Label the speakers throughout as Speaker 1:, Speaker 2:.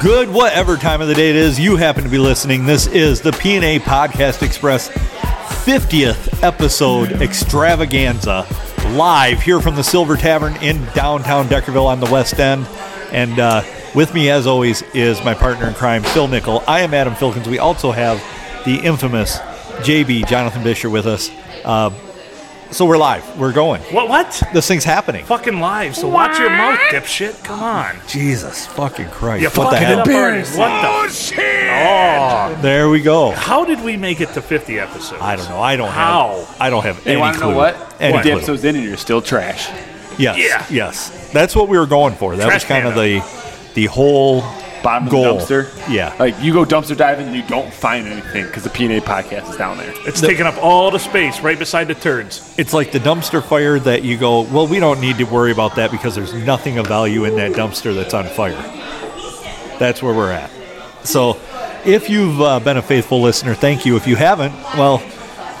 Speaker 1: good, whatever time of the day it is you happen to be listening. This is the PNA Podcast Express 50th episode extravaganza live here from the Silver Tavern in downtown Deckerville on the West End. And uh, with me, as always, is my partner in crime, Phil Nickel. I am Adam Filkins. We also have the infamous JB, Jonathan Bisher, with us. Uh, so we're live. We're going.
Speaker 2: What? What?
Speaker 1: This thing's happening.
Speaker 2: Fucking live. So watch your mouth, dipshit. Come on.
Speaker 1: Jesus fucking Christ.
Speaker 2: You
Speaker 1: what the
Speaker 2: fucking
Speaker 1: hell?
Speaker 2: up already. What the? Oh.
Speaker 1: There we go.
Speaker 2: How did we make it to 50 episodes?
Speaker 1: I don't know. I don't
Speaker 2: How?
Speaker 1: have. I don't have
Speaker 3: Hey,
Speaker 1: any
Speaker 3: want to know
Speaker 1: clue.
Speaker 3: what?
Speaker 1: Any
Speaker 3: You
Speaker 1: clue.
Speaker 3: dip those in and you're still trash.
Speaker 1: Yes.
Speaker 2: Yeah.
Speaker 1: Yes. That's what we were going for. That was
Speaker 2: Trash
Speaker 1: kind
Speaker 2: can
Speaker 1: of the the whole
Speaker 3: Bottom of
Speaker 1: goal.
Speaker 3: the dumpster.
Speaker 1: Yeah.
Speaker 3: Like you go dumpster diving and you don't find anything because the PNA podcast is down there.
Speaker 2: It's taking up all the space right beside the turds.
Speaker 1: It's like the dumpster fire that you go, well, we don't need to worry about that because there's nothing of value in that dumpster that's on fire. That's where we're at. So, if you've uh, been a faithful listener, thank you. If you haven't, well,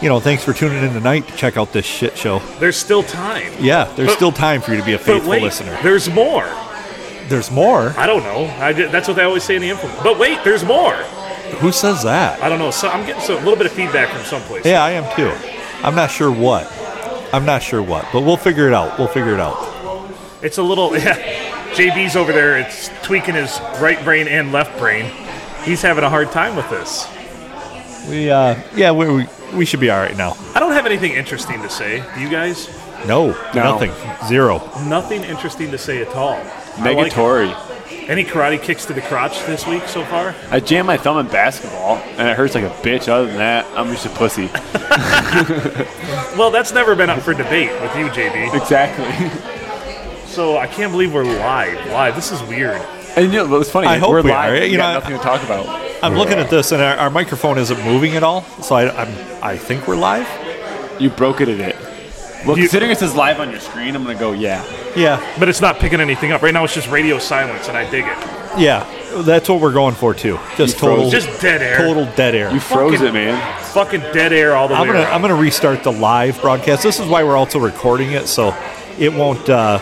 Speaker 1: you know, thanks for tuning in tonight to check out this shit show.
Speaker 2: There's still time.
Speaker 1: Yeah, there's
Speaker 2: But-
Speaker 1: still time for you to be a
Speaker 2: But
Speaker 1: faithful
Speaker 2: wait,
Speaker 1: listener.
Speaker 2: there's more.
Speaker 1: There's more.
Speaker 2: I don't know. I did, that's what they always say in the info. But wait, there's more.
Speaker 1: Who says that?
Speaker 2: I don't know. So I'm getting so, a little bit of feedback from someplace.
Speaker 1: Yeah, I am too. I'm not sure what. I'm not sure what, but we'll figure it out. We'll figure it out.
Speaker 2: It's a little. Yeah. JB's over there. It's tweaking his right brain and left brain. He's having a hard time with this.
Speaker 1: We, uh, yeah, we, we, we should be all right now.
Speaker 2: I don't have anything interesting to say. Do you guys?
Speaker 1: No,
Speaker 3: No.
Speaker 1: nothing. Zero.
Speaker 2: Nothing interesting to say at all. I like
Speaker 3: Negatory.
Speaker 2: Any karate kicks to the crotch this week so far?
Speaker 3: I jammed my thumb in basketball and it hurts like a bitch. Other than that, I'm just a pussy.
Speaker 2: Well, that's never been up for debate with you, JB.
Speaker 3: exactly.
Speaker 2: So I can't believe we're live. Live. This is weird.
Speaker 3: And you know, it's funny.
Speaker 1: I hope
Speaker 3: we're
Speaker 1: we
Speaker 3: live.
Speaker 1: are. You
Speaker 3: we got
Speaker 1: know,
Speaker 3: nothing to talk about.
Speaker 1: I'm looking at this, and our, our microphone isn't moving at all, so I, I'm, I think we're live.
Speaker 3: You broke it at it. Well,
Speaker 2: You-
Speaker 3: considering it says live on your screen, I'm gonna go. Yeah.
Speaker 1: Yeah,
Speaker 2: But it's not picking anything up. Right now it's just radio silence, and I dig it.
Speaker 1: yeah, that's what we're going for too. Just
Speaker 3: You froze.
Speaker 1: total,
Speaker 2: Just dead air.
Speaker 1: total dead air.
Speaker 3: You froze
Speaker 2: Fucking-
Speaker 3: it, man.
Speaker 2: Fucking dead air all the
Speaker 1: I'm
Speaker 2: way
Speaker 1: gonna,
Speaker 2: around.
Speaker 1: I'm gonna restart the live broadcast. This is why we're also recording it, so it won't. Uh,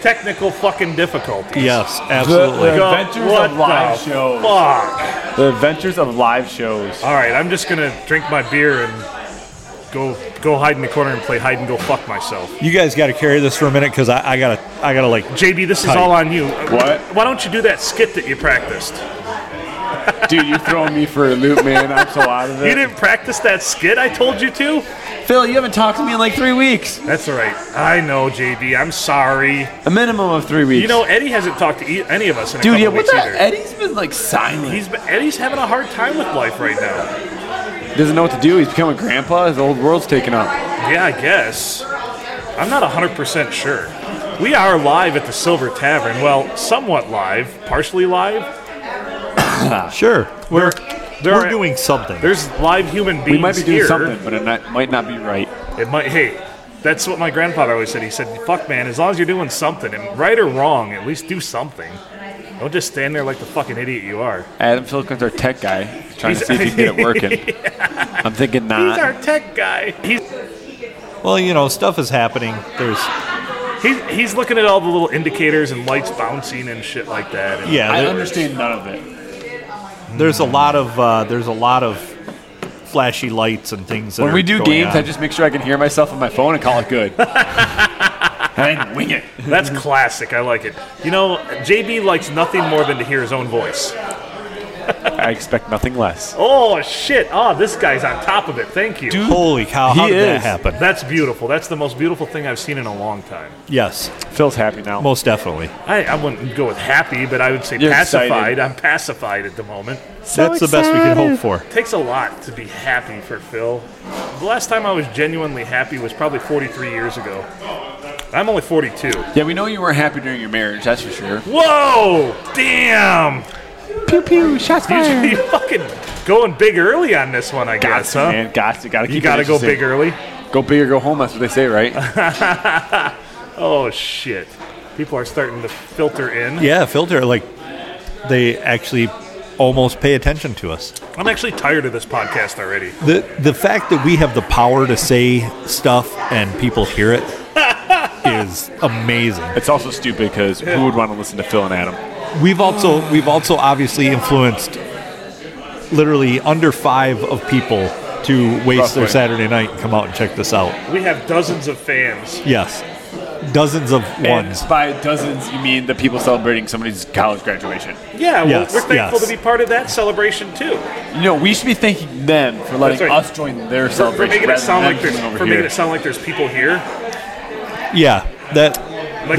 Speaker 2: Technical fucking difficulties.
Speaker 1: yes, absolutely.
Speaker 3: The
Speaker 2: Go-
Speaker 3: adventures of
Speaker 2: what
Speaker 3: live
Speaker 2: the
Speaker 3: shows.
Speaker 2: Fuck.
Speaker 3: The adventures of live shows.
Speaker 2: All right, I'm just gonna drink my beer and go go hide in the corner and play hide and go fuck myself.
Speaker 1: you guys got to carry this for a minute because I, I gotta, I gotta like.
Speaker 2: JB, this is
Speaker 1: Tight.
Speaker 2: all on you.
Speaker 3: What?
Speaker 2: Why don't you do that skit that you practiced?
Speaker 3: Dude, you're throwing me for a loop, man. I'm so out of it.
Speaker 2: You didn't practice that skit I told you to?
Speaker 3: Phil, you haven't talked to me in like three weeks.
Speaker 2: That's all right. I know, JB. I'm sorry.
Speaker 3: A minimum of three weeks.
Speaker 2: You know, Eddie hasn't talked to e- any of us in a
Speaker 3: dude,
Speaker 2: couple
Speaker 3: yeah, what
Speaker 2: weeks
Speaker 3: the?
Speaker 2: either.
Speaker 3: Eddie's been like silent. He
Speaker 2: He's been, Eddie's having a hard time with life right now.
Speaker 3: doesn't know what to do. He's become a grandpa. His old world's taken up.
Speaker 2: Yeah, I guess. I'm not 100% sure. We are live at the Silver Tavern. Well, somewhat live, partially live.
Speaker 1: Sure, we're
Speaker 2: there
Speaker 1: we're
Speaker 2: are-
Speaker 1: doing something.
Speaker 2: There's live human beings
Speaker 3: We might be doing
Speaker 2: here.
Speaker 3: something, but it not, might not be right.
Speaker 2: It might. Hey, that's what my grandfather always said. He said, "Fuck, man. As long as you're doing something, and right or wrong, at least do something. Don't just stand there like the fucking idiot you are."
Speaker 3: Adam Philkins, our tech guy, is trying to
Speaker 2: He's-
Speaker 3: see if he can get it working. I'm thinking
Speaker 2: He's
Speaker 3: not.
Speaker 2: our tech guy. Uh, He's
Speaker 1: Well, you know, stuff is happening. There's
Speaker 2: he's, he's looking at all the little indicators and lights bouncing and shit like that. And
Speaker 1: yeah,
Speaker 3: I
Speaker 1: there-
Speaker 3: understand none of it.
Speaker 1: there's a lot of uh, there's a lot of flashy lights and things. That
Speaker 3: When
Speaker 1: are
Speaker 3: we do
Speaker 1: going
Speaker 3: games,
Speaker 1: on.
Speaker 3: I just make sure I can hear myself on my phone and call it good. and wing it.
Speaker 2: That's classic. I like it. You know, JB likes nothing more than to hear his own voice.
Speaker 3: I expect nothing less.
Speaker 2: Oh shit! Ah, this guy's on top of it. Thank you.
Speaker 1: holy cow! How
Speaker 3: He
Speaker 1: did that
Speaker 3: is.
Speaker 1: happen?
Speaker 2: That's beautiful. That's the most beautiful thing I've seen in a long time.
Speaker 1: Yes,
Speaker 3: Phil's happy now.
Speaker 1: most definitely.
Speaker 2: I, I wouldn't go with happy, but I would say
Speaker 3: You're
Speaker 2: pacified.
Speaker 3: excited.
Speaker 2: I'm pacified at the moment.
Speaker 1: That's the best we can hope for.
Speaker 2: takes a lot to be happy for Phil. The last time I was genuinely happy was probably 43 years ago. I'm only 42.
Speaker 3: Yeah, we know you weren't happy during your marriage, that's for sure.
Speaker 2: Whoa! Damn!
Speaker 3: Pew pew, shots
Speaker 2: You, you fucking going big early on this one, I
Speaker 3: Got
Speaker 2: guess,
Speaker 3: to,
Speaker 2: huh?
Speaker 3: man. Got to. Got to keep
Speaker 2: You
Speaker 3: it
Speaker 2: gotta go
Speaker 3: interesting.
Speaker 2: big early.
Speaker 3: Go big or go home. That's what they say, right?
Speaker 2: Oh shit! People are starting to filter in.
Speaker 1: Yeah, filter like they actually almost pay attention to us.
Speaker 2: I'm actually tired of this podcast already.
Speaker 1: The the fact that we have the power to say stuff and people hear it is amazing.
Speaker 3: it's also stupid because who would want to listen to Phil and Adam?
Speaker 1: we've also we've also obviously influenced literally under five of people to waste
Speaker 3: Roughly.
Speaker 1: their Saturday night and come out and check this out.
Speaker 2: We have dozens of fans.
Speaker 1: Yes, dozens of ones.
Speaker 3: And by dozens, you mean the people celebrating somebody's college graduation.
Speaker 2: Yeah, well,
Speaker 1: Yes,
Speaker 2: we're thankful
Speaker 1: yes.
Speaker 2: to be part of that celebration too.
Speaker 3: You know, we should be thanking them for letting
Speaker 2: right.
Speaker 3: us join their
Speaker 2: For
Speaker 3: celebration.
Speaker 2: making it
Speaker 3: rather
Speaker 2: sound
Speaker 3: than
Speaker 2: like
Speaker 3: them
Speaker 2: there's
Speaker 3: coming
Speaker 2: for
Speaker 3: over
Speaker 2: making
Speaker 3: here.
Speaker 2: it sound like there's people here.
Speaker 1: Yeah, that
Speaker 2: Like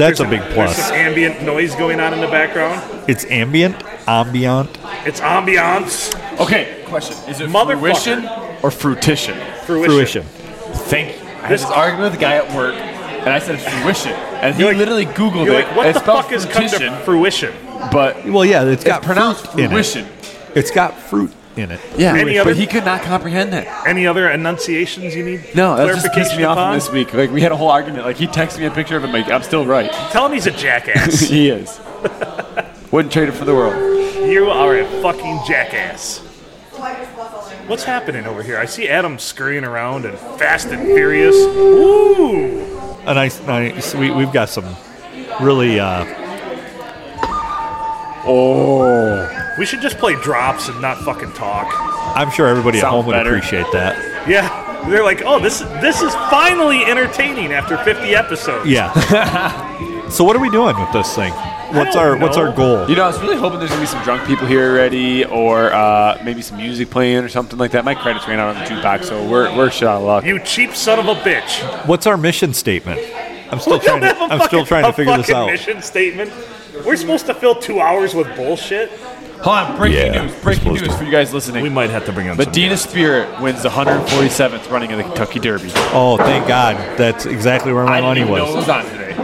Speaker 1: that's
Speaker 2: there's
Speaker 1: a
Speaker 2: some-
Speaker 1: big
Speaker 2: There's
Speaker 1: plus.
Speaker 2: some ambient noise going on in the background.
Speaker 1: It's ambient, ambient.
Speaker 2: It's ambiance,
Speaker 3: Okay, question: Is it
Speaker 2: Motherfucker.
Speaker 3: fruition or fruition?
Speaker 2: fruition.
Speaker 1: fruition.
Speaker 3: Thank you. I
Speaker 2: This-
Speaker 3: was arguing with a guy at work, and I said fruition, and he
Speaker 2: You're like-
Speaker 3: literally Googled
Speaker 2: You're
Speaker 3: it.
Speaker 2: like, what
Speaker 3: and
Speaker 2: the
Speaker 3: it spelled
Speaker 2: fuck has come
Speaker 3: fruition,
Speaker 2: to fruition?
Speaker 3: But
Speaker 1: Well, yeah, it's got
Speaker 3: it's pronounced
Speaker 1: fruit in it.
Speaker 3: fruition.
Speaker 1: It's got fruit in it.
Speaker 3: Yeah,
Speaker 2: Any
Speaker 3: but
Speaker 2: other-
Speaker 3: he could not comprehend that.
Speaker 2: Any other enunciations you need?
Speaker 3: No, that just
Speaker 2: clarification
Speaker 3: pissed me off
Speaker 2: upon?
Speaker 3: from this week. Like we had a whole argument. Like he texted me a picture of him. Like I'm still right.
Speaker 2: Tell him he's a jackass.
Speaker 3: he is. Wouldn't trade it for the world.
Speaker 2: you are a fucking jackass. What's happening over here? I see Adam scurrying around and fast and furious. Ooh!
Speaker 1: A nice, nice. We, we've got some really. Uh,
Speaker 3: Oh,
Speaker 2: We should just play drops and not fucking talk.
Speaker 1: I'm sure everybody at
Speaker 3: Sounds
Speaker 1: home would
Speaker 3: better.
Speaker 1: appreciate that.
Speaker 2: Yeah, they're like, oh, this this is finally entertaining after 50 episodes.
Speaker 1: Yeah. so what are we doing with this thing? What's
Speaker 2: don't
Speaker 1: our What's
Speaker 2: know.
Speaker 1: our goal?
Speaker 3: you know, I was really hoping there's gonna be some drunk people here already, or uh, maybe some music playing or something like that. My credits ran out on the jukebox, so we're we're shit out of luck.
Speaker 2: You cheap son of a bitch.
Speaker 1: What's our mission statement? I'm still
Speaker 2: We don't
Speaker 1: trying to.
Speaker 2: have a
Speaker 1: I'm still
Speaker 2: fucking-
Speaker 1: trying to
Speaker 2: a
Speaker 1: figure this
Speaker 2: fucking
Speaker 1: out.
Speaker 2: Mission statement. We're supposed to fill two hours with bullshit.
Speaker 3: Hold on, breaking
Speaker 1: Yeah,
Speaker 3: news! Breaking
Speaker 1: you're supposed
Speaker 3: news
Speaker 1: to.
Speaker 3: for you guys listening.
Speaker 2: might have to bring on.
Speaker 3: Medina Spirit wins the 147th running of the Kentucky Derby.
Speaker 1: Oh, thank God! That's exactly where my
Speaker 3: I didn't
Speaker 1: money
Speaker 3: even know it
Speaker 1: was
Speaker 3: was on today.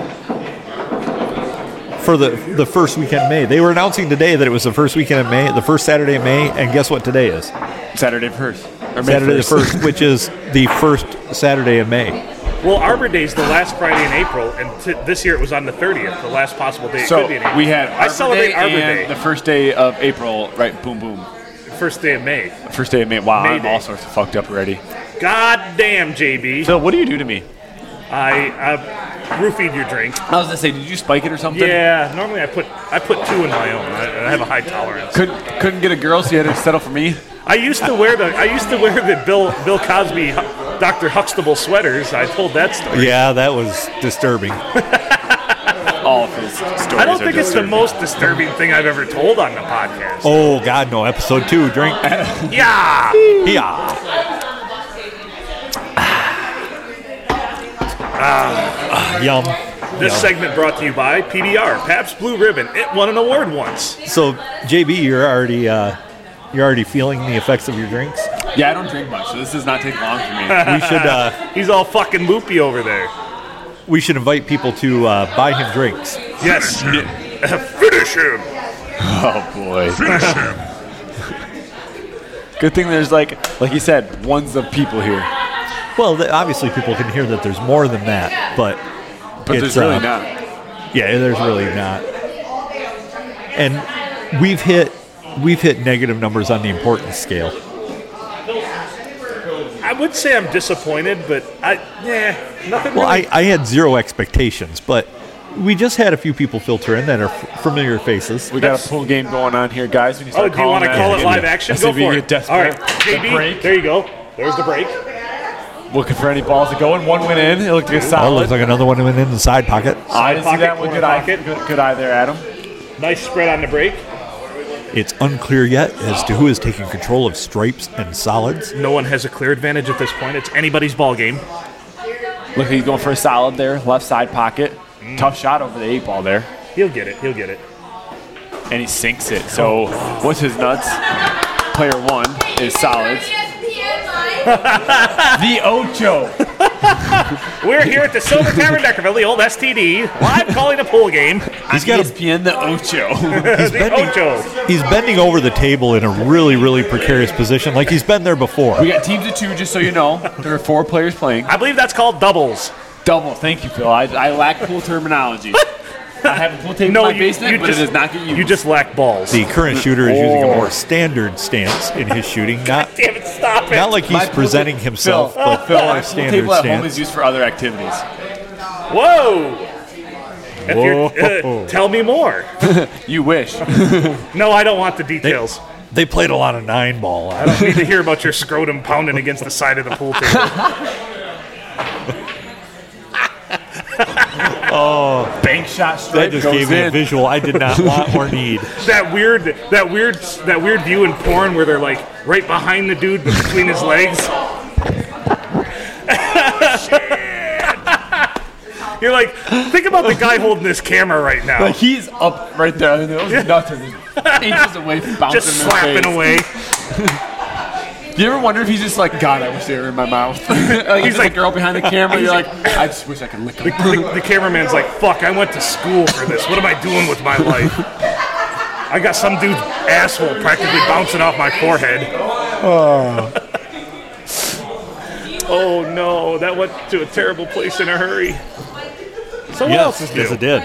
Speaker 1: for the the first weekend in May. They were announcing today that it was the first weekend in May, the first Saturday in May, and guess what today is?
Speaker 3: Saturday first. Or May
Speaker 1: Saturday the
Speaker 3: 1st.
Speaker 1: first, which is the first Saturday in May.
Speaker 2: Well, Arbor Day's the last Friday in April, and t- this year it was on the 30th, the last possible day. it
Speaker 3: So
Speaker 2: could be in April.
Speaker 3: we had Arbor
Speaker 2: I celebrate
Speaker 3: Day
Speaker 2: Arbor
Speaker 3: and
Speaker 2: Day,
Speaker 3: the first day of April, right? Boom, boom.
Speaker 2: the first day of May.
Speaker 3: First day of May. Wow,
Speaker 2: May
Speaker 3: I'm
Speaker 2: Day.
Speaker 3: all sorts of fucked up already.
Speaker 2: God damn, JB.
Speaker 3: Phil, what do you do to me?
Speaker 2: I, I roofied your drink.
Speaker 3: I was gonna say, did you spike it or something?
Speaker 2: Yeah, normally I put I put two in my own. I, I have a high tolerance.
Speaker 3: Couldn't couldn't get a girl, so you had to settle for me.
Speaker 2: I used to wear the I used to wear the Bill Bill Cosby, Hu- Dr. Huxtable sweaters. I told that story.
Speaker 1: Yeah, that was disturbing.
Speaker 3: All of his stories.
Speaker 2: I don't
Speaker 3: are
Speaker 2: think it's the
Speaker 3: disturbing.
Speaker 2: most disturbing thing I've ever told on the podcast.
Speaker 1: Oh God, no! Episode two, drink.
Speaker 2: Yeah.
Speaker 1: Yeah. Ah, yum.
Speaker 2: This segment brought to you by PBR, Pabst Blue Ribbon. It won an award once.
Speaker 1: So, JB, you're already uh, you're already feeling the effects of your drinks.
Speaker 3: Yeah, I don't drink much, so this does not take long for me.
Speaker 1: We should uh,
Speaker 2: He's all fucking loopy over there.
Speaker 1: we should invite people to uh, buy him drinks.
Speaker 2: Yes. Finish him.
Speaker 3: oh boy. Good thing there's like like you said, ones of people here,
Speaker 1: Well, th- obviously, people can hear that there's more than that, but
Speaker 3: but
Speaker 1: It's,
Speaker 3: there's really
Speaker 1: uh,
Speaker 3: not.
Speaker 1: yeah, there's really not. And we've hit we've hit negative numbers on the importance scale.
Speaker 2: I would say I'm disappointed, but I yeah, nothing
Speaker 1: Well,
Speaker 2: really.
Speaker 1: I, I had zero expectations, but we just had a few people filter in that are f- familiar faces.
Speaker 3: We got a pool game going on here, guys. When you
Speaker 2: oh,
Speaker 3: start
Speaker 2: do you want to
Speaker 3: calling
Speaker 2: call
Speaker 3: that,
Speaker 2: it live action?
Speaker 3: I
Speaker 2: Go
Speaker 3: said we
Speaker 2: for
Speaker 3: get
Speaker 2: it.
Speaker 3: desperate.
Speaker 2: All right,
Speaker 3: The
Speaker 2: JB,
Speaker 3: break.
Speaker 2: there you go. There's the break.
Speaker 3: Looking for any balls to go in. One went in. It looked like a
Speaker 1: Oh,
Speaker 3: solid.
Speaker 1: looks like another one went in the side pocket.
Speaker 3: I didn't see
Speaker 2: Pocket,
Speaker 3: that one.
Speaker 2: corner
Speaker 3: Good eye.
Speaker 2: pocket.
Speaker 3: Good, good eye there, Adam.
Speaker 2: Nice spread on the break.
Speaker 1: It's unclear yet as to who is taking control of stripes and solids.
Speaker 2: No one has a clear advantage at this point. It's anybody's ball game.
Speaker 3: Look, he's going for a solid there. Left side pocket. Tough shot over the eight ball there.
Speaker 2: He'll get it. He'll get it.
Speaker 3: And he sinks it. So, what's his nuts? Player one is solid. The Ocho.
Speaker 2: We're here at the Silver Tavern Deckerville, the old STD. Live calling a pool game.
Speaker 1: He's got a,
Speaker 3: ESPN, the Ocho.
Speaker 1: he's
Speaker 2: the
Speaker 1: bending
Speaker 2: Ocho.
Speaker 1: Oh, he's bending over the table in a really really precarious position, like he's been there before.
Speaker 3: we got teams of two, just so you know. There are four players playing.
Speaker 2: I believe that's called doubles.
Speaker 3: Double. Thank you, Phil. I, I lack pool terminology. I have a pool table in my basement, but it does not get used.
Speaker 2: You just lack balls.
Speaker 1: The current shooter is using a
Speaker 3: Oh.
Speaker 1: more standard stance in his shooting, not
Speaker 2: Damn it, stop it.
Speaker 1: not like
Speaker 3: My
Speaker 1: he's
Speaker 3: pool
Speaker 1: presenting
Speaker 3: ta-
Speaker 1: himself,
Speaker 3: Phil, Oh,
Speaker 1: but
Speaker 3: Phil,
Speaker 1: more
Speaker 3: my pool
Speaker 1: standard
Speaker 3: table at home
Speaker 1: stance.
Speaker 3: is used for other activities.
Speaker 2: Whoa! If you're, uh,
Speaker 1: Whoa.
Speaker 2: tell me more.
Speaker 3: You wish.
Speaker 2: No, I don't want the details.
Speaker 1: They played a lot of nine ball.
Speaker 2: I don't need to hear about your scrotum pounding against the side of the pool table.
Speaker 4: Bank shot
Speaker 1: That
Speaker 4: straight.
Speaker 1: just
Speaker 3: goes
Speaker 1: gave me a
Speaker 3: in.
Speaker 1: visual I did not want or need.
Speaker 2: that weird, that weird, that weird view in porn where they're like right behind the dude but between his legs. You're like, think about the guy holding this camera right now,
Speaker 3: Like he's up right there. I mean, that was nothing. Inches away from bouncing
Speaker 2: just
Speaker 3: in their face.
Speaker 2: slapping away.
Speaker 3: Do you ever wonder if he's just like, God, I wish they were in my mouth? like he's like girl behind the camera. You're like, I just wish I could lick
Speaker 2: The,
Speaker 3: them.
Speaker 2: the, the cameraman's like, fuck, I went to school for this. What am I doing with my life? I got some dude's asshole practically bouncing off my forehead. Oh. no, that went to a terrible place in a hurry. So what else is
Speaker 1: yes,
Speaker 2: new?
Speaker 1: yes, it did.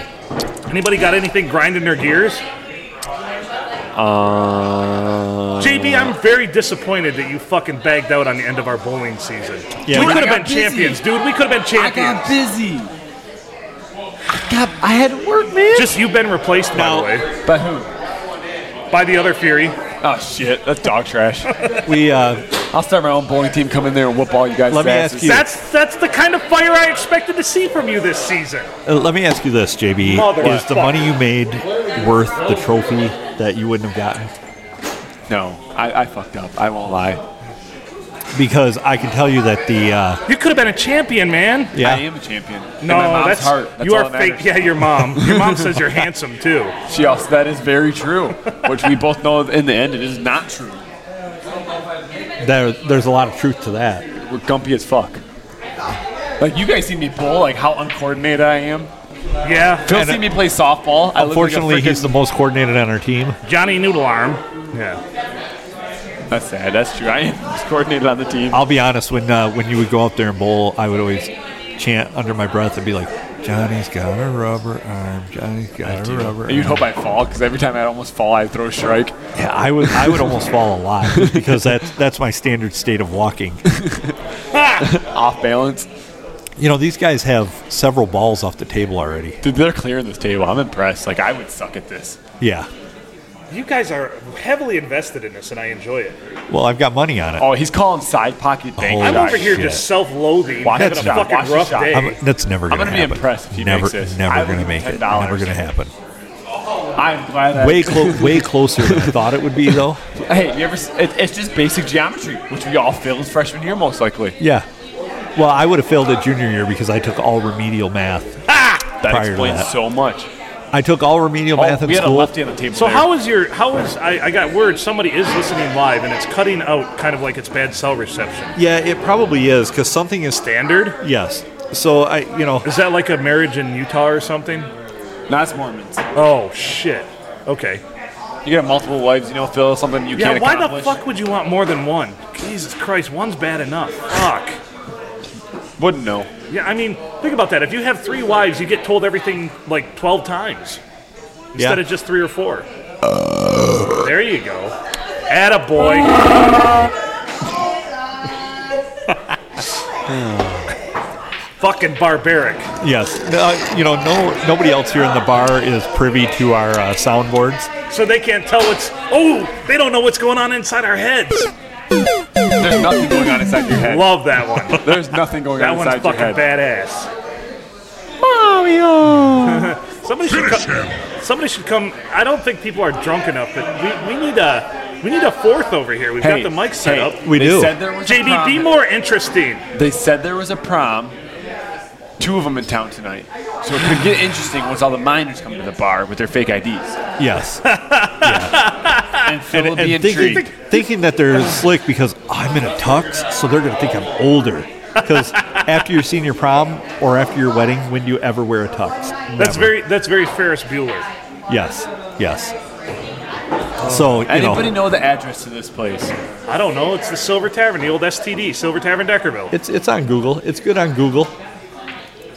Speaker 2: Anybody got anything grinding their gears?
Speaker 3: Uh,
Speaker 2: JB, I'm very disappointed that you fucking bagged out on the end of our bowling season.
Speaker 1: Yeah,
Speaker 2: we
Speaker 1: we-
Speaker 2: could have
Speaker 3: I got
Speaker 2: been
Speaker 3: busy.
Speaker 2: champions, dude. We could have been
Speaker 3: I
Speaker 2: champions.
Speaker 3: got busy. I got. I had to work, man.
Speaker 2: Just you've been replaced, by
Speaker 1: Now-
Speaker 2: the way,
Speaker 3: By who?
Speaker 2: by the other Fury.
Speaker 3: Oh shit, that's dog trash.
Speaker 1: We uh,
Speaker 3: I'll start my own bowling team. Come in there and whoop all you guys.
Speaker 1: Let me
Speaker 3: asses.
Speaker 1: ask you-
Speaker 2: That's that's the kind of fire I expected to see from you this season.
Speaker 1: uh, let me ask you this, JB: Is the
Speaker 2: Motherfucker.
Speaker 1: money you made worth the trophy that you wouldn't have gotten?
Speaker 3: No, I, I fucked up. I won't lie.
Speaker 1: Because I can tell you that the uh,
Speaker 2: You could have been a champion, man.
Speaker 1: yeah,
Speaker 3: I am a champion. In
Speaker 2: No,
Speaker 3: my mom's
Speaker 2: that's,
Speaker 3: heart. That's
Speaker 2: you
Speaker 3: all
Speaker 2: are
Speaker 3: that
Speaker 2: fake.
Speaker 3: matters.
Speaker 2: Yeah, your mom. Your mom says you're handsome too.
Speaker 3: She also that is very true, which we both know in the end it is not true.
Speaker 1: there, there's a lot of truth to that.
Speaker 3: We're gumpy as fuck. Like you guys see me bowl, like how uncoordinated I am.
Speaker 2: Yeah,
Speaker 3: Phil
Speaker 1: And, uh,
Speaker 3: see me play softball. I look
Speaker 1: Fortunately,
Speaker 3: like a
Speaker 1: he's the most coordinated on our team.
Speaker 2: Johnny Noodle Arm. Yeah,
Speaker 3: frickin- That's sad. That's true. I am most coordinated on the team.
Speaker 1: I'll be honest. When uh, when you would go out there and bowl, I would always chant under my breath and be like, "Johnny's got a rubber arm. Johnny's got a rubber."
Speaker 3: And you'd
Speaker 1: arm."
Speaker 3: hope I fall because every time I almost fall, I throw a strike.
Speaker 1: Yeah, I would I would almost fall a lot because that's that's my standard state of walking.
Speaker 3: Off balance.
Speaker 1: You know, these guys have several balls off the table already.
Speaker 3: Dude, they're clearing this table. I'm impressed. Like I would suck at this.
Speaker 1: Yeah.
Speaker 2: you guys are heavily invested in this, and I enjoy it.
Speaker 1: Well, I've got money on it.
Speaker 3: Oh, he's calling side pocket bank.
Speaker 1: Oh,
Speaker 2: I'm
Speaker 3: shot
Speaker 2: over here
Speaker 1: shit.
Speaker 2: just self-loathing,
Speaker 3: Watch
Speaker 2: having
Speaker 3: the
Speaker 2: a
Speaker 3: shot, watch
Speaker 2: fucking
Speaker 3: the
Speaker 2: rough
Speaker 3: shot.
Speaker 2: day.
Speaker 1: I'm, that's never going to
Speaker 3: gonna
Speaker 1: happen.
Speaker 3: be impressed if he
Speaker 1: never,
Speaker 3: makes this. I
Speaker 1: Never
Speaker 3: would
Speaker 1: going to
Speaker 3: give
Speaker 1: make
Speaker 3: him
Speaker 1: it.
Speaker 3: $10.
Speaker 1: Never going to happen.
Speaker 3: I'm glad. I,
Speaker 1: Way clo- way closer than I thought it would be, though.
Speaker 3: Hey, you ever? s- It, it's just basic geometry, which we all failed freshman year most likely.
Speaker 1: Yeah. Well, I would have failed it junior year because I took all remedial math.
Speaker 3: That
Speaker 1: Prior to
Speaker 3: explains
Speaker 1: that.
Speaker 3: so much.
Speaker 1: I took all remedial
Speaker 3: Oh,
Speaker 1: math in
Speaker 3: we had a
Speaker 1: school.
Speaker 3: lefty on the table.
Speaker 2: So
Speaker 3: there.
Speaker 2: how is your how is I, I got word somebody is listening live and it's cutting out kind of like it's bad cell reception.
Speaker 1: yeah, it probably is because something is.
Speaker 2: Standard?
Speaker 1: yes. So I, you know,
Speaker 2: Is that like a marriage in Utah or something?
Speaker 3: That's Mormons.
Speaker 2: Oh shit. Okay.
Speaker 3: You got multiple wives, you know, Phil. Something you
Speaker 2: Yeah,
Speaker 3: can't
Speaker 2: why the
Speaker 3: accomplish.
Speaker 2: fuck would you want more than one? Jesus Christ, one's bad enough. Fuck.
Speaker 3: Wouldn't know.
Speaker 2: Yeah, I mean, think about that. If you have three wives, you get told everything like 12 times instead
Speaker 1: Yeah.
Speaker 2: of just three or four. There you go. Atta boy. Fucking barbaric.
Speaker 1: Yes. Uh, you know, no, nobody else here in the bar is privy to our uh, soundboards.
Speaker 2: So they can't tell what's. Oh, they don't know what's going on inside our heads.
Speaker 3: There's nothing going on inside your head.
Speaker 2: Love that one.
Speaker 3: There's nothing going
Speaker 2: That
Speaker 3: on
Speaker 2: one's
Speaker 3: inside your head.
Speaker 2: fucking badass.
Speaker 3: oh.
Speaker 2: Somebody should come. Somebody should come. I don't think people are drunk enough, but we, we need a we need a fourth over here. We've
Speaker 3: Hey,
Speaker 2: got the mic set
Speaker 3: hey,
Speaker 2: up.
Speaker 1: We
Speaker 3: they
Speaker 1: do.
Speaker 3: Said there was a
Speaker 2: JB,
Speaker 3: prom.
Speaker 2: be more interesting.
Speaker 3: They said there was a prom. Two of them in town tonight, so it could get interesting once all the minors come to the bar with their fake IDs.
Speaker 1: Yes.
Speaker 2: Ah.
Speaker 3: And Phil will be
Speaker 1: and thinking,
Speaker 3: intrigued.
Speaker 1: thinking that they're slick because I'm in a tux, so they're going to think I'm older. Because after your senior prom or after your wedding, when do you ever wear a tux?
Speaker 2: That's
Speaker 1: Never.
Speaker 2: very that's very Ferris Bueller.
Speaker 1: Yes. Yes. So, you
Speaker 3: Anybody
Speaker 1: know,
Speaker 3: know the address to this place?
Speaker 2: I don't know. It's the Silver Tavern, the old STD, Silver Tavern Deckerville.
Speaker 1: it's, it's on Google. It's good on Google.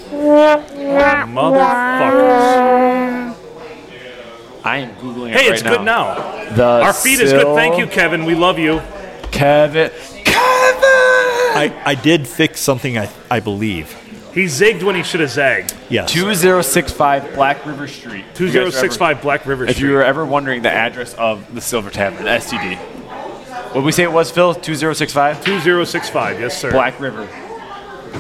Speaker 2: Motherfuckers.
Speaker 3: I am googling it
Speaker 2: Hey,
Speaker 3: right
Speaker 2: it's good now.
Speaker 3: The
Speaker 2: Our feed is good. Thank you, Kevin. We love you.
Speaker 3: Kevin. Kevin.
Speaker 1: I, I did fix something, I, I believe.
Speaker 2: He zigged when he should have zagged.
Speaker 1: Yes.
Speaker 3: 2065 Black River Street.
Speaker 2: Two
Speaker 3: You guys
Speaker 2: zero
Speaker 3: ever-
Speaker 2: six five Black River
Speaker 3: If
Speaker 2: Street.
Speaker 3: you were ever wondering the address of the Silver Tavern, the STD, what we say it was, Phil? 2065?
Speaker 2: Two zero six five. Yes, sir.
Speaker 3: Black River.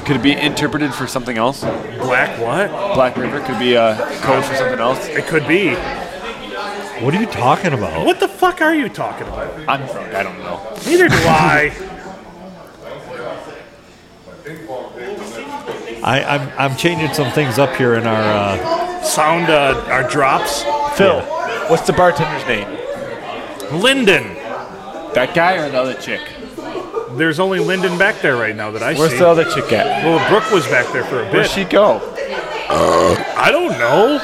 Speaker 3: Could it be interpreted for something else?
Speaker 2: Black what?
Speaker 3: Black River could be a code for something else.
Speaker 2: It could be.
Speaker 1: What are you talking about?
Speaker 2: What the fuck are you talking about?
Speaker 3: I'm drunk. I don't know.
Speaker 2: Neither do I.
Speaker 1: I, I'm I'm changing some things up here in our uh,
Speaker 2: Sound uh, our drops.
Speaker 3: Phil, what's the bartender's name?
Speaker 2: Linden.
Speaker 3: That guy or the other chick?
Speaker 2: There's only Linden back there right now that I
Speaker 3: Where's
Speaker 2: see.
Speaker 3: the other chick at?
Speaker 2: well, Brooke was back there for a
Speaker 3: Where'd
Speaker 2: bit.
Speaker 3: she go?
Speaker 2: I don't know.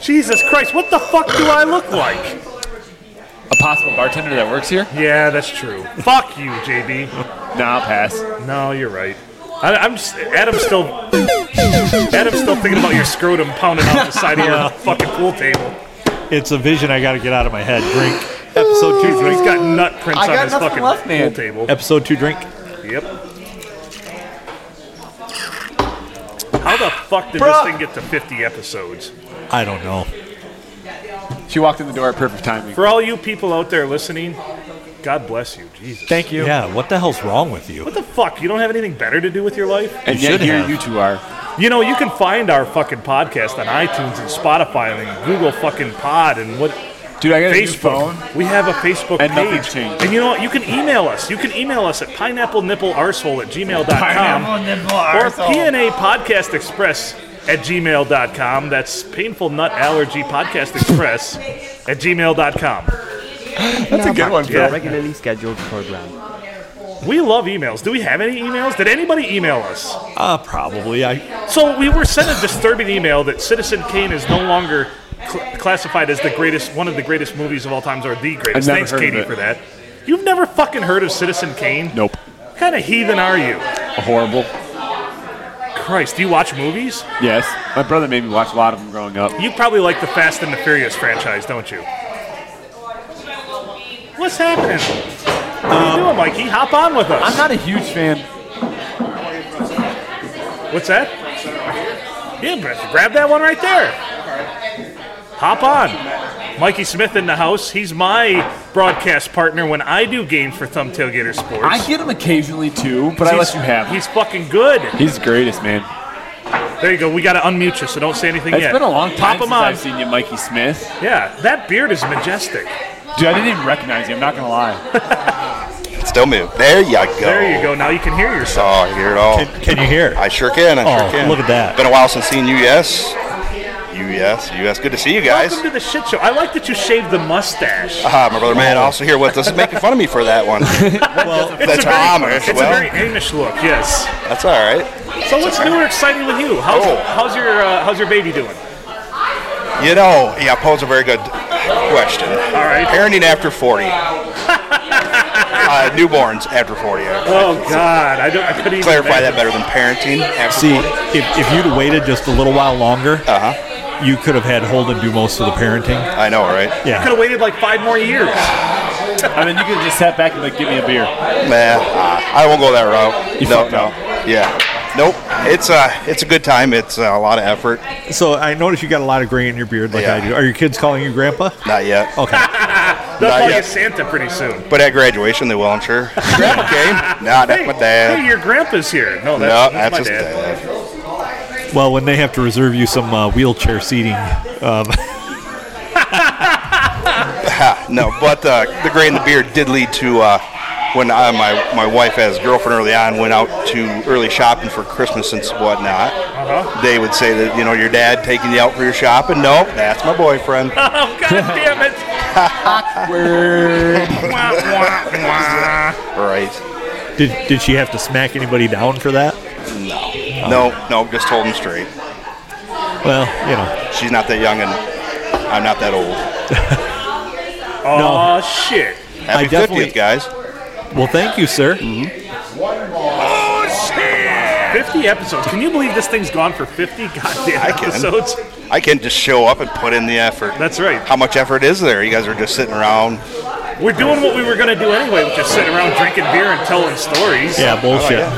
Speaker 2: Jesus Christ, what the fuck do I look like?
Speaker 3: A possible bartender that works here?
Speaker 2: Yeah, that's true. fuck you, JB.
Speaker 3: Nah, pass.
Speaker 2: No, you're right. I, I'm s- Adam's still Adam's still thinking about your scrotum pounding off the side of your fucking pool table.
Speaker 1: it's a vision I got to get out of my head. Drink episode two.
Speaker 2: He's
Speaker 1: Drink
Speaker 2: got nut prints on
Speaker 3: I got
Speaker 2: his
Speaker 3: nothing
Speaker 2: fucking
Speaker 3: left, man.
Speaker 2: pool table.
Speaker 1: episode two. Drink.
Speaker 2: Yep. How the fuck did
Speaker 3: Bruh.
Speaker 2: this thing get to 50 episodes?
Speaker 1: I don't know.
Speaker 3: She walked in the door at perfect timing.
Speaker 2: For all you people out there listening, God bless you, Jesus.
Speaker 3: Thank you.
Speaker 1: Yeah. What the hell's wrong with you?
Speaker 2: What the fuck? You don't have anything better to do with your life?
Speaker 3: And
Speaker 1: You
Speaker 3: yet
Speaker 1: should
Speaker 3: here
Speaker 1: have.
Speaker 3: you two are.
Speaker 2: You know, you can find our fucking podcast on iTunes and Spotify and Google fucking Pod and what
Speaker 3: Dude, I got a new phone.
Speaker 2: Facebook. We have a Facebook
Speaker 3: And nothing's
Speaker 2: page.
Speaker 3: changed.
Speaker 2: And you know what? You can email us. You can email us at pineapplenipplearsehole at gmail.com or PNA Podcast Express at gmail.com. That's painful nut allergy podcast express at gmail.com.
Speaker 3: That's a good one, Phil.
Speaker 2: Yeah.
Speaker 5: regularly scheduled program.
Speaker 2: We love emails. Do we have any emails? Did anybody email us?
Speaker 1: Uh, probably. I.
Speaker 2: So we were sent a disturbing email that Citizen Kane is no longer cl- classified as the greatest, one of the greatest movies of all times, or the
Speaker 3: I've
Speaker 2: greatest.
Speaker 3: never
Speaker 2: Thanks,
Speaker 3: heard of
Speaker 2: Katie,
Speaker 3: it.
Speaker 2: for that. You've never fucking heard of Citizen Kane?
Speaker 3: Nope.
Speaker 2: What kind of heathen are you?
Speaker 3: Horrible.
Speaker 2: Christ, do you watch movies?
Speaker 3: Yes. My brother made me watch a lot of them growing up.
Speaker 2: You probably like the Fast and the Furious franchise, don't you? What's happening? What are you doing, Mikey? Hop on with us.
Speaker 3: I'm not a huge fan.
Speaker 2: What's that? Yeah, but grab that one right there. Hop on. Mikey Smith in the house. He's my broadcast partner when I do games for Thumb Tailgater Sports.
Speaker 3: I get him occasionally too, but I
Speaker 2: He's-
Speaker 3: let you have him.
Speaker 2: He's fucking good.
Speaker 3: He's the greatest, man.
Speaker 2: There you go. We got to unmute you, so don't say anything
Speaker 3: It's
Speaker 2: yet.
Speaker 3: been a long time
Speaker 2: Pop
Speaker 3: since
Speaker 2: him on.
Speaker 3: I've seen you, Mikey Smith.
Speaker 2: Yeah, that beard is majestic.
Speaker 3: Dude, I didn't even recognize you. I'm not gonna lie.
Speaker 6: Still move. There you go.
Speaker 2: There you go. Now you can hear yourself.
Speaker 6: Oh, I hear it all.
Speaker 1: Can, can you hear?
Speaker 6: I sure can. I
Speaker 1: Oh,
Speaker 6: sure can.
Speaker 1: look at that.
Speaker 6: Been a while since seeing you. Yes. You. Yes. You. Yes. Good to see you guys.
Speaker 2: Welcome to the shit show. I like that you shaved the mustache.
Speaker 6: Ah, my brother Matt also here with us. Is making fun of me for that one.
Speaker 1: well,
Speaker 6: That's
Speaker 2: a very,
Speaker 6: Amish.
Speaker 2: It's
Speaker 6: well,
Speaker 2: a very Amish look. Yes.
Speaker 6: that's all right.
Speaker 2: So what's new or exciting with you? How's,
Speaker 6: Oh.
Speaker 2: how's your uh, how's your baby doing?
Speaker 6: You know, yeah, pose a very good question.
Speaker 2: All right.
Speaker 6: Parenting after forty. uh, newborns after forty. I
Speaker 2: Oh God, I don't. I couldn't even
Speaker 6: Clarify
Speaker 2: imagine.
Speaker 6: that better than parenting after
Speaker 1: see,
Speaker 6: forty.
Speaker 1: if, if you'd waited just a little while longer,
Speaker 6: Uh huh.
Speaker 3: Uh-huh.
Speaker 1: you could have had Holden do most of the parenting.
Speaker 6: I know, right?
Speaker 2: I could
Speaker 1: Yeah.
Speaker 2: have waited like five more years.
Speaker 3: I mean, you could just sat back and like, give me a beer.
Speaker 6: Nah, uh, I won't go that route.
Speaker 3: You
Speaker 6: no,
Speaker 3: fucked
Speaker 6: no.
Speaker 3: up.
Speaker 6: Yeah. Nope. It's a it's a good time. It's uh, a lot of effort.
Speaker 1: So I noticed you got a lot of gray in your beard, like
Speaker 6: Yeah.
Speaker 1: I do. Are your kids calling you grandpa?
Speaker 6: Not yet.
Speaker 1: Okay.
Speaker 2: They'll
Speaker 6: Not
Speaker 2: call
Speaker 6: yet.
Speaker 2: you Santa pretty soon.
Speaker 6: But at graduation, they will, I'm sure. Grandpa came. Nah, that's my
Speaker 2: hey,
Speaker 6: dad.
Speaker 2: your grandpa's here. No,
Speaker 6: No,
Speaker 2: that's,
Speaker 6: that's
Speaker 2: my
Speaker 6: his
Speaker 2: dad.
Speaker 6: dad.
Speaker 1: Well, when they have to reserve you some uh, wheelchair seating, um,
Speaker 6: Ha, no, but uh, the gray in the beard did lead to uh, when I, my my wife as girlfriend early on went out to early shopping for Christmas and whatnot.
Speaker 2: Uh-huh.
Speaker 6: They would say that you know your dad taking you out for your shopping. Nope, that's my boyfriend.
Speaker 2: Oh God damn it! Wah, wah, wah.
Speaker 6: right.
Speaker 1: did did she have to smack anybody down for that?
Speaker 6: No, no, just hold him straight.
Speaker 1: Well, you know,
Speaker 6: She's not that young, and I'm not that old.
Speaker 2: Oh shit!
Speaker 6: Happy
Speaker 1: definitely-
Speaker 6: 50th, guys.
Speaker 1: well, thank you, sir.
Speaker 2: Fifty episodes. Can you believe this thing's gone for fifty goddamn
Speaker 6: I can.
Speaker 2: episodes?
Speaker 6: I can just show up and put in the effort.
Speaker 2: That's right.
Speaker 6: How much effort is there? You guys are just sitting around.
Speaker 2: We're doing what we were gonna do anyway, which is sit around drinking beer and telling stories.
Speaker 1: Yeah, bullshit.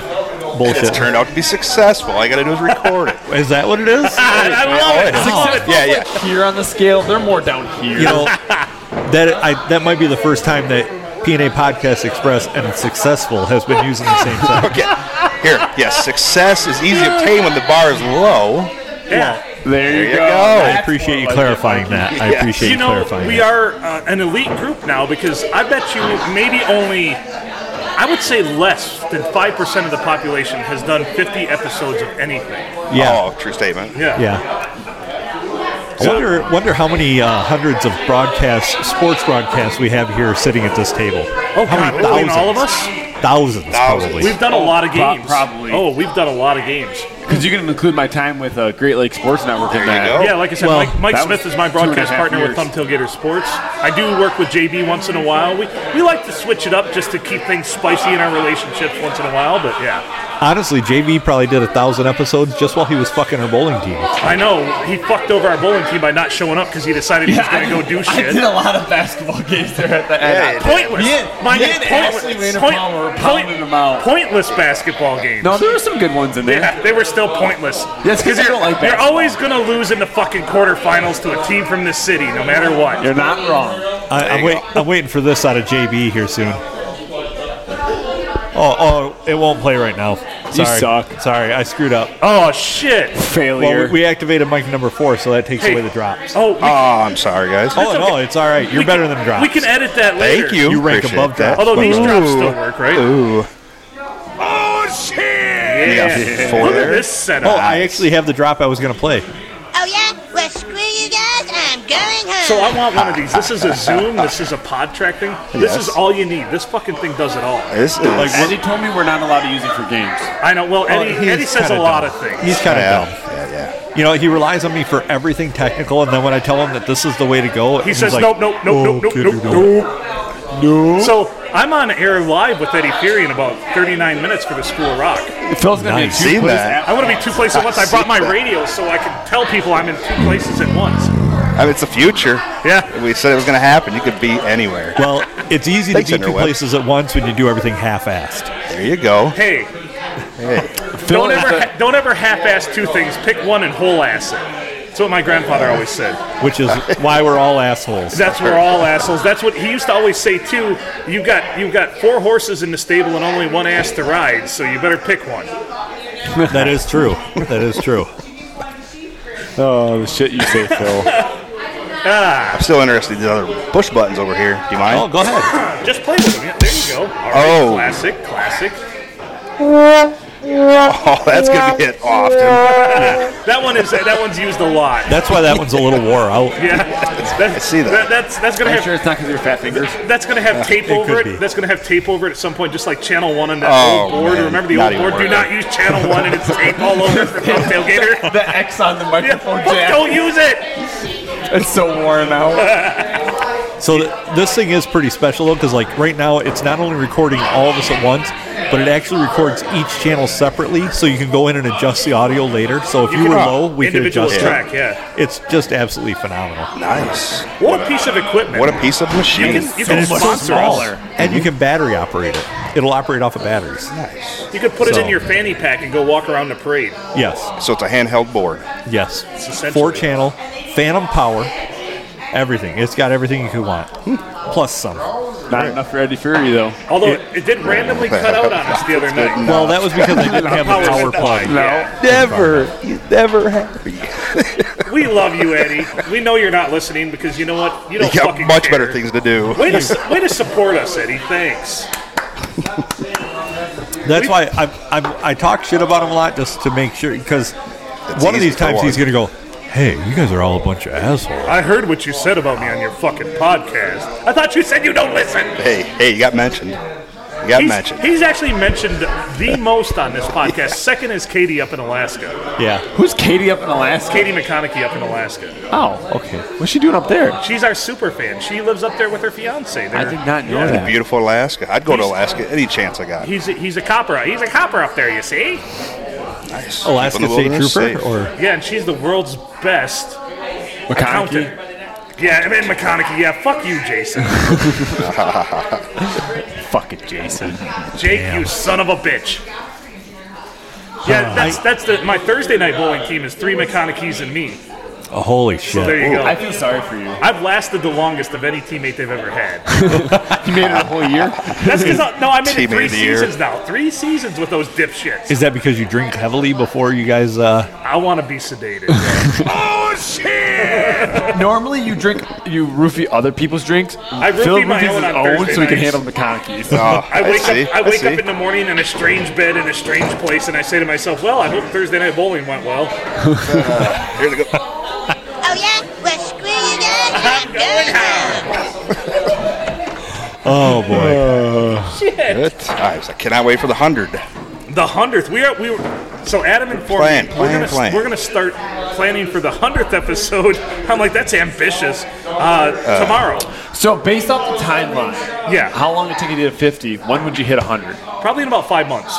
Speaker 1: bullshit.
Speaker 6: It's turned out to be successful. All I got to do is record it.
Speaker 1: Is that what it is?
Speaker 2: I love it.
Speaker 6: Oh, yeah, yeah.
Speaker 3: Here on the scale, they're more down here.
Speaker 1: you know that I, that might be the first time that PNA Podcast Express and Successful has been using the same site.
Speaker 6: Okay. Here, yes, success is easy to obtain when the bar is low.
Speaker 2: Yeah.
Speaker 3: There
Speaker 6: There
Speaker 3: you
Speaker 6: you
Speaker 3: go.
Speaker 1: I
Speaker 6: go.
Speaker 1: appreciate you clarifying that. I
Speaker 6: Yes.
Speaker 1: appreciate you,
Speaker 2: You know,
Speaker 1: clarifying.
Speaker 2: we
Speaker 1: that.
Speaker 2: are uh, an elite group now because I bet you maybe only, I would say less than 5% of the population has done 50 episodes of anything.
Speaker 1: Yeah,
Speaker 6: Oh, true statement.
Speaker 2: Yeah.
Speaker 1: yeah. I wonder, wonder how many uh, hundreds of broadcasts, sports broadcasts, we have here sitting at this table.
Speaker 2: Oh,
Speaker 1: how
Speaker 2: God,
Speaker 1: many
Speaker 2: between
Speaker 1: thousands?
Speaker 2: all of us?
Speaker 1: Thousands, probably.
Speaker 2: We've done a lot of
Speaker 3: Oh, pro-
Speaker 2: games.
Speaker 3: probably.
Speaker 2: Oh, we've done a lot of games.
Speaker 3: Because you can include my time with uh, Great Lakes Sports Network in
Speaker 6: There you
Speaker 3: that.
Speaker 6: go.
Speaker 2: Yeah, like I said,
Speaker 1: Well,
Speaker 2: Mike, Mike
Speaker 3: that
Speaker 2: Smith
Speaker 3: was
Speaker 2: is my
Speaker 3: two and a
Speaker 2: broadcast
Speaker 3: half
Speaker 2: partner with
Speaker 3: years.
Speaker 2: Thumbtail Gator Sports. I do work with JB once in a while. We, we like to switch it up just to keep things spicy in our relationships once in a while, but yeah.
Speaker 1: Honestly, JB probably did a thousand episodes just while he was fucking her bowling team.
Speaker 2: I know he fucked over our bowling team by not showing up because he decided he was going to go do
Speaker 4: I did
Speaker 2: shit.
Speaker 4: a lot of basketball games there at the end.
Speaker 6: Yeah, yeah.
Speaker 2: Pointless.
Speaker 4: Me and-
Speaker 2: My
Speaker 4: me
Speaker 2: God,
Speaker 4: and
Speaker 2: pointless.
Speaker 4: Ashley Rainer
Speaker 2: Point-
Speaker 4: Palmer were
Speaker 2: point-
Speaker 4: pounding them out.
Speaker 2: Pointless basketball games.
Speaker 3: No, there were some good ones in there.
Speaker 2: Yeah, they were still pointless.
Speaker 3: That's 'cause you
Speaker 2: you're,
Speaker 3: don't like
Speaker 2: you're
Speaker 3: basketball.
Speaker 2: always going to lose in the fucking quarterfinals to a team from this city, no matter what.
Speaker 3: You're not wrong.
Speaker 1: I, I'm, wait, I'm waiting for this out of JB here soon. Oh, oh, it won't play right now.
Speaker 3: You
Speaker 1: Sorry.
Speaker 3: suck.
Speaker 1: Sorry, I screwed up.
Speaker 2: Oh shit!
Speaker 1: Well,
Speaker 3: Failure.
Speaker 1: we, we activated mic number four, so that takes
Speaker 2: Hey.
Speaker 1: away the drops.
Speaker 2: Oh, we,
Speaker 6: Oh, I'm sorry, guys.
Speaker 1: Oh, no,
Speaker 2: okay.
Speaker 1: it's all right. You're
Speaker 2: we
Speaker 1: better
Speaker 2: can-
Speaker 1: than drops.
Speaker 2: We can edit that later.
Speaker 6: Thank you.
Speaker 1: You rank
Speaker 6: Appreciate
Speaker 1: above
Speaker 6: that.
Speaker 1: drops.
Speaker 2: Although these
Speaker 1: Ooh.
Speaker 2: drops still work, right?
Speaker 6: Ooh.
Speaker 2: Yeah.
Speaker 6: Yeah, four
Speaker 2: Look at
Speaker 6: there.
Speaker 2: this setup.
Speaker 1: Oh, I actually have the drop I was going to play.
Speaker 7: Oh yeah? Well, screw you guys. I'm going home.
Speaker 2: so I want one of these. This is a Zoom. This is a pod track thing. This is
Speaker 6: Yes.
Speaker 2: all you need. This fucking thing does it all.
Speaker 6: This is
Speaker 1: Like,
Speaker 3: Eddie told me we're not allowed to use it for games.
Speaker 2: I know. Well, Eddie,
Speaker 1: Oh, he's
Speaker 2: Eddie says a
Speaker 1: kinda
Speaker 2: lot
Speaker 1: dumb.
Speaker 2: of things.
Speaker 1: He's kind of
Speaker 6: yeah,
Speaker 1: dumb.
Speaker 6: yeah, yeah.
Speaker 1: You know, he relies on me for everything technical, and then when I tell him that this is the way to go,
Speaker 2: He
Speaker 1: he's
Speaker 2: says,
Speaker 1: like, oh,
Speaker 2: nope, nope, nope, nope,
Speaker 1: "Okay,
Speaker 2: nope, nope, nope. No. So I'm on air live with Eddie Fury in about 39 minutes for the School of Rock.
Speaker 3: Phil's gonna
Speaker 1: Nice.
Speaker 3: be a
Speaker 6: Seen
Speaker 3: two
Speaker 6: that.
Speaker 2: I want to be two places at once. I brought my radio so I can tell people I'm in two places at once.
Speaker 6: I mean, it's the future.
Speaker 2: Yeah.
Speaker 6: We said it was going to happen. You could be anywhere.
Speaker 1: Well, it's easy to
Speaker 6: Thanks,
Speaker 1: be two
Speaker 6: Underwood.
Speaker 1: places at once when you do everything half-assed.
Speaker 6: There you go.
Speaker 2: Hey,
Speaker 6: Hey.
Speaker 2: don't ever ha- don't ever half-ass two things. Pick one and whole ass it. That's what my grandfather always said.
Speaker 1: which is why we're all assholes.
Speaker 2: That's we're all assholes. That's what he used to always say too. You got you got four horses in the stable and only one ass to ride, so you better pick one.
Speaker 1: That is true. That is true.
Speaker 3: Oh, the shit you say, Phil.
Speaker 6: I'm still interested in these other push buttons over here. Do you
Speaker 1: Oh,
Speaker 6: mind?
Speaker 1: go ahead.
Speaker 2: Just play with him. Yeah, there you go. All right,
Speaker 6: Oh.
Speaker 2: classic, classic.
Speaker 6: Oh, that's going to be hit often.
Speaker 2: That one is that one's used a lot.
Speaker 1: That's why that one's a little wore out.
Speaker 2: Yeah, that,
Speaker 6: see that.
Speaker 2: That's that's gonna
Speaker 3: I'm
Speaker 2: have
Speaker 3: sure it's not because of your fat fingers.
Speaker 2: that's gonna have tape
Speaker 1: it
Speaker 2: over
Speaker 1: could
Speaker 2: it.
Speaker 1: be.
Speaker 2: That's gonna have tape over it at some point, just like Channel One on that
Speaker 6: Oh,
Speaker 2: old board.
Speaker 6: man.
Speaker 2: Remember the old
Speaker 6: Not even
Speaker 2: board? Do
Speaker 6: worth
Speaker 2: not
Speaker 6: it.
Speaker 2: use Channel One and it's tape all over for Cocktail Gator.
Speaker 4: The X on the
Speaker 1: Oh,
Speaker 2: Yeah,
Speaker 4: microphone jack.
Speaker 2: don't use it.
Speaker 4: It's so worn out.
Speaker 1: So th- this thing is pretty special though, because like right now, it's not only recording all of us at once, but it actually records each channel separately, so you can go in and adjust the audio later. So if you,
Speaker 2: can
Speaker 1: were
Speaker 2: rock
Speaker 1: low, we could
Speaker 2: individual
Speaker 1: adjust
Speaker 2: track.
Speaker 1: it.
Speaker 2: Yeah,
Speaker 1: It's just absolutely phenomenal.
Speaker 6: Nice.
Speaker 2: what a piece of equipment.
Speaker 6: What a piece of
Speaker 2: you
Speaker 6: machine.
Speaker 2: can, you can
Speaker 1: it's so
Speaker 2: sponsor
Speaker 1: small,
Speaker 2: us.
Speaker 1: and you can battery operate it. It'll operate off of batteries.
Speaker 2: You could put it
Speaker 1: So-
Speaker 2: in your fanny pack and go walk around the parade.
Speaker 1: Yes,
Speaker 6: So it's a handheld board.
Speaker 1: yes.
Speaker 2: essentially-
Speaker 1: Four channel, phantom power, everything. It's got everything you could want, plus some.
Speaker 3: Not enough for Eddie Fury though.
Speaker 2: Although it, it did randomly cut out on us the other night.
Speaker 1: Well, that was because I didn't have the power plug.
Speaker 2: Yeah.
Speaker 6: Never. He's never happy.
Speaker 2: We love you, Eddie. We know you're not listening because you know what? You
Speaker 6: You
Speaker 2: don't
Speaker 6: got
Speaker 2: fucking
Speaker 6: much
Speaker 2: care.
Speaker 6: better things to do.
Speaker 2: Way to, s- way to support us, Eddie. Thanks.
Speaker 1: That's why I, I I talk shit about him a lot just to make sure because one of
Speaker 6: easy
Speaker 1: these
Speaker 6: for
Speaker 1: times
Speaker 6: one.
Speaker 1: he's gonna go, hey, you guys are all a bunch of assholes.
Speaker 2: I heard what you said about me on your fucking podcast. I thought you said you don't listen.
Speaker 6: Hey, hey, you got mentioned. You got
Speaker 2: He's,
Speaker 6: mentioned.
Speaker 2: he's actually mentioned the most on this podcast. Second is Katie up in Alaska.
Speaker 1: Yeah,
Speaker 3: Who's Katie up in Alaska?
Speaker 2: Katie McConaughey up in Alaska.
Speaker 3: Oh, okay. What's she doing up there?
Speaker 2: She's our super fan. She lives up there with her fiance.
Speaker 3: I did not know that.
Speaker 6: Beautiful Alaska. I'd go to
Speaker 2: He's-
Speaker 6: Alaska any chance I got.
Speaker 2: He's a, he's a copper. He's a copper up there, you see?
Speaker 6: Nice.
Speaker 1: Alaska
Speaker 6: People in the
Speaker 1: State Trooper
Speaker 6: wilderness, safe.
Speaker 1: or
Speaker 2: Yeah, and she's the world's best
Speaker 3: McConaughey.
Speaker 2: accountant. Yeah, I mean McConaughey. Yeah, fuck you, Jason.
Speaker 3: Fuck it, Jason.
Speaker 2: Jake, you son of a bitch.
Speaker 1: uh,
Speaker 2: Yeah, that's that's the my Thursday night bowling team is three McConaughey's and me.
Speaker 1: Oh, holy
Speaker 2: So there
Speaker 1: shit.
Speaker 2: you
Speaker 3: I
Speaker 2: go.
Speaker 3: feel sorry for you.
Speaker 2: I've lasted the longest of any teammate they've ever had.
Speaker 8: You made it a whole year.
Speaker 2: That's because no, I made it
Speaker 6: Teammate
Speaker 2: three
Speaker 6: of the year.
Speaker 2: seasons now. Three seasons with those dipshits.
Speaker 1: Is that because you drink heavily before you guys? Uh,
Speaker 2: I want to be sedated.
Speaker 3: Normally, you drink, you roofie other people's drinks.
Speaker 2: I
Speaker 3: Phil
Speaker 2: roofie my
Speaker 3: roofies
Speaker 2: own
Speaker 3: his
Speaker 2: on
Speaker 3: own
Speaker 2: Thursday
Speaker 3: so he can
Speaker 2: nights.
Speaker 3: handle the McConaughey's.
Speaker 6: Oh,
Speaker 2: I wake
Speaker 6: see,
Speaker 2: up. I wake
Speaker 6: see.
Speaker 2: up in the morning in a strange bed in a strange place, and I say to myself, "Well, I hope Thursday night bowling went well."
Speaker 6: Here they go.
Speaker 7: Oh yeah? Well, screw you guys. I'm
Speaker 2: I'm
Speaker 7: going
Speaker 2: going
Speaker 7: home.
Speaker 1: oh boy.
Speaker 6: Good times. I cannot wait for the hundred.
Speaker 2: The hundredth. We are. We were. So Adam informed
Speaker 6: Plan,
Speaker 2: me
Speaker 6: plan,
Speaker 2: we're gonna
Speaker 6: plan.
Speaker 2: we're gonna start planning for the hundredth episode. I'm like, that's ambitious. Uh, tomorrow.
Speaker 3: So, based off the timeline,
Speaker 2: Yeah.
Speaker 3: how long it took you to get 50, when would you hit 100?
Speaker 2: Probably in about five months.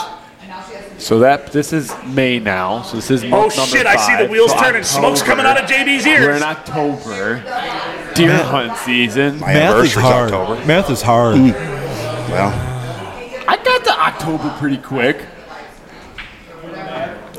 Speaker 3: So, that this is May now. So, this is month
Speaker 2: Oh
Speaker 3: number
Speaker 2: shit! I see
Speaker 3: five,
Speaker 2: the wheels
Speaker 3: so
Speaker 2: turning. Smoke's
Speaker 3: October.
Speaker 2: coming out of JB's
Speaker 3: We're
Speaker 2: ears.
Speaker 3: in October. Deer hunt season.
Speaker 6: My
Speaker 1: Math is
Speaker 6: anniversary's
Speaker 1: hard.
Speaker 6: October.
Speaker 1: Math is hard.
Speaker 6: Well,
Speaker 3: I got to October pretty quick.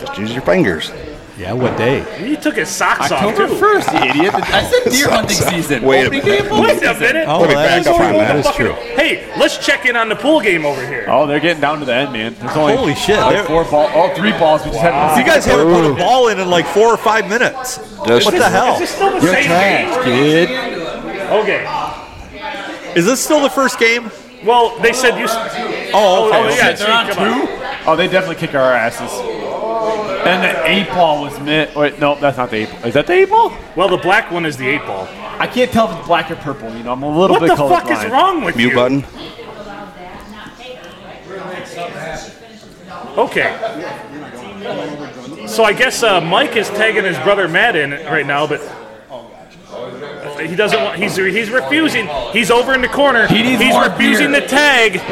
Speaker 6: just use your fingers.
Speaker 1: Yeah, what day?
Speaker 2: He took his socks
Speaker 3: October
Speaker 2: off too.
Speaker 3: 1st, you idiot. I said deer hunting season.
Speaker 6: Wait a
Speaker 3: Opening
Speaker 6: minute.
Speaker 3: day of hunting
Speaker 2: Wait a
Speaker 3: season.
Speaker 2: minute.
Speaker 1: Oh,
Speaker 6: Let me
Speaker 1: that
Speaker 6: back
Speaker 1: is
Speaker 6: up
Speaker 1: true.
Speaker 6: on that.
Speaker 1: That is
Speaker 2: Fucking-
Speaker 1: true.
Speaker 2: Hey, let's check in on the pool game over here.
Speaker 3: Oh, they're getting down to the end, man. There's only
Speaker 1: Holy shit,
Speaker 3: Like
Speaker 1: they're-
Speaker 3: four ball, oh, three balls. We just haven't.
Speaker 1: You guys haven't put a ball in in like four or five minutes.
Speaker 6: Just-
Speaker 1: what the hell?
Speaker 2: Is this still the same game?
Speaker 3: kid.
Speaker 2: Okay.
Speaker 1: Is this still the first game?
Speaker 2: Well, they said you. s-
Speaker 1: Oh, okay.
Speaker 2: Oh, yeah, see,
Speaker 3: They're on
Speaker 2: come on.
Speaker 3: two. Oh, they definitely kick our asses. And the eight ball was mint. Wait, no, that's not the eight. Ball. Is that the eight ball?
Speaker 2: Well, the black one is the eight ball.
Speaker 3: I can't tell if it's black or purple. You know, I'm a little
Speaker 2: What
Speaker 3: bit
Speaker 2: the fuck is
Speaker 3: colorblind.
Speaker 2: wrong with
Speaker 6: Mute
Speaker 2: you?
Speaker 6: button.
Speaker 2: Okay. So I guess uh, Mike is tagging his brother Matt in right now, but he doesn't want. He's he's refusing. He's over in the corner.
Speaker 3: He needs
Speaker 2: he's
Speaker 3: more
Speaker 2: refusing
Speaker 3: beer.
Speaker 2: the tag.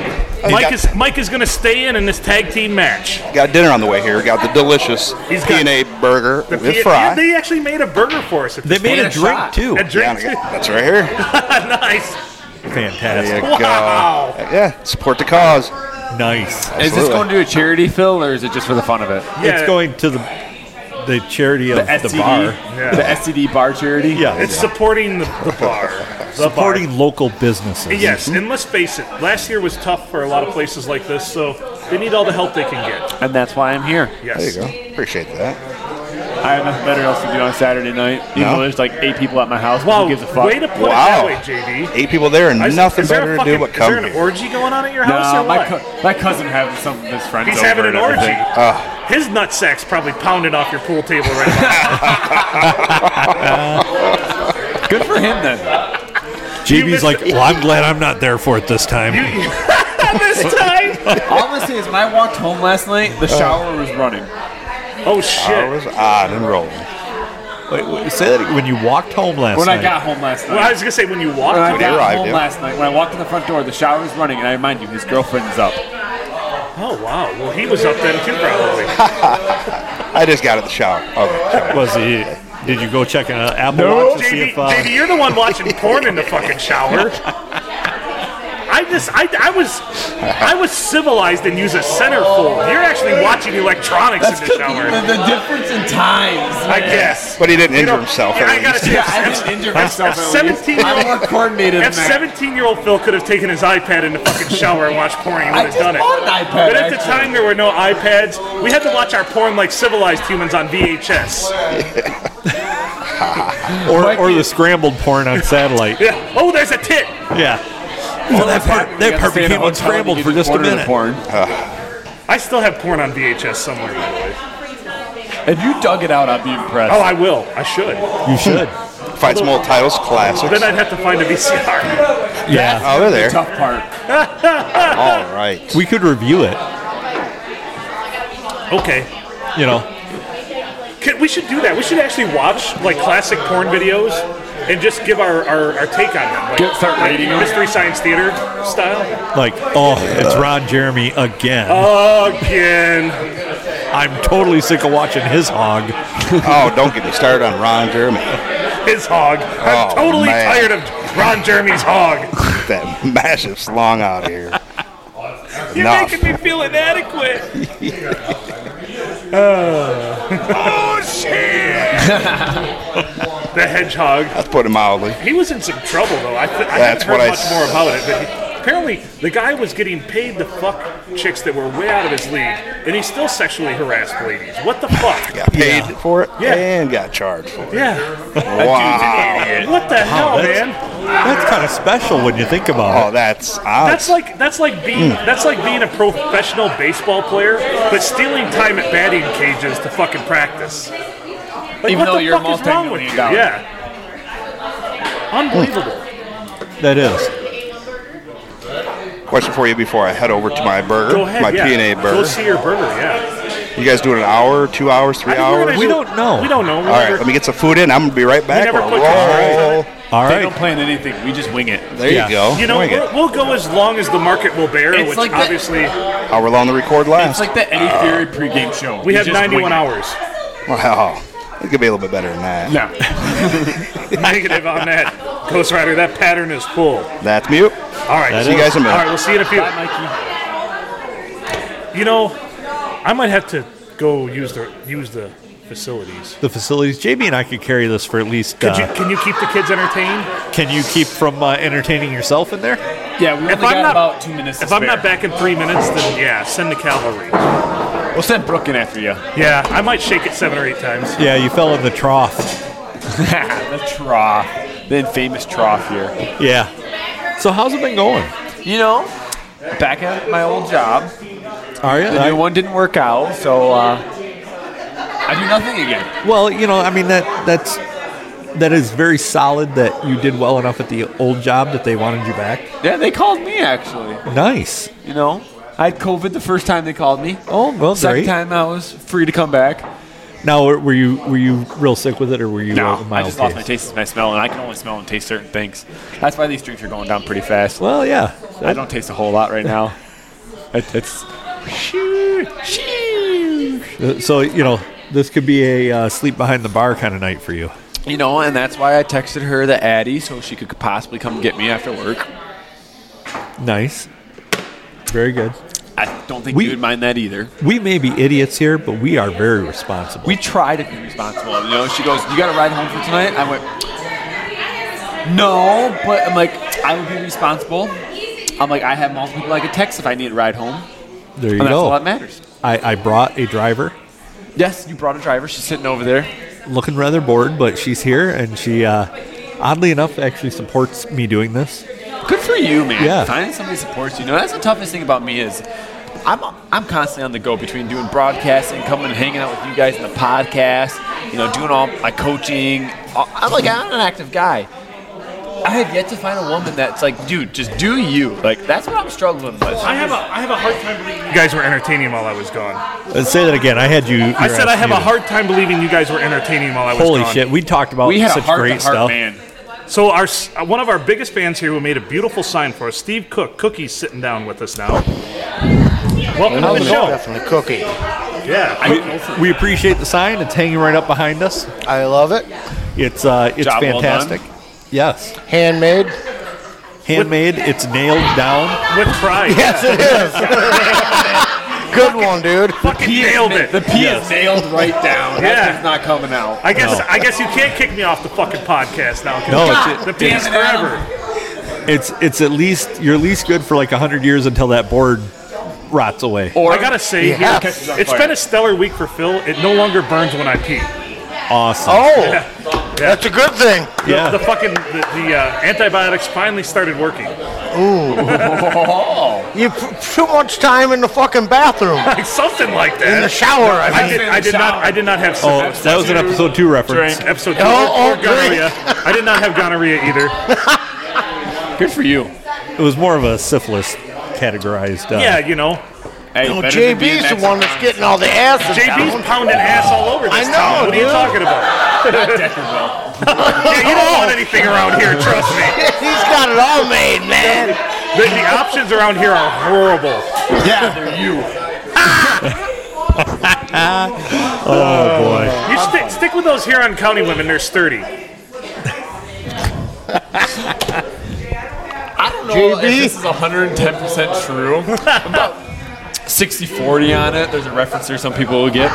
Speaker 2: Mike
Speaker 6: got-
Speaker 2: is Mike is gonna stay in in this tag team match.
Speaker 6: Got dinner on the way here. Got the delicious
Speaker 2: He's got-
Speaker 6: P&A burger
Speaker 2: The
Speaker 6: with
Speaker 2: P-
Speaker 6: fry.
Speaker 2: They actually made a burger for us. At
Speaker 1: They
Speaker 2: this
Speaker 1: made
Speaker 3: Get
Speaker 1: a
Speaker 3: a
Speaker 1: drink
Speaker 3: shot.
Speaker 1: too.
Speaker 2: a
Speaker 6: Yeah,
Speaker 2: drink.
Speaker 6: I got- that's right here.
Speaker 2: nice.
Speaker 1: Fantastic.
Speaker 6: There you
Speaker 2: Wow.
Speaker 6: go. Yeah, support the cause.
Speaker 1: Nice.
Speaker 3: Is this
Speaker 6: Absolutely.
Speaker 3: going to a charity, Phil, or is it just for the fun of it?
Speaker 2: Yeah.
Speaker 1: It's going to the the charity of the,
Speaker 3: STD,
Speaker 1: bar.
Speaker 3: the STD bar charity.
Speaker 1: Yeah,
Speaker 2: It's supporting the, the bar. The
Speaker 1: supporting
Speaker 2: bar.
Speaker 1: local businesses.
Speaker 2: Yes,
Speaker 6: Mm-hmm.
Speaker 2: and let's face it, last year was tough for a lot of places like this, so they need all the help they can get.
Speaker 3: and that's why I'm here.
Speaker 6: There you
Speaker 2: Yes.
Speaker 6: go. Appreciate that.
Speaker 3: I have nothing better else to do on Saturday night. You
Speaker 6: No?
Speaker 3: know, there's like eight people at my house.
Speaker 2: Wow,
Speaker 3: Who gives a fuck?
Speaker 2: way to put it that
Speaker 6: Wow.
Speaker 2: way, JD.
Speaker 6: Eight people there and
Speaker 2: I-
Speaker 6: nothing
Speaker 2: is there
Speaker 6: better
Speaker 2: a
Speaker 6: to do
Speaker 2: fucking-
Speaker 6: but
Speaker 2: Is there
Speaker 6: come
Speaker 2: an
Speaker 6: here.
Speaker 2: orgy going on at your house
Speaker 3: Nah,
Speaker 2: or
Speaker 3: my,
Speaker 2: what?
Speaker 3: co- my cousin having some of his friends
Speaker 2: He's
Speaker 3: over
Speaker 2: having an
Speaker 3: and
Speaker 2: orgy.
Speaker 3: everything. Ah.
Speaker 2: His nutsack's probably pounding off your pool table right now.
Speaker 3: Good for him then.
Speaker 1: JB's like, well, I'm glad I'm not there for it this time.
Speaker 2: this time?
Speaker 3: All I'm gonna say is, when I walked home last night, the shower was running.
Speaker 2: Oh, shit.
Speaker 6: Hours odd and rolling.
Speaker 1: Wait, wait, say that when you walked home last
Speaker 3: When
Speaker 1: night.
Speaker 3: I got home last night.
Speaker 2: Well, I was going to say, when you walk
Speaker 3: when I
Speaker 2: out.
Speaker 3: got
Speaker 6: arrived,
Speaker 3: home
Speaker 6: yeah.
Speaker 3: last night, when I walked in the front door, the shower was running, and I remind you, his girlfriend's up.
Speaker 2: Oh, wow. Well, he was up then, too, probably.
Speaker 6: I just got out of the shower. Okay, sorry.
Speaker 1: was he? Did you go check an uh, Apple Watch to see
Speaker 2: JD,
Speaker 1: if? Uh,
Speaker 2: JD, you're the one watching porn in the fucking shower. I just, I, I was, I was civilized and use a centerfold. You're actually watching electronics in the shower.
Speaker 3: the difference in times.
Speaker 2: I guess.
Speaker 6: But he didn't
Speaker 2: You
Speaker 6: injure
Speaker 2: know,
Speaker 6: himself.
Speaker 2: yeah,
Speaker 6: at
Speaker 2: I gotta
Speaker 6: least.
Speaker 2: say,
Speaker 3: Yeah, I didn't injure myself.
Speaker 2: F-
Speaker 3: at
Speaker 2: seventeen
Speaker 3: least. I'm
Speaker 2: year
Speaker 3: more
Speaker 2: old-
Speaker 3: coordinated
Speaker 2: If
Speaker 3: than that.
Speaker 2: 17 year old Phil could have taken his iPad in the fucking shower and watched porn, he would
Speaker 3: I
Speaker 2: have
Speaker 3: just
Speaker 2: done it.
Speaker 3: bought an iPad,
Speaker 2: But at the
Speaker 3: actually.
Speaker 2: time, there were no iPads. We had to watch our porn like civilized humans on VHS.
Speaker 1: or, or the scrambled porn on satellite.
Speaker 2: Yeah. Oh, there's a tit.
Speaker 1: yeah. Well, that part that part became unscrambled for just a minute.
Speaker 3: Porn.
Speaker 2: I still have porn on VHS somewhere, by the way.
Speaker 3: If you dug it out, I'd be impressed.
Speaker 2: Oh, I will. I should.
Speaker 1: You should.
Speaker 6: Find some old titles, classics.
Speaker 2: Then I'd have to find a VCR.
Speaker 1: Yeah,
Speaker 6: Oh, they're there.
Speaker 3: tough part.
Speaker 6: All right.
Speaker 1: we could review it.
Speaker 2: Okay.
Speaker 1: You know,
Speaker 2: Could, we should do that. We should actually watch like classic porn videos and just give our, our, our take on them. Like,
Speaker 3: Get- start
Speaker 2: like
Speaker 3: rating 'em?
Speaker 2: Mystery Science Theater style.
Speaker 1: like, oh, it's Ron Jeremy again.
Speaker 2: Oh. Again.
Speaker 1: I'm totally sick of watching his hog.
Speaker 6: Oh, don't get me started on Ron Jeremy.
Speaker 2: His hog. I'm
Speaker 6: Oh,
Speaker 2: totally
Speaker 6: man.
Speaker 2: tired of Ron Jeremy's hog.
Speaker 6: That massive slong out here.
Speaker 2: You're
Speaker 6: Enough.
Speaker 2: making me feel inadequate. oh shit! the hedgehog.
Speaker 6: Let's put it mildly.
Speaker 2: He was in some trouble though. I, th- I
Speaker 6: That's
Speaker 2: haven't heard
Speaker 6: what I
Speaker 2: much
Speaker 6: s-
Speaker 2: more about it, but he, apparently the guy was getting paid to fuck chicks that were way out of his league, and he still sexually harassed ladies. What the fuck?
Speaker 6: Got paid for it
Speaker 2: Yeah.
Speaker 6: and got charged for it.
Speaker 2: Yeah.
Speaker 6: Wow.
Speaker 2: What the hell,
Speaker 1: that's-
Speaker 2: man?
Speaker 1: That's kind of special when you think about
Speaker 6: Oh, that's odd.
Speaker 2: That's like that's like being that's like being a professional baseball player, but stealing time at batting cages to fucking practice. Like,
Speaker 3: Even
Speaker 2: what
Speaker 3: though
Speaker 2: the
Speaker 3: you're a
Speaker 2: fuck is wrong with you?
Speaker 3: multi-million dollar-
Speaker 2: Yeah. Unbelievable.
Speaker 1: it. That is.
Speaker 6: Question for you before I head over to my burger,
Speaker 2: Go ahead.
Speaker 6: my
Speaker 2: yeah.
Speaker 6: P&A
Speaker 2: Go
Speaker 6: burger.
Speaker 2: see your burger. Yeah.
Speaker 6: You guys doing an hour, two hours, three
Speaker 2: I think we're
Speaker 6: hours?
Speaker 2: gonna
Speaker 1: We
Speaker 2: do-
Speaker 1: don't know.
Speaker 2: We don't know. We
Speaker 6: All right,
Speaker 2: never-
Speaker 6: let me get some food in. I'm gonna be right back.
Speaker 2: never
Speaker 6: We'll
Speaker 2: put calories on
Speaker 6: roll.
Speaker 2: it.
Speaker 1: All
Speaker 3: They
Speaker 1: right.
Speaker 3: don't plan anything. We just wing it.
Speaker 6: There
Speaker 1: Yeah.
Speaker 6: you go.
Speaker 2: You know,
Speaker 6: Wing it.
Speaker 2: we'll, we'll go as long as the market will bear,
Speaker 3: It's
Speaker 2: which
Speaker 3: like that-
Speaker 2: obviously
Speaker 6: How long the record
Speaker 3: It's
Speaker 6: lasts?
Speaker 3: like the Eddie Fury pregame show.
Speaker 2: we
Speaker 3: You
Speaker 2: have
Speaker 3: just wing
Speaker 2: 91
Speaker 3: it.
Speaker 2: hours
Speaker 6: wow, it could be a little bit better than that.
Speaker 3: No.
Speaker 2: negative on that. Ghost Rider, that pattern is full. All
Speaker 6: That's mute.
Speaker 1: That
Speaker 2: right, so-
Speaker 1: is-
Speaker 6: See you guys in a
Speaker 2: All right,
Speaker 6: minute.
Speaker 2: we'll see you in a few. You know, I might have to go use the use the facilities.
Speaker 1: The facilities. JB and I could carry this for at least.
Speaker 2: Could you,
Speaker 1: uh,
Speaker 2: can you keep the kids entertained?
Speaker 1: can you keep from uh, entertaining yourself in there?
Speaker 3: Yeah, we only
Speaker 2: If
Speaker 3: got
Speaker 2: I'm not-
Speaker 3: about two minutes. to
Speaker 2: If I'm not
Speaker 3: spare.
Speaker 2: back in three minutes, then yeah, send the cavalry.
Speaker 3: we'll send Brooke in after you.
Speaker 2: Yeah, I might shake it seven or eight times.
Speaker 1: Yeah, you fell in the trough.
Speaker 3: the trough, the infamous trough here.
Speaker 1: Yeah. So how's it been going?
Speaker 3: You know, back at my old job,
Speaker 1: Are you?
Speaker 3: the new one didn't work out, so uh, I do nothing again.
Speaker 1: Well, you know, I mean that that's that is very solid that you did well enough at the old job that they wanted you back.
Speaker 3: Yeah, they called me actually.
Speaker 1: Nice.
Speaker 3: You know, I had COVID the first time they called me.
Speaker 1: Oh, well,
Speaker 3: Second
Speaker 1: great.
Speaker 3: time I was free to come back.
Speaker 1: Now, were- were you were you real sick with it, or were you uh, mild
Speaker 3: I just lost my
Speaker 1: case?
Speaker 3: taste and my smell, and I can only smell and taste certain things. That's why these drinks are going down pretty fast.
Speaker 1: Well, yeah.
Speaker 3: I don't taste a whole lot right now. It, it's
Speaker 1: Uh, So you know, this could be a uh, sleep behind the bar kind of night for you.
Speaker 3: you know, and that's why I texted her the Addy so she could possibly come get me after work.
Speaker 1: Nice. Very good.
Speaker 3: I don't think
Speaker 1: We-
Speaker 3: you would mind that either.
Speaker 1: We may be idiots here, but we are very responsible.
Speaker 3: We try to be responsible. You know, she goes, "You got to ride home for tonight." I went, "No," but I'm like, I would be responsible. I'm like, I have multiple people I could text if I need a ride home,
Speaker 1: there you
Speaker 3: and that's all that
Speaker 1: go.
Speaker 3: matters.
Speaker 1: I, I brought a driver,
Speaker 3: Yes, you brought a driver. She's sitting over there.
Speaker 1: looking rather bored, but she's here, and she uh, oddly enough actually supports me doing this.
Speaker 3: Good for you, man.
Speaker 1: Yeah.
Speaker 3: Finding somebody who supports you. you know, that's the toughest thing about me is I'm I'm constantly on the go between doing broadcasting, coming and hanging out with you guys in the podcast, you know, doing all my coaching. I'm like I'm an active guy. I have yet to find a woman that's like, dude, just do you. Like that's what I'm struggling with.
Speaker 2: I have a I have a hard time believing you guys were entertaining while I was gone.
Speaker 1: Uh, say that again. I had you.
Speaker 2: I said I have a hard time believing you guys were entertaining while I was
Speaker 1: Holy
Speaker 2: gone.
Speaker 1: shit! We talked about
Speaker 3: we had a
Speaker 1: such
Speaker 3: heart
Speaker 1: great
Speaker 3: to heart
Speaker 1: stuff.
Speaker 3: man.
Speaker 2: So our s- uh, one of our biggest fans here who made a beautiful sign for us, Steve Cook. Cookie's sitting down with us now. Welcome to the show.
Speaker 9: Definitely cookie.
Speaker 2: Yeah.
Speaker 1: We appreciate the sign. It's hanging right up behind us.
Speaker 9: I love it.
Speaker 1: It's uh, it's
Speaker 3: Job well done.
Speaker 1: fantastic. yes,
Speaker 9: Handmade.
Speaker 1: handmade. It's nailed down.
Speaker 2: With pride.
Speaker 9: Yes, it is. Good one, dude.
Speaker 2: Fucking nailed it.
Speaker 3: The P is nailed right
Speaker 2: Yeah.
Speaker 3: down. That thing's not coming out.
Speaker 2: I guess
Speaker 1: No.
Speaker 2: I guess you can't kick me off the fucking podcast now. 'cause
Speaker 1: No, it's-
Speaker 2: the P is
Speaker 3: Damn it, Adam.
Speaker 2: forever.
Speaker 1: It's it's at least you're at least good for like hundred years until that board rots away.
Speaker 9: Oh.
Speaker 3: Or
Speaker 2: I gotta say,
Speaker 9: Yeah.
Speaker 2: here,
Speaker 9: Catches
Speaker 3: on
Speaker 2: it's
Speaker 3: fire.
Speaker 2: been a stellar week for Phil. It no longer burns when I pee.
Speaker 1: Awesome.
Speaker 9: Oh, that's a good thing.
Speaker 2: The,
Speaker 1: Yeah.
Speaker 2: the fucking the, the uh, antibiotics finally started working.
Speaker 9: You put too much time in the fucking bathroom,
Speaker 2: Like something like that.
Speaker 9: in the shower. I
Speaker 2: I
Speaker 9: mean.
Speaker 2: did, I did not. I did not have.
Speaker 1: Oh, that was an episode two reference.
Speaker 2: Drink. Episode two.
Speaker 9: Oh,
Speaker 2: or- or
Speaker 9: oh, drink.
Speaker 2: gonorrhea. I did not have gonorrhea either.
Speaker 3: good for you.
Speaker 1: It was more of a syphilis categorized. Uh,
Speaker 2: Yeah, you know,
Speaker 3: Hey,
Speaker 9: Well,
Speaker 3: better than being
Speaker 9: JB's the
Speaker 3: Max
Speaker 9: one that's getting all the acid
Speaker 2: JB's
Speaker 9: down.
Speaker 2: pounding ass all over this
Speaker 9: I know,
Speaker 2: town. What are you
Speaker 9: dude.
Speaker 2: talking about? yeah, you don't want anything around here. Trust me.
Speaker 9: He's got it all made, man.
Speaker 2: The, the options around here are horrible.
Speaker 3: Yeah, they're you.
Speaker 1: Oh boy.
Speaker 2: You stick stick with those Huron County women. They're sturdy.
Speaker 3: I don't know
Speaker 9: JB?
Speaker 3: if this is 110 percent true. About
Speaker 4: 60 40 on it. There's a reference here some people will get.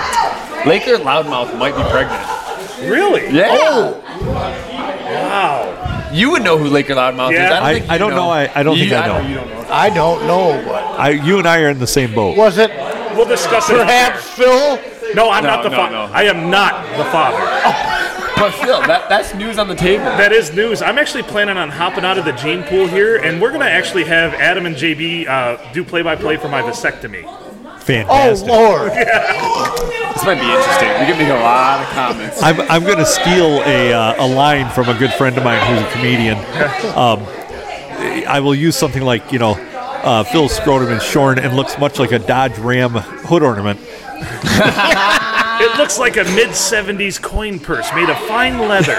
Speaker 4: Laker Loudmouth might be pregnant.
Speaker 2: Really?
Speaker 4: Yeah.
Speaker 3: Oh!
Speaker 2: Wow.
Speaker 4: You would know who Laker Loudmouth
Speaker 2: Yeah.
Speaker 4: is. I don't,
Speaker 1: I-
Speaker 4: think
Speaker 1: I
Speaker 4: you
Speaker 1: don't know. I- I don't
Speaker 4: You-
Speaker 1: think I know.
Speaker 4: you don't know.
Speaker 9: I don't know, but
Speaker 1: I, you and I are in the same boat.
Speaker 9: was it
Speaker 2: We'll discuss it.
Speaker 9: perhaps Phil? Oh,
Speaker 2: No, I'm
Speaker 4: No,
Speaker 2: not the
Speaker 4: no,
Speaker 2: father.
Speaker 4: no.
Speaker 2: I am not the father.
Speaker 4: But Phil, that, that's news on the table.
Speaker 2: That is news. I'm actually planning on hopping out of the gene pool here, and we're gonna actually have Adam and JB uh, do play-by-play for my vasectomy.
Speaker 9: Oh
Speaker 1: Fantastic.
Speaker 9: Lord!
Speaker 4: This might be interesting. We can make a lot of comments.
Speaker 1: I'm, I'm going to steal a, uh, a line from a good friend of mine who's a comedian. Um, I will use something like, you know, uh, Phil's scrotum is shorn and looks much like a Dodge Ram hood ornament.
Speaker 2: It looks like a mid-70s coin purse made of fine leather.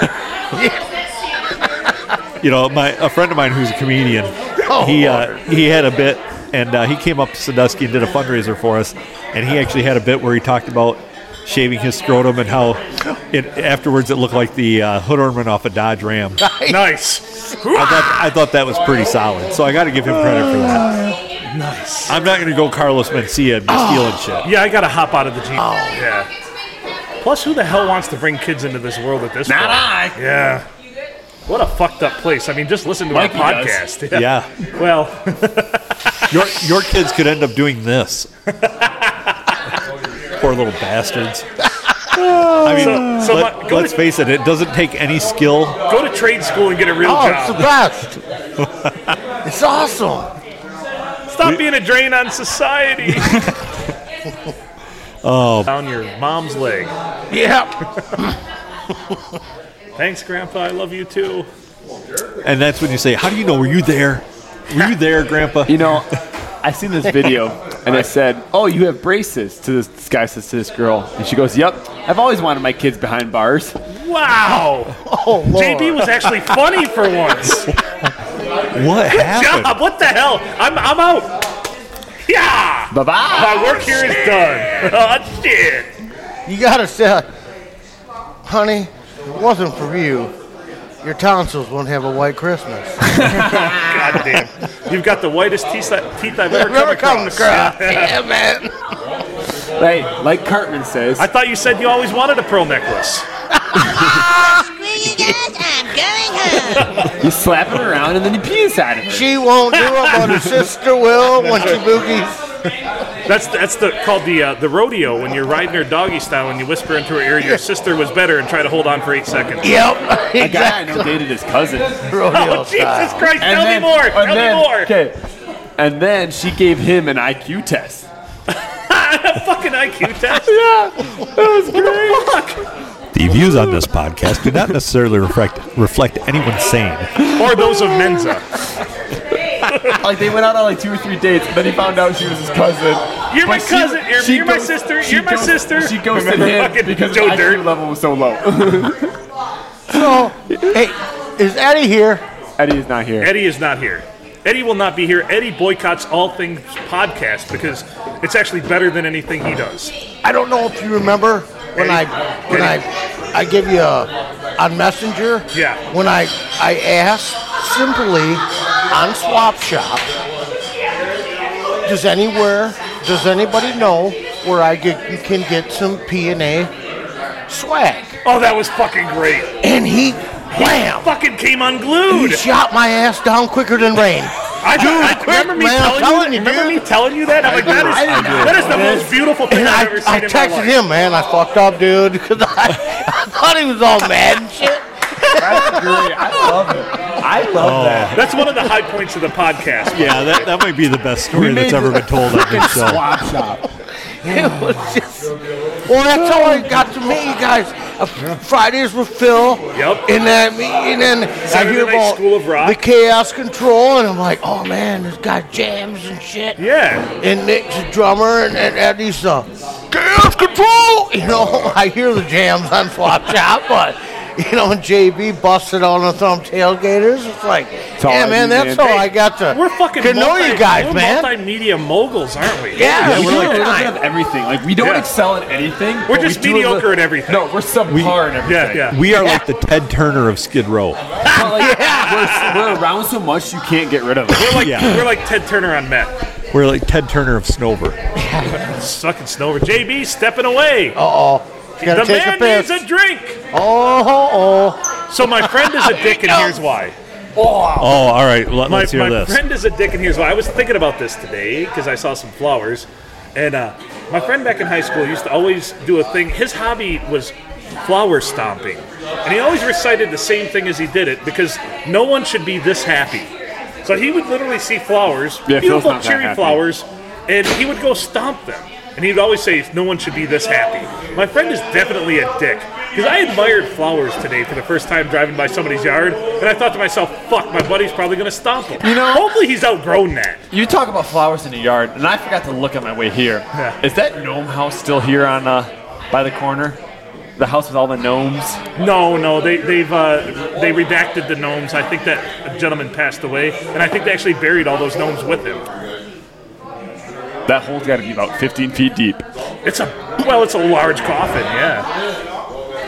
Speaker 1: You know, my a friend of mine who's a comedian, he uh, he had a bit, and uh, he came up to Sandusky and did a fundraiser for us, and he actually had a bit where he talked about shaving his scrotum and how it afterwards it looked like the uh, hood ornament off a Dodge Ram.
Speaker 2: nice.
Speaker 1: I thought, I thought that was pretty solid, so I got to give him credit for that. Nice. I'm not going to go Carlos Mencia and be stealing shit.
Speaker 2: Yeah, I gotta hop out of the gene. pool. Yeah. Plus, who the hell wants to bring kids into this world at this point?
Speaker 4: I.
Speaker 2: Yeah. What a fucked up place. I mean, just listen to
Speaker 4: Mikey
Speaker 2: our
Speaker 4: does.
Speaker 2: podcast.
Speaker 1: Yeah,
Speaker 2: Well,
Speaker 1: your your kids could end up doing this. Poor little bastards. I mean,
Speaker 2: So- so
Speaker 1: let,
Speaker 2: my- go
Speaker 1: us
Speaker 2: to-
Speaker 1: face it; it doesn't take any skill.
Speaker 2: go to trade school and get a real
Speaker 9: Oh, it's the
Speaker 2: job.
Speaker 9: best. it's awesome.
Speaker 2: Stop being a drain on society. oh. Down your mom's leg.
Speaker 9: Yeah.
Speaker 2: Thanks, Grandpa. I love you too.
Speaker 1: And that's when you say, "How do you know? Were you there? Were you there, Grandpa?"
Speaker 3: You know, I seen this video and it said, "Oh, you have braces." To this, this guy says to this girl, and she goes, "Yep, I've always wanted my kids behind bars."
Speaker 2: Wow.
Speaker 9: Oh Lord!
Speaker 2: JB was actually funny for once.
Speaker 1: What happened?
Speaker 2: Job. What the hell? I'm, I'm out. Yeah.
Speaker 3: Bye bye.
Speaker 2: My work here is done. Oh, shit.
Speaker 9: you gotta say, honey, if it wasn't for you, your tonsils wouldn't have a white Christmas.
Speaker 2: God damn. You've got the whitest teeth, I- teeth I've ever come
Speaker 9: Never come
Speaker 2: across.
Speaker 9: to cross. Damn it!
Speaker 3: Hey, like Cartman says,
Speaker 2: I thought you said you always wanted a pearl necklace.
Speaker 7: Screw you guys, I'm going home.
Speaker 3: you slap it around and then you pee inside of her.
Speaker 9: She won't do it, but her sister will when she boogies.
Speaker 2: That's that's the called the uh, the rodeo when you're riding her doggy style and you whisper into her ear your sister was better and try to hold on for eight seconds.
Speaker 9: Yep.
Speaker 3: A guy I know dated his cousin.
Speaker 9: Rodeo
Speaker 2: Oh
Speaker 9: style.
Speaker 2: Jesus Christ! Tell me more. Tell me more.
Speaker 3: Okay. And then she gave him an IQ test.
Speaker 2: A fucking IQ test.
Speaker 1: The views on this podcast do not necessarily reflect reflect anyone's sane.
Speaker 2: Or those of Menza.
Speaker 3: Like they went out on like two or three dates, and then he found out she was his cousin.
Speaker 2: You're my
Speaker 3: But she-
Speaker 2: cousin. You're,
Speaker 3: she
Speaker 2: you're my
Speaker 3: goes-
Speaker 2: sister.
Speaker 3: she
Speaker 2: You're my
Speaker 3: goes-
Speaker 2: sister.
Speaker 3: She goes to
Speaker 2: Remember
Speaker 3: him
Speaker 2: fucking
Speaker 3: because
Speaker 2: Joe
Speaker 3: his IQ
Speaker 2: Dirt.
Speaker 3: level was so low.
Speaker 9: So, hey, is Eddie here?
Speaker 3: Eddie is not here.
Speaker 2: Eddie is not here. Eddie will not be here. Eddie boycotts all things podcast because it's actually better than anything he does.
Speaker 9: I don't know if you remember when I
Speaker 2: Eddie?
Speaker 9: when I I give you a on Messenger.
Speaker 2: Yeah.
Speaker 9: When I I asked simply on Swap Shop, does anywhere does anybody know where I get you can get some P and A swag?
Speaker 2: Oh, that was fucking great.
Speaker 9: And he, wham,
Speaker 2: Fucking came
Speaker 9: he
Speaker 2: unglued.
Speaker 9: shot my ass down quicker than rain.
Speaker 2: I, I,
Speaker 9: quick,
Speaker 2: remember me
Speaker 9: man, I'm
Speaker 2: telling,
Speaker 9: telling
Speaker 2: you.
Speaker 9: you,
Speaker 2: Remember
Speaker 9: dude.
Speaker 2: me telling you that? I'm like,
Speaker 9: do.
Speaker 2: that
Speaker 9: I
Speaker 2: is
Speaker 9: do.
Speaker 2: that is the most beautiful thing
Speaker 9: And
Speaker 2: I've
Speaker 9: I,
Speaker 2: ever seen
Speaker 9: I
Speaker 2: in my
Speaker 9: texted
Speaker 2: life.
Speaker 9: him, man, I fucked up, dude, because I, I thought he was all mad and shit.
Speaker 3: That's great. I love it. I
Speaker 1: Oh.
Speaker 3: love that.
Speaker 2: That's one of the high points of the podcast.
Speaker 1: Yeah, that, that might be the best story that's ever been told on this show.
Speaker 3: Swap shop.
Speaker 9: It was just. Well, that's how I got to meet you guys. Uh, Fridays with Phil.
Speaker 2: Yep.
Speaker 9: And then, me, and then I
Speaker 2: Saturday
Speaker 9: hear
Speaker 2: Night
Speaker 9: about
Speaker 2: School of Rock.
Speaker 9: the chaos control, and I'm like, oh man, this guy jams and shit.
Speaker 2: Yeah.
Speaker 9: And Nick's a drummer, and, and Eddie's a chaos control. You know, I hear the jams on Flop Shop, but. You know, and JB busted on the thumb tailgaters. It's like,
Speaker 3: all
Speaker 9: yeah,
Speaker 3: I
Speaker 9: man,
Speaker 3: do,
Speaker 9: that's
Speaker 3: man.
Speaker 9: how I got to
Speaker 2: We're fucking
Speaker 9: to know
Speaker 2: multi-
Speaker 9: you guys,
Speaker 2: we're
Speaker 9: man.
Speaker 2: multimedia moguls, aren't we?
Speaker 9: yeah,
Speaker 3: Yeah,
Speaker 9: we
Speaker 3: we're like
Speaker 9: do.
Speaker 3: a little bit of everything. Like we don't
Speaker 2: Yeah.
Speaker 3: excel at anything. but
Speaker 2: just
Speaker 3: we do a
Speaker 2: mediocre
Speaker 3: little-
Speaker 2: at everything.
Speaker 3: No, we're subpar at everything.
Speaker 2: Yeah, yeah.
Speaker 1: We are like the Ted Turner of Skid Row.
Speaker 4: Oh,
Speaker 3: But like, we're, we're around so much you can't get rid of it.
Speaker 2: We're like
Speaker 1: Yeah.
Speaker 2: we're like Ted Turner on meth.
Speaker 1: We're like Ted Turner of Snover.
Speaker 2: Sucking Snover. JB stepping away.
Speaker 9: Oh.
Speaker 2: the
Speaker 9: Gotta take a
Speaker 2: man
Speaker 9: piss.
Speaker 2: needs a drink.
Speaker 9: oh, oh,
Speaker 2: So my friend is a dick, and here's why.
Speaker 1: Oh, all right. Let,
Speaker 2: my,
Speaker 1: us hear
Speaker 2: my
Speaker 1: this.
Speaker 2: friend is a dick and here's why i was thinking about this today because i saw some flowers and uh, my friend back in high school used to always do a thing his hobby was flower stomping and he always recited the same thing as he did it because no one should be this happy so he would literally see flowers
Speaker 3: Yeah, Phil's
Speaker 2: beautiful
Speaker 3: not that
Speaker 2: cherry
Speaker 3: happy.
Speaker 2: flowers and he would go stomp them and he'd always say no one should be this happy my friend is definitely a dick because I admired flowers today for the first time driving by somebody's yard, and I thought to myself, "Fuck, my buddy's probably gonna stomp him."
Speaker 4: You know-
Speaker 2: hopefully he's outgrown that.
Speaker 4: You talk about flowers in the yard, and I forgot to look on my way here. Is
Speaker 2: Yeah.
Speaker 4: that gnome house still here on uh, by the corner? The house with all the gnomes.
Speaker 2: No, no, they, they've uh, they redacted the gnomes. I think that gentleman passed away, and I think they actually buried all those gnomes with him.
Speaker 3: That hole's got to be about 15 feet deep.
Speaker 2: It's a well, it's a large coffin, yeah.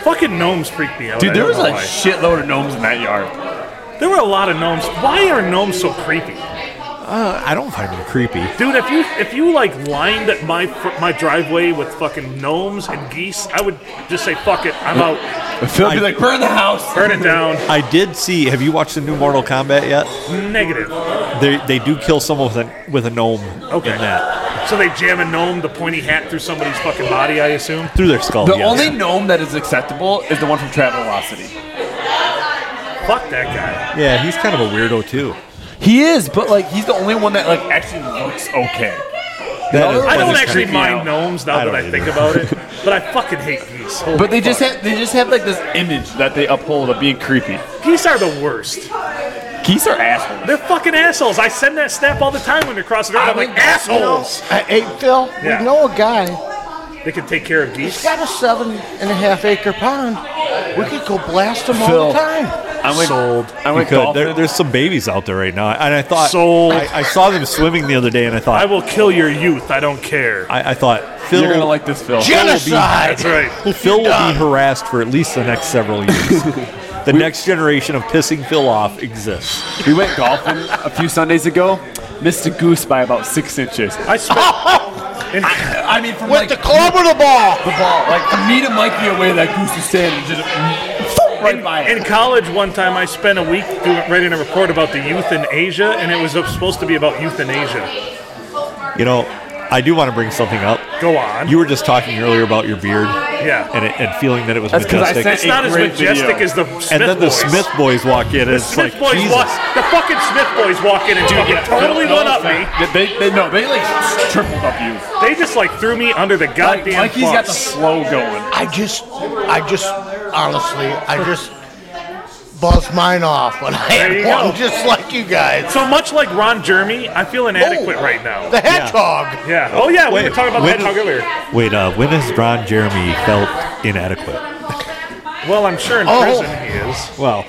Speaker 2: Fucking gnomes freak me out. I
Speaker 4: Dude, there
Speaker 2: don't
Speaker 4: was
Speaker 2: know
Speaker 4: a
Speaker 2: why.
Speaker 4: shitload of gnomes in that yard.
Speaker 2: there were a lot of gnomes. Why are gnomes so creepy,
Speaker 1: Uh, I don't find him creepy.
Speaker 2: dude? If you if you like lined my fr- my driveway with fucking gnomes and geese, I would just say fuck it, I'm out,
Speaker 3: Phil be like, burn the house.
Speaker 2: burn it down.
Speaker 1: I did see. Have you watched the new Mortal Kombat yet?
Speaker 2: Negative.
Speaker 1: They they do kill someone with a with a gnome
Speaker 2: Okay.
Speaker 1: in that
Speaker 2: So they jam a gnome, the pointy hat, through somebody's fucking body, I assume.
Speaker 1: through their skull.
Speaker 4: The
Speaker 1: yes.
Speaker 4: only gnome that is acceptable is the one from Travelocity.
Speaker 2: Fuck that guy.
Speaker 1: yeah, he's kind of a weirdo too.
Speaker 4: He is, but like he's the only one that like actually looks okay.
Speaker 1: That
Speaker 4: other
Speaker 1: is-
Speaker 2: I
Speaker 1: that
Speaker 2: don't
Speaker 1: is
Speaker 2: actually
Speaker 1: creepy.
Speaker 2: mind gnomes now
Speaker 1: I
Speaker 2: that
Speaker 1: don't
Speaker 2: I think
Speaker 1: either.
Speaker 2: about it, but I fucking hate geese. Holy
Speaker 4: But they just
Speaker 2: fuck.
Speaker 4: have they just have like this image that they uphold of being creepy.
Speaker 2: geese are the worst.
Speaker 4: Geese are assholes.
Speaker 2: They're fucking assholes. I send that snap all the time when they're crossing the road. I'm like assholes.
Speaker 9: oh. Uh, Hey, Phil,
Speaker 2: Yeah.
Speaker 9: we know a guy.
Speaker 2: They can take care of
Speaker 9: He's
Speaker 2: geese.
Speaker 9: got a seven and a half acre pond. We could go blast them all
Speaker 4: Phil.
Speaker 9: the time.
Speaker 4: I went, Sold. I
Speaker 1: You
Speaker 4: went
Speaker 1: could. There,
Speaker 4: golfing.
Speaker 1: there's some babies out there right now, and I thought
Speaker 2: Sold.
Speaker 1: I, I saw them swimming the other day, and I
Speaker 2: I
Speaker 1: thought
Speaker 2: will kill your youth. I don't care.
Speaker 1: I, I thought Phil
Speaker 4: You're gonna like this, Phil.
Speaker 9: Genocide!
Speaker 2: That's right.
Speaker 1: Phil will be harassed for at least the next several years. the next generation of pissing Phil off exists.
Speaker 3: We went golfing a few Sundays ago. Missed a goose by about six inches.
Speaker 2: I spent
Speaker 4: I mean, from
Speaker 9: With
Speaker 4: like
Speaker 9: the club or the ball?
Speaker 4: the ball, like from me to Mikey away, that goose is standing just Oh, right by it.
Speaker 2: in college one time. I spent a week doing, writing a report about the youth in Asia, and it was supposed to be about youth in Asia.
Speaker 1: You know, I do want to bring something up.
Speaker 2: Go on.
Speaker 1: You were just talking earlier about your beard
Speaker 2: yeah.
Speaker 1: and it, and feeling that it was
Speaker 3: 'cause I
Speaker 1: majestic.
Speaker 3: sent
Speaker 2: It's not as
Speaker 3: Great
Speaker 2: majestic
Speaker 3: video.
Speaker 2: as the Smith
Speaker 1: and then the
Speaker 2: boys.
Speaker 1: Smith boys walk in, and it's
Speaker 2: Smith
Speaker 1: like
Speaker 2: boys
Speaker 1: Jesus.
Speaker 2: walk. The fucking Smith boys walk in and fucking totally
Speaker 4: Phil-
Speaker 2: one up
Speaker 4: Phil-
Speaker 2: me.
Speaker 3: They, they, no, they like tripled up you.
Speaker 2: They just like threw me under the
Speaker 4: Like,
Speaker 2: goddamn
Speaker 4: Mikey's got the
Speaker 2: bus.
Speaker 4: slow going.
Speaker 9: I just, I just, honestly, I just buzz mine off when I
Speaker 2: There you
Speaker 9: had
Speaker 2: go.
Speaker 9: one just like you guys.
Speaker 2: So much like Ron Jeremy, I feel inadequate
Speaker 9: Oh.
Speaker 2: right now.
Speaker 9: The hedgehog.
Speaker 2: Yeah. Oh yeah, we
Speaker 1: Wait,
Speaker 2: were talking about
Speaker 1: when
Speaker 2: that
Speaker 1: is-
Speaker 2: talk earlier.
Speaker 1: Wait, uh, when has Ron Jeremy felt inadequate?
Speaker 2: Well, I'm sure in
Speaker 9: Oh.
Speaker 2: prison he is.
Speaker 1: Well,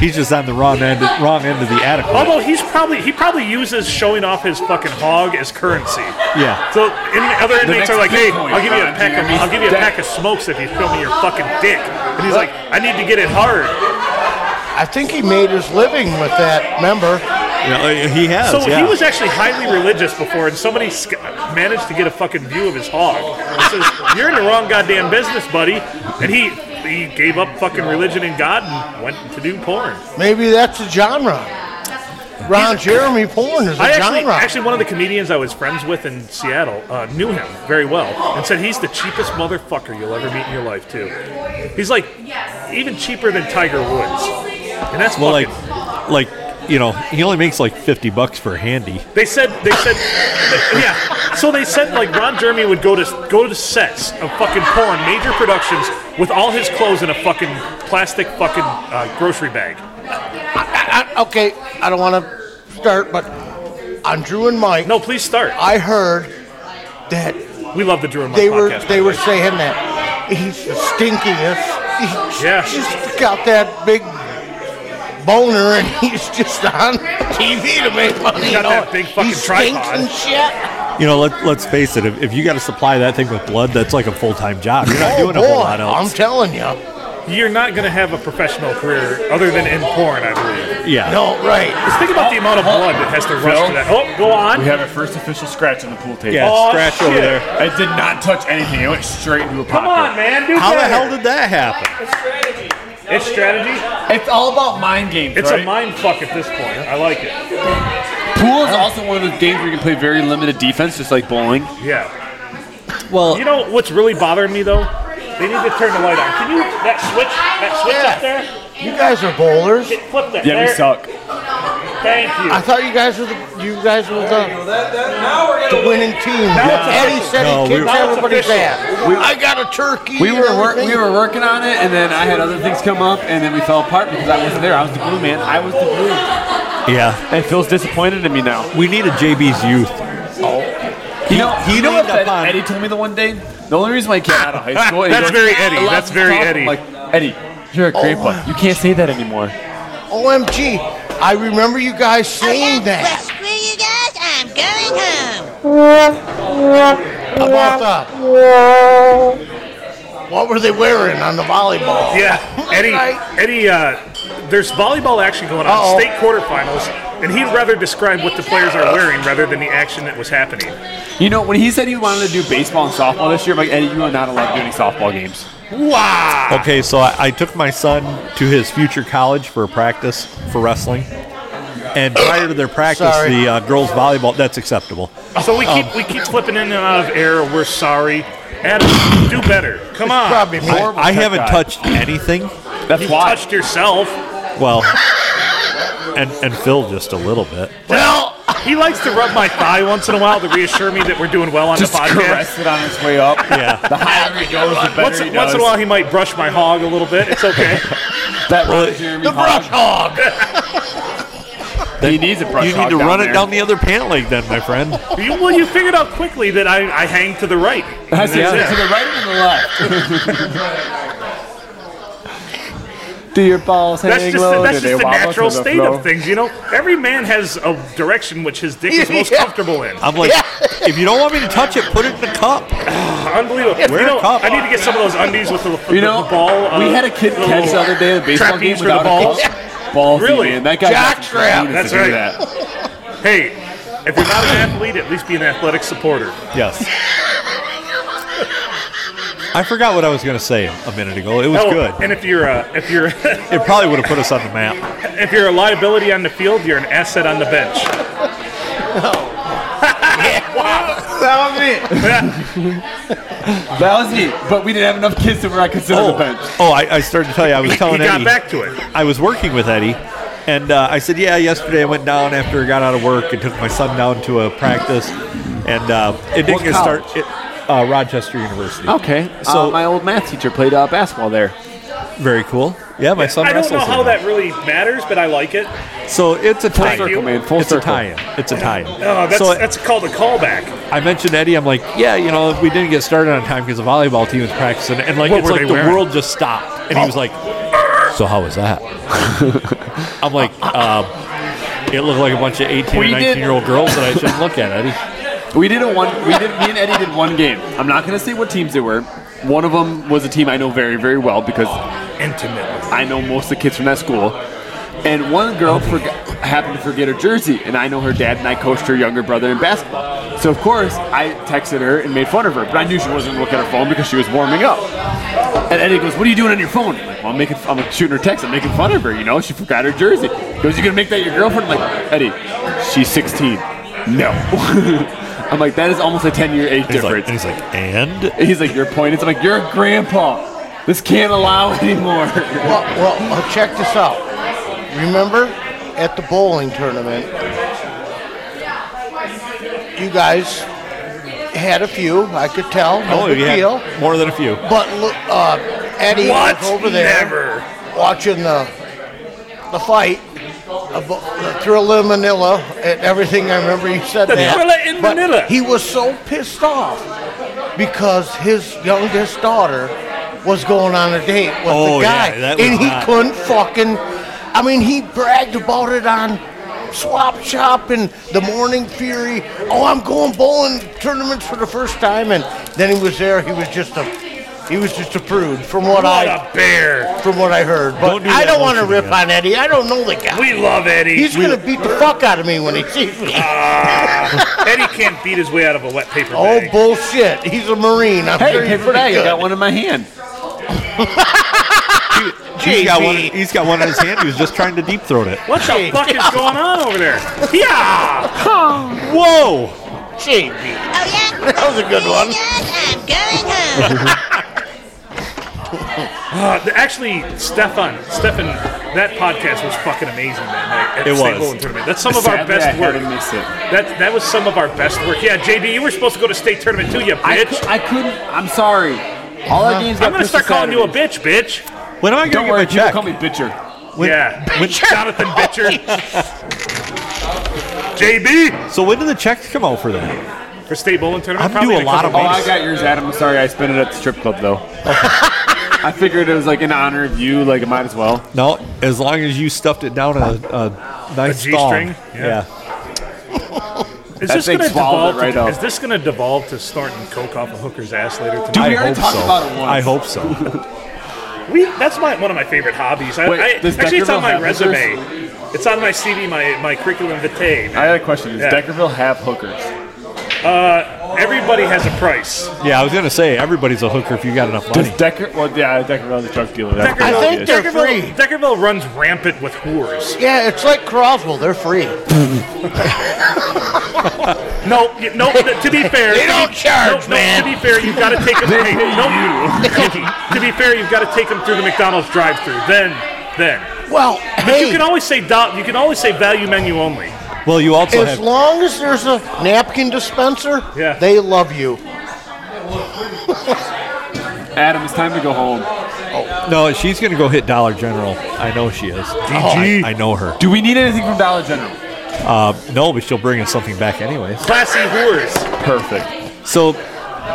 Speaker 1: he's just on the wrong end, wrong end of the adequate.
Speaker 2: Although he's probably he probably uses showing off his fucking hog as currency.
Speaker 1: yeah.
Speaker 2: So in, other inmates
Speaker 4: next
Speaker 2: are like, "Hey,
Speaker 4: Bitcoin
Speaker 2: I'll give you a
Speaker 4: Ron
Speaker 2: pack of
Speaker 4: Jeremy's
Speaker 2: I'll give you a
Speaker 4: dead.
Speaker 2: pack of smokes if you show me your fucking dick." And he's like, "I need to get it hard."
Speaker 9: I think he made his living with that, member.
Speaker 1: Yeah, uh, he has.
Speaker 2: So
Speaker 1: yeah.
Speaker 2: he was actually highly religious before, and somebody sc- managed to get a fucking view of his hog. And says, "You're in the wrong goddamn business, buddy." And he he gave up fucking religion and God and went to do porn.
Speaker 9: Maybe that's a genre. Ron Jeremy porn is a
Speaker 2: I actually
Speaker 9: genre.
Speaker 2: actually one of the comedians I was friends with in Seattle uh, knew him very well and said he's the cheapest motherfucker you'll ever meet in your life too. He's like even cheaper than Tiger Woods, and that's
Speaker 1: well,
Speaker 2: fucking-
Speaker 1: like, like you know, he only makes like fifty bucks for a handy.
Speaker 2: They said they said yeah. So they said like Ron Jeremy would go to go to sets of fucking porn, major productions, with all his clothes in a fucking plastic fucking uh, grocery bag.
Speaker 9: I, I, okay, I don't want to start, but on Drew and Mike,
Speaker 2: No, please start.
Speaker 9: I heard that
Speaker 2: We love the Drew and Mike
Speaker 9: they
Speaker 2: podcast.
Speaker 9: were
Speaker 2: by the
Speaker 9: they were
Speaker 2: way.
Speaker 9: saying that he's the stinkiest. He's
Speaker 2: Yeah.
Speaker 9: just got that big boner and he's just on TV to make money.
Speaker 2: He's got
Speaker 9: you know?
Speaker 2: that big fucking
Speaker 9: he stinks
Speaker 2: tripod.
Speaker 9: and shit.
Speaker 1: You know, let let's face it. If, if you got to supply that thing with blood, that's like a full time job. You're not
Speaker 9: Oh
Speaker 1: doing
Speaker 9: boy,
Speaker 1: a whole lot
Speaker 9: I'm
Speaker 1: else.
Speaker 9: telling you.
Speaker 2: you're not going to have a professional career other than in porn, I believe.
Speaker 1: Yeah.
Speaker 9: No, right.
Speaker 2: Just think about the amount of
Speaker 3: Oh,
Speaker 2: blood that has to rush
Speaker 3: Phil?
Speaker 2: to that. Oh, go on.
Speaker 3: We have our first official scratch on the pool table.
Speaker 1: Yeah,
Speaker 2: Oh,
Speaker 1: scratch over
Speaker 2: shit.
Speaker 1: there.
Speaker 3: It did not touch anything. It went straight into a
Speaker 2: Come
Speaker 3: pocket.
Speaker 2: on, man. Do
Speaker 1: How the
Speaker 2: better.
Speaker 1: hell did that happen?
Speaker 2: It's strategy.
Speaker 3: It's all about mind games,
Speaker 2: It's
Speaker 3: right?
Speaker 2: a mind fuck at this point. I like it.
Speaker 3: Pool is also one of those games where you can play very limited defense, just like bowling.
Speaker 2: Yeah.
Speaker 1: Well,
Speaker 2: You know what's really bothering me though? They need to turn the light on. Can you that switch? That switch up there?
Speaker 9: You guys are bowlers.
Speaker 2: Get- Flip that.
Speaker 3: Yeah, we
Speaker 2: there.
Speaker 3: suck.
Speaker 2: Thank you.
Speaker 9: I thought you guys were the you guys were the, the winning team. Eddie said
Speaker 1: No, we
Speaker 9: he
Speaker 1: were-
Speaker 9: kicked everybody's
Speaker 2: official.
Speaker 9: ass. I got a turkey.
Speaker 3: We
Speaker 9: and
Speaker 3: were wor-
Speaker 9: everything.
Speaker 3: we were working on it, and then I had other things come up, and then we fell apart because I wasn't there. I was the blue man. I was the blue.
Speaker 1: yeah.
Speaker 3: And Phil's disappointed in me now.
Speaker 1: We need a JB's youth.
Speaker 3: You know,
Speaker 1: he
Speaker 3: you know what
Speaker 1: leaned
Speaker 3: Ed-
Speaker 1: upon-
Speaker 3: Eddie told me the one day. The only reason why I came out of high school. he
Speaker 2: That's
Speaker 3: goes,
Speaker 2: very Eddie.
Speaker 3: "I love
Speaker 2: That's
Speaker 3: to
Speaker 2: very
Speaker 3: talk." I'm
Speaker 2: Eddie.
Speaker 3: Like Eddie, you're a great boy. You can't say that anymore.
Speaker 9: OMG. I remember you guys saying
Speaker 7: Well,
Speaker 9: that
Speaker 7: Oh, screw you guys, I'm going home.
Speaker 9: about the what were they wearing on the volleyball?
Speaker 2: Yeah, Eddie. Eddie, uh, there's volleyball action going on,
Speaker 9: Uh-oh.
Speaker 2: state quarterfinals, and he'd rather describe what the players are wearing rather than the action that was happening.
Speaker 3: You know, when he said he wanted to do baseball and softball this year, I'm like Eddie, you are not allowed to do any softball games.
Speaker 2: Wow.
Speaker 1: Okay, so I, I took my son to his future college for a practice for wrestling. And prior to their practice,
Speaker 9: Sorry.
Speaker 1: the uh, girls' volleyball, that's acceptable.
Speaker 2: So we keep we keep flipping in and out of air. We're sorry, Adam. Do better. Come on.
Speaker 9: Probably
Speaker 1: I,
Speaker 9: more.
Speaker 1: I haven't
Speaker 3: guy.
Speaker 1: touched anything.
Speaker 3: That's
Speaker 2: You
Speaker 3: why.
Speaker 2: touched yourself.
Speaker 1: Well, and, and Phil just a little bit.
Speaker 2: Well, he likes to rub my thigh once in a while to reassure me that we're doing well on
Speaker 3: Just
Speaker 2: the podcast.
Speaker 3: caress it on its way up.
Speaker 1: Yeah.
Speaker 3: The higher he goes, the better
Speaker 2: Once,
Speaker 3: he does.
Speaker 2: once in a while, he might brush my hog a little bit. It's okay.
Speaker 3: that Jeremy
Speaker 9: The brush hog.
Speaker 3: He needs a brush
Speaker 1: You need
Speaker 3: hog
Speaker 1: to run it
Speaker 3: there.
Speaker 1: down the other pant leg then, my friend.
Speaker 2: you, well, you figured out quickly that I, I hang to the right.
Speaker 3: That's
Speaker 2: And
Speaker 3: it.
Speaker 2: that's
Speaker 3: To
Speaker 2: it.
Speaker 3: the right and the left. Do your balls
Speaker 2: That's
Speaker 3: hang
Speaker 2: just,
Speaker 3: low?
Speaker 2: that's
Speaker 3: Do they
Speaker 2: just the
Speaker 3: wobble to
Speaker 2: natural
Speaker 3: the
Speaker 2: state
Speaker 3: flow?
Speaker 2: of things, you know. Every man has a direction which his dick is most
Speaker 9: Yeah.
Speaker 2: comfortable in.
Speaker 1: I'm like, if you don't want me to touch it, put it in the cup.
Speaker 2: Unbelievable.
Speaker 1: Wear
Speaker 2: You
Speaker 1: a
Speaker 2: know,
Speaker 1: cup.
Speaker 2: I need to get some of those undies with the, with
Speaker 3: You
Speaker 2: the
Speaker 3: know,
Speaker 2: ball. uh,
Speaker 3: we had a kid
Speaker 2: little-
Speaker 3: catch the other day at a baseball game
Speaker 2: trapeze for the
Speaker 3: without
Speaker 2: balls.
Speaker 3: a ball. Balls,
Speaker 2: Really?
Speaker 3: man. That guy got some
Speaker 9: Jockstrap.
Speaker 3: penis
Speaker 2: That's
Speaker 3: to do
Speaker 2: right.
Speaker 3: That.
Speaker 2: Hey, if you're not an athlete, at least be an athletic supporter.
Speaker 1: Yes. I forgot what I was going to say a minute ago. It was
Speaker 2: Oh,
Speaker 1: good.
Speaker 2: And if you're a if you're
Speaker 1: It probably would have put us on the map.
Speaker 2: if you're a liability on the field, you're an asset on the bench.
Speaker 3: That was me. That was me. But we didn't have enough kids to where I could sit on the bench.
Speaker 1: Oh, oh I, I started to tell you. I was
Speaker 2: he
Speaker 1: telling
Speaker 2: got
Speaker 1: Eddie.
Speaker 2: back to it.
Speaker 1: I was working with Eddie, and uh, I said, "Yeah, yesterday I went down after I got out of work and took my son down to a practice, and uh, it didn't
Speaker 3: What
Speaker 1: get
Speaker 3: college?
Speaker 1: start It, uh, Rochester University.
Speaker 3: Okay. So
Speaker 1: So-
Speaker 3: Uh, my old math teacher played uh, basketball there.
Speaker 1: Very cool. Yeah, my son.
Speaker 2: I don't know
Speaker 1: wrestles
Speaker 2: how
Speaker 1: in it.
Speaker 2: that really matters, but I like it.
Speaker 1: So it's a tie.
Speaker 2: circle,
Speaker 3: man. Full
Speaker 1: it's
Speaker 3: circle.
Speaker 1: a tie-in. It's a tie-in.
Speaker 2: Oh, that's
Speaker 1: so
Speaker 2: that's called a callback.
Speaker 1: I mentioned Eddie. I'm like, yeah, you know, if we didn't get started on time because the volleyball team was practicing, and like,
Speaker 2: What
Speaker 1: it's
Speaker 2: were
Speaker 1: like
Speaker 2: they
Speaker 1: the
Speaker 2: wearing?
Speaker 1: world just stopped, and he was like, "So how was that?" I'm like, um, "It looked like a bunch of 18
Speaker 3: We
Speaker 1: and
Speaker 3: did-
Speaker 1: 19 year old girls that I shouldn't look at, Eddie."
Speaker 3: We did a one. We did. Me and Eddie did one game. I'm not gonna say what teams they were. One of them was a team I know very, very well because
Speaker 2: Intimately.
Speaker 3: I know most of the kids from that school. And one girl forgot, happened to forget her jersey, and I know her dad and I coached her younger brother in basketball. So of course I texted her and made fun of her, but I knew she wasn't looking at her phone because she was warming up. And Eddie goes, "What are you doing on your phone?" I'm like, well, I'm making, I'm shooting her text. I'm making fun of her. You know, she forgot her jersey. He goes, "You gonna make that your girlfriend?" I'm like, Eddie, she's 16. No. I'm like, that is almost a 10 year age
Speaker 1: He's like,
Speaker 3: difference.
Speaker 1: and he's like, "And
Speaker 3: And he's like, "Your point is," I'm like, "You're a grandpa. This can't allow anymore."
Speaker 9: Well, well, uh, check this out. Remember at the bowling tournament, you guys had a few. I could tell. No
Speaker 1: oh,
Speaker 9: big
Speaker 1: yeah,
Speaker 9: deal.
Speaker 1: more than a few."
Speaker 9: But look, uh, Eddie
Speaker 2: What?
Speaker 9: was over there
Speaker 2: Never.
Speaker 9: watching the the fight, of, uh, the thrill in Manila, and everything. I remember you said
Speaker 2: The
Speaker 9: that.
Speaker 2: Thriller in
Speaker 9: but
Speaker 2: Manila.
Speaker 9: He was so pissed off because his youngest daughter was going on a date with
Speaker 1: Oh,
Speaker 9: the guy,
Speaker 1: yeah, that was
Speaker 9: and he
Speaker 1: not-
Speaker 9: couldn't fucking. I mean, he bragged about it on. Swap Shop and the Morning Fury. Oh, I'm going bowling tournaments for the first time, and then he was there. He was just a He was just a prude, from what,
Speaker 2: What
Speaker 9: I
Speaker 2: a bear.
Speaker 9: from what I heard. But
Speaker 1: Don't do
Speaker 9: I
Speaker 1: that
Speaker 9: don't want to
Speaker 1: motion
Speaker 9: rip
Speaker 1: again.
Speaker 9: on Eddie. I don't know the guy.
Speaker 2: We love Eddie.
Speaker 9: He's gonna beat the fuck out of me when he sees me.
Speaker 2: Eddie can't beat his way out of a wet paper
Speaker 9: Oh
Speaker 2: bag.
Speaker 9: bullshit! He's a marine. I'm sure
Speaker 4: Hey,
Speaker 9: he's
Speaker 4: paper
Speaker 9: pretty
Speaker 4: bag. I
Speaker 9: good.
Speaker 4: got one in my hand.
Speaker 1: He's got, one,
Speaker 9: JP.
Speaker 1: he's got one in his hand. He was just trying to deep throat it.
Speaker 2: What the fuck is going on over there? Yeah.
Speaker 1: Whoa!
Speaker 9: JB.
Speaker 7: Oh yeah.
Speaker 9: That was a good one.
Speaker 7: You guys, I'm going home.
Speaker 2: Uh, the- actually, Stefan, Stefan, that podcast was fucking amazing that night at
Speaker 1: It
Speaker 2: the State
Speaker 1: was.
Speaker 2: Bowling Tournament. That's some of our
Speaker 4: Sadly, I
Speaker 2: best
Speaker 4: had
Speaker 2: work.
Speaker 4: to miss it.
Speaker 2: That that was some of our best work. Yeah, JD, you were supposed to go to state tournament too, you
Speaker 4: I,
Speaker 2: bitch.
Speaker 4: cou- I couldn't. I'm sorry. All our games got
Speaker 2: I'm gonna
Speaker 4: pushed
Speaker 2: start
Speaker 4: to
Speaker 2: calling you a
Speaker 4: Saturdays.
Speaker 2: bitch, bitch.
Speaker 1: When am I
Speaker 4: Don't
Speaker 1: going
Speaker 4: worry,
Speaker 1: to
Speaker 4: people
Speaker 1: get
Speaker 4: call
Speaker 1: my check?
Speaker 4: Uh-huh. me bitcher.
Speaker 2: yeah,
Speaker 9: Bitcher.
Speaker 2: Jonathan Bitcher. JB
Speaker 1: So when do the checks come out for that?
Speaker 2: for state bowling tournament.
Speaker 1: I'm
Speaker 2: probably
Speaker 1: due
Speaker 2: in
Speaker 1: a lot
Speaker 2: couple
Speaker 1: of
Speaker 4: Oh, I
Speaker 1: Thanks.
Speaker 4: got yours, Adam. I'm sorry. I spent it at the strip club though. I figured it was like in honor of you. Like it might as well.
Speaker 1: No, as long as you stuffed it down a, a nice
Speaker 2: A G-string?
Speaker 1: thong.
Speaker 2: Yeah.
Speaker 4: That
Speaker 2: Is this
Speaker 4: thing
Speaker 2: gonna
Speaker 4: swallowed
Speaker 2: devolve?
Speaker 4: it right
Speaker 2: to,
Speaker 4: up.
Speaker 2: is this gonna devolve to snorting coke off a hooker's ass later tonight?
Speaker 1: I
Speaker 4: we already
Speaker 1: hope
Speaker 4: talked
Speaker 1: so.
Speaker 4: about it once.
Speaker 1: I hope so.
Speaker 2: We, that's my one of my favorite hobbies. I,
Speaker 4: Wait,
Speaker 2: I,
Speaker 4: does
Speaker 2: actually, it's on
Speaker 4: Deckerville
Speaker 2: my
Speaker 4: have
Speaker 2: resume. It's on my CV, my my curriculum vitae.
Speaker 4: I had a question. Does
Speaker 2: Yeah.
Speaker 4: Deckerville have hookers?
Speaker 2: Everybody has a price.
Speaker 1: Yeah, I was gonna say everybody's a hooker if you got enough
Speaker 4: Does
Speaker 1: money.
Speaker 4: Decker? Well, yeah, Deckerville's a drug dealer. That's
Speaker 9: I
Speaker 4: what
Speaker 9: think
Speaker 4: it is.
Speaker 9: they're
Speaker 2: Deckerville,
Speaker 9: free.
Speaker 2: Deckerville runs rampant with whores.
Speaker 9: Yeah, it's like Croswell. They're free.
Speaker 2: No, y- no. th- To be fair,
Speaker 9: They
Speaker 2: to
Speaker 9: don't
Speaker 2: be-
Speaker 9: charge,
Speaker 2: no,
Speaker 9: man.
Speaker 2: No, to be fair, you've got to take them. hey, no, to be fair, you've got to take them through the McDonald's drive-through. Then, then
Speaker 9: Well,
Speaker 2: you
Speaker 9: hey,
Speaker 2: can always say do- you can always say value menu only.
Speaker 1: Well, you also
Speaker 9: as
Speaker 1: have
Speaker 9: long as there's a napkin dispenser,
Speaker 2: Yeah.
Speaker 9: they love you.
Speaker 4: Adam, it's time to go home.
Speaker 1: no. She's gonna go hit Dollar General. I know she is. DG. I, I know her.
Speaker 4: Do we need anything from Dollar General?
Speaker 1: Uh, no, but she'll bring us something back anyways.
Speaker 2: Classy whores.
Speaker 4: Perfect.
Speaker 1: So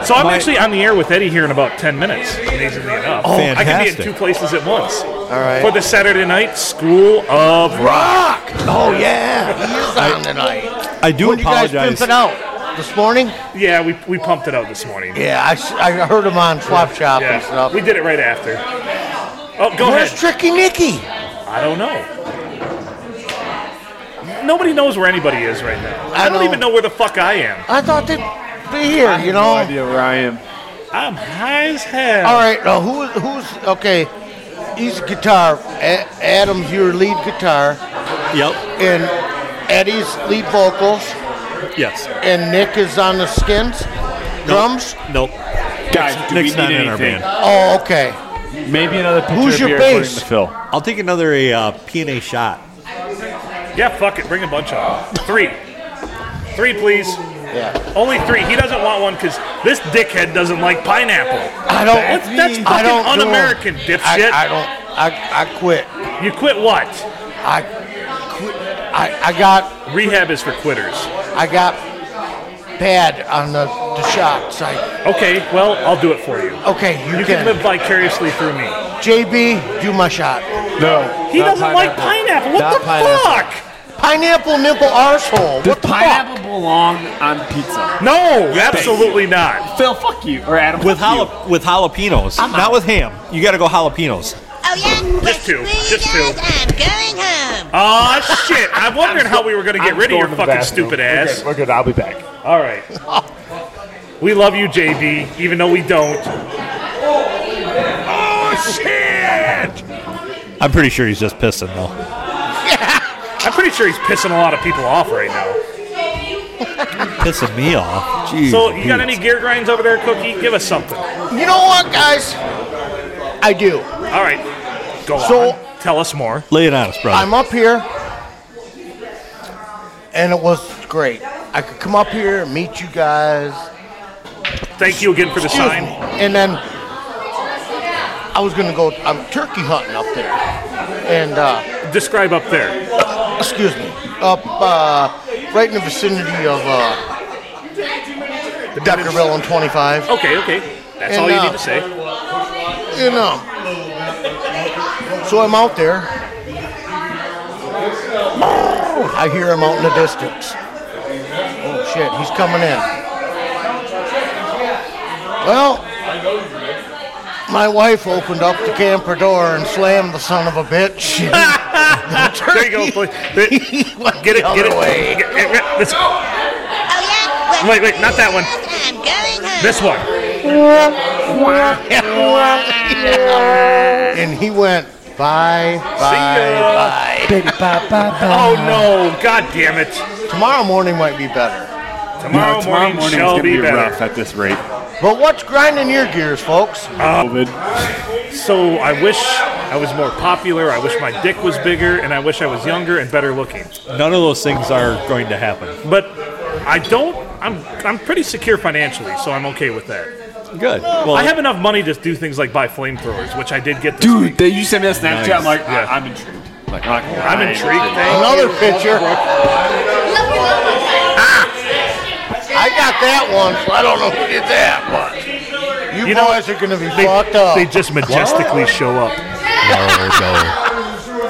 Speaker 2: So I'm
Speaker 1: My-
Speaker 2: actually on the air with Eddie here in about ten minutes. Amazingly enough, I can be in
Speaker 1: fantastic.
Speaker 2: two places at once.
Speaker 9: All right.
Speaker 2: For the Saturday night School of Rock.
Speaker 9: Oh yeah, he is on tonight.
Speaker 1: I do
Speaker 9: When you guys
Speaker 1: apologize.
Speaker 9: pimp it out this morning?
Speaker 2: Yeah, we, we pumped it out this morning.
Speaker 9: Yeah, I, s- I heard him on Swap Shop and
Speaker 2: Yeah,
Speaker 9: stuff.
Speaker 2: we did it right after. Oh, go
Speaker 9: Where's
Speaker 2: ahead.
Speaker 9: Tricky Nicky?
Speaker 2: I don't know. Nobody knows where anybody is right now. I,
Speaker 9: I
Speaker 2: don't
Speaker 9: know.
Speaker 2: even know where the fuck I am.
Speaker 9: I thought they'd be here. You know.
Speaker 4: No idea where I am.
Speaker 2: I'm high as hell.
Speaker 9: All right, now who who's okay? He's a guitar. A- Adam's your lead guitar,
Speaker 1: Yep.
Speaker 9: and Eddie's lead vocals,
Speaker 1: Yes.
Speaker 9: and Nick is on the skins, drums.
Speaker 1: Nope.
Speaker 4: Guys, do
Speaker 1: Nick's
Speaker 4: we
Speaker 1: not
Speaker 4: need
Speaker 1: in our
Speaker 4: anything?
Speaker 1: band.
Speaker 9: Oh, okay.
Speaker 4: Maybe another picture
Speaker 9: Who's
Speaker 4: of
Speaker 9: your
Speaker 4: beer according
Speaker 9: bass?
Speaker 4: to Phil.
Speaker 1: I'll take another uh, P&A shot.
Speaker 2: Yeah, fuck it. Bring a bunch of them. Three. Three, please.
Speaker 9: Yeah.
Speaker 2: Only three. He doesn't want one because this dickhead doesn't like pineapple.
Speaker 9: I don't.
Speaker 2: That's- that's
Speaker 9: I don't
Speaker 2: fucking
Speaker 9: do 'em.
Speaker 2: un-American, dipshit.
Speaker 9: I, I don't. I, I quit.
Speaker 2: You quit what?
Speaker 9: I quit. I, I got
Speaker 2: Rehab is for quitters.
Speaker 9: I got bad on the, the shots. I
Speaker 2: Okay, well, I'll do it for you.
Speaker 4: Oh,
Speaker 9: okay. You,
Speaker 2: You can
Speaker 9: can.
Speaker 2: live vicariously through me.
Speaker 9: JB, do my shot.
Speaker 4: No.
Speaker 2: He doesn't like pineapple. What
Speaker 4: Not
Speaker 2: the
Speaker 4: pineapple.
Speaker 2: fuck?
Speaker 9: Pineapple nipple arsehole.
Speaker 4: Does
Speaker 9: What the
Speaker 4: pineapple belong on pizza?
Speaker 2: No, absolutely not.
Speaker 4: Phil, fuck you. Or Adam,
Speaker 1: With
Speaker 4: fuck you.
Speaker 1: jala- with jalapenos, not with ham. You got to go jalapenos.
Speaker 7: Oh yeah.
Speaker 2: Just two.
Speaker 7: Screw you
Speaker 2: Just two.
Speaker 7: guys, I'm going home. Oh,
Speaker 2: Aw, shit. I'm wondering how we were going to get
Speaker 4: I'm
Speaker 2: rid of
Speaker 4: going
Speaker 2: your
Speaker 4: to the
Speaker 2: fucking
Speaker 4: bathroom.
Speaker 2: stupid
Speaker 4: We're
Speaker 2: ass.
Speaker 4: good, We're good. I'll be back.
Speaker 2: All right. We love you, JB, even though we don't. Oh, shit!
Speaker 1: I'm pretty sure he's just pissing though.
Speaker 2: I'm pretty sure he's pissing a lot of people off right now.
Speaker 1: Pissing me off. Jeez.
Speaker 2: So, you got any
Speaker 1: Pete.
Speaker 2: gear grinds over there, Cookie? Give us something. All
Speaker 9: You know what, guys? I do.
Speaker 2: right. Go
Speaker 9: So-
Speaker 2: on. Tell us more.
Speaker 1: Lay it on us, brother.
Speaker 9: I'm up here, and it was great. I could come up here and meet you guys.
Speaker 2: Thank you again for the
Speaker 9: Excuse me.
Speaker 2: sign.
Speaker 9: And then I was gonna go. I'm turkey hunting up there, and uh,
Speaker 2: Describe up there.
Speaker 9: excuse me, up uh, right in the vicinity of uh, Deckerville and 25.
Speaker 2: Okay, okay. That's
Speaker 9: And,
Speaker 2: all you
Speaker 9: uh,
Speaker 2: need to say.
Speaker 9: You know. So I'm out there. I hear him out in the distance. Oh shit, he's coming in. Well, My wife opened up the camper door and slammed the son of a bitch.
Speaker 2: There you go. please. Get it. Get it.
Speaker 9: way.
Speaker 2: Get- get- get- This,
Speaker 7: Oh yeah. West
Speaker 2: Wait, wait, not that one.
Speaker 7: Korea goes, I'm going home.
Speaker 2: this one.
Speaker 9: and he went, bye, bye.
Speaker 2: Yeah. Oh no! God damn it!
Speaker 9: Tomorrow morning might be better.
Speaker 2: Tomorrow,
Speaker 3: No, tomorrow
Speaker 2: morning
Speaker 3: morning is
Speaker 2: shall
Speaker 3: gonna
Speaker 2: be,
Speaker 3: be
Speaker 2: better.
Speaker 3: rough at this rate.
Speaker 9: But what's grinding your gears, folks?
Speaker 2: Uh,
Speaker 3: COVID.
Speaker 2: So I wish I was more popular. I wish my dick was bigger, and I wish I was younger and better looking.
Speaker 1: None of those things are going to happen.
Speaker 2: But I don't. I'm I'm pretty secure financially, so I'm okay with that.
Speaker 1: Good. Well,
Speaker 2: I have enough money to do things like buy flamethrowers, which I did get. This
Speaker 3: Dude, they, you sent me a Snapchat. I'm like,
Speaker 2: Yeah.
Speaker 3: I, am intrigued. Like, I'm, like,
Speaker 2: I'm intrigued. Thank
Speaker 9: Another picture. Ah! I got that one, so I don't know who did that one. You,
Speaker 2: You know
Speaker 9: boys are going to be
Speaker 2: They,
Speaker 9: fucked up.
Speaker 2: they just majestically show up.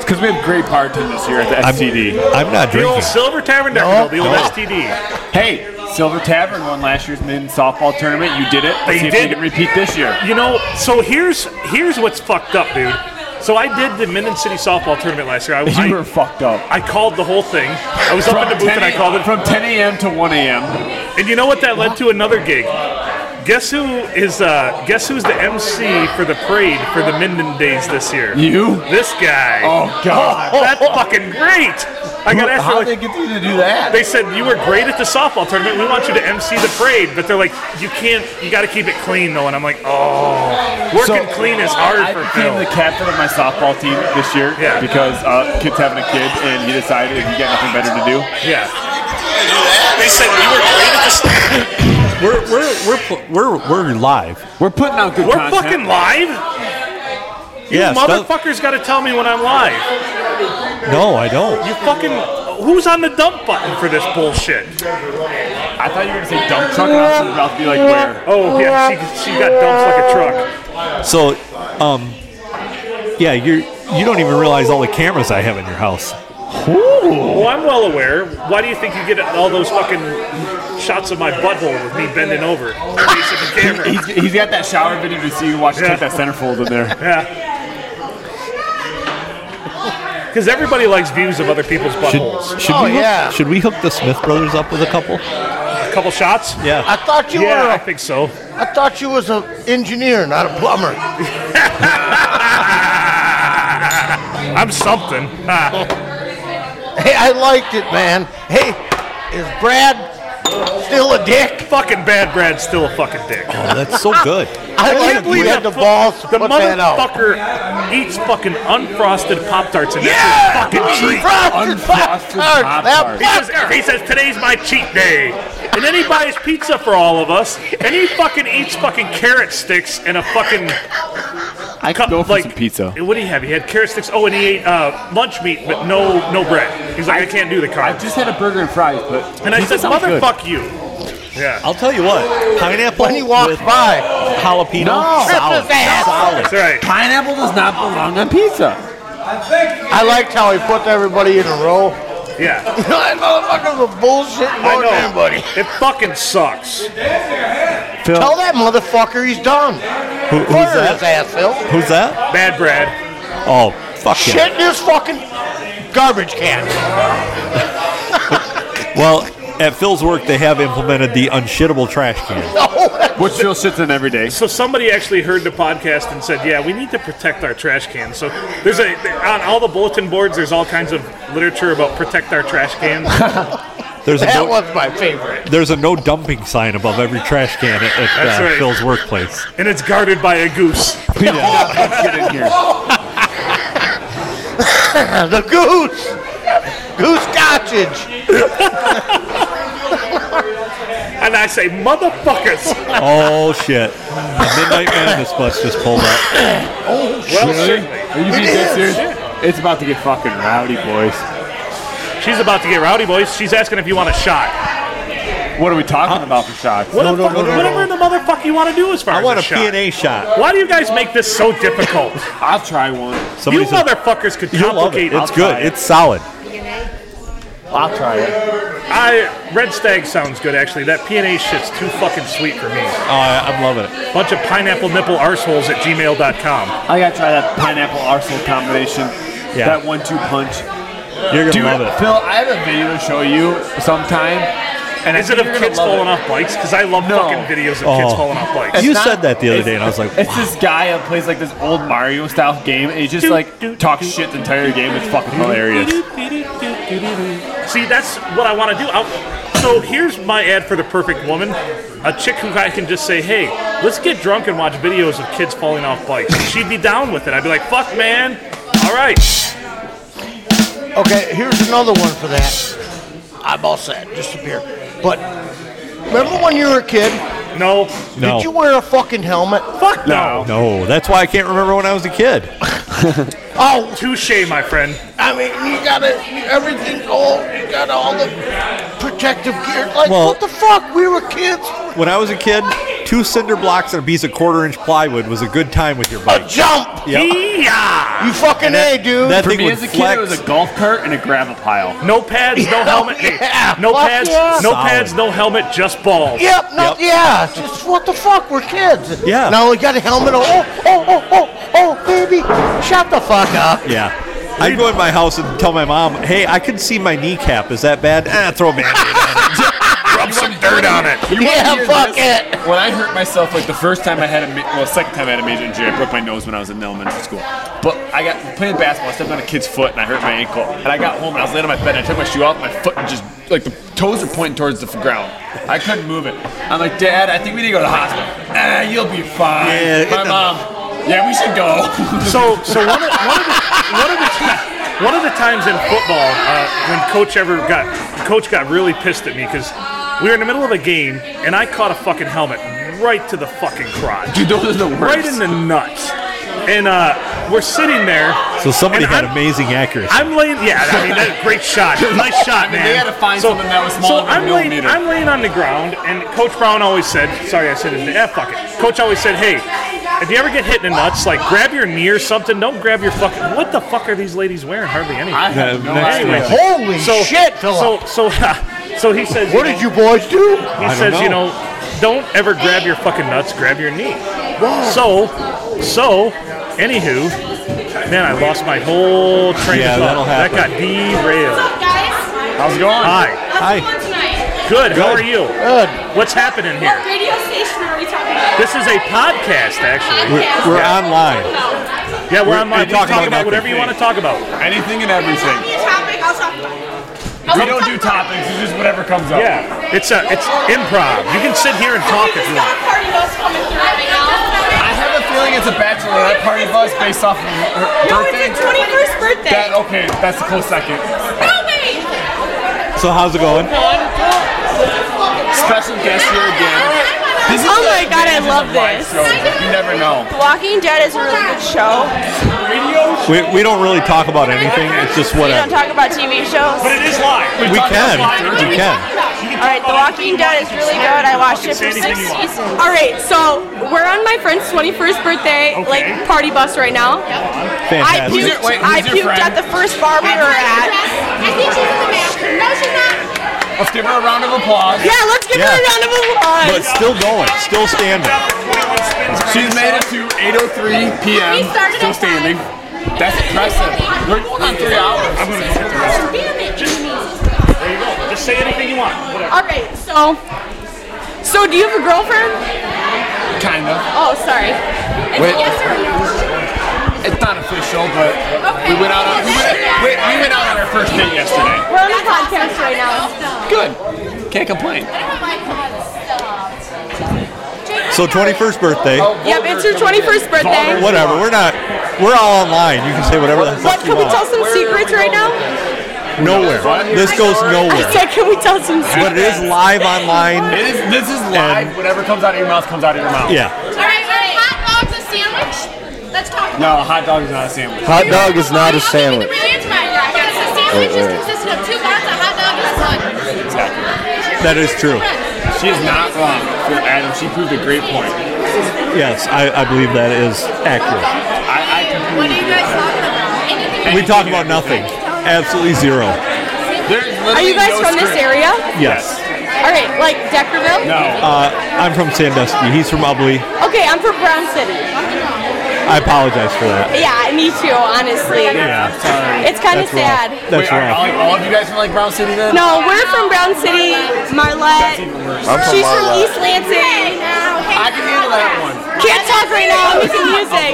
Speaker 3: Because we have great bartenders here at the STD.
Speaker 1: I'm not
Speaker 2: The
Speaker 1: drinking.
Speaker 2: old Silver Tavern Deckerville, the old STD.
Speaker 3: hey, Silver Tavern won last year's men's softball tournament. You did it. Let's
Speaker 2: They
Speaker 3: see
Speaker 2: did.
Speaker 3: If we can repeat this year.
Speaker 2: You know, so here's here's what's fucked up, dude. So I did the Minden City softball tournament last year. I, I,
Speaker 3: You were fucked up.
Speaker 2: I called the whole thing. I was up in the booth and I called it.
Speaker 3: from 10 a.m. to 1 a.m.
Speaker 2: And you know what that led to? Another gig. Guess who is? Uh, guess who's the MC for the parade for the Minden Days this year?
Speaker 3: You?
Speaker 2: This guy.
Speaker 3: Oh God.
Speaker 2: That's fucking great. I got asked.
Speaker 4: How
Speaker 2: they're
Speaker 4: did they
Speaker 2: Like,
Speaker 4: get you to do that?
Speaker 2: they said you were great at the softball tournament. We want you to MC the parade, but they're like, you can't. You got to keep it clean though. And I'm like, oh, working
Speaker 3: So,
Speaker 2: clean is hard
Speaker 3: I
Speaker 2: for
Speaker 3: became
Speaker 2: Phil.
Speaker 3: the captain of my softball team this year
Speaker 2: Yeah.
Speaker 3: because uh, kid's having a kid and he decided he got nothing better to do.
Speaker 2: yeah. They said you were great at the. softball
Speaker 1: We're, we're, we're, pl- we're, we're live.
Speaker 3: We're putting out good
Speaker 2: We're
Speaker 3: content.
Speaker 2: fucking live. You
Speaker 1: Yes, that-
Speaker 2: motherfuckers got to tell me when I'm live.
Speaker 1: No, I don't.
Speaker 2: You fucking. Who's on the dump button for this bullshit?
Speaker 3: I thought you were gonna say dump truck and I was about to be like, where?
Speaker 2: Oh yeah, she, she got dumps like a truck.
Speaker 1: So, um, yeah, you're, you don't even realize all the cameras I have in your house.
Speaker 2: Well, I'm well aware. Why do you think you get all those fucking shots of my butthole with me bending over? Face of the camera.
Speaker 3: He's, he's got that shower video to see you watch
Speaker 2: Yeah.
Speaker 3: take that centerfold in there.
Speaker 2: Yeah. Because everybody likes views of other people's buttholes.
Speaker 1: Should
Speaker 9: Oh,
Speaker 1: we hook,
Speaker 9: yeah.
Speaker 1: Should we hook the Smith brothers up with a couple?
Speaker 2: A couple shots?
Speaker 1: Yeah.
Speaker 9: I thought you
Speaker 2: Yeah, I
Speaker 9: were.
Speaker 2: think so.
Speaker 9: A, I thought you was an engineer, not a plumber.
Speaker 2: I'm something. Ah,
Speaker 9: Hey, I liked it, man. Hey, is Brad still a dick?
Speaker 2: fucking bad Brad's still a fucking dick.
Speaker 1: Oh, that's so good.
Speaker 9: I, liked we had the
Speaker 2: fu-
Speaker 9: balls to
Speaker 2: the
Speaker 9: put that out.
Speaker 2: motherfucker eats fucking unfrosted Pop Tarts and
Speaker 9: Yeah!
Speaker 2: that's his fucking treat.
Speaker 9: Frosted
Speaker 3: Unfrosted
Speaker 9: Pop-Tarts, that
Speaker 2: He says, he says, today's my cheat day. And then he buys pizza for all of us. And he fucking eats fucking carrot sticks and a fucking
Speaker 3: I
Speaker 2: cup
Speaker 3: could go for
Speaker 2: like
Speaker 3: some pizza.
Speaker 2: What do you have? He had carrot sticks. Oh, and he ate uh, lunch meat, but no no bread. He's like, I, can't do the
Speaker 3: I
Speaker 2: carbs.
Speaker 3: just had a burger and fries, but
Speaker 2: and I said,
Speaker 3: motherfucker.
Speaker 2: motherfuck you. Yeah.
Speaker 1: I'll tell you what. Pineapple
Speaker 9: When he walked
Speaker 1: with
Speaker 9: by,
Speaker 1: jalapeno.
Speaker 3: No.
Speaker 1: Solid. Solid.
Speaker 2: That's right.
Speaker 3: Pineapple does not belong on pizza.
Speaker 9: I liked how he put everybody in a row.
Speaker 2: Yeah.
Speaker 9: You know, that motherfucker was bullshit
Speaker 2: I
Speaker 9: more than
Speaker 2: know.
Speaker 9: anybody.
Speaker 2: It fucking sucks.
Speaker 9: Tell that motherfucker he's done.
Speaker 1: Who, who's
Speaker 9: Fire his
Speaker 1: that?
Speaker 9: ass, Phil.
Speaker 1: Who's that?
Speaker 2: Bad Brad.
Speaker 1: Oh, fuck yeah.
Speaker 9: Shit in his fucking garbage can.
Speaker 1: Well, at Phil's work, they have implemented the unshittable trash can.
Speaker 9: No,
Speaker 3: Which Phil shits in every day.
Speaker 2: So somebody actually heard the podcast and said, "Yeah, we need to protect our trash cans." So there's a on all the bulletin boards. There's all kinds of literature about protect our trash cans.
Speaker 1: There's a
Speaker 9: that
Speaker 1: no,
Speaker 9: was my favorite.
Speaker 1: there's a no dumping sign above every trash can at,
Speaker 2: That's
Speaker 1: at uh,
Speaker 2: right.
Speaker 1: Phil's workplace.
Speaker 2: and it's guarded by a goose.
Speaker 3: Get in here.
Speaker 9: The goose. Goose cottage.
Speaker 2: And I say, motherfuckers.
Speaker 1: Oh shit! The Midnight Madness bus just pulled up.
Speaker 2: Well, certainly.
Speaker 3: Are you being dead serious? It's about to get fucking rowdy, boys.
Speaker 2: She's about to get rowdy, boys. She's asking if you want a shot.
Speaker 3: What are we talking about for shots?
Speaker 2: What
Speaker 9: No,
Speaker 2: the
Speaker 9: no,
Speaker 2: fuck-
Speaker 9: no, no,
Speaker 2: whatever the motherfucker you want to do as far
Speaker 1: I
Speaker 2: as
Speaker 1: want
Speaker 2: a
Speaker 1: a
Speaker 2: shot.
Speaker 1: PNA shot.
Speaker 2: Why do you guys make this so difficult?
Speaker 3: I'll try one.
Speaker 1: Somebody
Speaker 2: you
Speaker 1: said-
Speaker 2: motherfuckers could
Speaker 1: You'll love it.
Speaker 2: complicate.
Speaker 1: It's
Speaker 2: I'll
Speaker 1: good.
Speaker 2: try it.
Speaker 1: It's solid.
Speaker 3: I'll try it.
Speaker 2: I Red Stag sounds good actually. That PNA shit's too fucking sweet for me.
Speaker 1: Oh, I, I'm loving it.
Speaker 2: Bunch of pineapple nipple arseholes at gmail.com.
Speaker 3: I gotta try that pineapple arsehole combination.
Speaker 1: Yeah.
Speaker 3: That one-two punch.
Speaker 1: You're gonna
Speaker 3: Dude,
Speaker 1: love it.
Speaker 3: Phil, I have a video to show you sometime. And
Speaker 2: Is it of kids falling off bikes? Because I love
Speaker 3: No.
Speaker 2: fucking videos of kids
Speaker 1: Oh.
Speaker 2: falling off bikes.
Speaker 1: You
Speaker 3: not-
Speaker 1: said that the other
Speaker 3: it's-
Speaker 1: day, and I was like,
Speaker 3: It's
Speaker 1: wow.
Speaker 3: this guy who plays like this old Mario style game, and he just like talks shit the entire game. It's fucking hilarious.
Speaker 2: See, that's what I want to do. I'll, so here's my ad for the perfect woman: a chick who I can just say, "Hey, let's get drunk and watch videos of kids falling off bikes." She'd be down with it. I'd be like, "Fuck, man! All right."
Speaker 9: Okay, here's another one for that. I'm all set. Just a beer. But remember when you were a kid?
Speaker 2: No,
Speaker 1: No.
Speaker 9: Did you wear a fucking helmet?
Speaker 2: fuck no.
Speaker 1: No, that's why I can't remember when I was a kid.
Speaker 9: Oh,
Speaker 2: Touche, my friend.
Speaker 9: I mean, you gotta everything. all you got all the protective gear. Like
Speaker 1: Well-
Speaker 9: what the fuck? We were kids.
Speaker 1: When I was a kid, two cinder blocks and a piece of quarter inch plywood was a good time with your bike.
Speaker 9: Jump!
Speaker 2: Yeah.
Speaker 9: You fucking a, dude.
Speaker 1: That
Speaker 3: For
Speaker 1: thing
Speaker 3: me
Speaker 1: would
Speaker 3: as a kid,
Speaker 1: flex.
Speaker 3: it was a golf cart and a gravel pile.
Speaker 2: No pads, no helmet. Hey,
Speaker 9: yeah,
Speaker 2: no
Speaker 9: fuck
Speaker 2: pads,
Speaker 9: yeah.
Speaker 2: no
Speaker 1: Solid.
Speaker 2: pads, no helmet, just balls.
Speaker 9: Yep, no,
Speaker 1: Yep.
Speaker 9: yeah. Just what the fuck? We're kids.
Speaker 1: Yeah.
Speaker 9: Now we got a helmet. Oh, oh, oh, oh, oh, baby. Shut the fuck up.
Speaker 1: yeah. I'd go in my house and tell my mom, hey, I could see my kneecap. Is that bad? Ah, throw a band
Speaker 6: Rub some dirt on it.
Speaker 3: You wanna
Speaker 9: Yeah,
Speaker 3: hear
Speaker 9: fuck
Speaker 3: this?
Speaker 9: it.
Speaker 3: When I hurt myself, like the first time I had a, ma- well, second time I had a major injury, I broke my nose when I was in elementary school. But I got playing basketball, I stepped on a kid's foot and I hurt my ankle. And I got home and I was laying on my bed and I took my shoe off, my foot just like the toes are pointing towards the ground. I couldn't move it. I'm like, Dad, I think we need to go to the hospital. Ah, you'll be fine.
Speaker 1: Yeah,
Speaker 3: my
Speaker 1: it-
Speaker 3: mom. Yeah, we should go.
Speaker 2: So, so one of, one of the one of the ti- one of the times in football uh, when coach ever got coach got really pissed at me because we were in the middle of a game and I caught a fucking helmet right to the fucking crotch,
Speaker 3: Dude, those are the worst.
Speaker 2: right in the nuts, and uh, we're sitting there.
Speaker 1: So somebody
Speaker 2: and
Speaker 1: had
Speaker 2: I'm-
Speaker 1: amazing accuracy.
Speaker 2: I'm laying. Yeah, I mean, that, great shot. Nice shot,
Speaker 3: I mean,
Speaker 2: man.
Speaker 3: they had to find something that was smaller
Speaker 2: So
Speaker 3: than a
Speaker 2: I'm laying.
Speaker 3: millimeter.
Speaker 2: I'm laying on the ground, and Coach Brown always said, "Sorry, I said it. in the- Eh, fuck it." Coach always said, "Hey, if you ever get hit in the nuts, like grab your knee or something. Don't grab your fucking. What the fuck are these ladies wearing? Hardly anything."
Speaker 3: I have no
Speaker 1: Next
Speaker 3: idea.
Speaker 1: one.
Speaker 9: Holy
Speaker 2: so
Speaker 9: shit, Philip.
Speaker 2: So so so he says.
Speaker 9: what
Speaker 2: you
Speaker 9: did
Speaker 2: know,
Speaker 9: you boys do?
Speaker 2: he
Speaker 1: don't
Speaker 2: says, you
Speaker 1: know.
Speaker 2: know, don't ever grab your fucking nuts, grab your knee. So, so, anywho, man, I lost my whole train
Speaker 1: Yeah,
Speaker 2: of
Speaker 1: that'll
Speaker 2: thought. That
Speaker 1: happen.
Speaker 2: got derailed.
Speaker 10: guys?
Speaker 3: How's it going?
Speaker 2: Hi.
Speaker 10: How's
Speaker 1: Hi.
Speaker 10: it going tonight?
Speaker 2: Good,
Speaker 1: Good.
Speaker 2: how are you?
Speaker 9: Good.
Speaker 2: What's happening
Speaker 10: What
Speaker 2: here?
Speaker 10: radio station are we talking about?
Speaker 2: This is a podcast, actually.
Speaker 1: We're-
Speaker 10: Podcast.
Speaker 1: we're
Speaker 10: Yeah.
Speaker 1: online.
Speaker 10: Tell
Speaker 2: Yeah, we're online. We
Speaker 1: talking
Speaker 2: can
Speaker 1: about
Speaker 2: talk about whatever you
Speaker 1: everything.
Speaker 2: want to talk about.
Speaker 3: Anything and
Speaker 10: me
Speaker 3: everything.
Speaker 10: a topic, I'll talk about it. I'll
Speaker 3: We
Speaker 10: talk
Speaker 3: don't do
Speaker 10: about it.
Speaker 3: topics, it's just whatever comes up.
Speaker 2: Yeah, it's a, it's improv. You can sit here and talk
Speaker 10: We
Speaker 2: if
Speaker 10: just
Speaker 2: you
Speaker 10: got
Speaker 2: want.
Speaker 10: a party bus coming through right now.
Speaker 3: I have a feeling it's a bachelorette party bus based off of her
Speaker 10: No,
Speaker 3: birthday.
Speaker 10: it's her 21st birthday.
Speaker 3: That okay, that's a close second.
Speaker 10: No, wait.
Speaker 1: So how's it going?
Speaker 3: Special guest here again. This is
Speaker 10: Oh
Speaker 3: the
Speaker 10: my God, I
Speaker 3: advantages
Speaker 10: love
Speaker 3: of live
Speaker 10: this.
Speaker 3: shows. You never know.
Speaker 10: Walking Dead is a really good show.
Speaker 1: We, we don't really talk about anything. It's just
Speaker 10: We don't
Speaker 1: whatever.
Speaker 10: talk about TV shows.
Speaker 2: But it is live.
Speaker 1: We can. We can.
Speaker 10: All right, The Walking Dead is really good. I watched it for
Speaker 2: Say
Speaker 10: six
Speaker 2: anything you want.
Speaker 10: seasons. All right, so we're on my friend's 21st birthday like party bus right now. I
Speaker 1: Fantastic.
Speaker 3: Who's your-
Speaker 10: puked,
Speaker 3: wait, who's
Speaker 10: I
Speaker 3: your
Speaker 10: puked
Speaker 3: friend?
Speaker 10: at the first bar we were at.
Speaker 7: I think she's in the bathroom. No, she's not.
Speaker 3: Let's give her a round of applause.
Speaker 10: Yeah, let's give her a
Speaker 1: Yeah.
Speaker 10: round of applause.
Speaker 1: But still going, still standing.
Speaker 3: She's made it to 8:03 p.m. Still standing. That's impressive. We're going on three hours. I'm gonna hit the rest.
Speaker 2: There you go. Just say anything you want. Whatever.
Speaker 10: All right, so so do you have a girlfriend?
Speaker 3: Kind of.
Speaker 10: Oh, sorry. It's
Speaker 3: Wait.
Speaker 10: yes or no.
Speaker 3: It's not official, but
Speaker 10: Okay.
Speaker 3: we went out. On, we, went, wait, we went out on our first date yesterday.
Speaker 10: We're on a podcast right now.
Speaker 3: Good. Can't complain.
Speaker 1: So 21st birthday.
Speaker 10: Yep, it's your 21st birthday.
Speaker 1: Whatever. We're not. We're all online. You can say whatever the
Speaker 10: What
Speaker 1: fuck you
Speaker 10: can we tell
Speaker 1: want.
Speaker 10: some secrets right now?
Speaker 1: Nowhere. This goes
Speaker 10: I
Speaker 1: nowhere.
Speaker 10: said, can we tell some secrets?
Speaker 1: But it is live online.
Speaker 3: It is. This is live. Whatever comes out of your mouth comes out of your mouth.
Speaker 1: Yeah.
Speaker 7: Alright, alright. Hot dog's a sandwich? Let's talk
Speaker 3: No, a hot dog is not a sandwich.
Speaker 5: Hot dog is not a sandwich.
Speaker 7: Okay, we can rearrange my guys.
Speaker 1: Oh,
Speaker 7: A sandwich is consistent of two buns, a hot dog, and a bun.
Speaker 1: That is true.
Speaker 3: She is not wrong for Adam. She proved a great point.
Speaker 1: Yes, I, I believe that is accurate.
Speaker 3: I, I completely
Speaker 7: What are you guys talking about? Anything
Speaker 1: We talk about nothing. Absolutely zero.
Speaker 3: There's
Speaker 11: Are
Speaker 3: literally
Speaker 11: you guys
Speaker 3: no
Speaker 11: from this
Speaker 3: screen.
Speaker 11: area?
Speaker 1: Yes.
Speaker 11: All right, like Deckerville?
Speaker 3: No.
Speaker 1: Uh, I'm from Sandusky. He's from Ubley.
Speaker 11: Okay, I'm from Brown City.
Speaker 1: I apologize for that.
Speaker 11: Yeah, me too, honestly.
Speaker 1: Yeah.
Speaker 11: It's kind
Speaker 1: That's
Speaker 11: of sad.
Speaker 1: rough. That's
Speaker 3: Wait, are
Speaker 1: rough.
Speaker 3: all, all of you guys from like Brown City then?
Speaker 11: No, we're from Brown City, Marlette.
Speaker 6: I'm from
Speaker 11: She's from
Speaker 6: Marlette.
Speaker 11: East Lansing.
Speaker 3: I can handle that one.
Speaker 11: Can't talk right now. I'm making music.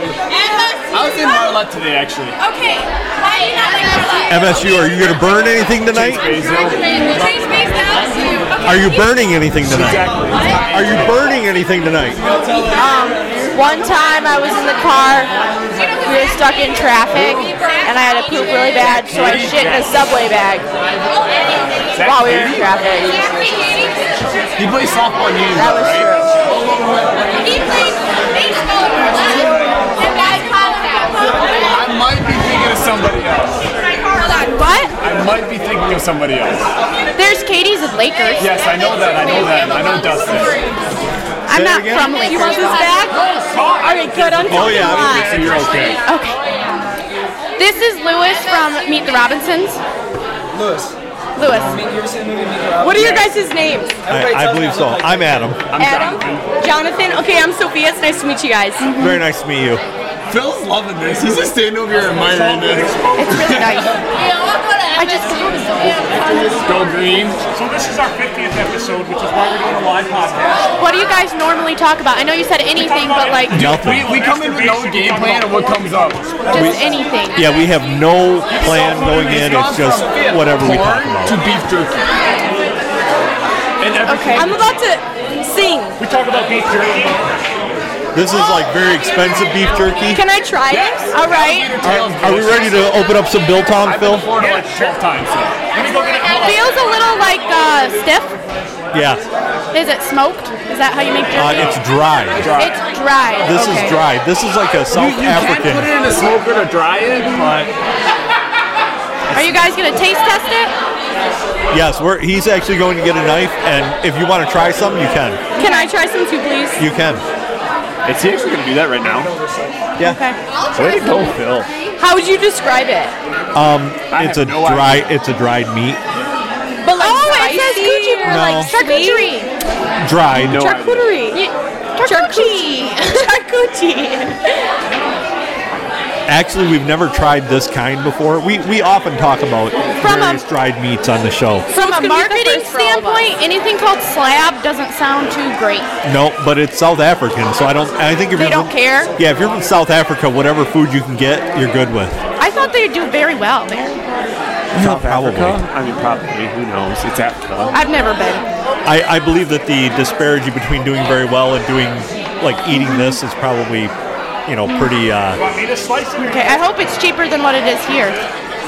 Speaker 3: I was in Marlette today actually.
Speaker 9: Okay, why are you not like Marlette?
Speaker 1: MSU, are you going to burn anything tonight?
Speaker 9: Change space now to. Okay.
Speaker 1: Are you burning anything tonight? Are you burning anything tonight?
Speaker 11: Um, One time I was in the car, we were stuck in traffic, and I had to poop really bad, so I shit in a subway bag while we were in traffic.
Speaker 3: He plays softball in Union,
Speaker 11: was
Speaker 3: right?
Speaker 9: He plays baseball in Marlette. And guys call him out.
Speaker 3: I might be thinking of somebody else.
Speaker 11: Hold on, what?
Speaker 3: I might be thinking of somebody else.
Speaker 11: There's Katie's and Lakers.
Speaker 3: Yes, I know that. I know that. I know Dustin.
Speaker 11: I'm not from Lakers. You want this back? All right, good. I'm
Speaker 1: Oh, yeah, I
Speaker 11: talking
Speaker 1: think
Speaker 3: So you're okay.
Speaker 11: live. Okay. This is Lewis from Meet the Robinsons. Lewis. Lewis. What are your guys' names?
Speaker 1: I, I believe so. I'm Adam.
Speaker 3: I'm
Speaker 11: Adam?
Speaker 3: Jonathan.
Speaker 11: Jonathan? Okay, I'm Sophia. It's nice to meet you guys.
Speaker 1: Very nice to meet you.
Speaker 3: Phil's loving this. He's just standing over here admiring this.
Speaker 11: It's really nice. I just
Speaker 3: Go green.
Speaker 2: So this is our 50th episode, which is why we're doing a live podcast.
Speaker 11: What do you guys normally talk about? I know you said anything, but like
Speaker 1: Nothing.
Speaker 3: We, we come in with no game plan of what comes up.
Speaker 11: just anything.
Speaker 1: Yeah, we have no plan going in. It's just whatever we talk
Speaker 3: To
Speaker 1: about.
Speaker 3: beef jerky. And everything.
Speaker 11: I'm about to sing.
Speaker 2: We talk about beef jerky.
Speaker 1: This is like very expensive beef jerky.
Speaker 11: Can I try it? All right.
Speaker 1: Are, are we ready to open up some biltong,
Speaker 3: I've been to
Speaker 1: Phil?
Speaker 3: Florida like 12 times. So.
Speaker 2: Let me go get it.
Speaker 11: Feels a little like uh, stiff.
Speaker 1: Yeah,
Speaker 11: Is it smoked? Is that how you make
Speaker 1: uh,
Speaker 11: jerky?
Speaker 1: it's dry.
Speaker 11: It's dry.
Speaker 1: This
Speaker 11: okay.
Speaker 1: is dry. This is like a South
Speaker 3: can put
Speaker 1: African.
Speaker 3: it in a smoker to dry it, but
Speaker 11: Are you guys gonna taste test it?
Speaker 1: Yes, we're, he's actually going to get a knife, and if you want to try some, you can.
Speaker 11: Can I try some too, please?
Speaker 1: You can.
Speaker 3: it's actually going to do that right now.
Speaker 1: Yeah.
Speaker 3: Way to go, Phil.
Speaker 11: How would you describe it?
Speaker 1: It's a
Speaker 3: have no
Speaker 1: dry. It's a dried meat.
Speaker 11: But like oh, it says coochie
Speaker 1: or, like, No.
Speaker 11: charcuterie.
Speaker 1: Dried.
Speaker 3: No.
Speaker 11: Charcuterie. Charcuterie. Charcuterie.
Speaker 1: Actually, we've never tried this kind before. We we often talk about
Speaker 11: From a-
Speaker 1: various dried meats on the show.
Speaker 9: From a marketing
Speaker 11: first for all of us.
Speaker 9: standpoint, anything called slab doesn't sound too great.
Speaker 1: No, but it's South African, so I don't. I think if
Speaker 9: They
Speaker 1: you're
Speaker 9: don't
Speaker 1: from-
Speaker 9: care?
Speaker 1: Yeah, if you're from South Africa, whatever food you can get, you're good with.
Speaker 9: I thought they do very well there.
Speaker 1: South Probably.
Speaker 3: I mean, probably. Who knows? It's Africa.
Speaker 9: I've never been.
Speaker 1: I, I believe that the disparity between doing very well and doing like eating this is probably, you know, pretty. Uh,
Speaker 2: Want me to slice it?
Speaker 9: Okay, I hope it's cheaper than what it is here.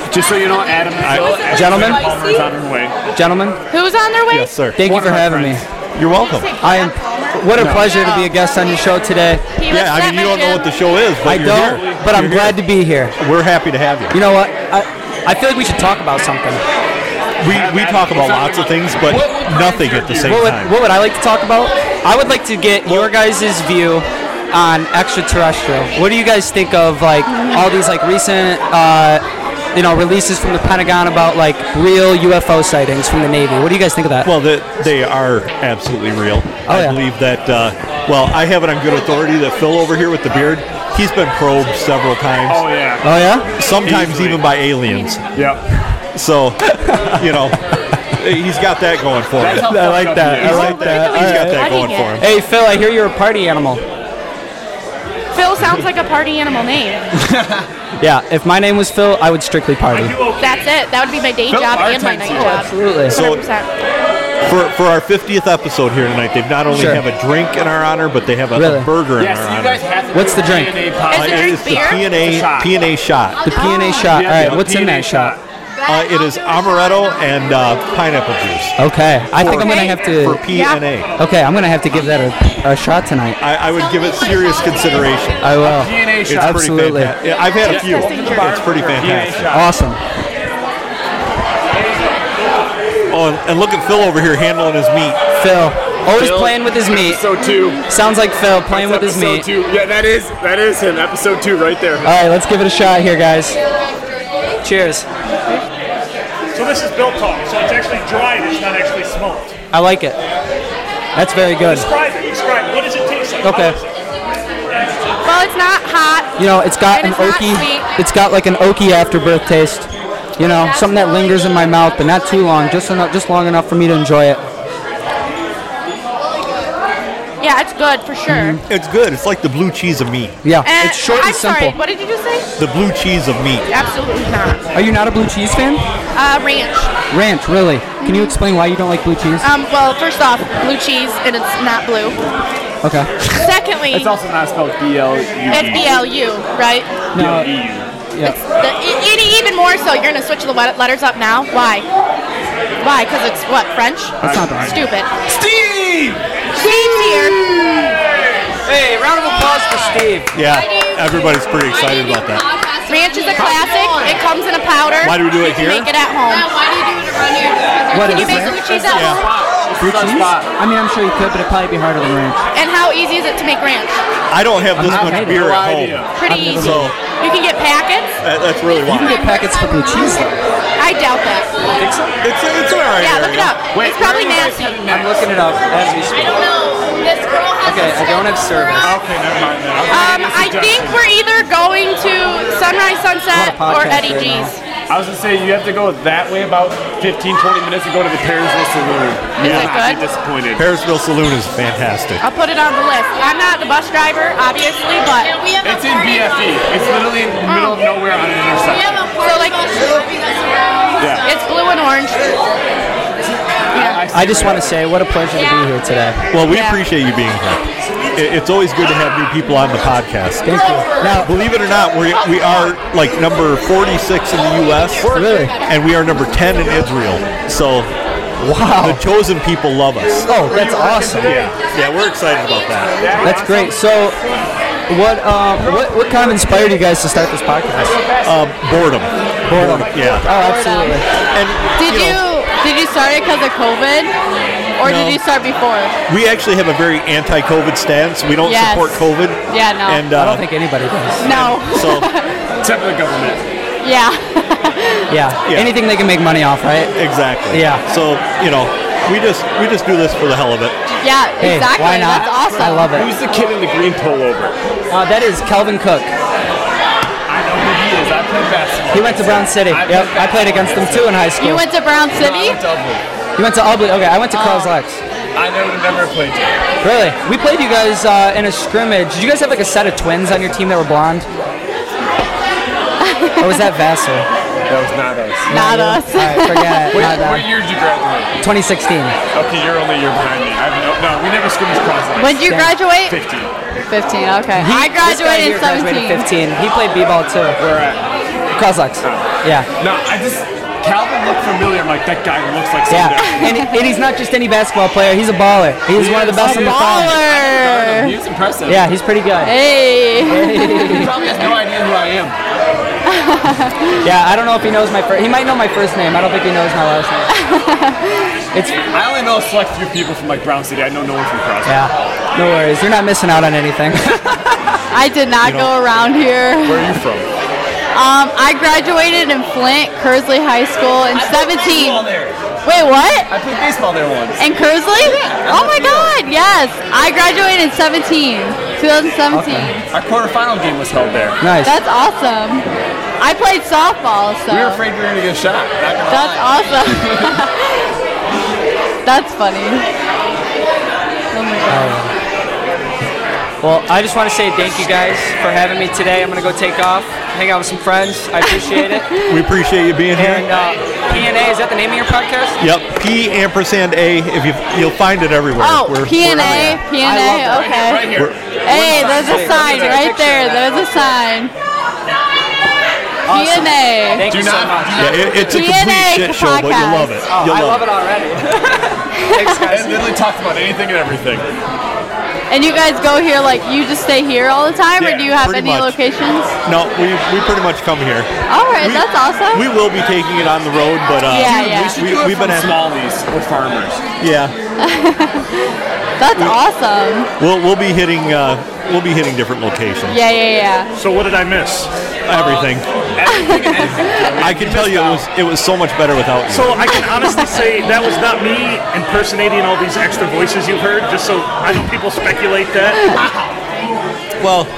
Speaker 3: Just so you know, Adam and Phil, Ashley
Speaker 12: Gentlemen?
Speaker 3: Palmer's on her way.
Speaker 12: Gentlemen,
Speaker 9: Who's on their way?
Speaker 1: yes, sir.
Speaker 12: thank you
Speaker 3: One of
Speaker 12: for
Speaker 3: our
Speaker 12: having me.
Speaker 3: friends.
Speaker 1: You're welcome.
Speaker 12: I am. What a pleasure to be a guest on your show today.
Speaker 9: He was
Speaker 1: Yeah, I
Speaker 9: at
Speaker 1: mean, you
Speaker 9: my
Speaker 1: don't know
Speaker 9: gym.
Speaker 1: what the show is, but
Speaker 12: I
Speaker 1: you're
Speaker 12: don't,
Speaker 1: here.
Speaker 12: but I'm
Speaker 1: You're here.
Speaker 12: glad to be here.
Speaker 1: We're happy to have you.
Speaker 12: You know what? I, I feel like we should talk about something.
Speaker 1: We, we talk about lots of things, but nothing at the same
Speaker 12: What would,
Speaker 1: time.
Speaker 12: what would I like to talk about? I would like to get your guys' view on extraterrestrial. What do you guys think of like all these like recent uh, you know releases from the Pentagon about like real UFO sightings from the Navy? What do you guys think of that?
Speaker 1: Well, the, they are absolutely real.
Speaker 12: Oh,
Speaker 1: I
Speaker 12: yeah.
Speaker 1: believe that. Uh, well, I have it on good authority that Phil over here with the beard, he's been probed several times,
Speaker 3: Oh, yeah.
Speaker 12: oh yeah.
Speaker 1: sometimes
Speaker 3: easily.
Speaker 1: even by aliens.
Speaker 3: Yeah.
Speaker 1: So, you know, he's got that going for
Speaker 3: That's
Speaker 1: him.
Speaker 3: how
Speaker 12: I like that. I like that.
Speaker 1: He's got
Speaker 12: All
Speaker 1: that
Speaker 12: right.
Speaker 1: going for him.
Speaker 12: Hey Phil, I hear you're a party animal.
Speaker 9: Phil sounds like a party animal name.
Speaker 12: Yeah, if my name was Phil, I would strictly party.
Speaker 9: That's it. That would be my day
Speaker 3: Phil
Speaker 9: job and my
Speaker 3: bartends
Speaker 9: night
Speaker 3: here.
Speaker 9: job.
Speaker 12: Absolutely.
Speaker 1: So-
Speaker 9: 100%.
Speaker 1: For, for our 50th episode here tonight, they've not only
Speaker 12: Sure.
Speaker 1: have a drink in our honor, but they have a, a
Speaker 12: Really?
Speaker 1: burger in
Speaker 3: Yes,
Speaker 1: our
Speaker 3: you
Speaker 1: honor.
Speaker 3: guys have to
Speaker 12: What's
Speaker 3: do
Speaker 12: the drink?
Speaker 3: a DNA
Speaker 1: Uh,
Speaker 3: pod.
Speaker 9: Is it drink
Speaker 1: it's the
Speaker 9: beer?
Speaker 1: PNA,
Speaker 3: It's a shot.
Speaker 1: PNA shot.
Speaker 12: The PNA shot.
Speaker 3: Yeah,
Speaker 12: All right,
Speaker 3: yeah,
Speaker 12: what's in
Speaker 3: PNA
Speaker 12: that shot?
Speaker 1: Uh, it is amaretto and uh, pineapple juice
Speaker 12: Okay, I think I'm gonna have
Speaker 1: for
Speaker 12: to.
Speaker 1: PNA.
Speaker 12: Okay, I'm gonna have to give that a, a shot tonight.
Speaker 1: I, I would give it serious consideration.
Speaker 12: I will.
Speaker 3: DNA
Speaker 1: It's
Speaker 3: shot.
Speaker 1: pretty
Speaker 12: Absolutely.
Speaker 1: fantastic. Yeah, I've had a few. It's pretty
Speaker 3: DNA
Speaker 1: fantastic.
Speaker 3: shot.
Speaker 12: Awesome.
Speaker 1: Oh, and, and look at Phil over here handling his meat.
Speaker 12: Phil, always
Speaker 3: Phil,
Speaker 12: playing with his meat.
Speaker 3: Episode two.
Speaker 12: Sounds like Phil playing with his
Speaker 3: episode
Speaker 12: meat.
Speaker 3: two. Yeah, that is that is him. Episode two, right there.
Speaker 12: All right, let's give it a shot here, guys. Cheers.
Speaker 13: So this is built talk. So it's actually dried. It's not actually smoked.
Speaker 12: I like it. That's very good.
Speaker 13: Describe it. Describe it. What does it taste like?
Speaker 12: Okay.
Speaker 13: How is it?
Speaker 11: Well, it's not hot.
Speaker 12: You know, it's got
Speaker 11: And
Speaker 12: an
Speaker 11: it's not
Speaker 12: oaky.
Speaker 11: sweet.
Speaker 12: It's got like an oaky afterbirth taste. You know, something that lingers in my mouth, but not too long. Just enough, just long enough for me to enjoy it.
Speaker 11: Yeah, it's good for sure.
Speaker 1: It's good. It's like the blue cheese of meat.
Speaker 12: Yeah,
Speaker 11: And
Speaker 12: Mm-hmm. it's short
Speaker 11: I'm
Speaker 12: and simple.
Speaker 11: sorry. What did you just say?
Speaker 1: The blue cheese of meat.
Speaker 11: Absolutely not.
Speaker 12: Are you not a blue cheese fan?
Speaker 11: Uh, ranch.
Speaker 12: Ranch, really? Can you explain why you don't like blue cheese?
Speaker 11: Um, well, first off, blue cheese, and it's not blue.
Speaker 12: Okay.
Speaker 11: Secondly,
Speaker 2: It's
Speaker 11: it's
Speaker 2: also not spelled B L U E.
Speaker 11: BLU, right?
Speaker 12: No.
Speaker 3: E
Speaker 11: It's the, e- e- even more so, you're going to switch the let- letters up now? Why? Why? Because it's what, French?
Speaker 12: That's not bad.
Speaker 11: Stupid. Steve! Steve's here.
Speaker 12: Hey, round of applause for Steve.
Speaker 1: Yeah, everybody's pretty excited about that.
Speaker 11: Ranch is a classic. It comes in a powder.
Speaker 1: Why do we do it
Speaker 11: You can
Speaker 1: here?
Speaker 11: Make it at home.
Speaker 14: Why do you do it around here?
Speaker 12: What
Speaker 11: Can
Speaker 12: is
Speaker 11: you make
Speaker 12: ranch?
Speaker 11: blue cheese at home?
Speaker 12: Blue cheese? I mean, I'm sure you could, but it'd probably be harder than ranch.
Speaker 11: And how easy is it to make ranch?
Speaker 1: I don't have this
Speaker 12: I'm not
Speaker 1: much
Speaker 12: hating.
Speaker 1: beer
Speaker 2: No
Speaker 1: at
Speaker 2: idea.
Speaker 1: home.
Speaker 11: Pretty
Speaker 12: I've never
Speaker 11: easy.
Speaker 1: So
Speaker 11: You can get packets.
Speaker 1: that, that's really
Speaker 12: You can
Speaker 1: why.
Speaker 12: get packets for blue cheese, though.
Speaker 11: I doubt that.
Speaker 1: It's it's all right.
Speaker 11: Yeah,
Speaker 1: there you
Speaker 11: look it
Speaker 1: go.
Speaker 11: up.
Speaker 2: Wait,
Speaker 11: It's probably
Speaker 2: where are you guys
Speaker 11: nasty.
Speaker 2: headed next?
Speaker 12: I'm looking it up as we speak.
Speaker 14: No, this girl has
Speaker 12: Okay, I don't have service.
Speaker 2: Okay, never mind that.
Speaker 11: Um, I think we're either going to Sunrise Sunset
Speaker 12: I'm on a
Speaker 11: or
Speaker 12: podcast
Speaker 11: Eddie G's.
Speaker 12: right
Speaker 2: I was gonna say you have to go that way about 15, 20 minutes and go to the Perry'sville Saloon.
Speaker 11: Is
Speaker 2: You'll
Speaker 11: it
Speaker 2: not
Speaker 11: good?
Speaker 2: Be disappointed.
Speaker 1: Parisville Saloon is fantastic.
Speaker 11: I'll put it on the list. I'm not the bus driver, obviously, but
Speaker 14: We have
Speaker 2: It's
Speaker 14: a
Speaker 2: in
Speaker 14: party
Speaker 2: BFE.
Speaker 14: line.
Speaker 2: It's literally in the
Speaker 11: Oh.
Speaker 2: middle of nowhere on
Speaker 14: We
Speaker 2: an intersection.
Speaker 14: have a party
Speaker 11: like-
Speaker 14: bus driving us around.
Speaker 2: Yeah.
Speaker 11: it's blue and orange.
Speaker 12: I just want to say, what a pleasure to be here today.
Speaker 1: Well, we
Speaker 11: Yeah.
Speaker 1: appreciate you being here. It, it's always good to have new people on the podcast.
Speaker 12: Thank you. Now,
Speaker 1: Believe it or not, we we are like number 46 in the U.S.
Speaker 12: Really?
Speaker 1: and we are number 10 in Israel. So the
Speaker 12: wow.
Speaker 1: chosen people love us.
Speaker 12: Oh, that's awesome.
Speaker 1: Yeah, we're excited about that.
Speaker 12: That's great. So, what, um, what what kind of inspired you guys to start this podcast?
Speaker 1: Um,
Speaker 9: Uh,
Speaker 1: boredom.
Speaker 12: Boredom.
Speaker 1: Yeah.
Speaker 12: Oh, absolutely.
Speaker 1: And
Speaker 11: Did you
Speaker 1: know,
Speaker 11: did you start it because of COVID, or
Speaker 1: No.
Speaker 11: did you start before?
Speaker 1: we actually have a very anti-COVID stance. We don't
Speaker 11: Yes.
Speaker 1: support COVID.
Speaker 11: Yeah, no.
Speaker 1: And
Speaker 12: I don't
Speaker 1: uh,
Speaker 12: think anybody does.
Speaker 11: No.
Speaker 1: so
Speaker 2: Except for the government.
Speaker 11: yeah.
Speaker 12: Yeah.
Speaker 1: Yeah.
Speaker 12: Anything they can make money off, right?
Speaker 1: exactly.
Speaker 12: Yeah.
Speaker 1: So you know, we just we just do this for the hell of it.
Speaker 11: Yeah.
Speaker 12: Hey,
Speaker 11: exactly.
Speaker 12: why not?
Speaker 11: That's awesome.
Speaker 12: I love it.
Speaker 2: Who's the kid in the green pullover?
Speaker 12: Uh, that is Kelvin Cook.
Speaker 2: I know who he is. I play basketball.
Speaker 12: He went to Brown City.
Speaker 2: I
Speaker 12: yep,
Speaker 2: played
Speaker 12: I played against them too in high school.
Speaker 11: You went Oh. to Brown City.
Speaker 12: You went to Ubley. Okay, I went to Carl's Lex.
Speaker 2: I never, never played. Jim.
Speaker 12: Really? We played you guys uh, in a scrimmage. Did you guys have like a set of twins on your team that were blonde? or was that Vassar?
Speaker 2: That was not us.
Speaker 11: Not us.
Speaker 12: All right, forget it.
Speaker 2: Wait,
Speaker 12: My
Speaker 2: what
Speaker 12: bad.
Speaker 2: year did you graduate?
Speaker 12: 2016.
Speaker 2: Okay, you're only a year behind me. I've no, no, we never scrimmaged cross
Speaker 11: When did you
Speaker 12: Yeah.
Speaker 11: graduate?
Speaker 2: 15.
Speaker 11: 15. Okay.
Speaker 12: He-
Speaker 11: I
Speaker 12: this guy
Speaker 11: graduated
Speaker 12: here
Speaker 11: in 17.
Speaker 12: graduated 15. He played b-ball too.
Speaker 2: Where at? Oh,
Speaker 12: Carl's Lex. Yeah.
Speaker 2: No, I just Calvin looked familiar. I'm like that guy looks like
Speaker 12: Yeah.
Speaker 2: somebody.
Speaker 12: And, and he's not just any basketball player. He's a baller. He's one of the best in the farm.
Speaker 11: Baller.
Speaker 2: He was impressive.
Speaker 12: Yeah, he's pretty good.
Speaker 11: Hey.
Speaker 2: He probably has no idea who I am.
Speaker 12: Yeah, I don't know if he knows my first. He might know my first name. I don't think he knows my last name. It's
Speaker 2: I only know a select few people from like Brown City. I know no one from Cross.
Speaker 12: yeah. No worries. You're not missing out on anything.
Speaker 11: I did not go around here.
Speaker 2: Where are you from?
Speaker 11: Um, I graduated in Flint, Kersley High School in 17. Wait, what?
Speaker 2: I played baseball there once.
Speaker 11: In Kersley? oh my God, yes. I graduated in 17, 2017.
Speaker 2: Our quarterfinal game was held there.
Speaker 12: nice.
Speaker 11: That's awesome. I played softball, so
Speaker 2: We were afraid we were gonna get shot. Not gonna
Speaker 11: that's
Speaker 2: lie.
Speaker 11: awesome. that's funny. Oh my God.
Speaker 12: Well, I just want to say thank you guys for having me today. I'm gonna go take off, hang out with some friends. I appreciate it.
Speaker 1: We appreciate you being here.
Speaker 12: And uh, PNA is that the name of your podcast?
Speaker 1: Yep. P ampersand A. If you you'll find it everywhere.
Speaker 11: Oh,
Speaker 1: We're-
Speaker 11: PNA, PNA,
Speaker 12: love
Speaker 11: okay.
Speaker 2: Right here.
Speaker 11: Hey, there's a
Speaker 12: Look at
Speaker 11: sign
Speaker 12: that
Speaker 11: right
Speaker 12: picture
Speaker 11: there.
Speaker 12: of that.
Speaker 11: There's a sign.
Speaker 12: Awesome.
Speaker 11: PNA.
Speaker 12: Thank
Speaker 2: Do
Speaker 12: you so
Speaker 2: not-
Speaker 12: much.
Speaker 1: Yeah, it- it's a complete
Speaker 11: DNA
Speaker 1: shit show, but you'll love it.
Speaker 12: Oh,
Speaker 1: You'll
Speaker 12: I love it already. Thanks, guys.
Speaker 2: And literally talked about anything and everything.
Speaker 11: And you guys go here like you just stay here all the time,
Speaker 1: Yeah,
Speaker 11: or do you have
Speaker 1: pretty
Speaker 11: any
Speaker 1: much.
Speaker 11: locations?
Speaker 1: No, we we pretty much come here.
Speaker 11: All right,
Speaker 1: We-
Speaker 11: that's awesome.
Speaker 1: We will be taking it on the road, but uh,
Speaker 11: Yeah, yeah.
Speaker 1: We, have been at
Speaker 2: smallies or farmers.
Speaker 1: yeah.
Speaker 11: That's awesome.
Speaker 1: We'll we'll be hitting uh, we'll be hitting different locations.
Speaker 11: Yeah, yeah,
Speaker 2: So what did I miss?
Speaker 1: Everything.
Speaker 12: Oh,
Speaker 1: I can tell you it was it was so much better without you.
Speaker 2: So I can honestly say that was not me impersonating all these extra voices you've heard. Just so I know people speculate that.
Speaker 1: well,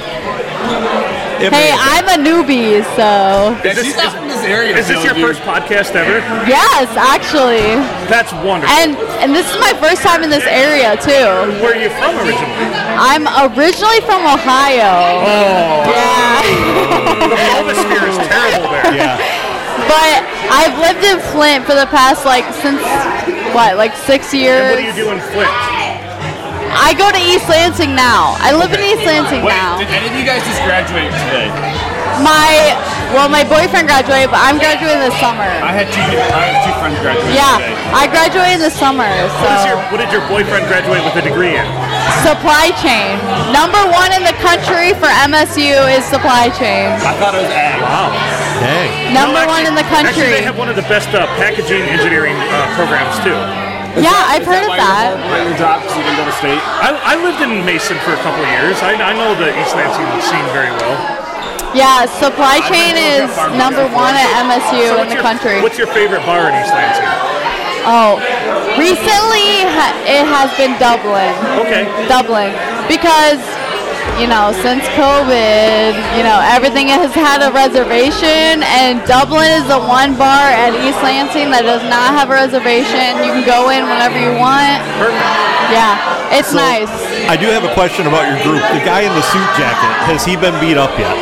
Speaker 11: yeah.
Speaker 1: it
Speaker 11: Hey,
Speaker 1: may have
Speaker 11: I'm a newbie, so
Speaker 2: Is this, is,
Speaker 4: this area.
Speaker 2: is this your first podcast ever?
Speaker 11: yes, actually.
Speaker 2: That's wonderful.
Speaker 11: And and this is my first time in this area too.
Speaker 2: Where are you from originally?
Speaker 11: I'm originally from Ohio.
Speaker 2: Oh,
Speaker 11: Yeah.
Speaker 2: the blogosphere is terrible
Speaker 1: been.
Speaker 2: there.
Speaker 1: yeah.
Speaker 11: But I've lived in Flint for the past like since what, like six
Speaker 2: And what do you
Speaker 11: years.
Speaker 2: do in Flint?
Speaker 11: I go to East Lansing now. I live in East Lansing
Speaker 4: Wait,
Speaker 11: now.
Speaker 4: did any of you guys just graduate today?
Speaker 11: My well, my boyfriend graduated, but I'm graduating this summer.
Speaker 4: I had two. people- I had two friends graduate
Speaker 11: Yeah,
Speaker 4: today.
Speaker 11: I graduated this summer,
Speaker 2: What, is your,
Speaker 11: so
Speaker 2: what did your boyfriend graduate with a degree in?
Speaker 11: supply chain. Number one in the country for MSU is supply chain.
Speaker 4: I thought it was ag.
Speaker 2: Wow.
Speaker 1: Dang.
Speaker 11: Number one in the
Speaker 2: Actually, they
Speaker 11: country.
Speaker 2: have one of the best uh, packaging engineering uh, programs too.
Speaker 11: Yeah, I've heard of that.
Speaker 4: Why your job? Because you didn't go to state.
Speaker 2: I, I lived in Mason for a couple of years. I, I know the East Lansing scene very well.
Speaker 11: Yeah, supply chain is number one at
Speaker 2: So
Speaker 11: MSU in
Speaker 2: what's
Speaker 11: the
Speaker 2: your-
Speaker 11: country.
Speaker 2: What's your favorite bar in East Lansing?
Speaker 11: Oh, recently ha- it has been Dublin.
Speaker 2: Okay.
Speaker 11: Dublin because you know since COVID, you know everything has had a reservation, and Dublin is the one bar at East Lansing that does not have a reservation. You can go in whenever you want.
Speaker 2: Perfect.
Speaker 11: Yeah, it's
Speaker 1: So,
Speaker 11: nice.
Speaker 1: I do have a question about your group. The guy in the suit jacket has he been beat up yet?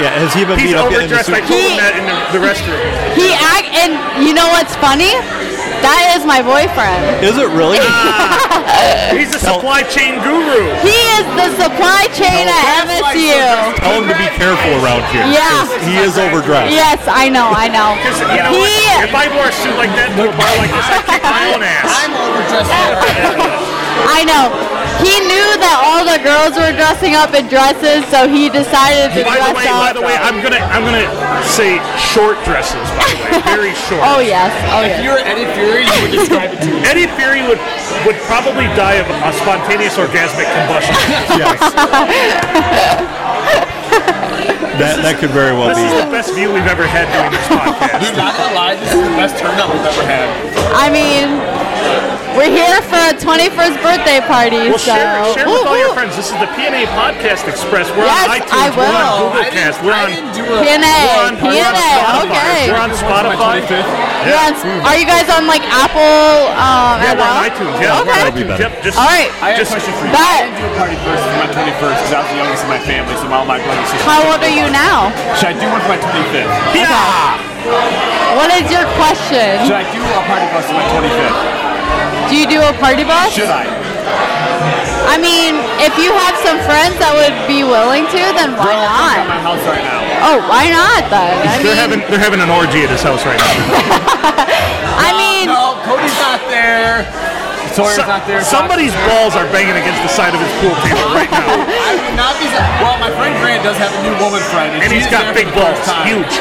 Speaker 1: yeah, has he been
Speaker 2: He's
Speaker 1: beat up yet in the
Speaker 2: overdressed. I
Speaker 1: suit?
Speaker 2: told him that in the, the restroom.
Speaker 11: He act, and you know what's funny? That is my boyfriend.
Speaker 1: Is it really?
Speaker 2: He's a supply chain guru.
Speaker 11: He is the supply chain at MSU.
Speaker 1: Tell him to be careful around here. 'cause
Speaker 11: Yeah.
Speaker 1: He is overdressed.
Speaker 11: Yes, I know, I know.
Speaker 2: 'Cause You know what?
Speaker 11: he,
Speaker 2: If I wore a suit like that to a bar like this, I'd kick my own ass.
Speaker 4: I'm overdressed.
Speaker 11: I know. He knew that all the girls were dressing up in dresses, so he decided to
Speaker 2: By
Speaker 11: dress
Speaker 2: the way,
Speaker 11: up.
Speaker 2: by the way, I'm gonna I'm gonna say short dresses. By the way, very short.
Speaker 11: oh yes, oh
Speaker 4: If
Speaker 11: yes.
Speaker 4: you're Eddie Fury, you would describe it to me.
Speaker 2: Eddie Fury would would probably die of a spontaneous orgasmic combustion.
Speaker 1: That, that could very well
Speaker 2: This is
Speaker 1: be.
Speaker 2: the best view we've ever had doing this podcast.
Speaker 4: Dude, not gonna lie, this is the best turnout we've ever had.
Speaker 11: I mean, we're here for a 21st birthday party,
Speaker 2: Well,
Speaker 11: so
Speaker 2: share, share
Speaker 11: Woo,
Speaker 2: with all your
Speaker 11: woo.
Speaker 2: friends. This is the PNA Podcast Express. We're on
Speaker 11: Yes,
Speaker 2: iTunes.
Speaker 11: I
Speaker 2: We're on
Speaker 11: will.
Speaker 4: I
Speaker 2: Google
Speaker 4: didn't,
Speaker 2: Cast. We're
Speaker 4: I
Speaker 2: on.
Speaker 4: didn't do a.
Speaker 2: We're
Speaker 11: PNA,
Speaker 2: on, we're on
Speaker 11: PNA,
Speaker 2: Spotify.
Speaker 11: okay.
Speaker 2: We're on Spotify.
Speaker 11: Yes. Are you guys on like Apple um,
Speaker 2: Yeah,
Speaker 11: as
Speaker 2: we're on
Speaker 11: well?
Speaker 2: iTunes. Yeah, we're
Speaker 11: Okay.
Speaker 2: on iTunes. Yep, just,
Speaker 11: All right.
Speaker 4: I have a
Speaker 2: Just-
Speaker 4: question for you. I
Speaker 11: That-
Speaker 4: didn't do a party first for my 21st because I was the youngest in my family, so all my brothers and sisters.
Speaker 11: How old are you now?
Speaker 4: Should I do one for my 25th?
Speaker 2: Yeah.
Speaker 11: What is your question?
Speaker 4: Should I do a party bus for my 25th?
Speaker 11: Do you do a party bus?
Speaker 4: Should I?
Speaker 11: I mean, if you have some friends that would be willing to, then why
Speaker 4: Girl, I'm at
Speaker 11: not?
Speaker 4: my house right now.
Speaker 11: Oh, why not then? I
Speaker 2: They're
Speaker 11: mean,
Speaker 2: having they're having an orgy at his house right now.
Speaker 11: I mean,
Speaker 4: No, Oh, Cody's not there. Sawyer's
Speaker 2: So-
Speaker 4: not there.
Speaker 2: somebody's balls are banging against the side of his pool table right now,
Speaker 4: I would not be. Well, my friend Grant does have a new woman friend, and,
Speaker 2: and he's
Speaker 4: she's
Speaker 2: got
Speaker 4: there
Speaker 2: big
Speaker 4: for the
Speaker 2: balls,
Speaker 4: first time.
Speaker 2: huge.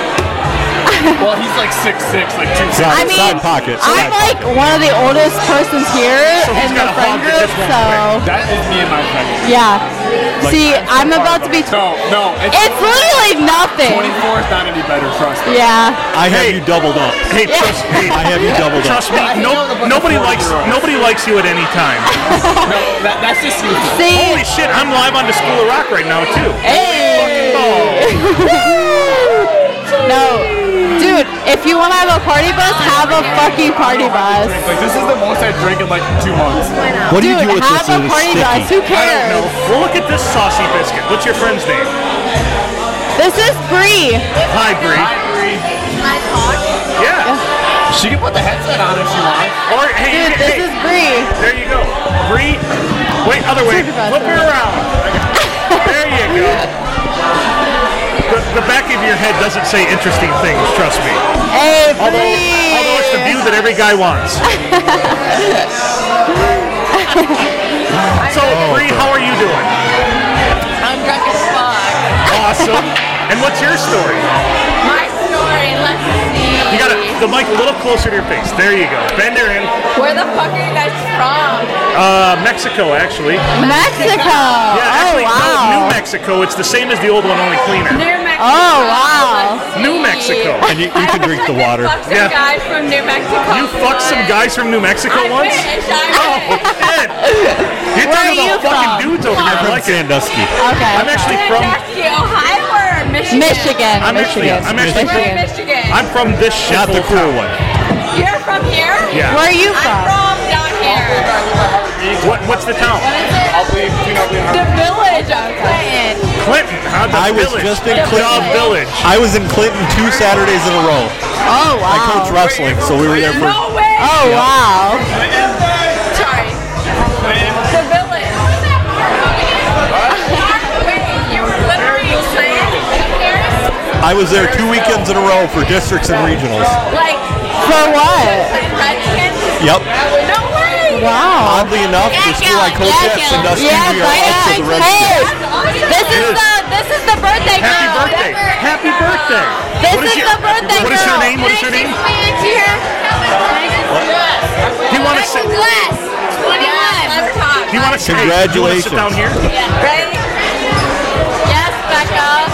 Speaker 4: Well, he's like six six, like two six.
Speaker 1: Side,
Speaker 11: I mean,
Speaker 1: side pocket.
Speaker 11: I'm
Speaker 1: side
Speaker 11: like one of the oldest persons here
Speaker 2: So he's
Speaker 11: in the
Speaker 2: got a hog that
Speaker 11: friend group,
Speaker 2: just went
Speaker 11: so
Speaker 4: That is me and my friend.
Speaker 11: yeah. See, I'm about to be.
Speaker 4: No, no, it's
Speaker 11: It's literally nothing.
Speaker 4: 24 is not any better. Trust me.
Speaker 11: Yeah.
Speaker 1: I have you doubled up.
Speaker 2: Hey, trust me.
Speaker 1: I have you doubled up.
Speaker 2: Trust me. No, nobody likes nobody likes you at any time.
Speaker 4: No, that, that's just you.
Speaker 11: See,
Speaker 2: Holy shit! I'm live on the School of Rock right now too. Oh,
Speaker 11: hey. no, dude, if you want to have a party bus, have a fucking party bus.
Speaker 4: Like this is the most I've drank in like two months.
Speaker 1: What do
Speaker 11: Dude,
Speaker 1: you do with
Speaker 11: have
Speaker 1: this? so
Speaker 11: a
Speaker 1: it's
Speaker 11: party
Speaker 1: sticky?
Speaker 11: bus. Who
Speaker 2: I don't know.
Speaker 11: cares?
Speaker 2: Well, look at this saucy biscuit. What's your friend's name?
Speaker 11: This is Bree.
Speaker 2: Hi, Bree. Yeah.
Speaker 4: She can put the headset on if she wants.
Speaker 2: Or hey, hey,
Speaker 11: Dude, this is Bree.
Speaker 2: there you go, Bree. Wait, other way.
Speaker 11: Talk about
Speaker 2: Flip her
Speaker 11: that.
Speaker 2: around. There you go. The, the back of your head doesn't say interesting things. Trust me.
Speaker 11: Hey,
Speaker 2: Although, although it's the view
Speaker 11: Bree.
Speaker 2: that every guy wants. so,
Speaker 11: Oh,
Speaker 2: Bree, how are you doing?
Speaker 12: I'm drunk as fuck.
Speaker 2: Awesome. And what's your story?
Speaker 12: My story right, let's see.
Speaker 2: You got to the mic a little closer to your face. There you go. Bend her in.
Speaker 12: Where the fuck are you guys from?
Speaker 2: Uh, Mexico, actually.
Speaker 11: Mexico.
Speaker 2: Yeah, actually,
Speaker 11: oh
Speaker 2: no, New
Speaker 11: wow.
Speaker 2: Mexico. It's the same as the old one, only cleaner.
Speaker 12: New Mexico.
Speaker 11: Oh, wow.
Speaker 12: Let's
Speaker 2: New
Speaker 12: see.
Speaker 2: Mexico.
Speaker 1: And you, you can drink the water.
Speaker 12: Fuck some
Speaker 2: Yeah.
Speaker 12: guy from New Mexico.
Speaker 2: You fucked some
Speaker 12: once.
Speaker 2: guys from New Mexico
Speaker 12: I
Speaker 2: once?
Speaker 12: wish, I
Speaker 2: Oh,
Speaker 12: wish.
Speaker 2: shit. You're
Speaker 11: Where are
Speaker 2: talking
Speaker 11: you
Speaker 2: about fucking
Speaker 11: from?
Speaker 2: dudes over there. I
Speaker 1: From
Speaker 2: like it.
Speaker 1: Sandusky.
Speaker 11: Okay.
Speaker 2: I'm actually
Speaker 12: From
Speaker 2: from.
Speaker 12: Ohio or Michigan?
Speaker 11: Michigan.
Speaker 2: I'm actually- I'm
Speaker 11: Michigan.
Speaker 2: actually-
Speaker 12: We're in
Speaker 11: Michigan.
Speaker 12: Michigan.
Speaker 2: I'm from this shit.
Speaker 1: Not the cool one.
Speaker 12: You're from here?
Speaker 2: Yeah.
Speaker 11: Where are you
Speaker 12: I'm
Speaker 11: from?
Speaker 12: from down here.
Speaker 2: What, what's the town?
Speaker 12: The village of Clinton.
Speaker 2: Clinton. Huh? The
Speaker 1: I was
Speaker 2: village.
Speaker 1: just in
Speaker 2: The
Speaker 1: Clinton.
Speaker 2: village.
Speaker 1: I was in Clinton two Saturdays in a row.
Speaker 11: Oh
Speaker 1: I coach
Speaker 11: wow.
Speaker 1: wrestling, so we were there for.
Speaker 12: No way.
Speaker 11: Oh wow.
Speaker 12: Sorry. The village. Wait, you were literally saying
Speaker 1: I was there two weekends in a row for districts and regionals.
Speaker 12: like
Speaker 11: For what?
Speaker 12: like Redskins?
Speaker 1: Yep.
Speaker 12: No way.
Speaker 11: Wow.
Speaker 1: Oddly enough, the school I coach at, Sandusky,
Speaker 11: Yes,
Speaker 1: we are also
Speaker 11: I
Speaker 1: the
Speaker 11: am.
Speaker 1: Redskins.
Speaker 11: Hey, this
Speaker 12: That's awesome.
Speaker 11: is the this is the birthday girl.
Speaker 2: Happy birthday. Happy birthday.
Speaker 11: This
Speaker 2: What
Speaker 11: is
Speaker 2: your-
Speaker 11: the birthday
Speaker 2: What is her
Speaker 11: girl.
Speaker 2: name? What is her name? Do you want to sit? Do
Speaker 12: Let's talk.
Speaker 2: you want to sit?
Speaker 1: Congratulations.
Speaker 2: Sit down here.
Speaker 12: Right? Yes, Becca.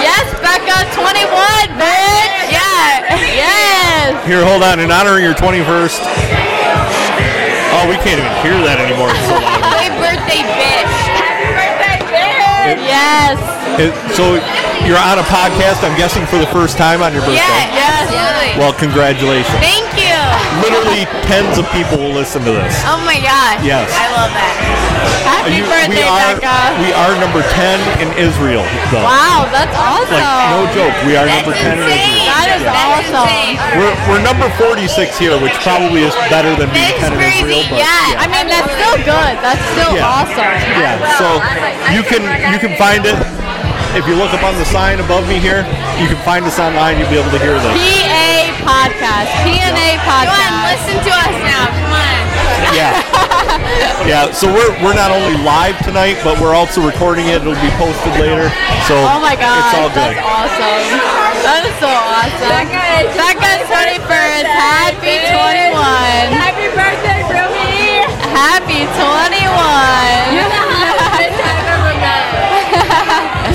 Speaker 11: Yes, Becca, 21, bitch. Yeah. Yes.
Speaker 1: Here, hold on. In honor of your 21st. Oh, we can't even hear that anymore. It's so loud.
Speaker 11: Happy birthday, bitch.
Speaker 12: Happy birthday, bitch.
Speaker 11: Yes.
Speaker 1: It- so you're on a podcast, I'm guessing, for the first time on your birthday.
Speaker 11: Yes. Absolutely.
Speaker 1: Well, congratulations.
Speaker 11: Thank you.
Speaker 1: Literally tens of people will listen to this.
Speaker 11: Oh my gosh.
Speaker 1: Yes.
Speaker 11: I love that. Happy
Speaker 1: You- we
Speaker 11: birthday,
Speaker 1: are
Speaker 11: Becca.
Speaker 1: we are number 10 in Israel, though.
Speaker 11: Wow, that's awesome.
Speaker 1: Like, no joke, we are number 10 in Israel.
Speaker 11: That is awesome.
Speaker 1: We're, we're number 46 here, which probably is better than being 10 in Israel. But
Speaker 11: yeah. I mean, that's still good. That's still
Speaker 1: Yeah.
Speaker 11: awesome.
Speaker 1: Yeah, so you can you can find it if you look up on the sign above me here. You can find us online. You'll be able to hear this.
Speaker 11: PA podcast. PNA podcast.
Speaker 12: Listen to us now. Come on.
Speaker 1: Yeah, yeah. So we're we're not only live tonight, but we're also recording it. It'll be posted later. So
Speaker 11: Oh my god.
Speaker 1: it's all good.
Speaker 11: That's awesome. That is so awesome.
Speaker 12: Becca, it's
Speaker 11: Becca,
Speaker 12: your
Speaker 11: 21st. Happy
Speaker 12: birthday.
Speaker 11: 21.
Speaker 12: Happy birthday, Ruby.
Speaker 11: Happy 21.
Speaker 12: You're the hottest bitch I've ever met.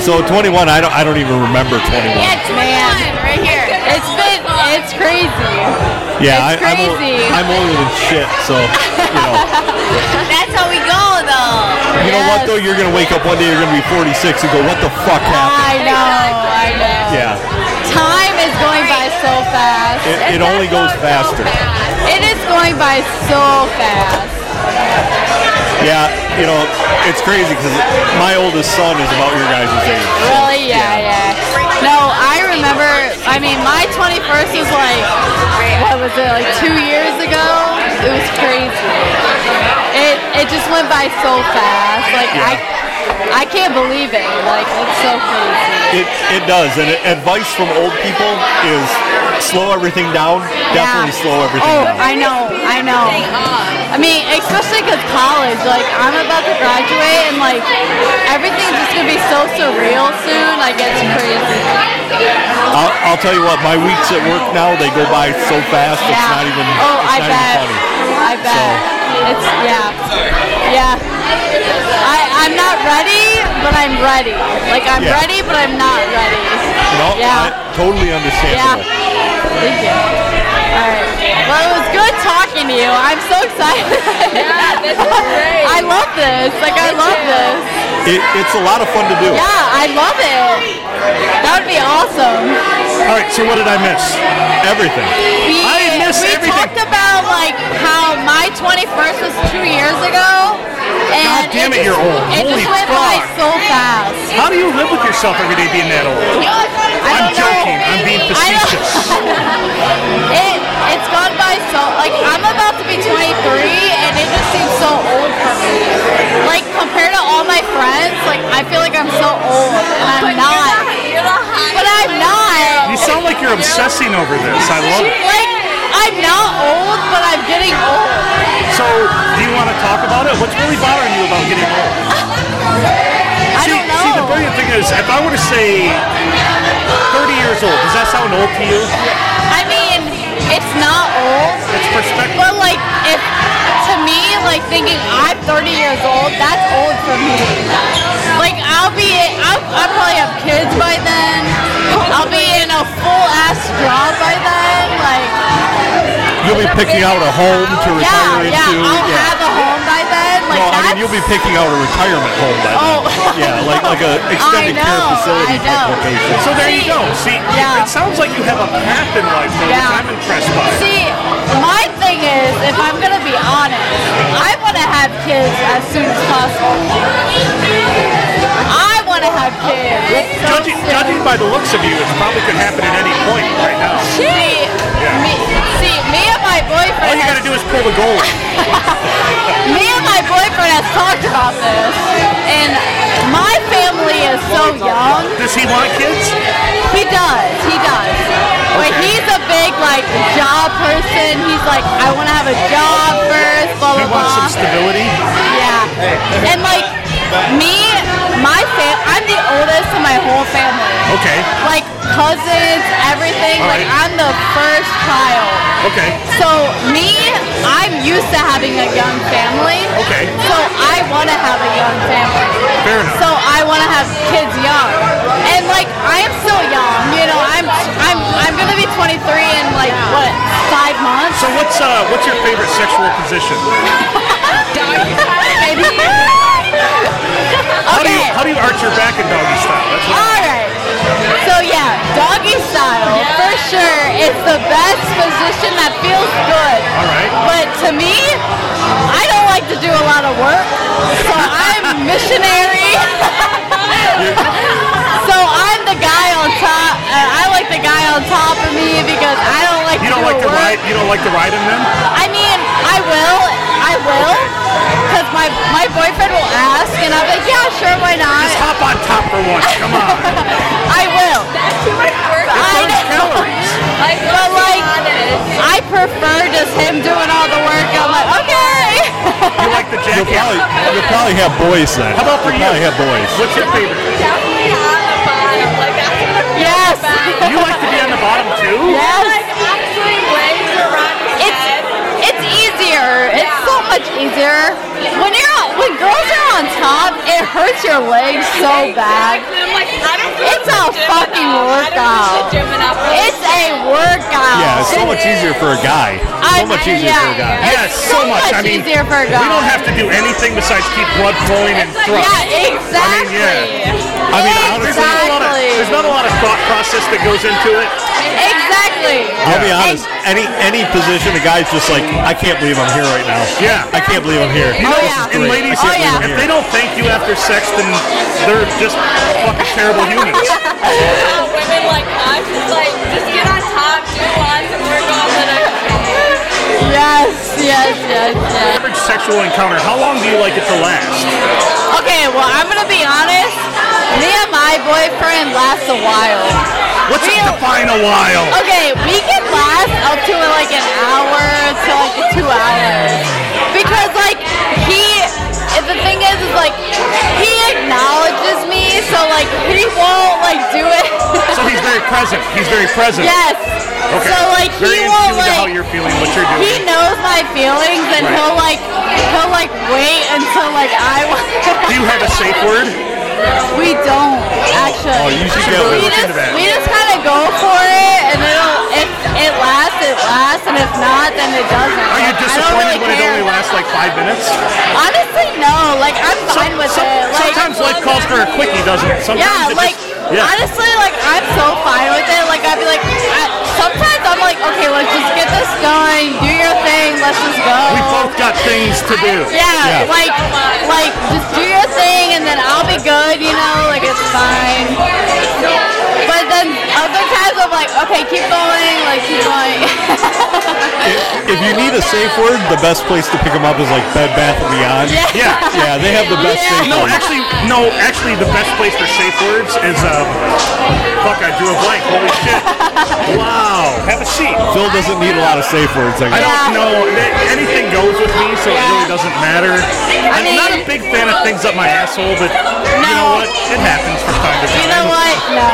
Speaker 1: So 21. I don't I don't even remember 21.
Speaker 11: Yes, man. Right here. It's been, it's crazy.
Speaker 1: Yeah, I,
Speaker 11: it's
Speaker 1: I'm ol-
Speaker 11: crazy.
Speaker 1: I'm older than shit. So you know.
Speaker 11: That's how we go, though.
Speaker 1: You know what though? You're gonna wake up one day. You're gonna be 46 and go, "What the fuck happened?"
Speaker 11: I know, I know.
Speaker 1: Yeah,
Speaker 11: Time is going by so fast.
Speaker 1: it, it only goes faster.
Speaker 11: It is going by so fast.
Speaker 1: Yeah, you know, it's crazy because my oldest son is about your guys' age.
Speaker 11: Really? Yeah, yeah. No, I remember, I mean, my 21st was like, what was it, like two years ago? It was crazy. It, it just went by so fast. Like, I, I can't believe it. Like, it's so
Speaker 1: It,
Speaker 11: crazy.
Speaker 1: it does, and it, advice from old people is slow everything down. Definitely
Speaker 11: Yeah.
Speaker 1: slow everything
Speaker 11: Oh,
Speaker 1: down.
Speaker 11: I know, I know. I mean, especially because college, like, I'm about to graduate and, like, everything's just gonna be so surreal soon. Like, it's crazy.
Speaker 1: I'll, I'll tell you what, my weeks at work now they go by so fast.
Speaker 11: Yeah.
Speaker 1: It's not even.
Speaker 11: oh,
Speaker 1: it's
Speaker 11: I
Speaker 1: not
Speaker 11: bet.
Speaker 1: even funny.
Speaker 11: I bet. It's, yeah. Yeah. I, I'm not ready, but I'm ready. Like, I'm
Speaker 1: Yeah.
Speaker 11: ready, but I'm not ready.
Speaker 1: No,
Speaker 11: Yeah.
Speaker 1: I- totally
Speaker 11: Yeah.
Speaker 1: understandable.
Speaker 11: Thank you. All right. Well, it was good talking to you. I'm so excited. Yeah,
Speaker 12: this is great.
Speaker 11: I love this. Like, I love this.
Speaker 1: It, it's a lot of fun to do.
Speaker 11: Yeah, I love it. That would be awesome.
Speaker 2: All right. So what did I miss?
Speaker 1: Everything.
Speaker 11: We,
Speaker 2: I miss
Speaker 11: we
Speaker 2: everything.
Speaker 11: talked about like how my 21st was two years ago. And
Speaker 2: God damn it,
Speaker 11: just-
Speaker 2: you're old.
Speaker 11: It
Speaker 2: Holy
Speaker 11: just went by
Speaker 2: fuck.
Speaker 11: so fast.
Speaker 2: How do you live with yourself every day being that old?
Speaker 11: I
Speaker 2: I'm
Speaker 11: don't know.
Speaker 2: joking. I'm being
Speaker 11: I don't-
Speaker 2: facetious.
Speaker 11: It, it's gone by so like I'm about to be 23 and it just seems so old for me. Like compared to all my friends, like I feel like I'm so old and I'm not.
Speaker 12: You're the hottest.
Speaker 11: But I'm not.
Speaker 2: You sound like you're obsessing over this. I love it.
Speaker 11: Like I'm not old, but I'm getting old.
Speaker 2: So, do you want to talk about it? What's really bothering you about getting old? I see, don't know. See, the brilliant thing is, if I were to say 30 years old, does that sound old to you?
Speaker 11: I mean, it's not old.
Speaker 2: It's perspective.
Speaker 11: But like, if to me, like thinking I'm 30 years old, that's old for me. Like, I'll be, I'll, I'll probably have kids by then. I'll be in a full ass job by then. Like,
Speaker 1: You'll be picking out a home to
Speaker 11: yeah,
Speaker 1: retire
Speaker 11: yeah,
Speaker 1: into.
Speaker 11: I'll have a home by then. Like,
Speaker 1: no, I mean
Speaker 11: that's
Speaker 1: you'll be picking out a retirement home by then.
Speaker 11: Oh, I
Speaker 1: yeah, like like a
Speaker 11: know.
Speaker 1: extended
Speaker 11: I
Speaker 1: care
Speaker 11: know,
Speaker 1: facility
Speaker 11: I know.
Speaker 1: type location.
Speaker 2: So there you go. See, it
Speaker 11: Yeah.
Speaker 2: sounds like you have a path in life, though,
Speaker 11: Yeah.
Speaker 2: which I'm impressed by.
Speaker 11: See, my thing is, if I'm gonna be honest, I want to have kids as soon as possible. I want to have kids. so
Speaker 2: Judging,
Speaker 11: soon.
Speaker 2: judging by the looks of you, it probably could happen at any point right now.
Speaker 11: See, me, see, me and my boyfriend.
Speaker 2: All you
Speaker 11: has-
Speaker 2: gotta do is pull the goal.
Speaker 11: Me and my boyfriend has talked about this, and my family is so young.
Speaker 2: Does he want kids?
Speaker 11: He does. He does. But he's a big like job person. He's like, I want to have a job first. Blah blah
Speaker 2: He wants
Speaker 11: blah.
Speaker 2: some stability.
Speaker 11: Yeah. And like me, my fam, I'm the oldest in my whole family.
Speaker 2: Okay.
Speaker 11: Like cousins, everything.
Speaker 2: All
Speaker 11: Like
Speaker 2: right.
Speaker 11: I'm the first child.
Speaker 2: Okay.
Speaker 11: So me, I'm used to having a young family.
Speaker 2: Okay.
Speaker 11: So I want to have a young family.
Speaker 2: Fair enough.
Speaker 11: So I want to have kids young, and like I am still young. You know, I'm I'm I'm gonna be 23 in like what five months.
Speaker 2: So what's uh what's your favorite sexual position?
Speaker 11: Maybe.
Speaker 2: How do you
Speaker 11: okay.
Speaker 2: how do you arch your back in doggy style? That's what
Speaker 11: All right. So yeah, doggy style for sure. It's the best position that feels good.
Speaker 2: All right.
Speaker 11: But to me, I don't like to do a lot of work, so I'm missionary. so I'm the guy on top. Uh, I like the guy on top of me because I don't like
Speaker 2: You
Speaker 11: to
Speaker 2: don't
Speaker 11: do
Speaker 2: like to
Speaker 11: work.
Speaker 2: ride you don't like to ride in them?
Speaker 11: I mean, I will, I will, because my my boyfriend will ask, and I'm like, yeah, sure, why not?
Speaker 2: Just hop on top for once. Come on.
Speaker 11: I will. That's too much work. I
Speaker 2: Burns
Speaker 11: know.
Speaker 2: calories.
Speaker 11: Like, but like, I prefer just him doing all the work. I'm like, okay.
Speaker 2: You like the
Speaker 1: You'll probably
Speaker 2: jacket?
Speaker 1: you'll probably have boys then.
Speaker 2: How about for
Speaker 1: you'll
Speaker 2: you?
Speaker 1: probably have boys.
Speaker 2: What's your favorite?
Speaker 12: Definitely on the bottom. Like that's what I'm
Speaker 11: Yes.
Speaker 2: You like to be on the bottom too?
Speaker 11: Yes.
Speaker 12: like actually legs around his
Speaker 11: It's
Speaker 12: head.
Speaker 11: it's easier. It's so much easier. When you're on, when girls are on top, it hurts your legs so bad.
Speaker 12: And I'm like, I don't go
Speaker 11: It's
Speaker 12: to
Speaker 11: a
Speaker 12: the gym
Speaker 11: fucking
Speaker 12: enough.
Speaker 11: workout.
Speaker 12: I don't go to the gym enough.
Speaker 11: It's a workout.
Speaker 1: Yeah, it's so
Speaker 11: It
Speaker 1: much easier for a guy.
Speaker 11: I-
Speaker 1: So much
Speaker 11: I-
Speaker 1: easier
Speaker 11: yeah,
Speaker 1: for a guy.
Speaker 11: yeah.
Speaker 2: Yes,
Speaker 11: It's
Speaker 2: so
Speaker 11: so
Speaker 2: much.
Speaker 11: much
Speaker 2: I mean,
Speaker 11: easier for a
Speaker 2: we don't
Speaker 11: guy.
Speaker 2: have to do anything besides keep blood flowing and thrust.
Speaker 11: Yeah, exactly.
Speaker 1: I mean,
Speaker 2: There's not, a lot of, there's not a lot of thought process that goes into it.
Speaker 11: Exactly.
Speaker 1: I'll be honest. Any any position, the guy's just like, I can't believe I'm here right now.
Speaker 2: Yeah.
Speaker 1: I can't believe I'm here.
Speaker 2: You
Speaker 11: Oh,
Speaker 2: know,
Speaker 11: yeah.
Speaker 2: and ladies,
Speaker 11: Oh,
Speaker 2: if-
Speaker 11: yeah.
Speaker 2: if they don't thank you after sex, then they're just fucking terrible humans.
Speaker 12: How women like us, it's like just get on top, do lots of work on the next day.
Speaker 11: Yes, yes, yes, yes.
Speaker 2: Average sexual encounter, how long do you like it to last?
Speaker 11: Okay, well, I'm gonna be honest. Me and my boyfriend lasts a while.
Speaker 2: What's
Speaker 11: We-
Speaker 2: define a while?
Speaker 11: Okay, we can last up to like an hour to like two hours because like he. and The thing is, is like he acknowledges me, so like he won't like do it.
Speaker 2: So he's very present. He's very present.
Speaker 11: yes.
Speaker 2: Okay.
Speaker 11: So like
Speaker 2: very in
Speaker 11: he
Speaker 2: tune
Speaker 11: won't
Speaker 2: to how
Speaker 11: like.
Speaker 2: you're feeling, what you're
Speaker 11: He
Speaker 2: doing.
Speaker 11: knows my feelings, and
Speaker 2: Right.
Speaker 11: he'll like he'll like wait until like I want.
Speaker 2: Do you have a safe word?
Speaker 11: We don't actually.
Speaker 1: Oh, you should get
Speaker 11: we
Speaker 1: with-
Speaker 11: just,
Speaker 2: into that.
Speaker 11: We just kind of go for it, and it'll if it lasts, it lasts, and if not, then it doesn't.
Speaker 2: Are you
Speaker 11: Like, I don't
Speaker 2: disappointed
Speaker 11: really
Speaker 2: when it
Speaker 11: care.
Speaker 2: only lasts like five minutes?
Speaker 11: Honestly, no. Like I'm fine with
Speaker 2: some-
Speaker 11: it. Like,
Speaker 2: sometimes life calls for a quickie, doesn't it? Sometimes it
Speaker 11: Yeah, like
Speaker 2: just, yeah.
Speaker 11: honestly, like I'm so fine with it. Like I'd be like, I, sometimes I'm like, okay, let's just get this done. Do your thing. Let's just go.
Speaker 2: we both got things to do.
Speaker 11: Yeah, like like just do your thing and then I'll be good, you know, like it's fine. But then other times I'm like, okay, keep going, like keep going.
Speaker 1: If you need a safe word, the best place to pick them up is like Bed Bath and Beyond.
Speaker 2: Yeah.
Speaker 1: yeah, they have the best safe
Speaker 2: No,
Speaker 1: word.
Speaker 2: actually, no, actually, the best place for safe words is um. Fuck, I drew a blank. Holy shit! Wow, have a seat.
Speaker 1: Phil doesn't need a lot of safe words. I
Speaker 2: I
Speaker 1: guess.
Speaker 2: don't know. that- Anything goes with me, so it really doesn't matter. I'm not a big fan of things up my asshole, but you know what? It happens from time to time.
Speaker 10: You know what? No.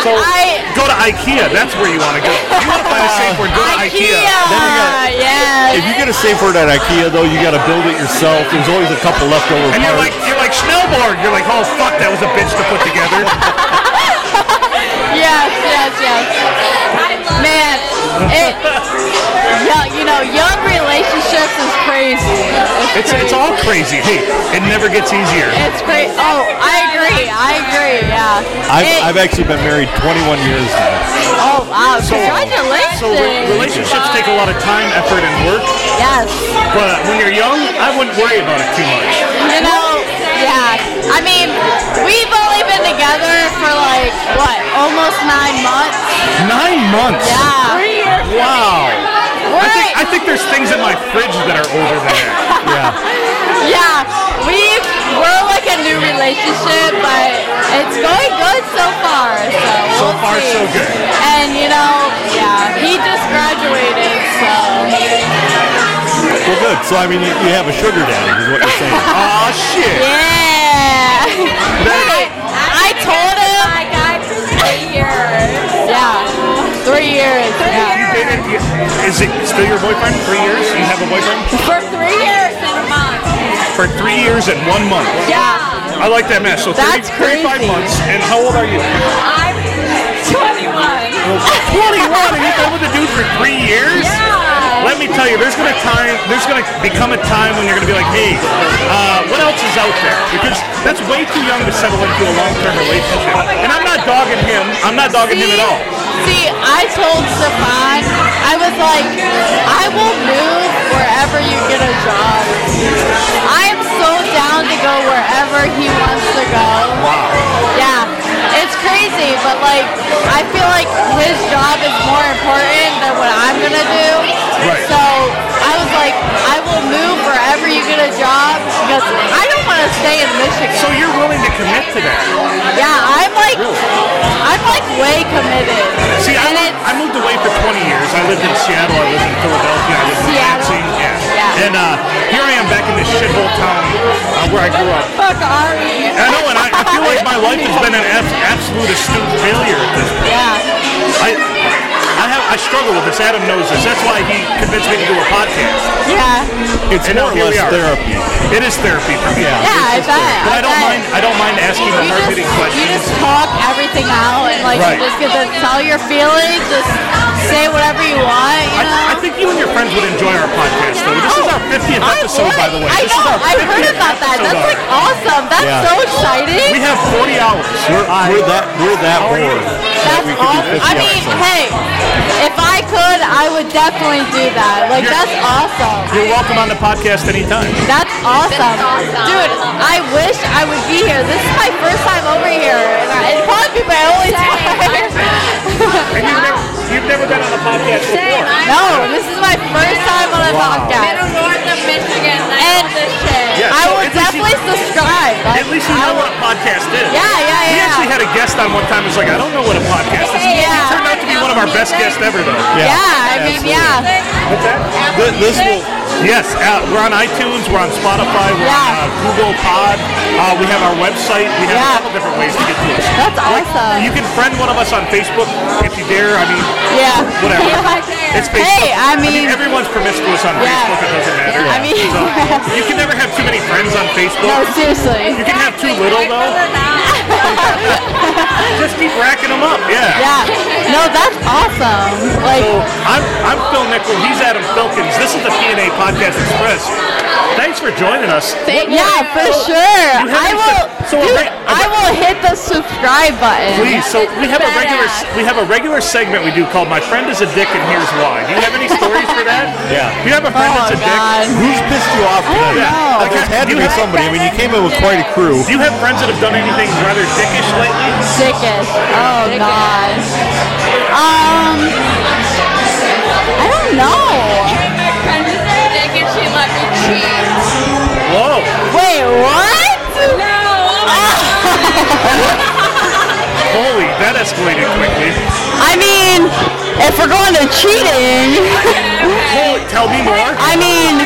Speaker 2: So
Speaker 10: I.
Speaker 2: go to IKEA. That's where you want to go. You want to find a safe word? Go to IKEA.
Speaker 10: Uh, yeah.
Speaker 1: If you get a safe word at IKEA, though, you got to build it yourself. There's always a couple leftover
Speaker 2: And you're like,
Speaker 1: parts.
Speaker 2: you're like Schnellborg. You're like, oh fuck, that was a bitch to put together.
Speaker 11: Yes, yes, yes. Man, it, yeah, you know, young relationships is crazy.
Speaker 2: It's it's all crazy. Hey, it never gets easier.
Speaker 11: It's crazy. Oh, I agree. I agree. Yeah. It-
Speaker 1: I've, I've actually been married 21 years now.
Speaker 11: oh wow!
Speaker 2: So-
Speaker 11: Congratulations.
Speaker 2: So re- relationships take a lot of time, effort, and work.
Speaker 11: Yes.
Speaker 2: But when you're young, I wouldn't worry about it too much.
Speaker 11: You know, yeah. I mean, we've only been together for like what, almost nine months.
Speaker 2: Nine months.
Speaker 11: Yeah.
Speaker 2: Wow. I think,
Speaker 11: We're
Speaker 2: I think there's things in my fridge that are older than that.
Speaker 1: Yeah.
Speaker 11: yeah. We we're like a new relationship, but it's going good so far. So,
Speaker 2: So
Speaker 11: we'll
Speaker 2: far,
Speaker 11: see.
Speaker 2: so good.
Speaker 11: And you know, yeah, he just graduated, so
Speaker 1: Well, good. So, I mean, you, you have a sugar daddy, is what you're saying.
Speaker 2: Aw, shit.
Speaker 11: yeah.
Speaker 2: That-
Speaker 11: I told him.
Speaker 12: My guy for three years.
Speaker 11: Yeah, three years. Yeah.
Speaker 2: You dated? Is it still your boyfriend? Three years? You have a boyfriend
Speaker 12: For three years and a month.
Speaker 2: for three years and one month.
Speaker 11: Yeah.
Speaker 2: I like that match. So
Speaker 11: That's
Speaker 2: 30, 35
Speaker 11: crazy.
Speaker 2: months. And how old are you?
Speaker 12: I'm
Speaker 2: 21.
Speaker 12: 21.
Speaker 2: And you've been with a dude for three years.
Speaker 12: Yeah.
Speaker 2: Let me tell you, there's gonna time. There's gonna become a time when you're gonna be like, hey, uh, what else is out there? Because that's way too young to settle into a long-term relationship. And I'm not dogging him. I'm not dogging him at all.
Speaker 11: Oh See, I told Stefan, I was like, I will move wherever you get a job. I am so down to go wherever he wants to go. Wow. Yeah. It's crazy, but like, I feel like his job is more important than what I'm gonna do.
Speaker 2: Right.
Speaker 11: So I was like, I will move wherever you get a job because I don't want to stay in Michigan.
Speaker 2: So you're willing to commit to that?
Speaker 11: Yeah, I'm like, I'm like way committed.
Speaker 2: See, I
Speaker 11: and
Speaker 2: moved,
Speaker 11: it's,
Speaker 2: I moved away for 20 years. I lived in Seattle. I lived in Philadelphia. I lived in
Speaker 11: Seattle?
Speaker 2: Lansing. Yeah.
Speaker 11: Yeah.
Speaker 2: And uh, here I am back in this shithole town uh, where I grew up.
Speaker 11: fuck Ari.
Speaker 2: I know, and I, I feel like my life has been an ab- absolute astute failure at this point.
Speaker 11: Yeah,
Speaker 2: I, I, have, I struggle with this. Adam knows this. That's why he convinced me to do a podcast.
Speaker 11: yeah,
Speaker 1: It's
Speaker 2: And now
Speaker 1: more or
Speaker 2: here we
Speaker 1: less
Speaker 2: are.
Speaker 1: therapy.
Speaker 2: It is therapy for me.
Speaker 1: Yeah.
Speaker 11: yeah. I bet.
Speaker 2: But I don't
Speaker 11: bet.
Speaker 2: mind. I don't mind asking the
Speaker 11: You
Speaker 2: hard
Speaker 11: just,
Speaker 2: hitting
Speaker 11: you
Speaker 2: questions.
Speaker 11: just talk everything out and like
Speaker 2: Right.
Speaker 11: you just get to tell your feelings, just say whatever you want, you know.
Speaker 2: I, I think you and your friends would enjoy our podcast, though. This is our 50th
Speaker 11: I
Speaker 2: episode,
Speaker 11: would.
Speaker 2: by the way.
Speaker 11: I
Speaker 2: This is
Speaker 11: know.
Speaker 2: our
Speaker 11: I heard
Speaker 2: 50th
Speaker 11: about that.
Speaker 2: episode
Speaker 11: That's like
Speaker 2: already.
Speaker 11: awesome. That's
Speaker 1: Yeah.
Speaker 11: so exciting.
Speaker 2: We have 40 hours.
Speaker 1: We're, we're that, we're that
Speaker 2: How are you?
Speaker 1: bored. that
Speaker 11: That's
Speaker 1: we could do
Speaker 11: awesome.
Speaker 1: 50
Speaker 11: I mean,
Speaker 1: episodes.
Speaker 11: hey, if I could, I would definitely do that. Like,
Speaker 2: You're-
Speaker 11: that's awesome.
Speaker 2: You're welcome on the podcast anytime.
Speaker 11: That's awesome. Dude, I wish I would be here. This is my first time over here. and I- It'd probably be my only time.
Speaker 2: And you've never, you've never been on a podcast
Speaker 12: Same.
Speaker 2: before.
Speaker 12: I'm
Speaker 11: no, this is my first time on a
Speaker 12: middle
Speaker 11: podcast.
Speaker 7: Oh,
Speaker 12: north of Michigan. I
Speaker 11: And-
Speaker 12: love this shit.
Speaker 2: Yeah,
Speaker 11: I
Speaker 2: so at
Speaker 11: would
Speaker 2: least you-
Speaker 11: definitely subscribe. Like,
Speaker 2: At least you
Speaker 11: I
Speaker 2: know what
Speaker 11: would-
Speaker 2: a podcast is.
Speaker 11: Yeah, yeah,
Speaker 2: We
Speaker 11: yeah.
Speaker 2: actually had a guest on one time who's like, I don't know what a podcast is.
Speaker 11: Yeah.
Speaker 2: He turned out to be one of our best guests ever, though.
Speaker 11: yeah, I mean, yeah.
Speaker 2: What's that?
Speaker 1: Th- this will,
Speaker 2: Yes, uh, we're on iTunes, we're on Spotify, we're on
Speaker 11: Yeah.
Speaker 2: uh, Google Pod, uh, we have our website, we have a
Speaker 11: Yeah.
Speaker 2: couple different ways to get to us.
Speaker 11: That's awesome.
Speaker 2: You can friend one of us on Facebook if you dare. I mean,
Speaker 11: Yeah.
Speaker 2: whatever. It's Facebook.
Speaker 11: Hey, I mean,
Speaker 2: everyone's promiscuous on
Speaker 11: Yeah.
Speaker 2: Facebook. It doesn't matter.
Speaker 11: I mean,
Speaker 2: So, you can never have too many friends on Facebook.
Speaker 11: no, seriously.
Speaker 2: You can have too little though. Just keep racking them up. Yeah.
Speaker 11: Yeah. No, that's awesome. Like,
Speaker 2: So I'm, I'm Phil Nickel. He's Adam Filkins. This is the PNA Podcast Express. Thanks for joining us.
Speaker 11: yeah, for sure.
Speaker 2: You haven't
Speaker 11: I will,
Speaker 2: said- so a
Speaker 11: dude,
Speaker 2: re- a
Speaker 11: I
Speaker 2: re-
Speaker 11: will hit the subscribe button.
Speaker 2: Please. So we have a regular
Speaker 11: Badass.
Speaker 2: we have a regular segment we do called "My Friend Is a Dick and Here's Why." Do you have any stories for that?
Speaker 1: Yeah.
Speaker 2: Do you have a friend
Speaker 11: Oh,
Speaker 2: that's a
Speaker 11: God.
Speaker 2: dick?
Speaker 1: who's pissed you off today?
Speaker 2: Yeah.
Speaker 1: Like, there's had to
Speaker 2: You
Speaker 1: be
Speaker 2: have-
Speaker 1: somebody. I mean, you came in with quite a crew.
Speaker 2: Do you have friends that have done anything rather dickish lately?
Speaker 11: Sickest. Oh god. Um. No.
Speaker 12: My friend was a dick and she let me cheat.
Speaker 2: Whoa.
Speaker 11: Wait, what?
Speaker 12: No. Oh my
Speaker 2: Holy, that escalated quickly.
Speaker 11: I mean, if we're going to cheating,
Speaker 2: Holy, tell me more.
Speaker 11: I mean,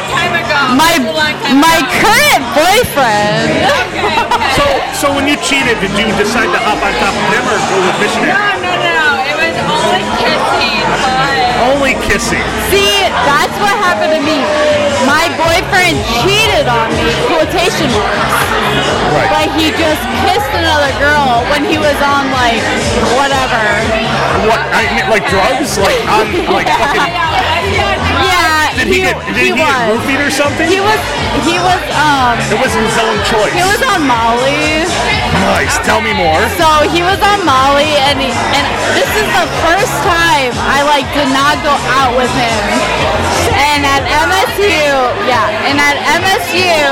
Speaker 11: my my current boyfriend.
Speaker 2: So, so when you cheated, did you decide to hop on top of him or go with missionary?
Speaker 12: God, no, no. It was only kissing, but
Speaker 2: Only kissing.
Speaker 11: See, that's what happened to me. My boyfriend cheated on me. Quotation marks. Like he just kissed another girl when he was on like whatever.
Speaker 2: What? I mean, like drugs? Like on? Like fucking?
Speaker 11: Yeah.
Speaker 2: Did he, get? Did he, get
Speaker 11: was.
Speaker 2: roofied or something?
Speaker 11: He was. He was. Um.
Speaker 2: it was his own choice.
Speaker 11: He was on Molly.
Speaker 2: nice. Tell me more.
Speaker 11: So he was on Molly, and he, and this is the first time I like did not go out with him. And at MSU, yeah, and at MSU,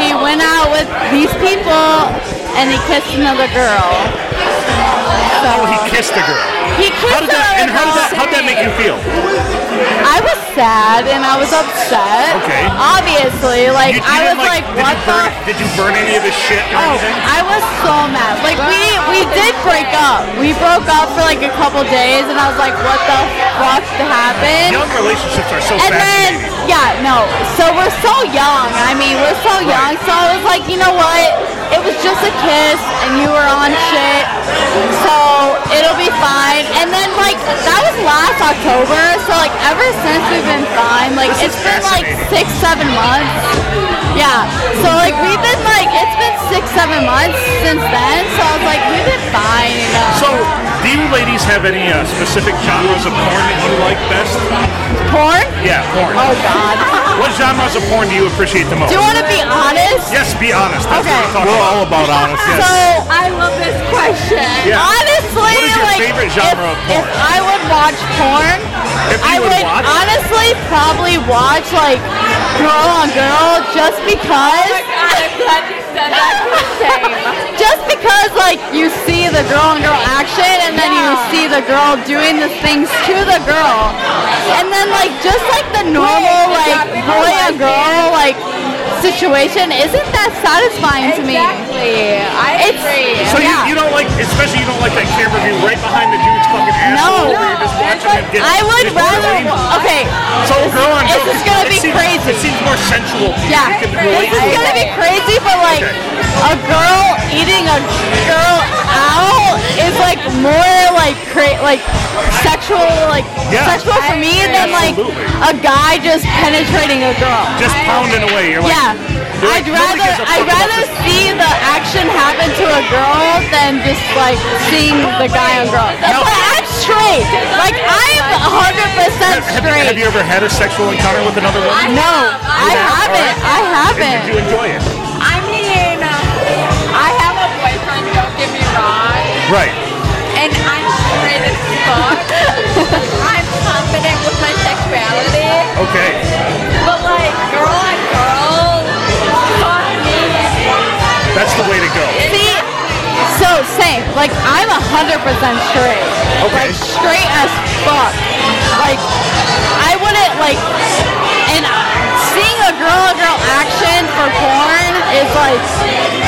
Speaker 11: he went out with these people, and he kissed another girl. So
Speaker 2: Oh, he kissed the girl.
Speaker 11: he
Speaker 2: How
Speaker 11: kissed
Speaker 2: did that? And how
Speaker 11: another
Speaker 2: did
Speaker 11: girl.
Speaker 2: that? How'd that make you feel?
Speaker 11: I was sad and I was upset.
Speaker 2: Okay.
Speaker 11: Obviously, like
Speaker 2: You- you
Speaker 11: I was
Speaker 2: didn't,
Speaker 11: like,
Speaker 2: did
Speaker 11: what
Speaker 2: you
Speaker 11: the
Speaker 2: burn, Did you burn any of his shit or
Speaker 11: Oh,
Speaker 2: anything?
Speaker 11: I was so mad. Like we we did break up. We broke up for like a couple days, and I was like, "What the fuck happened?"
Speaker 2: Young relationships are so
Speaker 11: And then
Speaker 2: fascinating.
Speaker 11: yeah, no. So we're so young. I mean, we're so young. So I was like, you know what? It was just a kiss, and you were on shit. So it'll be fine. And then like that was last October. So like ever since we've been fine. Like
Speaker 2: This is
Speaker 11: it's been like
Speaker 2: fascinating.
Speaker 11: six, seven months. Yeah. So like we've been like it's been six, seven months since then. So I was like we've been fine. You know.
Speaker 2: so, do you ladies have any uh, specific genres of porn that you like best?
Speaker 11: porn?
Speaker 2: Yeah, porn.
Speaker 11: Oh God.
Speaker 2: What genres of porn do you appreciate the most?
Speaker 11: Do you want to be honest?
Speaker 2: yes, be honest. That's
Speaker 11: Okay.
Speaker 2: what we're talking
Speaker 1: We're
Speaker 2: about.
Speaker 1: all about honesty.
Speaker 11: So I love this question.
Speaker 2: Yeah.
Speaker 11: Honestly,
Speaker 2: What is your
Speaker 11: like
Speaker 2: favorite genre
Speaker 11: if,
Speaker 2: of porn?
Speaker 11: if I would watch porn,
Speaker 2: If you
Speaker 11: I
Speaker 2: would
Speaker 11: would
Speaker 2: watch-
Speaker 11: honestly probably watch like girl on girl just because.
Speaker 12: Oh God, I'm glad you said that. Same.
Speaker 11: Just because, like, you see the girl and girl action, and then you see the girl doing the things to the girl, and then like just like the normal like
Speaker 12: Wait, exactly
Speaker 11: boy
Speaker 12: what
Speaker 11: and girl like situation isn't that satisfying to me?
Speaker 12: Exactly. I
Speaker 11: It's-
Speaker 12: agree.
Speaker 2: So
Speaker 11: Yeah.
Speaker 2: you, you don't like, especially you don't like that camera view right behind the dude's fucking asshole where you're just
Speaker 11: No.
Speaker 2: watching him get.
Speaker 11: I would
Speaker 2: just
Speaker 11: rather.
Speaker 2: drained.
Speaker 11: wa- Okay,
Speaker 2: So girl on
Speaker 11: this
Speaker 2: girl,
Speaker 11: is gonna
Speaker 2: it
Speaker 11: be
Speaker 2: seems,
Speaker 11: crazy.
Speaker 2: It seems more sensual. to me.
Speaker 11: Yeah,
Speaker 2: You can
Speaker 11: this
Speaker 2: relate
Speaker 11: is
Speaker 2: to it.
Speaker 11: gonna be crazy, but like a girl eating a girl out is like more like cra- like sexual like
Speaker 2: Yeah.
Speaker 11: sexual for me than like a guy just penetrating a girl.
Speaker 2: just pounding away. You're like,
Speaker 11: Yeah.
Speaker 2: you're like,
Speaker 11: I'd
Speaker 2: nobody
Speaker 11: rather
Speaker 2: gives a fuck
Speaker 11: I'd
Speaker 2: about
Speaker 11: rather
Speaker 2: this.
Speaker 11: see the action happen to a girl than just like seeing the guy on girl. That's
Speaker 2: No.
Speaker 11: why I'm straight. Like I'm 100%
Speaker 2: Have, you, have
Speaker 11: straight.
Speaker 2: you ever had a sexual encounter with another woman?
Speaker 11: No, I haven't. I haven't.
Speaker 2: Did you enjoy it?
Speaker 12: I mean, I have a boyfriend. Don't get me wrong.
Speaker 2: Right.
Speaker 12: and I'm straight as fuck. I'm confident with my sexuality,
Speaker 2: Okay.
Speaker 12: but like girl on girl, fuck me.
Speaker 2: That's the way to go.
Speaker 11: See, so same. Like I'm a hundred percent straight.
Speaker 2: Okay.
Speaker 11: Like straight as fuck. Like I wouldn't like. And seeing a girl on girl action for porn is like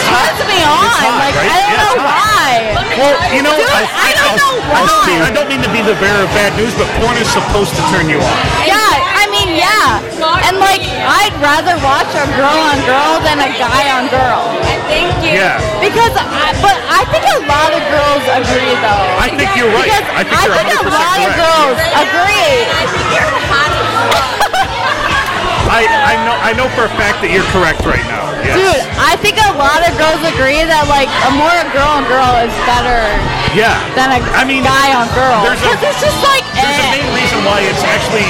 Speaker 11: turns me on.
Speaker 2: hot,
Speaker 11: like
Speaker 2: right?
Speaker 11: I don't
Speaker 2: Yeah,
Speaker 11: know
Speaker 2: it's hot.
Speaker 11: why.
Speaker 2: Well, you know,
Speaker 11: Dude, I, don't know why.
Speaker 2: I, mean, I don't mean to be the bearer of bad news, but porn is supposed to turn you on.
Speaker 11: yeah, I mean yeah. And like I'd rather watch a girl on girl than a guy on girl.
Speaker 12: And thank you.
Speaker 2: Yeah.
Speaker 11: Because, I, but I think a lot of girls agree though.
Speaker 2: I think you're right.
Speaker 11: Because
Speaker 2: I think you're
Speaker 11: a
Speaker 2: 100%
Speaker 11: lot of
Speaker 2: correct.
Speaker 11: girls agree.
Speaker 12: I think you're hot as fuck.
Speaker 2: I, I know I know for a fact that you're correct right now. Yes.
Speaker 11: Dude, I think a lot of girls agree that like a more a girl on girl is better
Speaker 2: Yeah.
Speaker 11: than a
Speaker 2: I mean,
Speaker 11: guy on girl.
Speaker 2: there's a-
Speaker 11: Because it's just like
Speaker 2: There's a
Speaker 11: eh.
Speaker 2: main reason why it's actually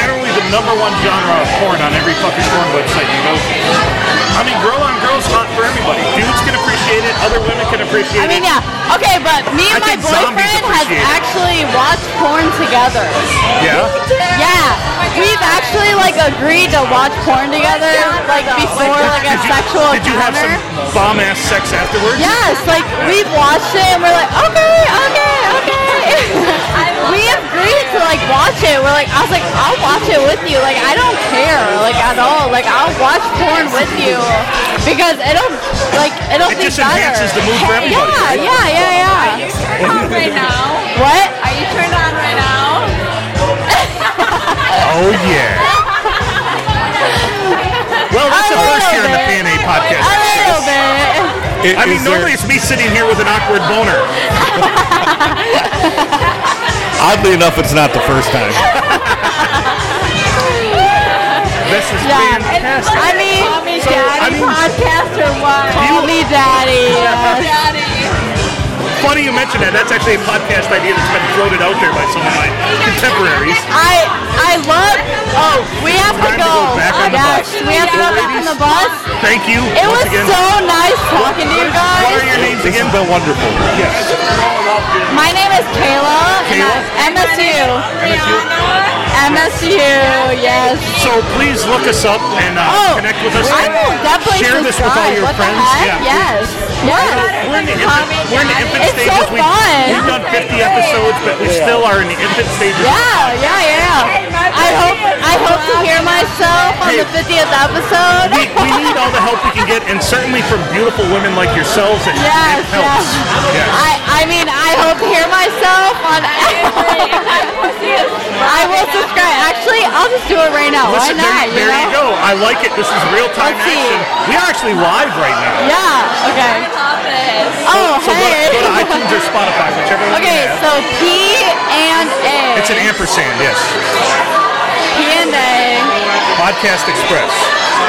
Speaker 2: generally the number one genre of porn on every fucking porn website you go to. I mean, girl on girl's hot for everybody. Dudes can appreciate it. Other women can appreciate
Speaker 11: I mean,
Speaker 2: it.
Speaker 11: yeah. Okay, but me
Speaker 2: I
Speaker 11: and my
Speaker 2: think zombies
Speaker 11: boyfriend has
Speaker 2: appreciate it.
Speaker 11: actually watched porn together.
Speaker 2: Yeah.
Speaker 11: Yeah, we've actually like agreed to watch porn together, like before like a
Speaker 2: Did you-
Speaker 11: sexual
Speaker 2: Did you have
Speaker 11: encounter.
Speaker 2: some bomb ass sex afterwards?
Speaker 11: Yes, like we've watched it and we're like, okay, okay, okay. we agreed to like watch it. We're like, I was like, I'll watch it with you. Like I don't care, like at all. Like I'll watch porn with you because it'll like it'll
Speaker 2: It
Speaker 11: be
Speaker 2: just
Speaker 11: better.
Speaker 2: enhances the mood for everybody, right?
Speaker 11: Yeah, yeah, yeah, yeah.
Speaker 12: right now.
Speaker 11: What?
Speaker 12: Are you turned on right now?
Speaker 2: Oh yeah. Well, that's
Speaker 12: A
Speaker 2: the first
Speaker 12: little
Speaker 2: here in the
Speaker 12: bit.
Speaker 2: PNA podcast.
Speaker 12: A little
Speaker 11: bit.
Speaker 2: I mean,
Speaker 12: Is there-
Speaker 2: normally it's me sitting here with an awkward boner.
Speaker 1: Oddly enough, it's not the first time.
Speaker 2: This is
Speaker 11: Yeah. I mean, call me daddy podcast or what? Call me daddy. yes.
Speaker 2: Funny you mentioned that. That's actually a podcast idea that's been floated out there by some of my contemporaries.
Speaker 11: I I love. Oh, we have to
Speaker 2: Time to
Speaker 11: go.
Speaker 2: go back on the
Speaker 11: yes,
Speaker 2: bus.
Speaker 11: we have to go back on the bus.
Speaker 2: Thank you.
Speaker 11: It
Speaker 2: once
Speaker 11: was
Speaker 2: again.
Speaker 11: so nice talking to you guys.
Speaker 2: What are your names again?
Speaker 1: It's been wonderful.
Speaker 11: My name is Kayla, and I'm MSU. MSU, yes.
Speaker 2: So please look us up and uh,
Speaker 11: Oh,
Speaker 2: connect with us.
Speaker 11: I will definitely
Speaker 2: Share this with all
Speaker 11: subscribe.
Speaker 2: your
Speaker 11: What the
Speaker 2: friends.
Speaker 11: heck?
Speaker 2: Yeah.
Speaker 11: Yes. Yes.
Speaker 2: We're in the infant, we're in the infant
Speaker 11: It's
Speaker 2: stages.
Speaker 11: so
Speaker 2: we've,
Speaker 11: fun.
Speaker 2: we've done 50 episodes, but we still are in the infant stages. of
Speaker 11: Yeah, yeah, yeah. I hope I hope to hear myself on the 50th episode.
Speaker 2: we, we need all the help we can get, and certainly from beautiful women like yourselves. It,
Speaker 11: Yes,
Speaker 2: it helps.
Speaker 11: yes. I, I mean, I hope to hear myself on. I will subscribe. Actually, I'll just do it right now.
Speaker 2: Listen,
Speaker 11: Why not?
Speaker 2: there, there you
Speaker 11: you know?
Speaker 2: go. I like it. This is real time
Speaker 11: Let's see.
Speaker 2: action. We are actually live right now.
Speaker 11: Yeah. Okay. Oh,
Speaker 2: So go,
Speaker 11: hey.
Speaker 2: go to iTunes or Spotify, whichever one
Speaker 11: Okay,
Speaker 2: you have.
Speaker 11: so P and A.
Speaker 2: It's an ampersand, yes.
Speaker 11: P and A.
Speaker 2: Podcast Express.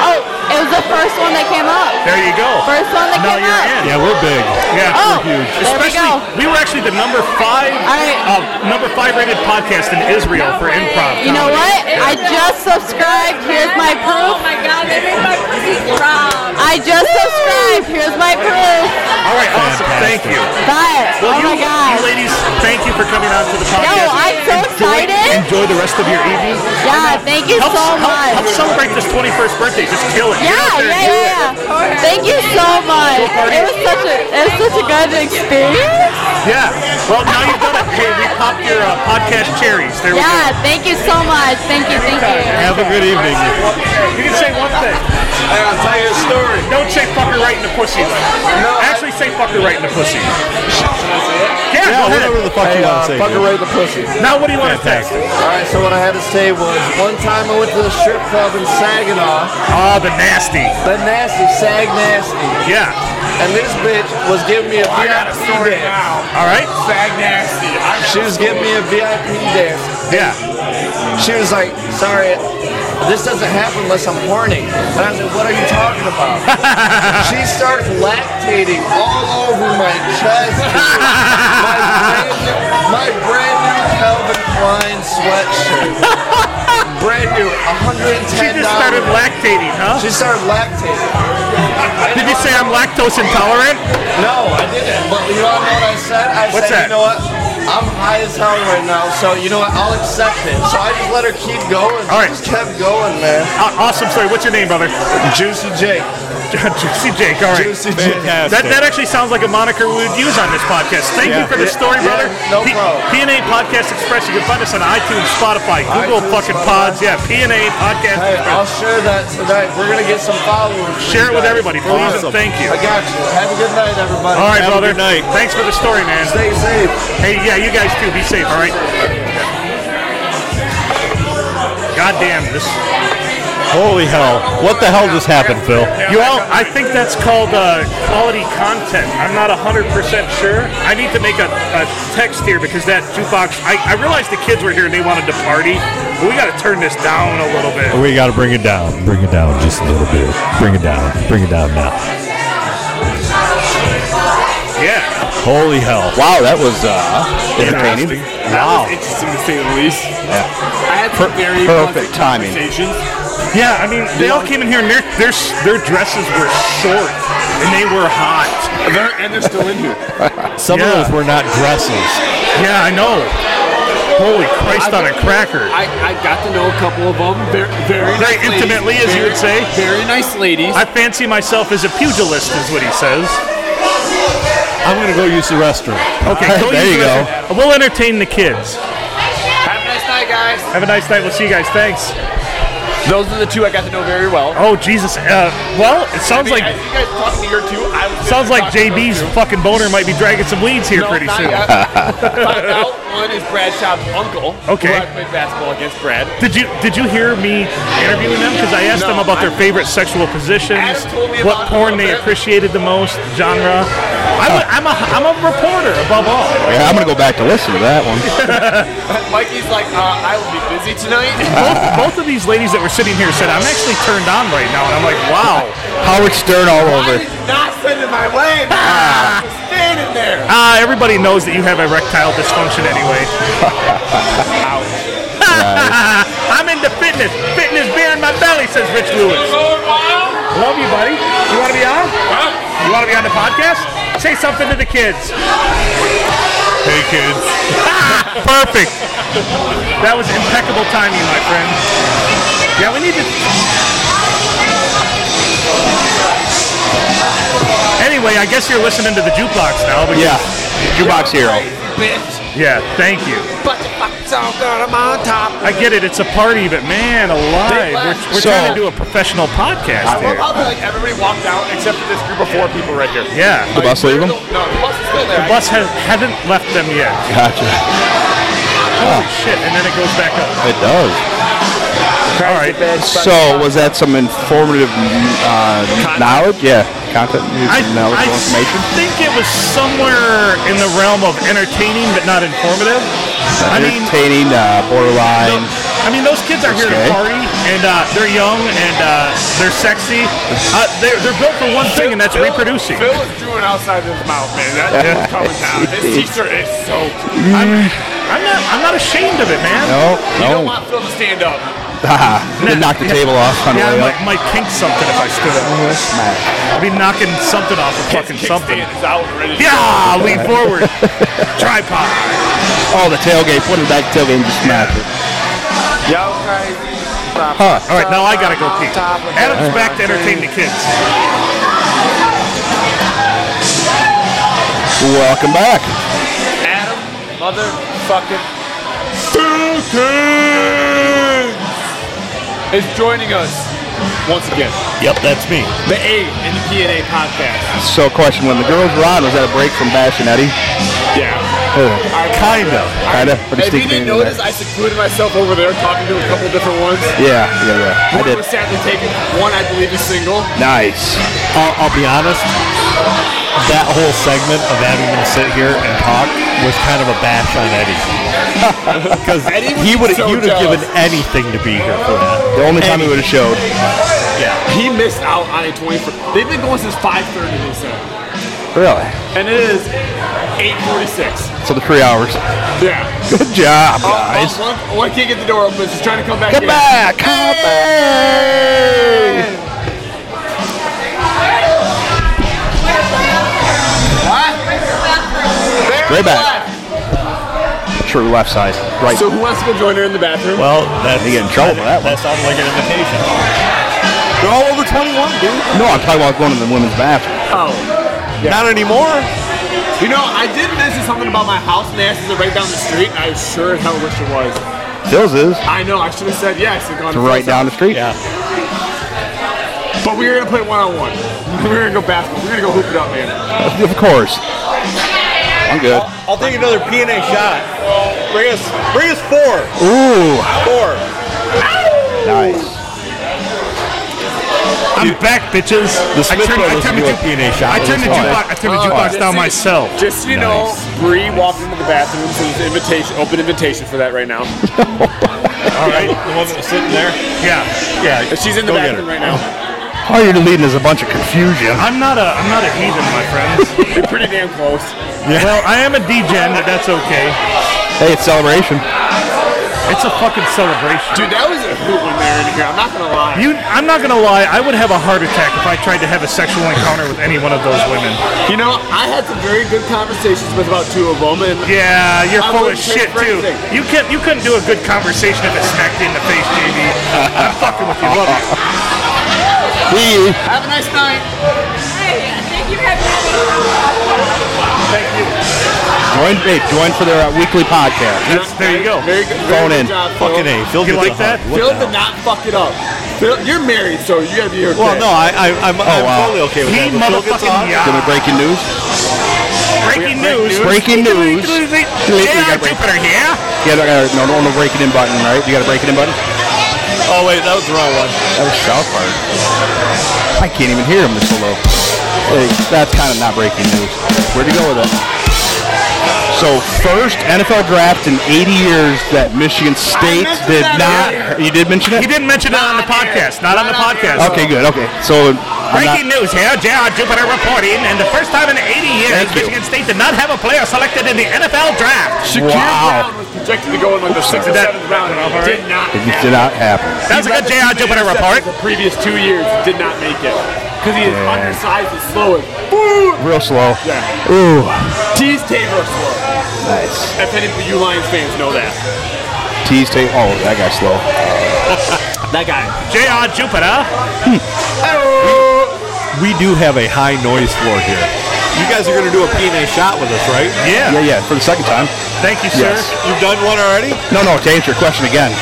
Speaker 11: Oh, it was the first one that came up.
Speaker 2: There you go.
Speaker 11: First one that
Speaker 2: Now
Speaker 11: came
Speaker 2: you're
Speaker 11: up.
Speaker 2: in.
Speaker 1: Yeah, we're big.
Speaker 2: Yeah,
Speaker 11: Oh,
Speaker 2: we're huge.
Speaker 11: there we
Speaker 2: Especially, we, were actually the number five, uh, number five rated podcast in Israel for improv.
Speaker 11: You know
Speaker 2: comedy.
Speaker 11: what? I just subscribed. Here's my proof.
Speaker 12: Oh my god, they made my pussy drop.
Speaker 11: I just subscribed. Here's my proof.
Speaker 2: All right, awesome. Thank you.
Speaker 11: But
Speaker 2: Well,
Speaker 11: oh
Speaker 2: you,
Speaker 11: my
Speaker 2: you
Speaker 11: gosh.
Speaker 2: ladies, thank you for coming on to the podcast.
Speaker 11: I'm so excited.
Speaker 2: Enjoy the rest of your evening.
Speaker 11: Yeah, thank you
Speaker 2: help,
Speaker 11: so
Speaker 2: help-
Speaker 11: much.
Speaker 2: Help celebrate this 21st birthday. Just kill it. Get out
Speaker 11: Yeah,
Speaker 2: there and
Speaker 11: yeah,
Speaker 2: do it.
Speaker 11: yeah. yeah. Thank you so much. It was such a it was such a good experience.
Speaker 2: Yeah. Well, now you've done it. Hey, we popped your uh, podcast cherries. There
Speaker 11: Yeah, thank you so much. Thank you, thank you.
Speaker 1: Have a good evening.
Speaker 2: we go. You can say one thing. I gotta tell you a story. Don't say fucker right in the pussy. No. Actually, say fucker right in the pussy. Yeah,
Speaker 1: Yeah,
Speaker 2: go ahead.
Speaker 1: whatever the fuck you want to say.
Speaker 9: Fuck
Speaker 1: dude.
Speaker 9: away the pussy.
Speaker 2: Now, what do you want to say?
Speaker 9: All right, so what I had to say was one time I went to the strip club in Saginaw.
Speaker 2: Ah, the nasty.
Speaker 9: The nasty, sag nasty.
Speaker 2: Yeah.
Speaker 9: And this bitch was giving me a VIP dance.
Speaker 2: All right.
Speaker 9: Sag nasty. she was giving me a VIP dance.
Speaker 2: Yeah.
Speaker 9: She was like, sorry, this doesn't happen unless I'm horny. And I was like, what are you talking about? she starts lactating all over my chest. my, brand new, my brand new Calvin Klein sweatshirt. brand new, $110.
Speaker 2: She just started lactating, huh?
Speaker 9: She started lactating.
Speaker 2: Did you say I'm lactose intolerant?
Speaker 9: No, I didn't. But you don't know what I said? I
Speaker 2: What's that?
Speaker 9: said, you know what? I'm high as hell right now, so you know what? I'll accept it. So I just let her keep going.
Speaker 2: All right.
Speaker 9: Just kept going, man.
Speaker 2: Uh, awesome story. What's your name, brother?
Speaker 9: Juicy Jake.
Speaker 2: Juicy Jake. All right.
Speaker 9: Juicy Jake.
Speaker 2: That,
Speaker 1: Fantastic.
Speaker 2: that actually sounds like a moniker we would use on this podcast. Thank you
Speaker 1: Yeah.
Speaker 2: for the story,
Speaker 9: Yeah,
Speaker 2: brother.
Speaker 9: no problem.
Speaker 2: PNA Podcast Express. You can find us on iTunes, Spotify, Google
Speaker 9: iTunes,
Speaker 2: fucking
Speaker 9: Spotify.
Speaker 2: pods. Yeah, PNA Podcast
Speaker 9: Hey, I'll
Speaker 2: Express.
Speaker 9: share that tonight. We're gonna get some followers. for
Speaker 2: Share it
Speaker 9: you
Speaker 2: with
Speaker 9: guys.
Speaker 2: everybody, please.
Speaker 1: Awesome.
Speaker 2: And thank you.
Speaker 9: I got you. Have uh, a good night, everybody.
Speaker 2: All right,
Speaker 1: Have a
Speaker 2: brother.
Speaker 1: good night.
Speaker 2: Thanks for the story, man.
Speaker 9: Stay safe.
Speaker 2: Hey, yeah, you guys too. Be safe, all right? God damn this.
Speaker 1: Holy hell. What the hell just happened, Phil?
Speaker 2: You all, I think that's called uh, quality content. I'm not 100% sure. I need to make a, a text here because that jukebox, I, I realized the kids were here and they wanted to party, but we got to turn this down a little bit.
Speaker 1: We got to bring it down. Bring it down just a little bit. Bring it down. Bring it down now.
Speaker 2: Yeah.
Speaker 1: Holy hell.
Speaker 4: Wow, that was uh,
Speaker 1: Interesting.
Speaker 4: entertaining.
Speaker 1: Wow.
Speaker 3: interesting to say the least.
Speaker 4: Yeah.
Speaker 3: I had some very
Speaker 4: perfect
Speaker 3: pleasant
Speaker 4: timing.
Speaker 3: conversations.
Speaker 2: Yeah, I mean, they all came in here and their, their, s- their dresses were short and they were hot.
Speaker 3: They're, and they're still in here.
Speaker 1: Some of
Speaker 2: Yeah.
Speaker 1: those were not dresses.
Speaker 2: Yeah, I know. Holy Christ on a cracker.
Speaker 3: I, I got to know a couple of them very, very,
Speaker 2: Very
Speaker 3: nice ladies.
Speaker 2: intimately, as you
Speaker 3: Very-
Speaker 2: would say.
Speaker 3: Very nice ladies.
Speaker 2: I fancy myself as a pugilist, is what he says.
Speaker 1: I'm going to go use the restroom.
Speaker 2: Okay,
Speaker 1: All right, there
Speaker 2: use
Speaker 1: you
Speaker 2: the
Speaker 1: go.
Speaker 2: restroom. We'll entertain the kids.
Speaker 3: Have a nice night.
Speaker 2: Have a nice night. We'll see you guys. Thanks.
Speaker 3: Those are the two I got to know very well.
Speaker 2: Oh Jesus. Uh, well, it sounds like
Speaker 3: I mean, as you guys talking to your two, I was
Speaker 2: sounds like
Speaker 3: talking to those
Speaker 2: JB's
Speaker 3: two.
Speaker 2: fucking boner might be dragging some weeds here
Speaker 3: No,
Speaker 2: pretty
Speaker 3: not
Speaker 2: soon.
Speaker 3: yet. Find out one is Brad Schaub's uncle.
Speaker 2: Okay.
Speaker 3: Who I played basketball against Brad.
Speaker 2: Did you did you hear me interviewing them? Because I asked them
Speaker 3: No,
Speaker 2: about their
Speaker 3: I-
Speaker 2: favorite sexual positions,
Speaker 3: told me
Speaker 2: what
Speaker 3: about
Speaker 2: porn
Speaker 3: it.
Speaker 2: they appreciated the most, genre. I'm a, I'm a I'm a reporter above all.
Speaker 6: Yeah, I'm gonna go back to listen to that one.
Speaker 3: Mikey's like, uh, I will be busy tonight.
Speaker 2: Both, both of these ladies that were sitting here said I'm actually turned on right now, and I'm like, wow.
Speaker 6: Howard Stern all
Speaker 3: I
Speaker 6: over.
Speaker 3: did not send it my way. man. I was standing there.
Speaker 2: Ah, everybody knows that you have erectile dysfunction anyway. I'm into fitness. Fitness beer in my belly, says Rich Lewis. Love you, buddy. You want to be on? You want to be on the podcast? Say something to the kids.
Speaker 1: Hey kids.
Speaker 2: Perfect. That was impeccable timing, my friend. Yeah, we need to. Anyway, I guess you're listening to the jukebox now. Because,
Speaker 6: Yeah, jukebox hero.
Speaker 2: Yeah, thank you.
Speaker 3: But the fuck's all good. I'm on top.
Speaker 2: I get it. It's a party, but man, alive. We're, we're
Speaker 6: So-
Speaker 2: trying to do a professional podcast
Speaker 3: Well,
Speaker 2: here.
Speaker 3: probably like everybody walked out except for this group of four people right here.
Speaker 2: Yeah.
Speaker 6: The bus leave him?
Speaker 3: No, the bus is still there.
Speaker 2: The bus has, hasn't left them yet.
Speaker 6: Gotcha.
Speaker 2: Holy shit. And then it goes back up.
Speaker 6: It does.
Speaker 2: All right.
Speaker 6: So was that some informative uh, knowledge? Yeah, content,
Speaker 2: I,
Speaker 6: knowledge,
Speaker 2: I
Speaker 6: information.
Speaker 2: think it was somewhere in the realm of entertaining but not informative. I mean,
Speaker 6: Entertaining, uh,
Speaker 2: No,
Speaker 6: borderline.
Speaker 2: I mean, those kids are here to
Speaker 6: Okay.
Speaker 2: party, and uh, they're young and uh, they're sexy. Uh, they're, they're built for one thing, and that's reproducing.
Speaker 3: Phil is chewing outside his mouth, man. That is coming down. His t-shirt is so.
Speaker 2: I'm not, I'm not ashamed of it, man.
Speaker 6: No,
Speaker 3: You don't
Speaker 6: no.
Speaker 3: want Phil to stand up.
Speaker 6: Haha, They knocked the table off on the
Speaker 2: Yeah, I
Speaker 6: way
Speaker 2: might,
Speaker 6: up.
Speaker 2: might kink something if I stood up. I'd be knocking something off of fucking something.
Speaker 3: Kickstand is out already.
Speaker 2: Yeah, lean forward. Tripod.
Speaker 6: Oh, the tailgate. Put it back tailgate and just smash it.
Speaker 3: Yo, crazy.
Speaker 6: Huh.
Speaker 2: All right, now I gotta go pee. Adam's back to entertain the kids.
Speaker 6: Welcome back.
Speaker 3: Adam, motherfucking Falcons is joining us once again.
Speaker 15: Yep, that's me.
Speaker 3: The A in the PNA podcast.
Speaker 6: So, question: When the girls were on, was that a break from Bash and Eddie?
Speaker 3: Yeah.
Speaker 6: Oh,
Speaker 15: Kind of.
Speaker 6: kind of. Pretty
Speaker 3: If you didn't
Speaker 6: sneaky in
Speaker 3: notice,
Speaker 6: there.
Speaker 3: I secluded myself over there talking to a couple different ones.
Speaker 6: Yeah, yeah, yeah. I
Speaker 3: One
Speaker 6: did.
Speaker 3: was sadly taken. One, I believe, is single.
Speaker 6: Nice.
Speaker 1: I'll, I'll be honest. That whole segment of having them sit here and talk was kind of a bash on Eddie because
Speaker 3: Eddie would
Speaker 1: he
Speaker 3: be
Speaker 1: would
Speaker 3: so
Speaker 1: he would have
Speaker 3: jealous.
Speaker 1: given anything to be here for that.
Speaker 6: The only time he would have showed.
Speaker 3: He missed out on a 24. They've been going since 5:30. They said,
Speaker 6: Really?
Speaker 3: and it is 8:46.
Speaker 6: So the three hours.
Speaker 3: Yeah.
Speaker 6: Good job,
Speaker 3: Oh,
Speaker 6: guys.
Speaker 3: oh, one, one kick at the door opens. He's trying to come back.
Speaker 6: Come
Speaker 3: in.
Speaker 6: back. Come back. Way back. True left side. Right.
Speaker 3: So who wants to go join her in the bathroom?
Speaker 1: Well, that's
Speaker 6: You get in trouble with that one.
Speaker 1: that sounds like an invitation.
Speaker 6: They're all over 21, dude. No, I'm talking about going to the women's bathroom.
Speaker 3: Oh.
Speaker 1: Not anymore.
Speaker 3: You know, I did mention something about my house and they asked, is it right down the street? I sure as hell wish it was.
Speaker 6: Phil's is.
Speaker 3: I know, I should have said yes and gone
Speaker 6: It's right down the street.
Speaker 1: Yeah.
Speaker 3: But we were gonna play one on one. We were gonna go basketball. We were gonna go hoop it up, man.
Speaker 6: Of course. I'm good.
Speaker 1: I'll take another PNA shot. Bring us, bring us four,
Speaker 6: Ooh,
Speaker 1: four.
Speaker 6: nice.
Speaker 2: I'm back, bitches.
Speaker 1: The Smith
Speaker 2: I turned, I
Speaker 1: brothers
Speaker 2: turned
Speaker 1: do
Speaker 2: the
Speaker 1: a
Speaker 2: ju-
Speaker 1: PNA shot.
Speaker 2: I turned the
Speaker 6: Oh, yeah.
Speaker 2: jukebox. I turned the
Speaker 3: Oh,
Speaker 2: jukebox
Speaker 3: yeah.
Speaker 2: down myself.
Speaker 3: Just so you know, Bree walked into the bathroom, so there's an invitation open invitation for that right now.
Speaker 1: All right, the one that was sitting there.
Speaker 2: Yeah,
Speaker 1: Yeah,
Speaker 3: And she's in the
Speaker 1: go get
Speaker 3: bathroom right now.
Speaker 6: All you're leading is a bunch of confusion.
Speaker 2: I'm not a I'm not a heathen, my friends.
Speaker 3: You're pretty damn close.
Speaker 2: Well, I am a degen, but that's okay.
Speaker 6: Hey, it's celebration.
Speaker 2: It's a fucking celebration.
Speaker 3: Dude, that was a hoot when they were in here. I'm not gonna lie.
Speaker 2: You, I'm not gonna lie. I would have a heart attack if I tried to have a sexual encounter with any one of those women.
Speaker 3: You know, I had some very good conversations with about two of them, and
Speaker 2: Yeah, you're
Speaker 3: I
Speaker 2: full of
Speaker 3: wouldn't take
Speaker 2: shit
Speaker 3: for
Speaker 2: too.
Speaker 3: anything.
Speaker 2: You can't, you couldn't do a good conversation if it smacked you in the face, JB. I'm fucking with you. Love you.
Speaker 6: We
Speaker 3: have a nice night.
Speaker 16: Hey, I think you have.
Speaker 2: Thank you.
Speaker 17: Join, hey, join for their uh, weekly podcast.
Speaker 2: there you go.
Speaker 3: Very good.
Speaker 17: Phone
Speaker 3: very
Speaker 17: in.
Speaker 3: good job,
Speaker 17: Fucking A. Phil You gets like a hug. that? What
Speaker 3: Phil
Speaker 17: the
Speaker 3: did not fuck it up. Phil, you're married, so you gotta be okay.
Speaker 17: Well, no, I- I- I'm-
Speaker 6: Oh,
Speaker 17: I'm totally okay with He that, but Phil gets motherfucking- off. yeah. Gonna break your news?
Speaker 2: Breaking news.
Speaker 17: Breaking news. Yeah, Jupiter, yeah? Yeah, no, no, no, no break it in button, right? You got a break it in button?
Speaker 18: Oh wait, that was the wrong one.
Speaker 17: That was South Park. I can't even hear him. They're so low. Hey, that's kind of not breaking news. Where'd he go with it? So first NFL draft in 80 years that Michigan State did not. You did mention it.
Speaker 2: He didn't mention it on the podcast. Not on the podcast.
Speaker 17: Okay, good. Okay, so I'm not-
Speaker 2: Breaking news here, JR Jupiter reporting, and the first time in 80 years, Michigan State did not have a player selected in the NFL draft.
Speaker 17: Shaquille Wow.
Speaker 3: was projected to go in like the sixth or seventh round. It did not.
Speaker 17: it did not happen.
Speaker 2: That's a good J.R. Jupiter report.
Speaker 3: The previous two years did not make it because he is
Speaker 17: Yeah.
Speaker 3: undersized and slow. as Boo!
Speaker 17: Real slow.
Speaker 3: Yeah.
Speaker 17: Ooh,
Speaker 3: T's Taylor slow.
Speaker 17: Nice.
Speaker 3: If any of you Lions fans know that.
Speaker 17: tease tape. Oh, that guy's slow.
Speaker 3: that guy.
Speaker 2: J.R. Jupiter.
Speaker 1: We do have a high noise floor here. You guys are going to do a P&A shot with us, right?
Speaker 17: Yeah, yeah. For the second time.
Speaker 2: Thank you,
Speaker 17: Yes.
Speaker 2: sir. You've done one already?
Speaker 17: No, no. To answer your question again.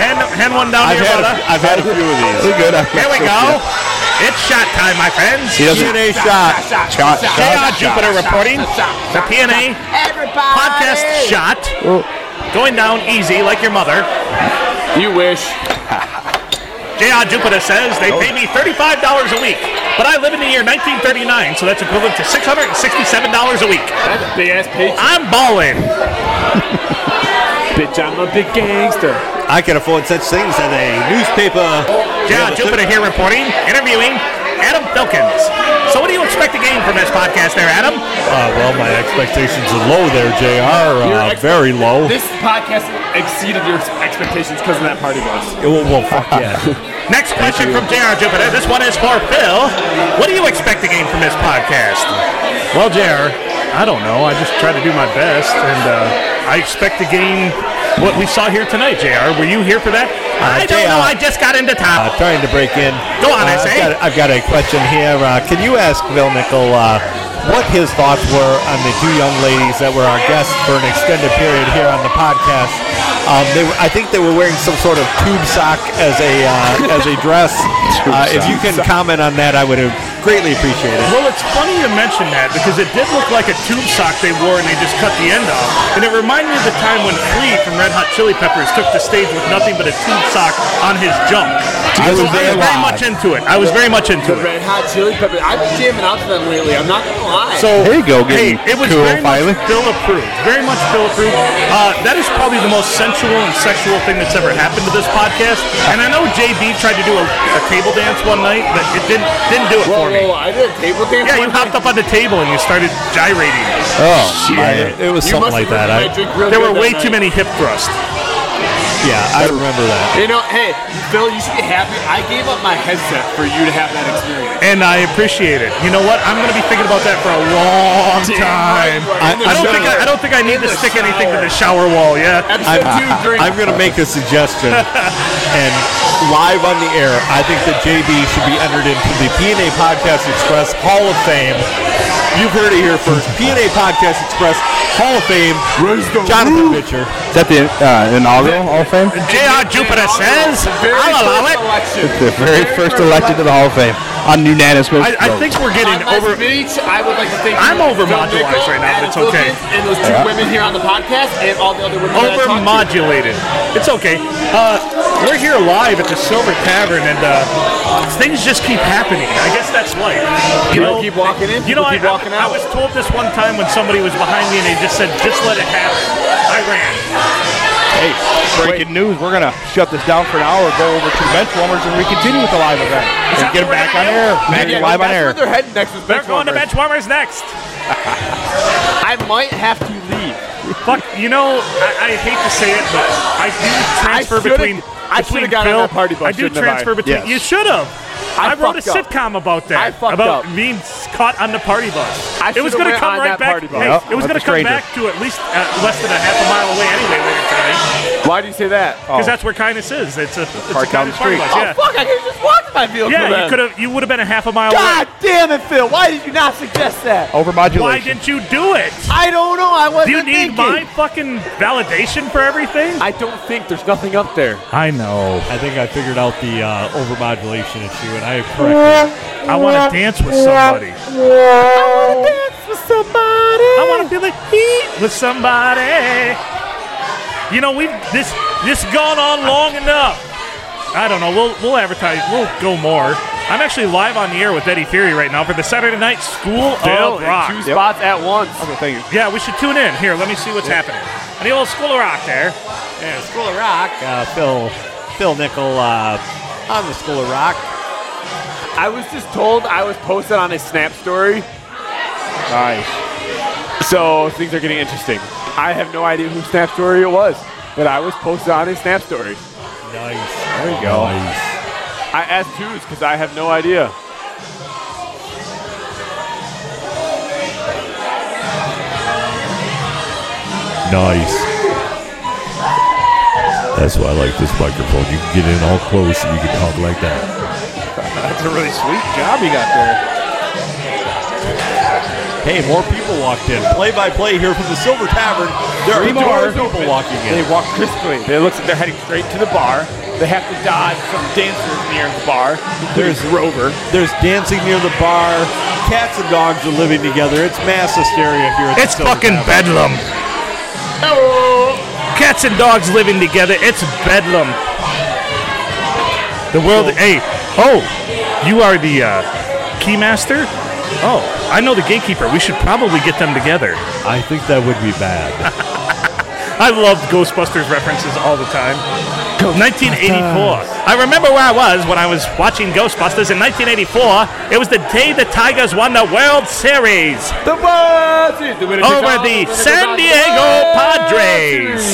Speaker 2: Hand, hand one down
Speaker 17: I've
Speaker 2: here,
Speaker 17: had a-
Speaker 2: brother.
Speaker 17: I've had a few of these. They're good. I've
Speaker 2: Here we
Speaker 17: had
Speaker 2: go.
Speaker 17: some,
Speaker 2: It's shot time, my friends.
Speaker 17: He doesn't-
Speaker 2: P&A
Speaker 17: Shot, shot, shot, shot,
Speaker 1: uh,
Speaker 2: J.R.
Speaker 17: shot,
Speaker 2: Jupiter
Speaker 17: shot,
Speaker 2: reporting. The P&A podcast shot. Going down easy like your mother.
Speaker 3: You wish.
Speaker 2: J.R. Jupiter says they pay me $35 a week, but I live in the year 1939, so that's equivalent to $667 a week.
Speaker 3: That's a big ass paycheck.
Speaker 2: I'm balling.
Speaker 3: Bitch, I'm a big gangster.
Speaker 1: I can afford such things as a newspaper.
Speaker 2: J.R. Jupiter here reporting, interviewing Adam Filkins. So, what do you expect to gain from this podcast there, Adam?
Speaker 18: Uh, well, my expectations are low there, Jr.
Speaker 3: Your
Speaker 18: Uh,
Speaker 3: expect-
Speaker 18: very low.
Speaker 3: This podcast exceeded your expectations because of that party bus.
Speaker 18: It will- well, fuck yeah.
Speaker 2: Next question from J.R. Jupiter. This one is for Phil. What do you expect to gain from this podcast? Well, J.R., I don't know. I just try to do my best, and uh, I expect to gain what we saw here tonight, J.R. Were you here for that?
Speaker 3: Uh,
Speaker 2: I don't know. I just got into top.
Speaker 18: Uh, trying to break in.
Speaker 2: Go on,
Speaker 18: Uh,
Speaker 2: I say.
Speaker 18: I've got, I've got a question here. Uh, can you ask Bill Nickel uh, what his thoughts were on the two young ladies that were our guests for an extended period here on the podcast? Um, they were, I think they were wearing some sort of tube sock as a uh, as a dress. Uh, if you can comment on that, I would have greatly appreciated. it.
Speaker 2: Well, it's funny you mention that because it did look like a tube sock they wore and they just cut the end off. And it reminded me of the time when Flea from Red Hot Chili Peppers took the stage with nothing but a tube sock on his jump.
Speaker 3: I was
Speaker 2: So
Speaker 3: there
Speaker 2: very
Speaker 3: live.
Speaker 2: much into it. I was very much into
Speaker 3: The
Speaker 2: it.
Speaker 3: Red Hot Chili Peppers. I've been jamming out to them lately. I'm not gonna lie.
Speaker 2: So
Speaker 3: Hey,
Speaker 2: hey, it was very much Phil approved. Very much Phil approved. Uh, that is probably the most sensual and sexual thing that's ever happened to this podcast. And I know JB tried to do a, a table dance one night, but it didn't didn't do it for me.
Speaker 3: I did a table dance.
Speaker 2: Yeah, you hopped up on the table and you started gyrating.
Speaker 18: Oh, my- it was
Speaker 2: You
Speaker 18: something like
Speaker 2: must have
Speaker 18: that. I,
Speaker 2: heard my drink real There good were that way night. too many hip thrusts.
Speaker 18: Yeah, I remember that.
Speaker 3: You know, hey, Phil, you should be happy. I gave up my headset for you to have that experience.
Speaker 2: And I appreciate it. You know what? I'm going to be thinking about that for a long time. I, I don't think I, I don't think I need to stick anything to the shower wall yet.
Speaker 1: I'm, I'm going to make a suggestion, and live on the air, I think that JB should be entered into the PNA Podcast Express Hall of Fame. You've heard it here first. PNA Podcast Express Hall of Fame. Jonathan Pitcher.
Speaker 17: Is that the uh, inaugural Hall of Fame?
Speaker 2: J.R. Jupiter says, I'll allow it.
Speaker 17: It's the very first elected to the Hall of Fame on unanimous
Speaker 2: I, I think we're getting over.
Speaker 3: I would like to thank
Speaker 2: I'm
Speaker 3: you,
Speaker 2: over
Speaker 3: Phil
Speaker 2: modularized
Speaker 3: Nickel,
Speaker 2: right now.
Speaker 3: Adam
Speaker 2: It's okay.
Speaker 3: Wilkins, And those two
Speaker 2: Yeah.
Speaker 3: women here on the podcast and all the other women. that I
Speaker 2: Over
Speaker 3: talked to.
Speaker 2: modulated. It's okay. Uh, we're here live at the Silver Tavern, and uh, things just keep happening. I guess that's life. You
Speaker 3: People
Speaker 2: know,
Speaker 3: keep walking in.
Speaker 2: you know,
Speaker 3: people
Speaker 2: I,
Speaker 3: keep walking
Speaker 2: I, I
Speaker 3: out.
Speaker 2: was told this one time when somebody was behind me, and they just said, "Just let it happen." I ran.
Speaker 17: Hey, breaking news. We're going to shut this down for an hour, go over to the bench warmers, and we continue with the live event. And get them back on air. Man,
Speaker 3: Yeah,
Speaker 17: live on
Speaker 3: that's
Speaker 17: air.
Speaker 3: Where they're heading next is
Speaker 2: They're going to bench warmers next.
Speaker 3: I might have to leave.
Speaker 2: Fuck, you know, I, I hate to say it, but I do transfer
Speaker 3: should've-
Speaker 2: between.
Speaker 3: I
Speaker 2: between
Speaker 3: should've got on
Speaker 2: Phil,
Speaker 3: that party bus,
Speaker 2: I do
Speaker 3: shouldn't have
Speaker 2: transfer
Speaker 3: I?
Speaker 2: between.
Speaker 3: Yes.
Speaker 2: You should have. I, wrote a
Speaker 3: fucked up.
Speaker 2: sitcom about
Speaker 3: I
Speaker 2: that.
Speaker 3: fucked
Speaker 2: about
Speaker 3: up.
Speaker 2: being s- caught on the party bus.
Speaker 3: I
Speaker 2: it was
Speaker 3: should've
Speaker 2: gonna
Speaker 3: went
Speaker 2: come
Speaker 3: on
Speaker 2: right
Speaker 3: that
Speaker 2: back.
Speaker 3: party bus.
Speaker 2: hey,
Speaker 3: Yep,
Speaker 2: it was
Speaker 3: with
Speaker 2: going
Speaker 3: the
Speaker 2: to come
Speaker 3: stranger.
Speaker 2: back to at least uh, less than a half a mile away anyway later tonight.
Speaker 3: Why do you say that? Oh.
Speaker 2: Because that's where Kindness is. It's a, it's
Speaker 3: Park
Speaker 2: a
Speaker 3: down the
Speaker 2: Kindness party
Speaker 3: street.
Speaker 2: bus.
Speaker 3: Oh,
Speaker 2: yeah.
Speaker 3: fuck, I could've just walked my vehicle
Speaker 2: Yeah,
Speaker 3: then.
Speaker 2: you could have. You would have been a half a mile
Speaker 3: God
Speaker 2: away.
Speaker 3: damn it, Phil! Why did you not suggest that?
Speaker 2: Why didn't you do it?
Speaker 3: I don't know. I wasn't.
Speaker 2: Do you need
Speaker 3: thinking.
Speaker 2: my fucking validation for everything?
Speaker 3: I don't think there's nothing up there.
Speaker 2: I know.
Speaker 1: I think I figured out the uh, overmodulation issue, and I corrected.
Speaker 2: I want to dance with somebody.
Speaker 1: I
Speaker 2: wanna dance with somebody. I want to feel the heat with somebody. You know, we've this this gone on long enough. I don't know. We'll we'll advertise. We'll go more. I'm actually live on the air with Eddie Fury right now for the Saturday night School
Speaker 3: Dale,
Speaker 2: of Rock.
Speaker 3: two spots at once.
Speaker 6: Okay, thank you.
Speaker 2: Yeah, we should tune in. Here, let me see what's happening. And the old School of Rock there. Yeah, School of Rock.
Speaker 18: Uh, Phil, Phil Nickel uh, on the School of Rock.
Speaker 3: I was just told I was posted on his Snap story. Nice. So things are getting interesting. I have no idea whose Snap story it was, but I was posted on his Snap story.
Speaker 18: Nice.
Speaker 3: There you go. I asked whose because I have no idea.
Speaker 19: Nice. That's why I like this microphone. You can get in all close and you can talk like that.
Speaker 6: That's a really sweet job you got there.
Speaker 1: Hey, more people walked in. Play by play here from the Silver Tavern. There
Speaker 3: Three
Speaker 1: are
Speaker 3: doors
Speaker 1: more people
Speaker 3: open.
Speaker 1: walking in.
Speaker 3: They walk crisply. They look like they're heading straight to the bar. They have to dodge some dancers near the bar.
Speaker 1: There's
Speaker 3: Rover.
Speaker 1: There's dancing near the bar. Cats and dogs are living together. It's mass hysteria here. At
Speaker 2: It's fucking bedlam. Cats and dogs living together. It's bedlam. The world. Hey, oh, you are the uh, keymaster. Oh, I know the gatekeeper. We should probably get them together.
Speaker 19: I think that would be bad.
Speaker 2: I love Ghostbusters references all the time. 1984. I remember where I was when I was watching Ghostbusters in 1984. It was the day the Tigers won the World Series
Speaker 3: The World Series. The winner
Speaker 2: over the
Speaker 3: takes all.
Speaker 2: San Diego Padres.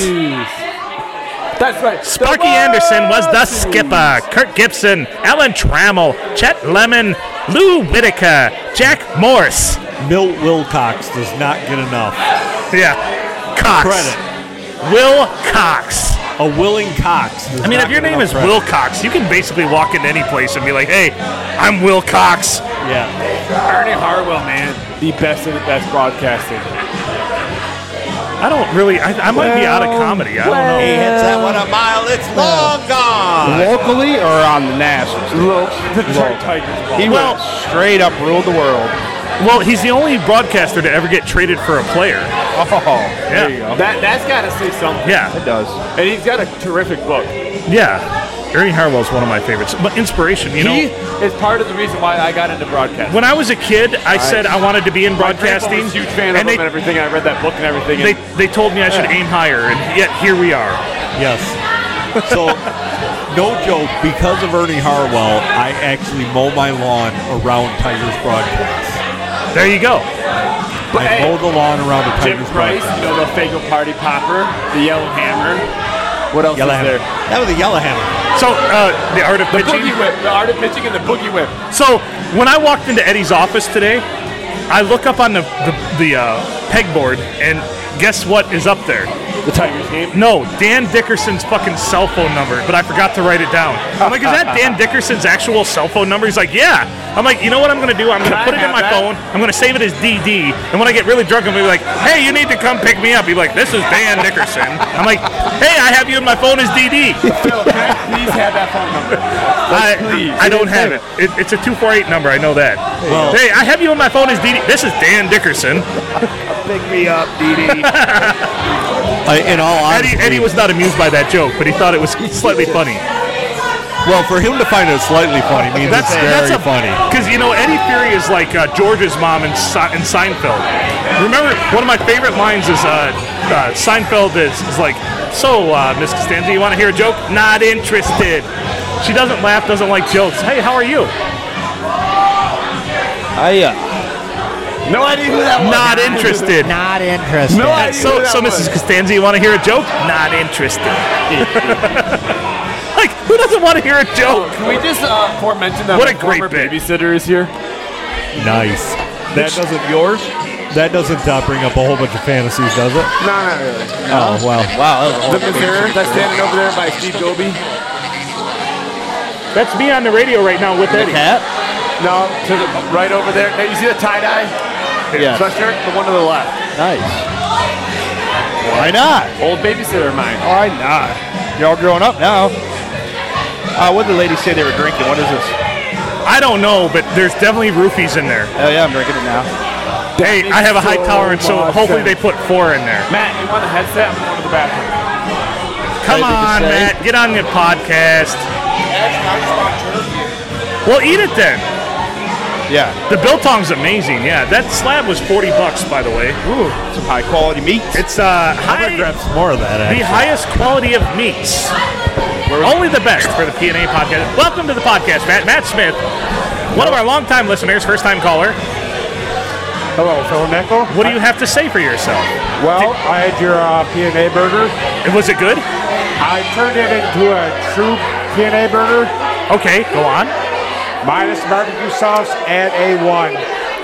Speaker 3: That's right.
Speaker 2: Sparky Anderson was the skipper. Kurt Gibson, Alan Trammell, Chet Lemon, Lou Whitaker, Jack Morse.
Speaker 1: Milt Wilcox does not get enough.
Speaker 2: Yeah. Cox.
Speaker 1: Credit.
Speaker 2: Will Cox.
Speaker 1: A willing Cox. does
Speaker 2: I mean,
Speaker 1: not
Speaker 2: if your
Speaker 1: get
Speaker 2: name
Speaker 1: enough
Speaker 2: is
Speaker 1: credit.
Speaker 2: Will Cox, you can basically walk into any place and be like, hey, I'm Will Cox.
Speaker 1: Yeah.
Speaker 3: Ernie Harwell, man. The best of the best broadcasting.
Speaker 2: I don't really, I, I might be out of comedy. I don't know.
Speaker 1: He hits that one a mile. It's long gone.
Speaker 17: Locally or on the national?
Speaker 3: The Detroit Tigers.
Speaker 17: He
Speaker 2: Well-
Speaker 17: went straight up, ruled the world.
Speaker 2: Well, he's the only broadcaster to ever get traded for a player.
Speaker 17: Oh,
Speaker 2: Yeah.
Speaker 17: there you go.
Speaker 3: That, that's got to say something.
Speaker 2: Yeah.
Speaker 17: it does.
Speaker 3: And he's got a terrific book.
Speaker 2: Yeah. Ernie Harwell's one of my favorites. But inspiration, you
Speaker 3: he
Speaker 2: know.
Speaker 3: is part of the reason why I got into broadcasting.
Speaker 2: When I was a kid, I said I wanted to be in
Speaker 3: My grandpa
Speaker 2: broadcasting.
Speaker 3: was a huge fan of
Speaker 2: and
Speaker 3: him
Speaker 2: they,
Speaker 3: and everything. I read that book and everything.
Speaker 2: they,
Speaker 3: and
Speaker 2: they told me I should aim higher, and yet here we are.
Speaker 1: Yes. So, no joke, because of Ernie Harwell, I actually mow my lawn around Tigers broadcasts.
Speaker 2: There you go.
Speaker 3: But
Speaker 1: I
Speaker 3: hey,
Speaker 1: mow the lawn around the
Speaker 3: Jim
Speaker 1: Tigers
Speaker 3: Price,
Speaker 1: broadcast.
Speaker 3: you know, the Fago Party Popper, the Yellow Hammer. What else
Speaker 1: Yellow
Speaker 3: is
Speaker 1: hammer.
Speaker 3: there?
Speaker 1: That was a yellow hammer.
Speaker 2: So, uh, the art of
Speaker 3: The
Speaker 2: pitching.
Speaker 3: Boogie Whip. The Art of Pitching and the Boogie Whip.
Speaker 2: So when I walked into Eddie's office today, I look up on the the, the uh, pegboard, and guess what is up there?
Speaker 3: The Tigers game.
Speaker 2: No, Dan Dickerson's fucking cell phone number, but I forgot to write it down. I'm like, is that Dan Dickerson's actual cell phone number? He's like, yeah. I'm like, you know what I'm gonna do? I'm
Speaker 3: Can
Speaker 2: gonna
Speaker 3: I
Speaker 2: put it in
Speaker 3: have
Speaker 2: my
Speaker 3: that?
Speaker 2: phone. I'm gonna save it as DD, and when I get really drunk, I'm gonna be like, hey, you need to come pick me up. He's like, this is Dan Dickerson. I'm like, hey, I have you in my phone as DD.
Speaker 3: Phil, can I please have that phone number?
Speaker 2: I,
Speaker 3: please.
Speaker 2: I don't have it. it. It's a 248 number. I know that. hey, I have you on my phone as DD. This is Dan Dickerson.
Speaker 3: Pick me up, DD.
Speaker 1: I, in all honesty,
Speaker 2: Eddie, Eddie was not amused by that joke, but he thought it was slightly funny.
Speaker 1: well, for him to find it slightly funny means
Speaker 2: That's
Speaker 1: it's very
Speaker 2: that's a,
Speaker 1: funny.
Speaker 2: Because, you know, Eddie Fury is like uh, George's mom in, Se- in Seinfeld. Remember, one of my favorite lines is uh, uh, Seinfeld is, is like, So, uh, Miss Costanza, you want to hear a joke? Not interested. She doesn't laugh, doesn't like jokes. Hey, how are you?
Speaker 17: I, uh,
Speaker 3: no idea who that was.
Speaker 2: Not interested.
Speaker 18: Not interested.
Speaker 3: No
Speaker 2: And
Speaker 3: idea who
Speaker 2: so,
Speaker 3: that
Speaker 2: so
Speaker 3: was.
Speaker 2: Mrs. Costanza, you want to hear a joke? Not interested. like, who doesn't want to hear a joke?
Speaker 3: Can we just uh, for mention that
Speaker 2: What
Speaker 3: my
Speaker 2: a great
Speaker 3: former babysitter is here?
Speaker 1: Nice.
Speaker 3: That doesn't yours?
Speaker 1: That doesn't uh, bring up a whole bunch of fantasies, does it?
Speaker 3: No, not really.
Speaker 1: Oh wow.
Speaker 3: The Missouri that's standing over there by Steve Dobie.
Speaker 2: That's me on the radio right now with Eddie.
Speaker 3: No, to the, right over there. Hey, you see the tie dye?
Speaker 2: Yeah.
Speaker 3: Sweatshirt? The one to the left.
Speaker 9: Nice.
Speaker 3: Why not? Old babysitter of mine.
Speaker 9: Why not? You're all grown up now. Uh, what did the ladies say they were drinking? What is this?
Speaker 2: I don't know, but there's definitely roofies in there.
Speaker 9: Oh yeah, I'm drinking it now.
Speaker 2: Hey, I have a high tolerance, so hopefully they put four in there.
Speaker 3: Matt, you want a headset? I'm going to the bathroom.
Speaker 2: Come on, Matt, get on your podcast. Well, eat it then.
Speaker 9: Yeah.
Speaker 2: The biltong's amazing. Yeah, that slab was forty bucks, by the way. Ooh,
Speaker 9: some high quality meat.
Speaker 2: It's uh, high,
Speaker 1: More of that.
Speaker 2: the
Speaker 1: Actually.
Speaker 2: highest quality of meats. Only the best for the P and A podcast. Welcome to the podcast, Matt. Matt Smith, one of our longtime listeners, first time caller.
Speaker 12: Hello, Phil Nickel.
Speaker 2: What do you have to say for yourself?
Speaker 12: Well, I had your uh, PNA burger.
Speaker 2: Was it good?
Speaker 12: I turned it into a true PNA burger.
Speaker 2: Okay, go on.
Speaker 12: Minus barbecue sauce and a one.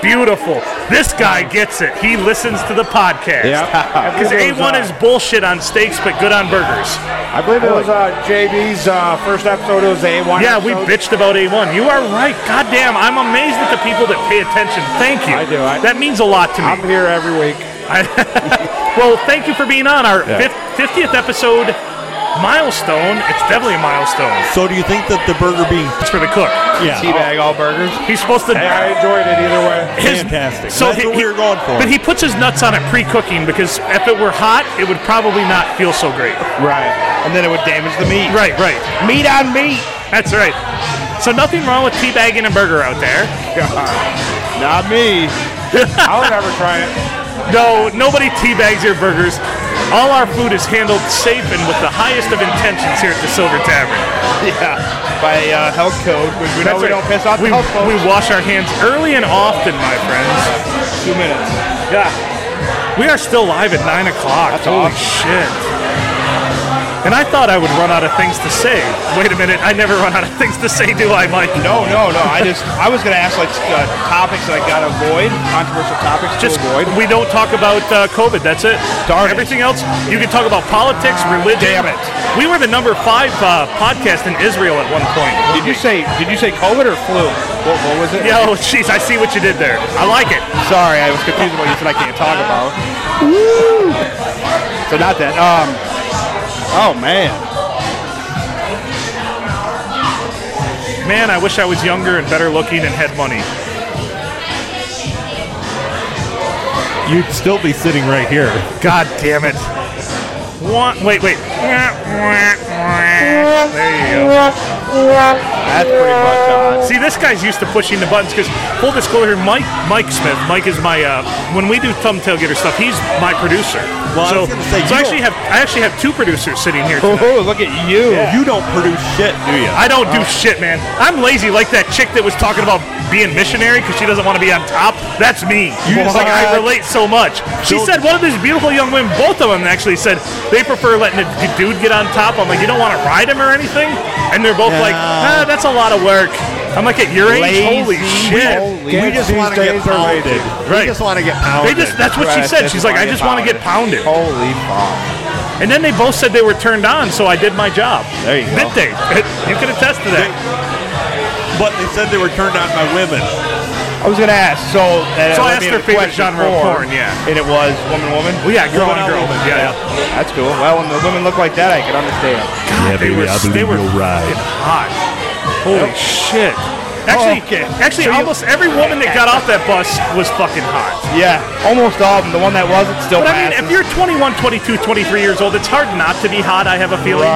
Speaker 2: Beautiful. This guy gets it. He listens to the podcast.
Speaker 12: Yeah.
Speaker 2: Because A1
Speaker 20: uh,
Speaker 2: is bullshit on steaks, but good on burgers.
Speaker 12: I believe it was uh, JB's uh, first episode. It was a one.
Speaker 2: Yeah, we bitched about A1. You are right. God damn, I'm amazed at the people that pay attention. Thank you. I do. that means a lot to me. I'm
Speaker 12: here every week.
Speaker 2: well, thank you for being on our
Speaker 1: Yeah.
Speaker 2: fif- 50th episode milestone. It's definitely a milestone.
Speaker 1: So do you think that the burger being
Speaker 2: It's for the cook.
Speaker 1: Yeah. Teabag
Speaker 2: all burgers. He's supposed to.
Speaker 1: Hey, I
Speaker 12: enjoyed it either way.
Speaker 1: Fantastic. That's what we were going for.
Speaker 2: But he puts his nuts on it pre-cooking because if it were hot, it would probably not feel so great.
Speaker 12: Right.
Speaker 2: And then it would damage the meat. Right. Right. Meat on meat. That's right. So nothing wrong with teabagging a burger out there.
Speaker 9: Not me.
Speaker 12: I would never try it.
Speaker 2: No, nobody teabags your burgers. All our food is handled safe and with the highest of intentions here at the Silver Tavern.
Speaker 9: Yeah, by uh, health code, which we know
Speaker 2: That's
Speaker 9: we
Speaker 2: right.
Speaker 9: don't piss off
Speaker 2: we,
Speaker 9: the health folks.
Speaker 2: we wash our hands early and often, my friends. Two minutes. Yeah. We are still live at 9 o'clock. Holy shit. And I thought I would run out of things to say. Wait a minute, I never run out of things to say, do I, Mike?
Speaker 9: No, no, no. I just I was gonna ask like uh, topics that I gotta avoid, controversial topics
Speaker 2: Just
Speaker 9: to avoid.
Speaker 2: we don't talk about uh, COVID. That's it. Darn Everything else, you can talk about politics, religion. Damn it. We were the number five uh, podcast in Israel at one point. Did you say? Did you say COVID or flu? What, what was it? Yo, jeez, I see what you did there. I like it.
Speaker 9: Sorry, I was confused about what you said I can't talk about. Woo! So not that. Um. Oh man.
Speaker 2: Man, I wish I was younger and better looking and had money.
Speaker 1: You'd still be sitting right here.
Speaker 2: God damn it. One, wait, wait. There you go. That's pretty much on. See, this guy's used to pushing the buttons because full disclosure, Mike, Mike Smith, Mike is my uh, when we do thumb tailgater stuff, he's my producer.
Speaker 1: Well, I
Speaker 2: so,
Speaker 1: was gonna say,
Speaker 2: so I
Speaker 1: you
Speaker 2: actually have I actually have two producers sitting here.
Speaker 1: Oh,
Speaker 2: tonight.
Speaker 1: look at you. You don't produce shit, do you?
Speaker 2: I don't do shit, man. I'm lazy, like that chick that was talking about being missionary because she doesn't want to be on top. That's me.
Speaker 1: You
Speaker 2: It's like I
Speaker 1: What?
Speaker 2: relate so much. She said one of these beautiful young women, both of them actually said they prefer letting a d- dude get on top. I'm like, you don't want to ride him or anything, and they're both like, ah, that's a lot of work. I'm like, at your age, holy shit.
Speaker 1: we just want to get pounded.
Speaker 2: Right.
Speaker 1: We just want to get
Speaker 2: They
Speaker 1: pounded.
Speaker 2: just that's what she said. She's like, I just want to get pounded. Holy fuck. And then they both said they were turned on, so I did my job. There you
Speaker 1: go.
Speaker 2: Did they? You can attest to that.
Speaker 1: But they said they were turned on by women.
Speaker 9: I was gonna ask. So, that
Speaker 2: So I
Speaker 9: led
Speaker 2: asked
Speaker 9: me
Speaker 2: her
Speaker 9: to
Speaker 2: favorite
Speaker 9: question
Speaker 2: genre of
Speaker 9: four,
Speaker 2: porn, yeah.
Speaker 9: And it was woman, woman.
Speaker 2: Well, yeah, girl on
Speaker 9: Woman
Speaker 2: girl,
Speaker 9: woman.
Speaker 2: yeah,
Speaker 9: That's cool. Well, when the women look like that, I can understand.
Speaker 21: Yeah, baby, I believe you'll ride.
Speaker 2: hot. Holy shit. Actually,
Speaker 21: Oh.
Speaker 2: actually, almost every woman that got off that bus was fucking hot.
Speaker 9: Yeah, almost all of them. The one that wasn't still.
Speaker 2: But I mean, if you're 21, 22, 23 years old, it's hard not to be hot. I have a feeling.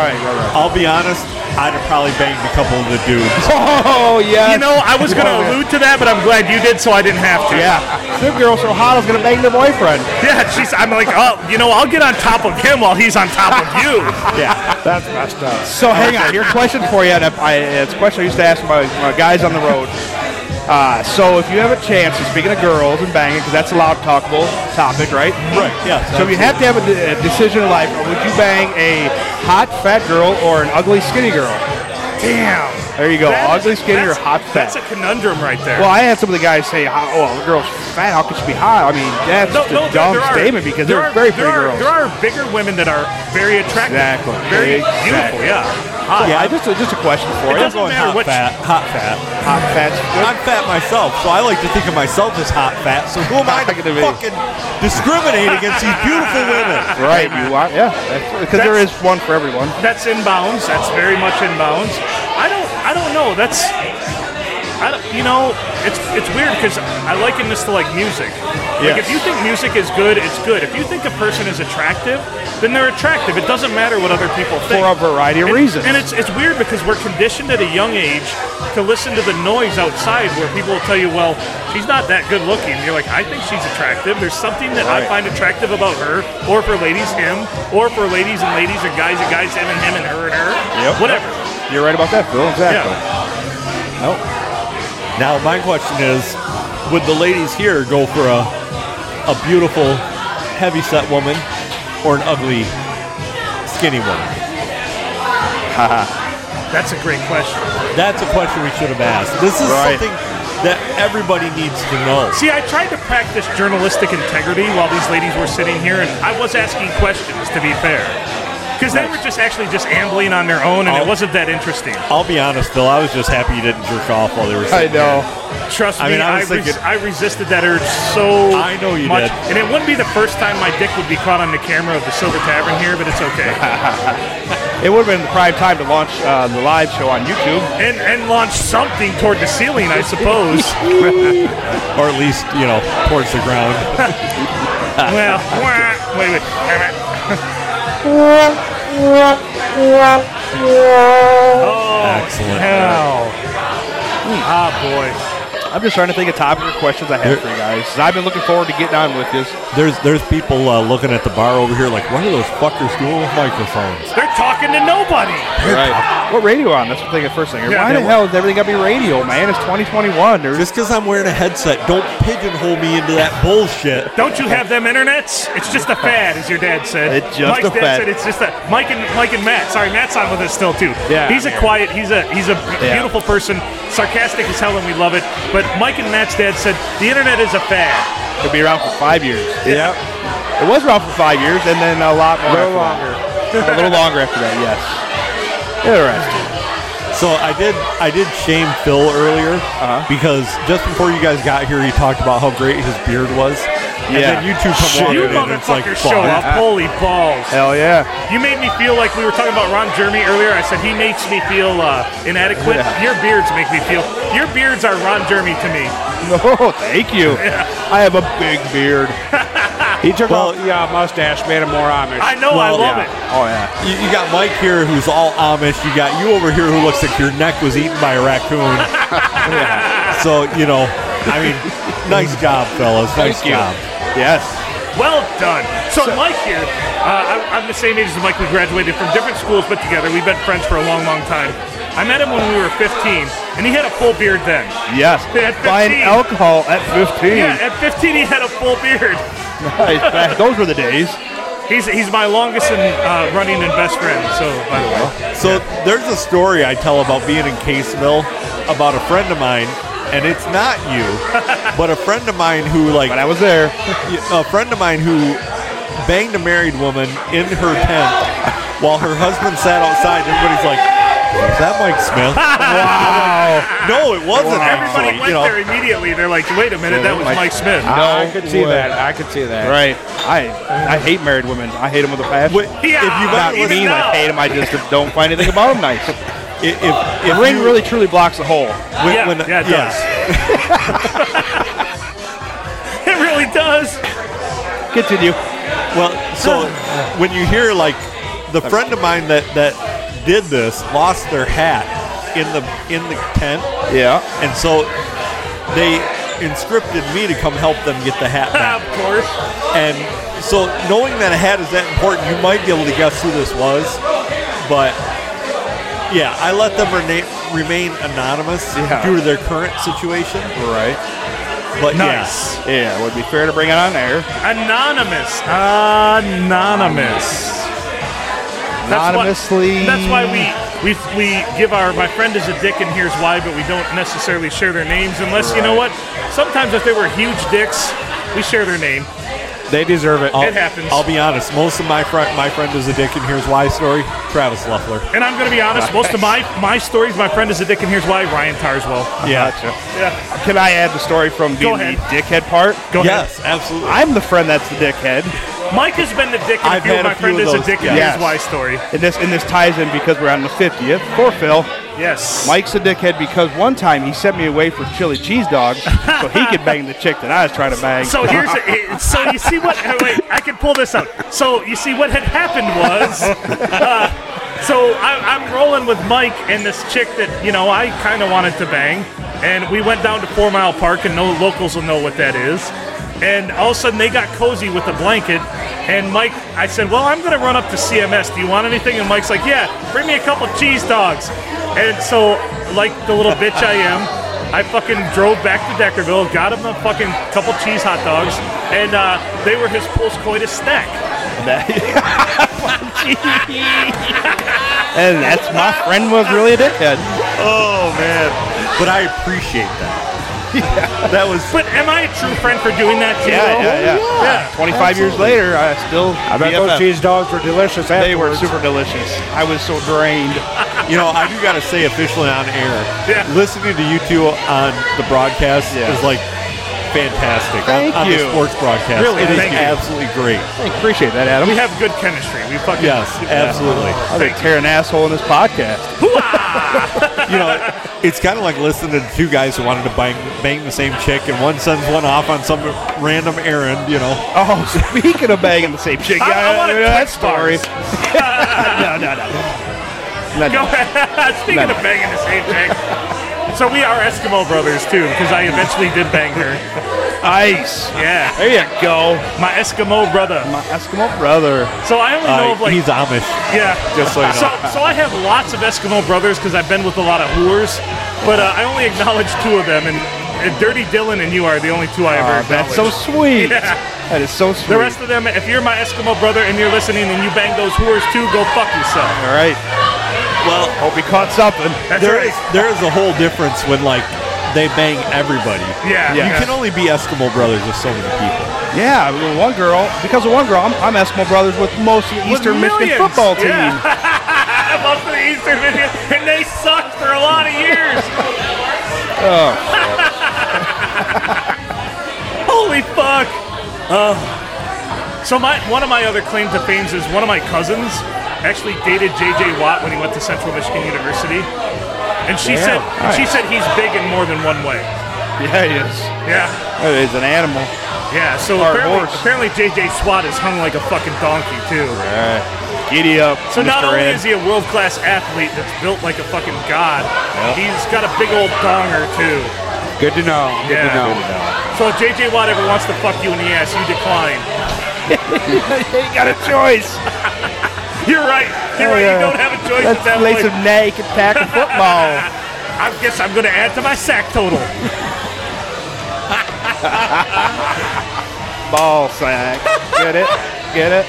Speaker 1: I'll be honest, I'd have probably banged a couple of the dudes.
Speaker 9: Oh yeah.
Speaker 2: You know, I was going to allude to that, but I'm glad you did, so I didn't have to.
Speaker 9: Yeah. This girl so hot, I was gonna bang the boyfriend.
Speaker 2: Yeah, she's. I'm like, oh, you know, I'll get on top of him while he's on top of you.
Speaker 9: yeah.
Speaker 12: That's messed up.
Speaker 9: So hang on, your question for you, and if I, it's a question I used to ask my, my guys on the road. Uh, so if you have a chance, and speaking of girls and banging, because that's a loud talkable topic, right? Right.
Speaker 1: yes,
Speaker 9: So you have to have a, de- a decision in life: would you bang a hot fat girl or an ugly skinny girl?
Speaker 20: Damn.
Speaker 17: There you go.
Speaker 20: That
Speaker 17: Ugly,
Speaker 20: is-
Speaker 17: skinny, or
Speaker 20: that's-
Speaker 17: hot fat.
Speaker 2: That's a conundrum right there.
Speaker 17: Well, I had some of the guys say, "How- "Well, the girl's fat. How could she be hot?" I mean, that's
Speaker 2: No,
Speaker 17: just a
Speaker 2: no, there-
Speaker 17: dumb
Speaker 2: there are-
Speaker 17: statement because
Speaker 2: there
Speaker 17: they're
Speaker 2: are-
Speaker 17: very pretty
Speaker 2: there are-
Speaker 17: girls.
Speaker 2: There are bigger women that are very attractive.
Speaker 17: Exactly.
Speaker 2: Very
Speaker 17: Exactly.
Speaker 2: beautiful, yeah. Ah, Hot.
Speaker 17: yeah, I just just a question for
Speaker 2: It
Speaker 17: you.
Speaker 2: doesn't
Speaker 17: I'm going
Speaker 2: matter
Speaker 17: hot
Speaker 2: what-
Speaker 17: fat. Hot fat. Hot fat.
Speaker 1: I'm fat myself, so I like to think of myself as hot fat. So who am I to fucking discriminate against these beautiful women?
Speaker 17: Right. You are. Yeah. Because there is one for everyone.
Speaker 2: That's inbounds. That's very much inbounds. I don't. I don't know. That's. I don't, you know, it's it's weird because I liken this to like music. Like
Speaker 17: Yes.
Speaker 2: if you think music is good, it's good. If you think a person is attractive, then they're attractive. It doesn't matter what other people think
Speaker 17: For a variety of
Speaker 2: And-
Speaker 17: reasons.
Speaker 2: And it's it's weird because we're conditioned at a young age to listen to the noise outside, where people will tell you, "Well, she's not that good looking." And you're like, "I think she's attractive." There's something that I
Speaker 17: Right.
Speaker 2: find attractive about her, or for ladies, him, or for ladies and ladies, and guys and guys, him and him, and her and her.
Speaker 17: Yep.
Speaker 2: Whatever.
Speaker 17: You're right about that, Phil. Exactly.
Speaker 1: Nope. Now my question is, would the ladies here go for a a beautiful, heavy set woman or an ugly, skinny woman?
Speaker 2: That's a great question.
Speaker 1: That's a question we should have asked. This is
Speaker 2: Right.
Speaker 1: something that everybody needs to know.
Speaker 2: See, I tried to practice journalistic integrity while these ladies were sitting here, and I was asking questions, to be fair. Because they were just actually just ambling on their own, and
Speaker 17: Oh.
Speaker 2: it wasn't that interesting.
Speaker 1: I'll be honest, Bill. I was just happy you didn't jerk off while they were. Sitting
Speaker 2: Trust me,
Speaker 1: I
Speaker 2: I,
Speaker 1: mean, I was
Speaker 2: res-
Speaker 1: thinking-
Speaker 2: I resisted that urge so
Speaker 1: I know you
Speaker 2: much.
Speaker 1: did.
Speaker 2: And it wouldn't be the first time my dick would be caught on the camera of the Silver Tavern here, but it's okay.
Speaker 17: It would have been the prime time to launch uh, the live show on YouTube.
Speaker 2: and and launch something toward the ceiling, I suppose.
Speaker 1: There. Or at least you know towards the ground.
Speaker 2: well, wah, wait, wait.
Speaker 17: Oh,
Speaker 1: Excellent.
Speaker 2: hell. Ah, boy.
Speaker 17: I'm just trying to think of topic or questions I have for you guys. 'cause I've been looking forward to getting on with this.
Speaker 1: There's there's people uh, looking at the bar over here like, what are those fuckers doing with microphones?
Speaker 2: They're talking to nobody.
Speaker 17: Right. what radio on? That's the thing. The first thing.
Speaker 1: Yeah,
Speaker 17: Why the
Speaker 1: yeah.
Speaker 17: hell is everything got to be radio, man? It's 2021. Dude.
Speaker 1: Just because I'm wearing a headset, don't pigeonhole me into that bullshit.
Speaker 2: Don't you have them internets? It's just a fad, as your dad said.
Speaker 1: It's just
Speaker 2: Mike's
Speaker 1: a
Speaker 2: dad
Speaker 1: fad.
Speaker 2: said it's just a Mike and Mike and Matt. Sorry, Matt's on with us still too.
Speaker 17: Yeah.
Speaker 2: He's a quiet. He's a he's a
Speaker 17: Yeah.
Speaker 2: beautiful person. Sarcastic as hell, and we love it. But Mike and Matt's dad said the internet is a fad.
Speaker 17: It'll be around for five years. Yeah. It was around for five years, and then a lot more.
Speaker 2: little
Speaker 17: after that. a little longer after that. Yes. Interesting.
Speaker 1: So I did I did shame Phil earlier
Speaker 17: Uh-huh.
Speaker 1: because just before you guys got here, he talked about how great his beard was. And
Speaker 17: Yeah.
Speaker 1: then you two come
Speaker 17: Shit.
Speaker 1: walking
Speaker 17: You
Speaker 1: in and it's like,
Speaker 2: motherfuckers
Speaker 1: fuck.
Speaker 2: show up. Holy balls.
Speaker 17: Hell yeah.
Speaker 2: You made me feel like we were talking about Ron Jeremy earlier. I said he makes me feel uh, inadequate.
Speaker 17: Yeah.
Speaker 2: Your beards make me feel. Your beards are Ron Jeremy to me.
Speaker 17: No, thank you.
Speaker 2: Yeah.
Speaker 17: I have a big beard. he took
Speaker 1: Well-
Speaker 17: off the uh, mustache, made him more Amish.
Speaker 2: I know, I love
Speaker 17: yeah.
Speaker 2: it.
Speaker 17: Oh yeah.
Speaker 1: You, you got Mike here who's all Amish. You got you over here who looks like your neck was eaten by a raccoon. So you know, I mean, nice job, fellas. Nice
Speaker 17: Thank you.
Speaker 1: job.
Speaker 17: Yes.
Speaker 2: Well done. So, Mike here, uh, I'm, I'm the same age as Mike. We graduated from different schools, but together we've been friends for a long, long time. I met him when we were 15, and he had a full beard then.
Speaker 17: Yes.
Speaker 2: At 15.
Speaker 17: Buying alcohol at 15.
Speaker 2: Yeah, at 15 he had a full beard.
Speaker 17: Nice. Back- Those were the days.
Speaker 2: He's he's my longest and uh, running and best friend. So by the way,
Speaker 1: So there's a story I tell about being in Caseville about a friend of mine, and it's not you, but a friend of mine who like. But
Speaker 17: I was there.
Speaker 1: A friend of mine who banged a married woman in her tent while her husband sat outside. and Everybody's like, "Is that Mike Smith?" wow. No, it wasn't.
Speaker 2: everybody
Speaker 1: Actually,
Speaker 2: went
Speaker 1: you know.
Speaker 2: there immediately. They're like, wait a minute, that was Mike, Smith.
Speaker 17: No
Speaker 20: I
Speaker 1: Oh,
Speaker 20: could see
Speaker 17: way.
Speaker 20: that. I could see that.
Speaker 17: Right. I I hate married women. I hate them with a passion.
Speaker 2: Yeah,
Speaker 17: if you not
Speaker 2: even
Speaker 17: mean
Speaker 2: now.
Speaker 17: I hate them. I just don't find anything about them nice.
Speaker 1: If, if,
Speaker 17: the
Speaker 1: if
Speaker 17: ring
Speaker 1: you-
Speaker 17: really truly blocks the hole.
Speaker 1: when-
Speaker 2: yeah,
Speaker 1: when-
Speaker 2: yeah, it
Speaker 1: yeah.
Speaker 2: does. It really does.
Speaker 17: Continue.
Speaker 1: Well, so when you hear like the friend of mine that that did this lost their hat in the in the tent,
Speaker 17: Yeah.
Speaker 1: and so they inscripted me to come help them get the hat
Speaker 2: of
Speaker 1: back.
Speaker 2: course.
Speaker 1: And so knowing that a hat is that important, you might be able to guess who this was, but yeah, I let them rena- remain anonymous
Speaker 17: Yeah.
Speaker 1: due to their current situation.
Speaker 17: Right.
Speaker 1: But
Speaker 2: Nice.
Speaker 1: yeah.
Speaker 17: Yeah. Would be fair to bring it on air.
Speaker 2: Anonymous. Anonymous. That's why-
Speaker 17: Anonymously.
Speaker 2: That's why we we we give our my friend is a dick and here's why, but we don't necessarily share their names unless you know what. Sometimes if they were huge dicks, we share their name.
Speaker 18: They deserve it.
Speaker 2: It happens.
Speaker 1: I'll be honest. Most of my friend, my friend is a dick, and here's why story. Travis Luffler.
Speaker 2: And I'm going to be honest, most of my my stories, my friend is a dick and here's why. Ryan Tarswell.
Speaker 1: Yeah.
Speaker 2: Yeah.
Speaker 17: Can I add the story from
Speaker 2: Go
Speaker 17: being the
Speaker 2: ahead.
Speaker 17: dickhead part?
Speaker 2: Go ahead. Yes, absolutely.
Speaker 17: I'm the friend that's the dickhead.
Speaker 2: Mike has been the dick and a few of my friend is a dick and here's why story.
Speaker 17: And this and this ties in because we're on the 50th for Phil.
Speaker 2: Yes.
Speaker 17: Mike's a dickhead because one time he sent me away for chili cheese dogs so he could bang the chick that I was trying to bang.
Speaker 2: So here's a, so you see what uh, wait I can pull this out. So you see what had happened was, uh, so I, I'm rolling with Mike and this chick that you know I kind of wanted to bang, and we went down to Four Mile Park, and no locals will know what that is. And all of a sudden they got cozy with a blanket, and Mike, I said, well I'm gonna run up to CMS. Do you want anything? And Mike's like, yeah, bring me a couple cheese dogs. And so like the little bitch I am. I fucking drove back to Deckerville, got him a fucking couple cheese hot dogs, and uh, they were his post coitus snack.
Speaker 17: and that's my friend was really a dickhead.
Speaker 2: Oh man!
Speaker 1: But I appreciate that.
Speaker 17: That was.
Speaker 2: But am I a true friend for doing that too?
Speaker 17: Yeah, yeah, yeah.
Speaker 2: Yeah.
Speaker 17: 25 years later, I still.
Speaker 20: I bet those
Speaker 17: BFF.
Speaker 20: cheese dogs were delicious.
Speaker 17: They were
Speaker 20: afterwards.
Speaker 17: super delicious. I was so drained.
Speaker 1: You know, I do got to say officially on air,
Speaker 2: Yeah.
Speaker 1: listening to you two on the broadcast
Speaker 17: Yeah.
Speaker 1: is like fantastic.
Speaker 17: Thank
Speaker 1: on, on
Speaker 17: you.
Speaker 1: the sports broadcast.
Speaker 2: Really,
Speaker 1: it is
Speaker 2: thank you.
Speaker 1: absolutely great.
Speaker 17: Appreciate that, Adam.
Speaker 2: We have good chemistry. We fucking
Speaker 1: Yes, absolutely.
Speaker 17: I could tear an asshole in this podcast.
Speaker 1: you know, it's kind of like listening to two guys who wanted to bang, bang the same chick, and one sends one off on some random errand. You know,
Speaker 17: Oh, speaking of banging the same chick,
Speaker 2: I- I
Speaker 17: yeah,
Speaker 2: wanna
Speaker 17: yeah, that
Speaker 2: click
Speaker 17: story. no, no, no. No, no.
Speaker 2: Go ahead. Speaking of banging the same thing. So we are Eskimo brothers too, because I eventually did bang her.
Speaker 17: Ice.
Speaker 2: Yeah,
Speaker 17: There you go.
Speaker 2: my Eskimo brother.
Speaker 17: My Eskimo brother.
Speaker 2: So I only
Speaker 1: Uh,
Speaker 2: know of like
Speaker 1: he's Amish.
Speaker 2: Yeah.
Speaker 1: Just so you know.
Speaker 2: So, so I have lots of Eskimo brothers because I've been with a lot of whores, but uh, I only acknowledge two of them, and uh, Dirty Dylan and you are the only two I
Speaker 17: Aw,
Speaker 2: ever acknowledge.
Speaker 17: that's so sweet.
Speaker 2: Yeah.
Speaker 17: That is so sweet.
Speaker 2: the rest of them, if you're my Eskimo brother and you're listening and you bang those whores too, go fuck yourself.
Speaker 17: All right.
Speaker 1: Well,
Speaker 17: Hope he caught something.
Speaker 2: That's
Speaker 1: there is
Speaker 2: right.
Speaker 1: there is a whole difference when like they bang everybody.
Speaker 2: Yeah.
Speaker 1: You can only be Eskimo brothers with so many people.
Speaker 17: Yeah, I mean, one girl. Because of one girl, I'm, I'm Eskimo brothers with most of the
Speaker 2: With
Speaker 17: Eastern Michigan
Speaker 2: millions.
Speaker 17: football team.
Speaker 2: Yeah. Most of the Eastern Michigan, and they sucked for a lot of years.
Speaker 17: Oh,
Speaker 2: Holy fuck! Uh, so my one of my other claim to fame is one of my cousins actually dated J.J. Watt when he went to Central Michigan University, and she
Speaker 17: Yeah,
Speaker 2: said
Speaker 17: nice.
Speaker 2: she said he's big in more than one way.
Speaker 17: yeah, he is.
Speaker 2: Yeah,
Speaker 17: That is an animal.
Speaker 2: yeah. So
Speaker 17: Or a
Speaker 2: apparently,
Speaker 17: horse.
Speaker 2: apparently J.J. Swat is hung like a fucking donkey too.
Speaker 17: All right. Giddy up,
Speaker 2: So
Speaker 17: Mr.
Speaker 2: not only
Speaker 17: Ed.
Speaker 2: is he a world class athlete that's built like a fucking god, he's got a big old donger too.
Speaker 20: Good to know. Good
Speaker 2: Yeah.
Speaker 20: to know.
Speaker 2: So if J.J. Watt ever wants to fuck you in the ass, you decline.
Speaker 17: you ain't got a choice.
Speaker 2: You're right. You're right.
Speaker 17: Yeah.
Speaker 2: You don't have a choice
Speaker 17: Let's
Speaker 2: at that
Speaker 17: play
Speaker 2: point.
Speaker 17: some naked tackle football.
Speaker 2: I guess I'm going to add to my sack total.
Speaker 17: Ball sack. Get it? Get it?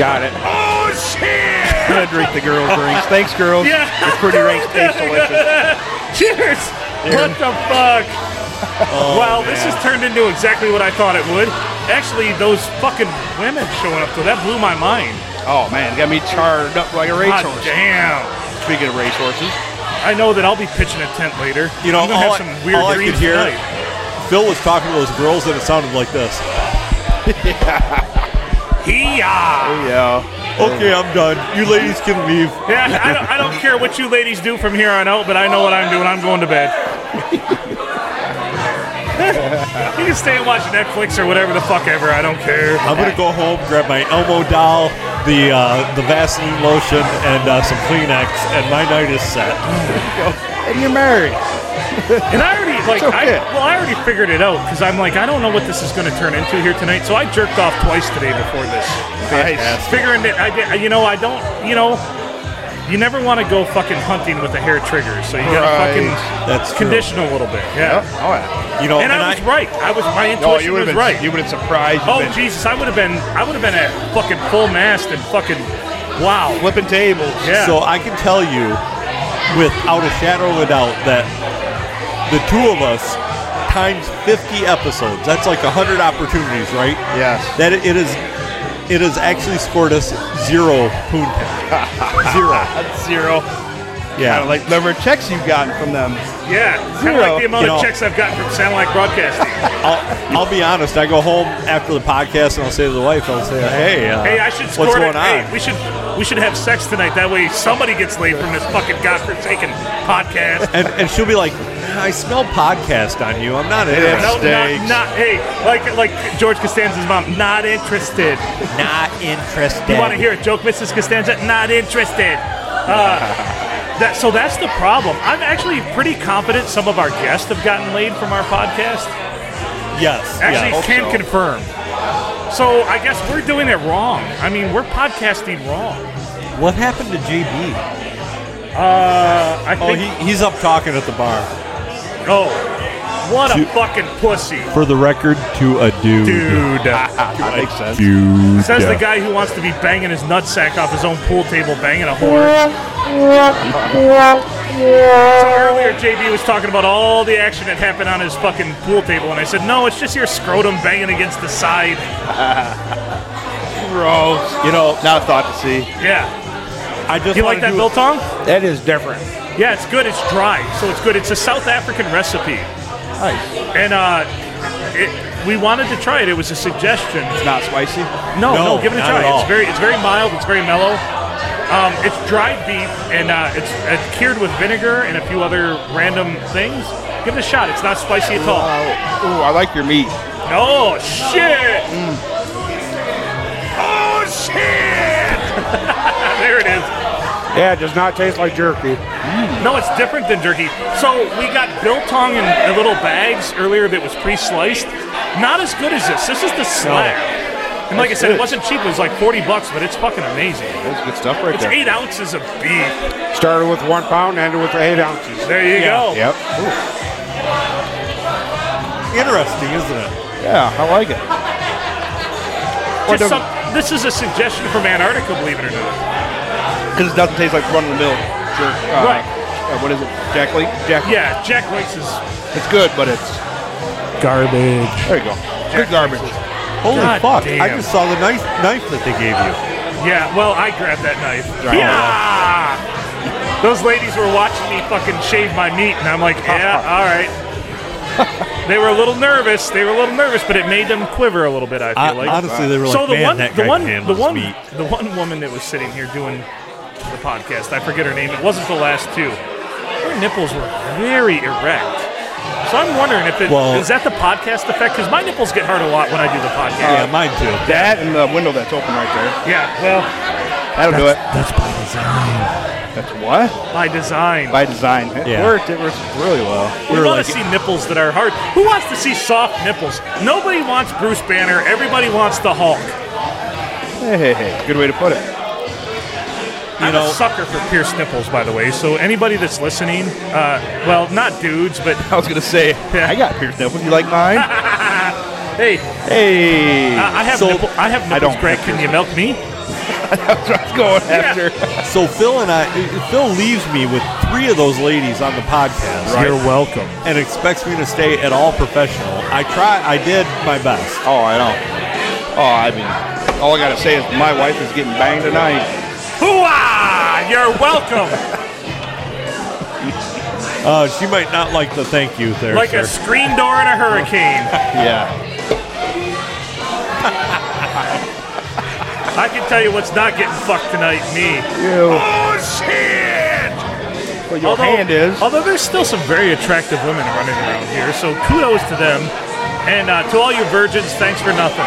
Speaker 17: Got it.
Speaker 2: oh shit!
Speaker 17: Gonna drink the girls' drinks. Thanks, girls.
Speaker 2: Yeah.
Speaker 17: The pretty drinks taste delicious.
Speaker 2: Cheers! What the fuck?
Speaker 1: Oh,
Speaker 2: well, this has turned into exactly what I thought it would. Actually, those fucking women showing up, though, that blew my mind.
Speaker 17: Oh man, got me charred up like a
Speaker 2: God
Speaker 17: racehorse.
Speaker 2: damn.
Speaker 17: Speaking of racehorses,
Speaker 2: I know that I'll be pitching a tent later.
Speaker 1: You know,
Speaker 2: I'm gonna
Speaker 1: all I-
Speaker 2: have some weird
Speaker 1: all I could
Speaker 2: dreams
Speaker 1: hear-
Speaker 2: tonight.
Speaker 1: Phil was talking to those girls, and it sounded like this.
Speaker 2: Hee-yah.
Speaker 17: yeah.
Speaker 1: Okay, I'm done. You ladies can leave.
Speaker 2: Yeah, I don't, I don't care what you ladies do from here on out, but I know what I'm doing. I'm going to bed. you can stay and watch Netflix or whatever the fuck ever. I don't care.
Speaker 1: I'm gonna go home, grab my Elmo doll, the uh, the Vaseline lotion, and uh, some Kleenex, and my night is set.
Speaker 17: And you're married.
Speaker 2: And I already like
Speaker 17: It's okay.
Speaker 2: I, well, I already figured it out because I'm like I don't know what this is going to turn into here tonight. So I jerked off twice today before this,
Speaker 17: Nice.
Speaker 2: figuring that I did. You know, I don't. You know, you never want to go fucking hunting with a hair trigger, so you got to
Speaker 17: Right.
Speaker 2: fucking
Speaker 1: That's true.
Speaker 2: condition a little bit.
Speaker 17: Yep.
Speaker 2: Yeah.
Speaker 17: Oh yeah.
Speaker 1: You know,
Speaker 2: And I was right. I was my
Speaker 17: No,
Speaker 2: intuition
Speaker 17: you would
Speaker 2: was
Speaker 17: have been.
Speaker 2: right.
Speaker 17: You would have surprised.
Speaker 2: Oh
Speaker 17: you've been-
Speaker 2: Jesus! I would have been. I would have been at fucking full mast and fucking Wow.
Speaker 1: Flipping tables.
Speaker 2: Yeah.
Speaker 1: So I can tell you without a shadow of a doubt that the two of us times 50 episodes, that's like 100 opportunities, right?
Speaker 6: Yes.
Speaker 1: That it is it has actually scored us zero poon pen. zero.
Speaker 2: Zero.
Speaker 1: Yeah.
Speaker 6: Kinda like the number of checks you've gotten from them.
Speaker 2: Yeah, kind of
Speaker 1: Zero.
Speaker 2: like the amount
Speaker 1: You
Speaker 2: of
Speaker 1: know-
Speaker 2: checks I've gotten from Sound Like Broadcasting.
Speaker 1: I'll, I'll be honest. I go home after the podcast and I'll say to the wife, I'll say, "Hey, uh,
Speaker 2: hey, I should score
Speaker 1: what's
Speaker 2: it.
Speaker 1: going on?"
Speaker 2: Hey, we should we should have sex tonight. That way, somebody gets laid from this fucking godforsaken podcast.
Speaker 1: and, and she'll be like, "I smell podcast on you. I'm not
Speaker 2: Yeah, no,
Speaker 1: interested.
Speaker 2: not, not, hey, like like George Costanza's mom, not interested.
Speaker 1: Not interested.
Speaker 2: You want to hear a joke, Mrs. Costanza? Not interested. Uh, that so that's the problem. I'm actually pretty confident some of our guests have gotten laid from our podcast.
Speaker 1: Yes,
Speaker 2: actually
Speaker 1: yeah.
Speaker 2: can
Speaker 1: Hope so.
Speaker 2: confirm. So I guess we're doing it wrong. I mean, we're podcasting wrong.
Speaker 1: What happened to JB?
Speaker 2: Uh, I
Speaker 1: Oh,
Speaker 2: think.
Speaker 1: he, he's up talking at the bar.
Speaker 2: oh, what a
Speaker 1: Dude.
Speaker 2: fucking pussy.
Speaker 1: For the record, to a dude.
Speaker 2: Dude.
Speaker 1: that
Speaker 2: makes
Speaker 1: sense.
Speaker 19: Dude.
Speaker 2: Says the guy who wants to be banging his nutsack off his own pool table, banging a whore. So earlier, JB was talking about all the action that happened on his fucking pool table, and I said, no, it's just your scrotum banging against the side.
Speaker 6: Gross. You know, not a thought to see.
Speaker 2: Yeah.
Speaker 1: I just
Speaker 2: you like that
Speaker 6: wanna do-
Speaker 2: biltong?
Speaker 6: That is different.
Speaker 2: Yeah, it's good. It's dry, so it's good. It's a South African recipe.
Speaker 6: Nice.
Speaker 2: And uh, it, we wanted to try it. It was a suggestion. It's
Speaker 6: not spicy.
Speaker 2: No, no,
Speaker 6: No,
Speaker 2: give it a
Speaker 6: not at
Speaker 2: try.
Speaker 6: all.
Speaker 2: It's very, it's very mild. It's very mellow. Um, it's dried beef, and uh, it's, it's cured with vinegar and a few other random things. Give it a shot. It's not spicy at all.
Speaker 6: Ooh, I like your meat. Mm.
Speaker 2: Oh shit! Oh shit! there it is.
Speaker 20: Yeah, it does not taste like jerky.
Speaker 2: No, it's different than jerky. So we got biltong in, in little bags earlier that was pre-sliced. Not as good as this. This is the slab. And like I
Speaker 6: That's
Speaker 2: said, it
Speaker 6: good.
Speaker 2: wasn't cheap. It was like forty bucks, but it's fucking amazing.
Speaker 6: That's good stuff right
Speaker 2: it's
Speaker 6: there.
Speaker 2: eight ounces of beef.
Speaker 20: Started with one pound, ended with eight ounces.
Speaker 2: There you go.
Speaker 6: Yep.
Speaker 1: Interesting, isn't it?
Speaker 6: Yeah, I like it.
Speaker 2: Just some, this is a suggestion from Antarctica, believe it or not.
Speaker 6: Because it doesn't taste like run of the mill. Sure. Uh,
Speaker 2: Right.
Speaker 6: uh, what is it? Jack Lake? Jack.
Speaker 2: Yeah, Jack Links is
Speaker 6: It's good, but it's
Speaker 20: Garbage.
Speaker 6: there you go. Good garbage.
Speaker 1: Holy
Speaker 2: God
Speaker 1: fuck! I
Speaker 2: damn.
Speaker 1: just saw the knife knife that they gave you.
Speaker 2: Yeah, well, I grabbed that knife.
Speaker 1: Right.
Speaker 2: Yeah! Those ladies were watching me fucking shave my meat, and I'm like, yeah, all right. they were a little nervous. They were a little nervous, but it made them quiver a little bit. I feel
Speaker 1: I-
Speaker 2: like.
Speaker 1: honestly, they were
Speaker 2: so
Speaker 1: like,
Speaker 2: the
Speaker 1: "Man,
Speaker 2: one,
Speaker 1: that
Speaker 2: the
Speaker 1: guy
Speaker 2: one,
Speaker 1: can
Speaker 2: the
Speaker 1: handle his
Speaker 2: one,
Speaker 1: meat."
Speaker 2: the one woman that was sitting here doing the podcast. I forget her name. It wasn't the last two. Her nipples were very erect. So I'm wondering if it is
Speaker 1: Well-
Speaker 2: that the podcast effect? Because my nipples get hard a lot when I do the
Speaker 1: Yeah,
Speaker 2: podcast.
Speaker 1: mine too.
Speaker 6: That and the window that's open right there.
Speaker 2: yeah well,
Speaker 6: That'll do it. That's by design. That's what?
Speaker 2: by design.
Speaker 6: By design. It
Speaker 1: Yeah.
Speaker 6: worked. It worked really well.
Speaker 2: We want to see nipples that are hard. Who wants to see soft nipples? Nobody wants Bruce Banner. Everybody wants the Hulk.
Speaker 6: Hey, hey, hey. Good way to put it.
Speaker 2: I'm a sucker for pierced nipples, by the way. So anybody that's listening, uh, well, not dudes, but
Speaker 6: I was gonna say I got pierced nipples. You like mine?
Speaker 2: hey,
Speaker 6: hey.
Speaker 2: I I have
Speaker 1: So-
Speaker 2: nipple, I have nipples.
Speaker 6: I don't
Speaker 2: Greg, can you milk me?
Speaker 6: That's what I was going after.
Speaker 1: So Phil and I, Phil leaves me with three of those ladies on the podcast
Speaker 2: You're welcome.
Speaker 1: and expects me to stay at all professional. I try, I did my best.
Speaker 6: Oh, I know. Oh, I mean, all I gotta say is my wife is getting banged tonight.
Speaker 2: Hooah! You're welcome.
Speaker 1: Uh, she might not like the thank you there,
Speaker 2: like
Speaker 1: sir.
Speaker 2: a screen door in a hurricane.
Speaker 6: Yeah.
Speaker 2: I can tell you what's not getting fucked tonight, me.
Speaker 6: You.
Speaker 2: Oh shit!
Speaker 6: Well, your hand is.
Speaker 2: Although there's still some very attractive women running around here, so kudos to them. And uh, to all you virgins, thanks for nothing.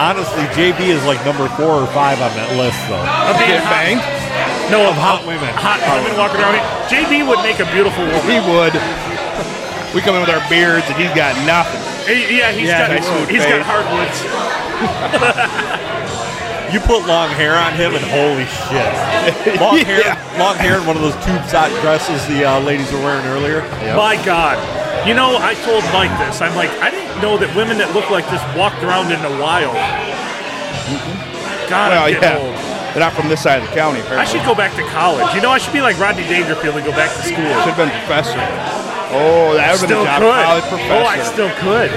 Speaker 1: Honestly, JB is like number four or five on that list, though.
Speaker 2: Of being
Speaker 6: Get banged.
Speaker 2: hot- No, of hot,
Speaker 1: Hot women.
Speaker 2: hot women walking around. here. JB would make a beautiful woman.
Speaker 6: He would. We come in with our beards and he's got nothing.
Speaker 2: He- yeah, he's
Speaker 6: Yeah,
Speaker 2: got
Speaker 6: nice smooth
Speaker 2: he's got
Speaker 6: face.
Speaker 2: hardwoods.
Speaker 1: You put long hair on him, and holy shit! Long hair, long hair, and one of those tube top dresses the uh, ladies were wearing earlier.
Speaker 2: My God. You know, I told Mike this. I'm like, I didn't know that women that look like this walked around in the wild. God,
Speaker 6: Mm-hmm. well,
Speaker 2: I'm getting
Speaker 6: yeah.
Speaker 2: old.
Speaker 6: They're not from this side of the county.
Speaker 2: I should go back to college. You know, I should be like Rodney Dangerfield and go back to school. Should
Speaker 6: have been professor. Oh, that would have been
Speaker 2: Still
Speaker 6: a job.
Speaker 2: could.
Speaker 6: College
Speaker 2: Oh, I
Speaker 6: professor.
Speaker 2: still could.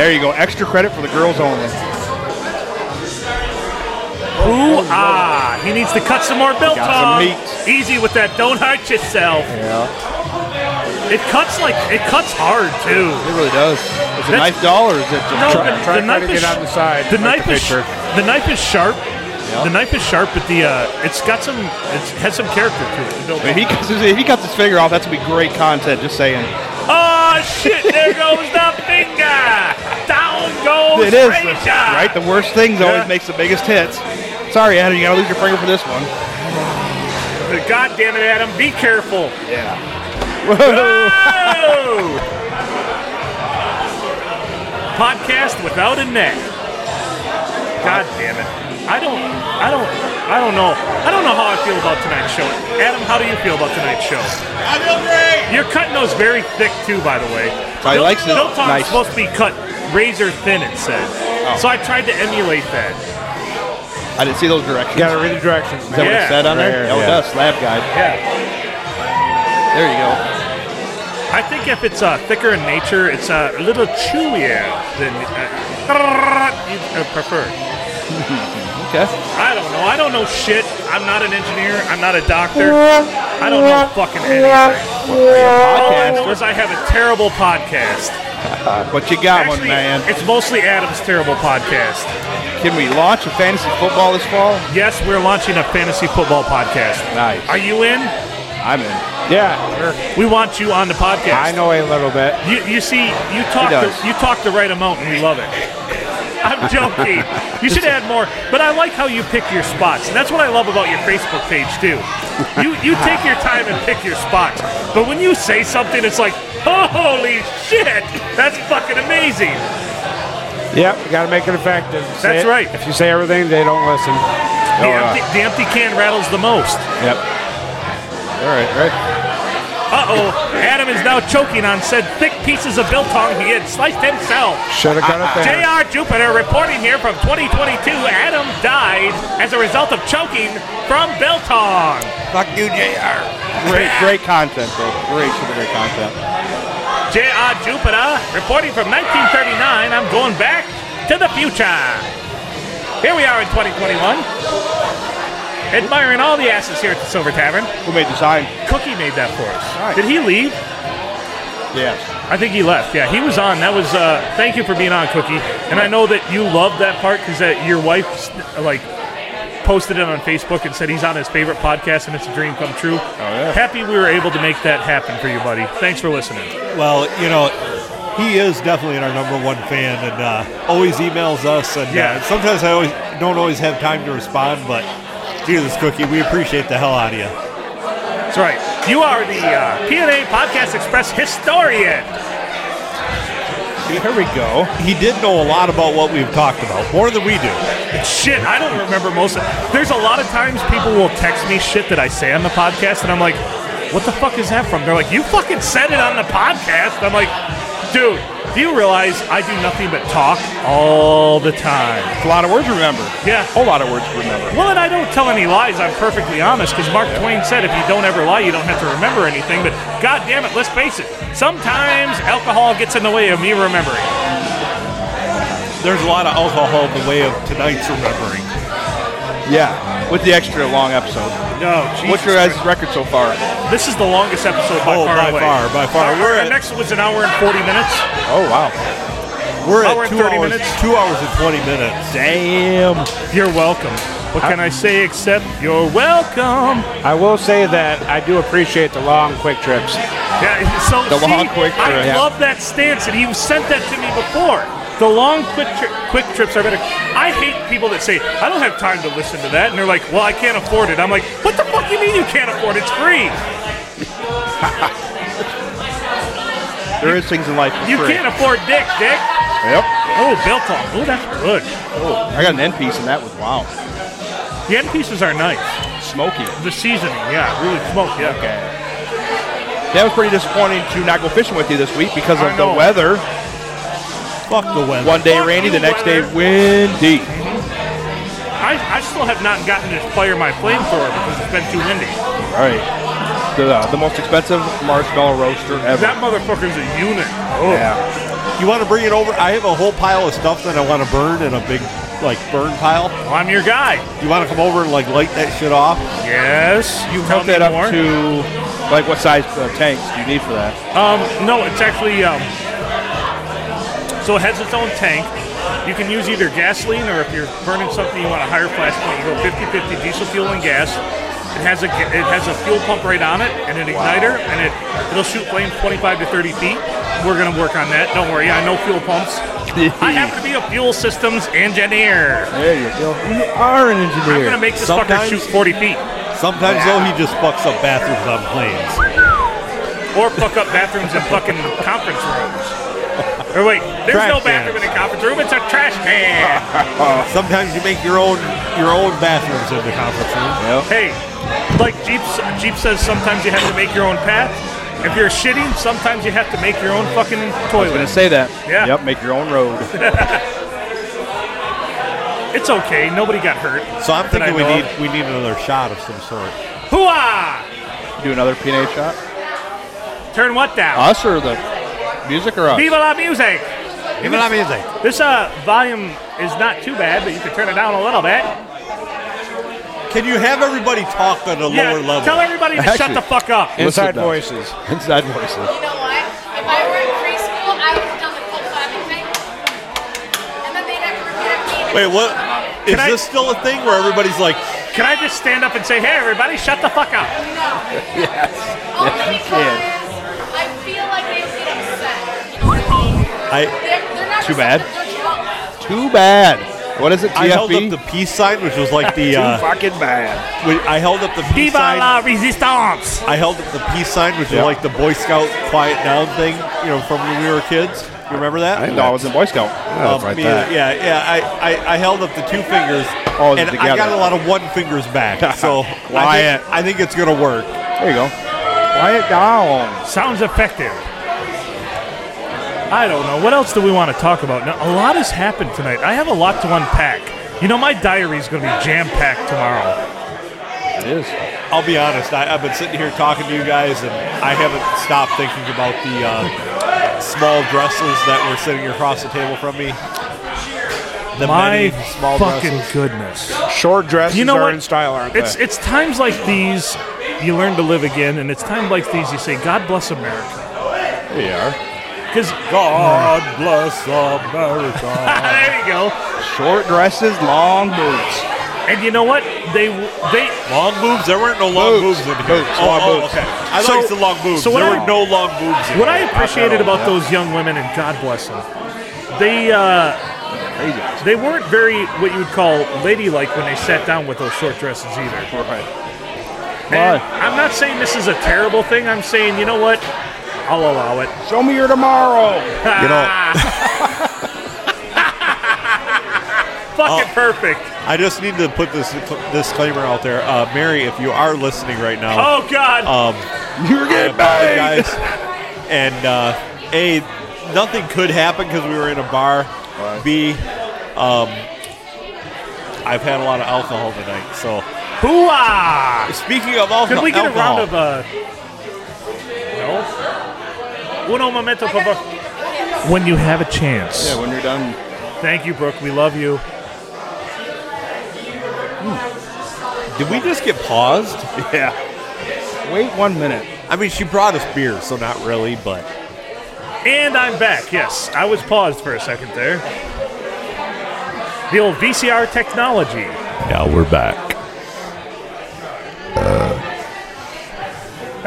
Speaker 6: There you go. Extra credit for the girls only.
Speaker 2: Ooh
Speaker 6: Oh,
Speaker 2: ah! He needs to cut some more biltong.
Speaker 6: some meat.
Speaker 2: Easy with that. Don't hurt yourself.
Speaker 6: Yeah.
Speaker 2: It cuts like it cuts hard too. It
Speaker 6: really does. Is it
Speaker 2: That's-
Speaker 6: knife doll or is it just
Speaker 2: No, the, the knife is
Speaker 6: sh-
Speaker 2: The knife is the knife is sharp. The knife is sharp, but the uh, it's got some it has some character to it. The
Speaker 6: If
Speaker 2: biltong.
Speaker 6: he, cuts his, if he cuts his finger off, that's gonna be great content. Just saying.
Speaker 2: Oh shit! There goes the finger. Down goes
Speaker 6: it is the-
Speaker 2: Frazier.
Speaker 6: right. The worst things
Speaker 2: Yeah.
Speaker 6: always makes the biggest hits. Sorry, Adam, you gotta lose your finger for this one.
Speaker 2: God damn it, Adam! Be careful.
Speaker 6: Yeah.
Speaker 2: Whoa. Podcast without a neck. God damn it. I don't I don't I don't know. I don't know how I feel about tonight's show. Adam, how do you feel about tonight's show? I feel great. You're cutting those very thick too, by the way.
Speaker 6: So he likes it
Speaker 2: Biltong's
Speaker 6: nice. Oh.
Speaker 2: supposed to be cut razor thin, it says. So I tried to emulate that.
Speaker 6: I didn't see those directions.
Speaker 2: Gotta read the directions.
Speaker 6: Is that what
Speaker 2: Yeah.
Speaker 6: it said on
Speaker 2: Right
Speaker 6: there?
Speaker 2: here,
Speaker 6: oh,
Speaker 2: yeah.
Speaker 6: it does. Slab guide.
Speaker 2: Yeah.
Speaker 6: There you go.
Speaker 2: I think if it's uh, thicker in nature, it's uh, a little chewier than uh, you uh, prefer.
Speaker 6: okay.
Speaker 2: I don't know. I don't know shit. I'm not an engineer. I'm not a doctor. I don't know fucking anything. All I know is I have a terrible podcast.
Speaker 6: but you got
Speaker 2: Oh. Actually,
Speaker 6: one, man.
Speaker 2: It's mostly Adam's terrible podcast.
Speaker 6: Can we launch a fantasy football this fall?
Speaker 2: Yes, we're launching a fantasy football podcast.
Speaker 6: Nice.
Speaker 2: Are you in?
Speaker 6: I'm in.
Speaker 2: Yeah, we want you on the podcast. I know a little bit. You, you see, you talk
Speaker 6: He
Speaker 2: the,
Speaker 6: does.
Speaker 2: you talk the right amount, and we love it. I'm joking. you should add more, but I like how you pick your spots, and that's what I love about your Facebook page too. You you take your time and pick your spots, but when you say something, it's like, holy shit, that's fucking amazing.
Speaker 20: Yep, got to make it effective. Say
Speaker 2: That's
Speaker 20: it-
Speaker 2: right.
Speaker 20: If you say everything, they don't listen.
Speaker 6: Oh,
Speaker 2: The, empty, the empty can rattles the most.
Speaker 20: Yep.
Speaker 6: All right, right.
Speaker 2: Uh oh, Adam is now choking on said thick pieces of biltong he had sliced himself.
Speaker 20: Shoulda got it there.
Speaker 2: J.R. Jupiter reporting here from 2022. Adam died as a result of choking from biltong.
Speaker 6: Fuck you, J.R. Great, great content, though. Great, super great content.
Speaker 2: J.R. Jupiter reporting from 1939. I'm going back to the future. Here we are in 2021. Admiring all the asses here at the Silver Tavern.
Speaker 6: Who made the sign?
Speaker 2: Cookie made that for us. Did he leave?
Speaker 6: Yes.
Speaker 2: I think he left. Yeah, he was on. That was. Uh, thank you for being on, Cookie. And I know that you loved that part because that your wife like posted it on Facebook and said he's on his favorite podcast and it's a dream come true. Oh yeah. Happy we were able to make that happen for you, buddy. Thanks for listening.
Speaker 1: Well, you know, he is definitely our number one fan, and uh, always emails us. And
Speaker 2: Yeah.
Speaker 1: uh, sometimes I always don't always have time to respond, but Jesus, Cookie, we appreciate the hell out of you.
Speaker 2: That's right. You are the uh, PNA Podcast Express historian.
Speaker 6: Here we go.
Speaker 1: He did know a lot about what we've talked about, more than we do.
Speaker 2: Shit, I don't remember most. Of, there's a lot of times people will text me shit that I say on the podcast, and I'm like, "What the fuck is that from?" They're like, "You fucking said it on the podcast." I'm like, "Dude, do you realize I do nothing but talk all the time?"
Speaker 6: A lot of words to remember.
Speaker 2: Yeah,
Speaker 6: a whole lot of words to remember.
Speaker 2: Well, and I don't tell any lies. I'm perfectly honest because Mark Twain said, "If you don't ever lie, you don't have to remember anything." But god damn it, let's face it. Sometimes alcohol gets in the way of me remembering.
Speaker 1: There's a lot of alcohol in the way of tonight's remembering.
Speaker 6: Yeah, with the extra long episode.
Speaker 2: No, Jesus
Speaker 6: What's your guys' record so far?
Speaker 2: This is the longest episode by
Speaker 1: Oh,
Speaker 2: far.
Speaker 1: by
Speaker 2: away.
Speaker 1: far, by far.
Speaker 2: Our,
Speaker 1: We're at-
Speaker 2: our next was an hour and forty minutes.
Speaker 6: Oh wow.
Speaker 1: We're
Speaker 2: Hour
Speaker 1: at
Speaker 2: and
Speaker 1: two
Speaker 2: 30
Speaker 1: hours,
Speaker 2: minutes.
Speaker 1: two hours and twenty minutes.
Speaker 2: Damn. You're welcome. What can I say except you're welcome?
Speaker 20: I will say that I do appreciate the long quick trips.
Speaker 2: Yeah, so
Speaker 20: The
Speaker 2: see,
Speaker 20: long quick
Speaker 2: I
Speaker 20: trip.
Speaker 2: love that stance, and you sent that to me before. The long quick tri- quick trips are better. I hate people that say I don't have time to listen to that, and they're like, "Well, I can't afford it." I'm like, "What the fuck you mean you can't afford it? It's free."
Speaker 6: There is things in life. for
Speaker 2: You
Speaker 6: free.
Speaker 2: can't afford dick, dick.
Speaker 6: Yep.
Speaker 2: Oh, Biltong. Oh, that's good.
Speaker 6: Oh, I got an end piece, and that was wow.
Speaker 2: The end pieces are nice.
Speaker 6: Smoky.
Speaker 2: The seasoning, yeah, really smoky. Yeah.
Speaker 6: Okay. That was pretty disappointing to not go fishing with you this week because
Speaker 2: I
Speaker 6: of
Speaker 2: know.
Speaker 6: the weather.
Speaker 1: Fuck the weather.
Speaker 6: One day rainy, the next day windy.
Speaker 2: I, I still have not gotten to fire my flamethrower because it's been too windy.
Speaker 17: All right. The, uh, the most expensive marshmallow roaster ever.
Speaker 2: That motherfucker's a unit.
Speaker 17: Yeah.
Speaker 1: You want to bring it over? I have a whole pile of stuff that I want to burn in a big, like, burn pile.
Speaker 2: I'm your guy.
Speaker 1: You want to come over and, like, light that shit off?
Speaker 2: Yes.
Speaker 17: You hook that up to, like, what size uh, tanks do you need for that?
Speaker 2: Um, no, it's actually um, so it has its own tank. You can use either gasoline or if you're burning something you want a higher flash point, you go 50-50 diesel fuel and gas. It has a ga- it has a fuel pump right on it and an igniter, and it it'll shoot flames 25 to 30 feet. We're gonna work on that. Don't worry, I know fuel pumps. I happen to be a fuel systems engineer.
Speaker 17: There you go.
Speaker 2: You are an engineer. I'm gonna make this
Speaker 1: Sometimes-
Speaker 2: fucker shoot 40 feet.
Speaker 1: Sometimes, though, he just fucks up bathrooms on planes.
Speaker 2: or fuck up bathrooms in fucking conference rooms. Or wait, there's
Speaker 1: Trash
Speaker 2: no bathroom in a conference room. It's a trash can.
Speaker 1: Sometimes you make your own your own bathrooms in the conference room.
Speaker 2: hey, like Jeep Jeep says, sometimes you have to make your own path. If you're shitting, sometimes you have to make your own fucking
Speaker 17: I was going
Speaker 2: toilet.
Speaker 17: to say that.
Speaker 2: Yeah.
Speaker 17: Yep, make your own road.
Speaker 2: It's okay. Nobody got hurt.
Speaker 1: So I'm
Speaker 2: That I
Speaker 1: thinking we
Speaker 2: know
Speaker 1: need
Speaker 2: of.
Speaker 1: we need another shot of some sort.
Speaker 2: Hooah!
Speaker 17: Do another PNA shot?
Speaker 2: Turn what down?
Speaker 1: Uh,
Speaker 17: Us or the music or us?
Speaker 2: Viva la music!
Speaker 17: Viva la music.
Speaker 2: This uh volume is not too bad, but you can turn it down a little bit.
Speaker 1: Can you have everybody talk at a
Speaker 2: Yeah,
Speaker 1: lower level?
Speaker 2: tell everybody to shut the fuck up.
Speaker 17: Inside
Speaker 1: voices.
Speaker 17: Inside voices.
Speaker 12: If I were in preschool, I would have done the full body thing. And then they'd have to repeat
Speaker 1: Wait,
Speaker 12: it to me.
Speaker 1: what? Is
Speaker 2: Can I-
Speaker 1: this still a thing where everybody's like,
Speaker 2: Can I just stand up and say, hey, everybody, shut the fuck up?
Speaker 17: yes.
Speaker 12: Only
Speaker 17: Yes, you
Speaker 12: because
Speaker 17: can.
Speaker 12: I feel like they would get upset. You know what I mean?
Speaker 1: I
Speaker 12: They're, they're not
Speaker 17: Too
Speaker 12: just
Speaker 17: bad.
Speaker 12: like the judge.
Speaker 17: Too bad. What is it,
Speaker 1: I held up
Speaker 17: TFB?
Speaker 1: the peace sign, which was like the
Speaker 17: Too
Speaker 1: uh,
Speaker 17: fucking bad.
Speaker 1: we- I held up the peace
Speaker 2: Viva la
Speaker 1: sign.
Speaker 2: resistance!
Speaker 1: I held up the peace sign, which
Speaker 17: Yeah.
Speaker 1: was like the Boy Scout quiet down thing, you know, from when we were kids. You remember that?
Speaker 17: No, I was in Boy Scout.
Speaker 1: Um, me either. Yeah, yeah. I, I, I held up the two fingers,
Speaker 17: All
Speaker 1: and I
Speaker 17: Oh, together.
Speaker 1: got a lot of one fingers back. So
Speaker 17: Quiet.
Speaker 1: I think, I think it's gonna work.
Speaker 17: There you go. Quiet down.
Speaker 2: Sounds effective. I don't know. What else do we want to talk about? Now, a lot has happened tonight. I have a lot to unpack. You know, my diary is going to be jam packed tomorrow.
Speaker 17: It is.
Speaker 1: I'll be honest. I, I've been sitting here talking to you guys, and I haven't stopped thinking about the uh, small dresses that were sitting across the table from me. The many
Speaker 2: my
Speaker 1: small
Speaker 2: fucking
Speaker 1: dresses.
Speaker 2: goodness.
Speaker 20: Short dresses
Speaker 2: You know
Speaker 20: are
Speaker 2: what?
Speaker 20: in style, aren't
Speaker 2: It's
Speaker 20: they?
Speaker 2: it's times like these you learn to live again, and it's times like these you say, "God bless America,"
Speaker 17: There you are.
Speaker 2: because
Speaker 1: God bless America.
Speaker 2: there you go.
Speaker 17: Oh. Short dresses, long boots.
Speaker 2: And you know what? They they
Speaker 1: long boobs. There weren't no long boobs,
Speaker 17: Boobs.
Speaker 1: in here.
Speaker 17: Boobs.
Speaker 1: Oh,
Speaker 17: Long
Speaker 1: oh,
Speaker 17: boobs.
Speaker 1: okay. I
Speaker 2: So-
Speaker 1: thought you said long boobs.
Speaker 2: so what
Speaker 1: there
Speaker 2: I-
Speaker 1: were no long boobs. In
Speaker 2: What I
Speaker 1: here.
Speaker 2: appreciated about those young women, and God bless them, they uh, they weren't very what you would call ladylike when they sat down with those short dresses either.
Speaker 17: Right.
Speaker 2: And
Speaker 17: Why?
Speaker 2: I'm not saying this is a terrible thing. I'm saying you know what, I'll allow it.
Speaker 17: Show me your tomorrow.
Speaker 2: You know,
Speaker 17: Oh.
Speaker 2: fucking perfect.
Speaker 1: I just need to put this disclaimer out there, uh, Mary. If you are listening right now,
Speaker 2: Oh God,
Speaker 1: um,
Speaker 17: You're
Speaker 1: I
Speaker 17: getting paid.
Speaker 1: apologize. and uh, a, nothing could happen because we were in a bar. B, um, I've had a lot of alcohol tonight. So
Speaker 17: Oh.
Speaker 2: hooah!
Speaker 1: speaking of alco- alcohol,
Speaker 2: Could we get a round of uh? No. Uno momento, por favor. When you have a chance.
Speaker 17: Yeah, when you're done.
Speaker 2: Thank you, Brooke. We love you.
Speaker 1: Did we just get paused?
Speaker 17: Yeah. Wait one minute.
Speaker 1: I mean, she brought us beer, so not really, but
Speaker 2: And I'm back. Yes, I was paused for a second there. The old VCR technology.
Speaker 19: Now we're back.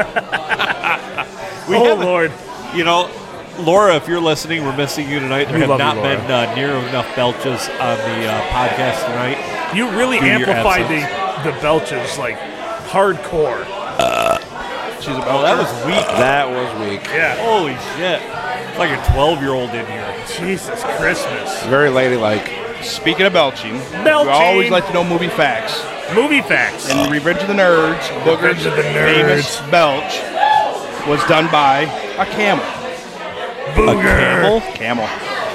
Speaker 1: we
Speaker 2: oh
Speaker 1: haven't-
Speaker 2: Lord,
Speaker 1: You know, Laura, if you're listening, we're missing you tonight. There
Speaker 2: We
Speaker 1: have
Speaker 2: love you,
Speaker 1: not
Speaker 2: Laura.
Speaker 1: been uh, near enough belches on the uh, podcast tonight.
Speaker 2: you really
Speaker 1: Due to your
Speaker 2: amplified the the belches like hardcore.
Speaker 17: Uh, She's
Speaker 1: Oh,
Speaker 17: about
Speaker 1: that was weak.
Speaker 17: That was weak.
Speaker 2: Yeah.
Speaker 1: Holy shit! It's like a 12 year old in here.
Speaker 2: Jesus Christmas.
Speaker 17: Very ladylike. Speaking of belching,
Speaker 2: Belching.
Speaker 17: we always like to know movie facts.
Speaker 2: Movie facts.
Speaker 17: And Revenge of the Nerds, Booger's
Speaker 2: Revenge of the Nerds.
Speaker 17: famous belch was done by a camel.
Speaker 2: Booger.
Speaker 17: Camel.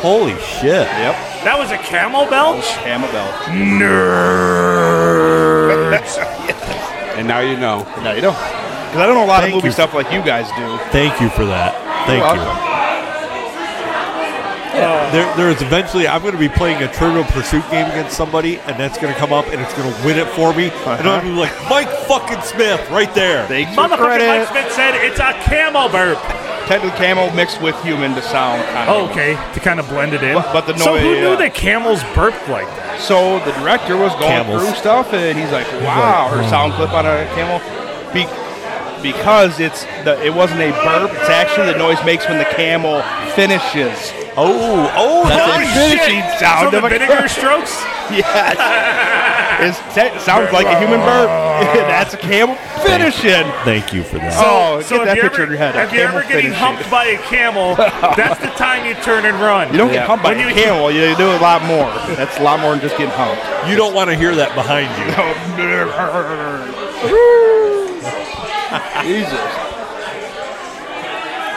Speaker 1: Holy shit!
Speaker 17: Yep.
Speaker 2: That was a camel belch?
Speaker 6: Camel belch.
Speaker 22: Nerds.
Speaker 6: and now you know. Now you know. Because I don't know a lot of movie stuff like you guys do.
Speaker 1: Thank you for that. Thank
Speaker 6: You're
Speaker 1: you. There, there is eventually I'm going to be playing a Trivial Pursuit game against somebody, and that's going to come up, and it's going to win it for me, and I'm going to be like Mike fucking Smith right there.
Speaker 2: Motherfucking Mike Smith said it's a camel burp.
Speaker 6: Technically, camel mixed with human to sound kind of.
Speaker 2: Oh, okay, to kind of blend it in.
Speaker 6: But, but the uh, noise.
Speaker 2: So who knew
Speaker 6: that
Speaker 2: camels burped like
Speaker 6: that? So the director was going
Speaker 2: Camels.
Speaker 6: through stuff, and he's like, "Wow,
Speaker 2: like,
Speaker 6: her
Speaker 2: "Hmm."
Speaker 6: sound clip on a camel." Be- because it's the, it wasn't a burp. It's actually the noise makes when the camel finishes.
Speaker 1: Oh, oh,
Speaker 6: that's
Speaker 2: holy
Speaker 6: the
Speaker 2: shit.
Speaker 6: finishing sound
Speaker 2: So
Speaker 6: of
Speaker 2: the
Speaker 6: a
Speaker 2: vinegar strokes.
Speaker 6: Yes, It's- that sounds like a human burp. that's a camel finishing.
Speaker 1: Thank you for that.
Speaker 6: oh, get that
Speaker 2: if you're
Speaker 6: picture
Speaker 2: ever,
Speaker 6: in your head. A
Speaker 2: If you're
Speaker 6: camel
Speaker 2: ever getting
Speaker 6: finishing.
Speaker 2: humped by a camel, that's the time you turn and run.
Speaker 6: You don't get humped by
Speaker 2: When
Speaker 6: a
Speaker 2: you-
Speaker 6: camel. You do a lot more. That's a lot more than just getting humped.
Speaker 1: You don't want to hear that behind you.
Speaker 6: Jesus.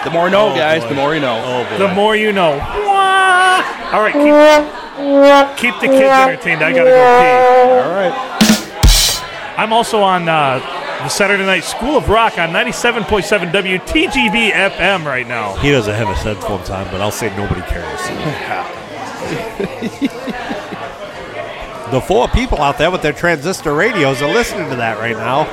Speaker 6: The more you
Speaker 3: Oh,
Speaker 6: know, Oh, guys, the more you know.
Speaker 2: The more you know. All right, keep, keep the kids entertained. I gotta go pee. All right. I'm also on uh, the Saturday Night School of Rock on 97.7 WTGV FM right now.
Speaker 1: He doesn't have his headphones on, but I'll say nobody cares. the four people out there with their transistor radios are listening to that right now.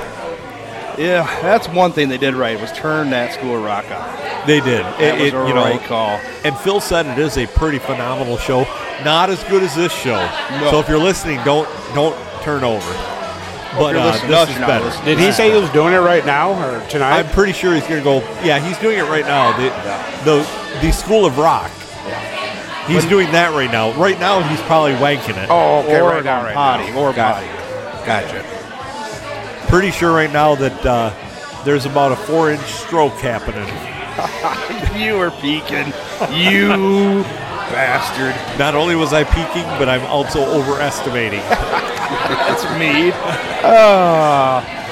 Speaker 6: Yeah, that's one thing they did right was turn that school of rock on.
Speaker 1: They did.
Speaker 6: That was a right call.
Speaker 1: And Phil said it is a pretty phenomenal show. Not as good as this show.
Speaker 6: No.
Speaker 1: So if you're listening, don't don't turn over. But
Speaker 23: you're
Speaker 1: uh,
Speaker 23: listening to us,
Speaker 1: this is
Speaker 23: you're not
Speaker 1: better.
Speaker 23: listening. Did he say he was doing it right now or tonight?
Speaker 1: I'm pretty sure he's going to go. Yeah, he's doing it right now. The the, the School of Rock. He's doing that right now. Right now, he's probably wanking it.
Speaker 6: Oh, okay,
Speaker 1: Or
Speaker 6: right now, right
Speaker 1: potty,
Speaker 6: now.
Speaker 1: or
Speaker 6: Got
Speaker 1: potty.
Speaker 6: Gotcha.
Speaker 1: Pretty sure right now that uh, there's about a four-inch stroke happening.
Speaker 6: you were peeking. You bastard.
Speaker 1: Not only was I peaking, but I'm also overestimating.
Speaker 6: That's me.
Speaker 3: Ah.
Speaker 6: Uh,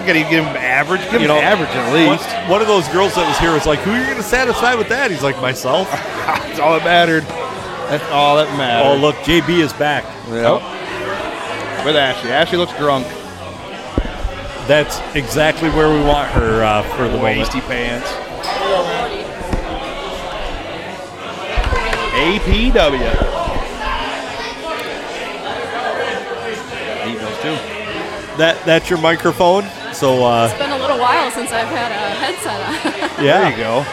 Speaker 6: you gotta give him average. Give him average at least.
Speaker 1: One, one of those girls that was here was like, "Who are you going to satisfy with that?" He's like, "Myself."
Speaker 6: That's all that mattered. That's all that mattered.
Speaker 1: Oh, look, JB is back.
Speaker 6: Yep. With Ashley. Ashley looks drunk.
Speaker 1: That's exactly where we want her uh, for the moment.
Speaker 6: Wasty pants. APW. Eat those too.
Speaker 1: That that's your microphone. So uh,
Speaker 11: It's been a little while since I've had a headset on.
Speaker 1: yeah,
Speaker 6: there you go.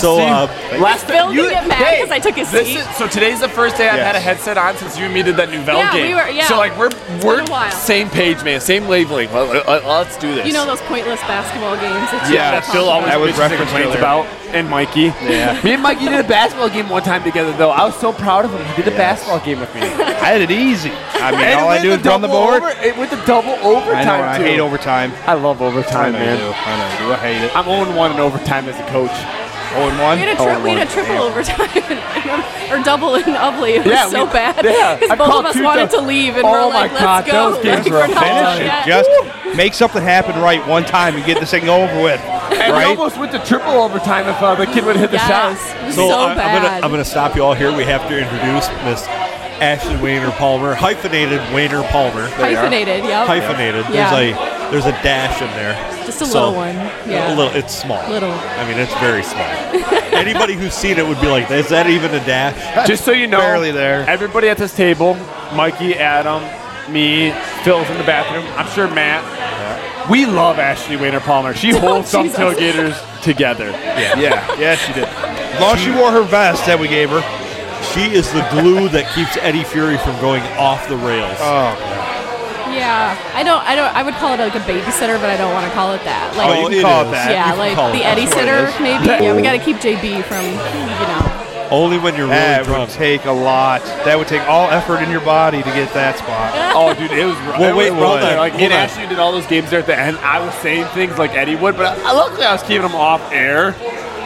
Speaker 1: So uh,
Speaker 11: Last Phil you, get mad because I took his
Speaker 3: This
Speaker 11: seat.
Speaker 3: is, so today's the first day I've
Speaker 11: Yes.
Speaker 3: had a headset on since you and me did that new Vel
Speaker 11: Yeah, we
Speaker 3: game.
Speaker 11: were- yeah.
Speaker 3: So like we're
Speaker 11: It's been a
Speaker 3: we're
Speaker 11: while.
Speaker 3: same page, man. Same labeling. Let, us uh, do this.
Speaker 11: you know those pointless basketball games that you
Speaker 3: yeah,
Speaker 11: have
Speaker 3: that Phil always
Speaker 11: on?
Speaker 3: bitches and complains about, and Mikey.
Speaker 11: Yeah.
Speaker 3: me and Mikey did a basketball game one time together, though. I was so proud of him. He did a basketball game with me.
Speaker 6: I had it easy. I mean,
Speaker 3: And
Speaker 6: all
Speaker 3: with
Speaker 6: I do
Speaker 3: the
Speaker 6: is run the
Speaker 3: double
Speaker 6: board.
Speaker 3: Over, it, with the double overtime,
Speaker 6: I know, I
Speaker 3: too.
Speaker 6: hate overtime.
Speaker 3: I love overtime,
Speaker 6: I know
Speaker 3: man.
Speaker 6: you do. I know you do. I hate it.
Speaker 3: I'm 0 1 in overtime as a coach.
Speaker 6: 0 1?
Speaker 11: We had a,
Speaker 3: Oh,
Speaker 11: tri- we had a triple overtime or double in Ubley. It was
Speaker 3: Yeah,
Speaker 11: so
Speaker 3: we-
Speaker 11: bad.
Speaker 3: yeah. I
Speaker 11: Because both
Speaker 3: called
Speaker 11: of us
Speaker 3: two
Speaker 11: wanted
Speaker 3: dou-
Speaker 11: to leave and
Speaker 3: Oh
Speaker 11: we're
Speaker 3: my
Speaker 11: like, let's
Speaker 3: God,
Speaker 11: go.
Speaker 3: those
Speaker 11: Like,
Speaker 3: games
Speaker 11: we're
Speaker 3: were
Speaker 11: not done
Speaker 6: Finish
Speaker 11: yet.
Speaker 6: it. Just make something happen right one time and get this thing over with.
Speaker 3: And we
Speaker 6: Right?
Speaker 3: almost went to triple overtime if uh, the kid would hit the shot.
Speaker 1: so, I, am gonna I'm gonna stop you all here. We have to introduce Miss Ashley Wayner Palmer, hyphenated Wayner Palmer.
Speaker 11: There you are. Hyphenated, yep.
Speaker 1: Hyphenated.
Speaker 11: Yeah.
Speaker 1: There's a there's a dash in there.
Speaker 11: Just a
Speaker 1: So,
Speaker 11: little one,
Speaker 1: A
Speaker 11: yeah.
Speaker 1: little. It's small.
Speaker 11: Little.
Speaker 1: I mean, it's very small. Anybody who's seen it would be like, "Is that even a dash?"
Speaker 3: Just so you know,
Speaker 1: Barely
Speaker 3: there. Everybody at this table, Mikey, Adam, me, Phil's in the bathroom. I'm sure Matt. We love Ashley Wayner Palmer. She
Speaker 6: Oh,
Speaker 3: holds some
Speaker 6: Jesus.
Speaker 3: tailgaters together.
Speaker 6: Yeah. yeah, yeah, she did. As long as she wore her vest that we gave her.
Speaker 1: She is the glue that keeps Eddie Fury from going off the rails.
Speaker 6: Oh,
Speaker 11: Yeah, I don't. I don't. I would call it like a babysitter, but I don't want to call it that. Like,
Speaker 1: Oh, you can call it that. You
Speaker 11: Yeah,
Speaker 1: can
Speaker 11: like
Speaker 1: call it
Speaker 11: the
Speaker 1: that.
Speaker 11: Eddie
Speaker 1: That's what it
Speaker 11: sitter,
Speaker 1: is.
Speaker 11: maybe. Yeah, we got to keep JB from, you know.
Speaker 1: Only when you're really
Speaker 6: that
Speaker 1: drunk.
Speaker 6: would take a lot. That would take all effort in your body to get that spot.
Speaker 3: Oh, dude, it was. rough.
Speaker 6: Well,
Speaker 3: It
Speaker 6: wait,
Speaker 3: was
Speaker 6: hold
Speaker 3: rough.
Speaker 6: on,
Speaker 3: Like, me
Speaker 6: hold
Speaker 3: and
Speaker 6: on.
Speaker 3: Ashley did all those games there at the end. I was saying things like Eddie would, but I, luckily I was keeping them off air.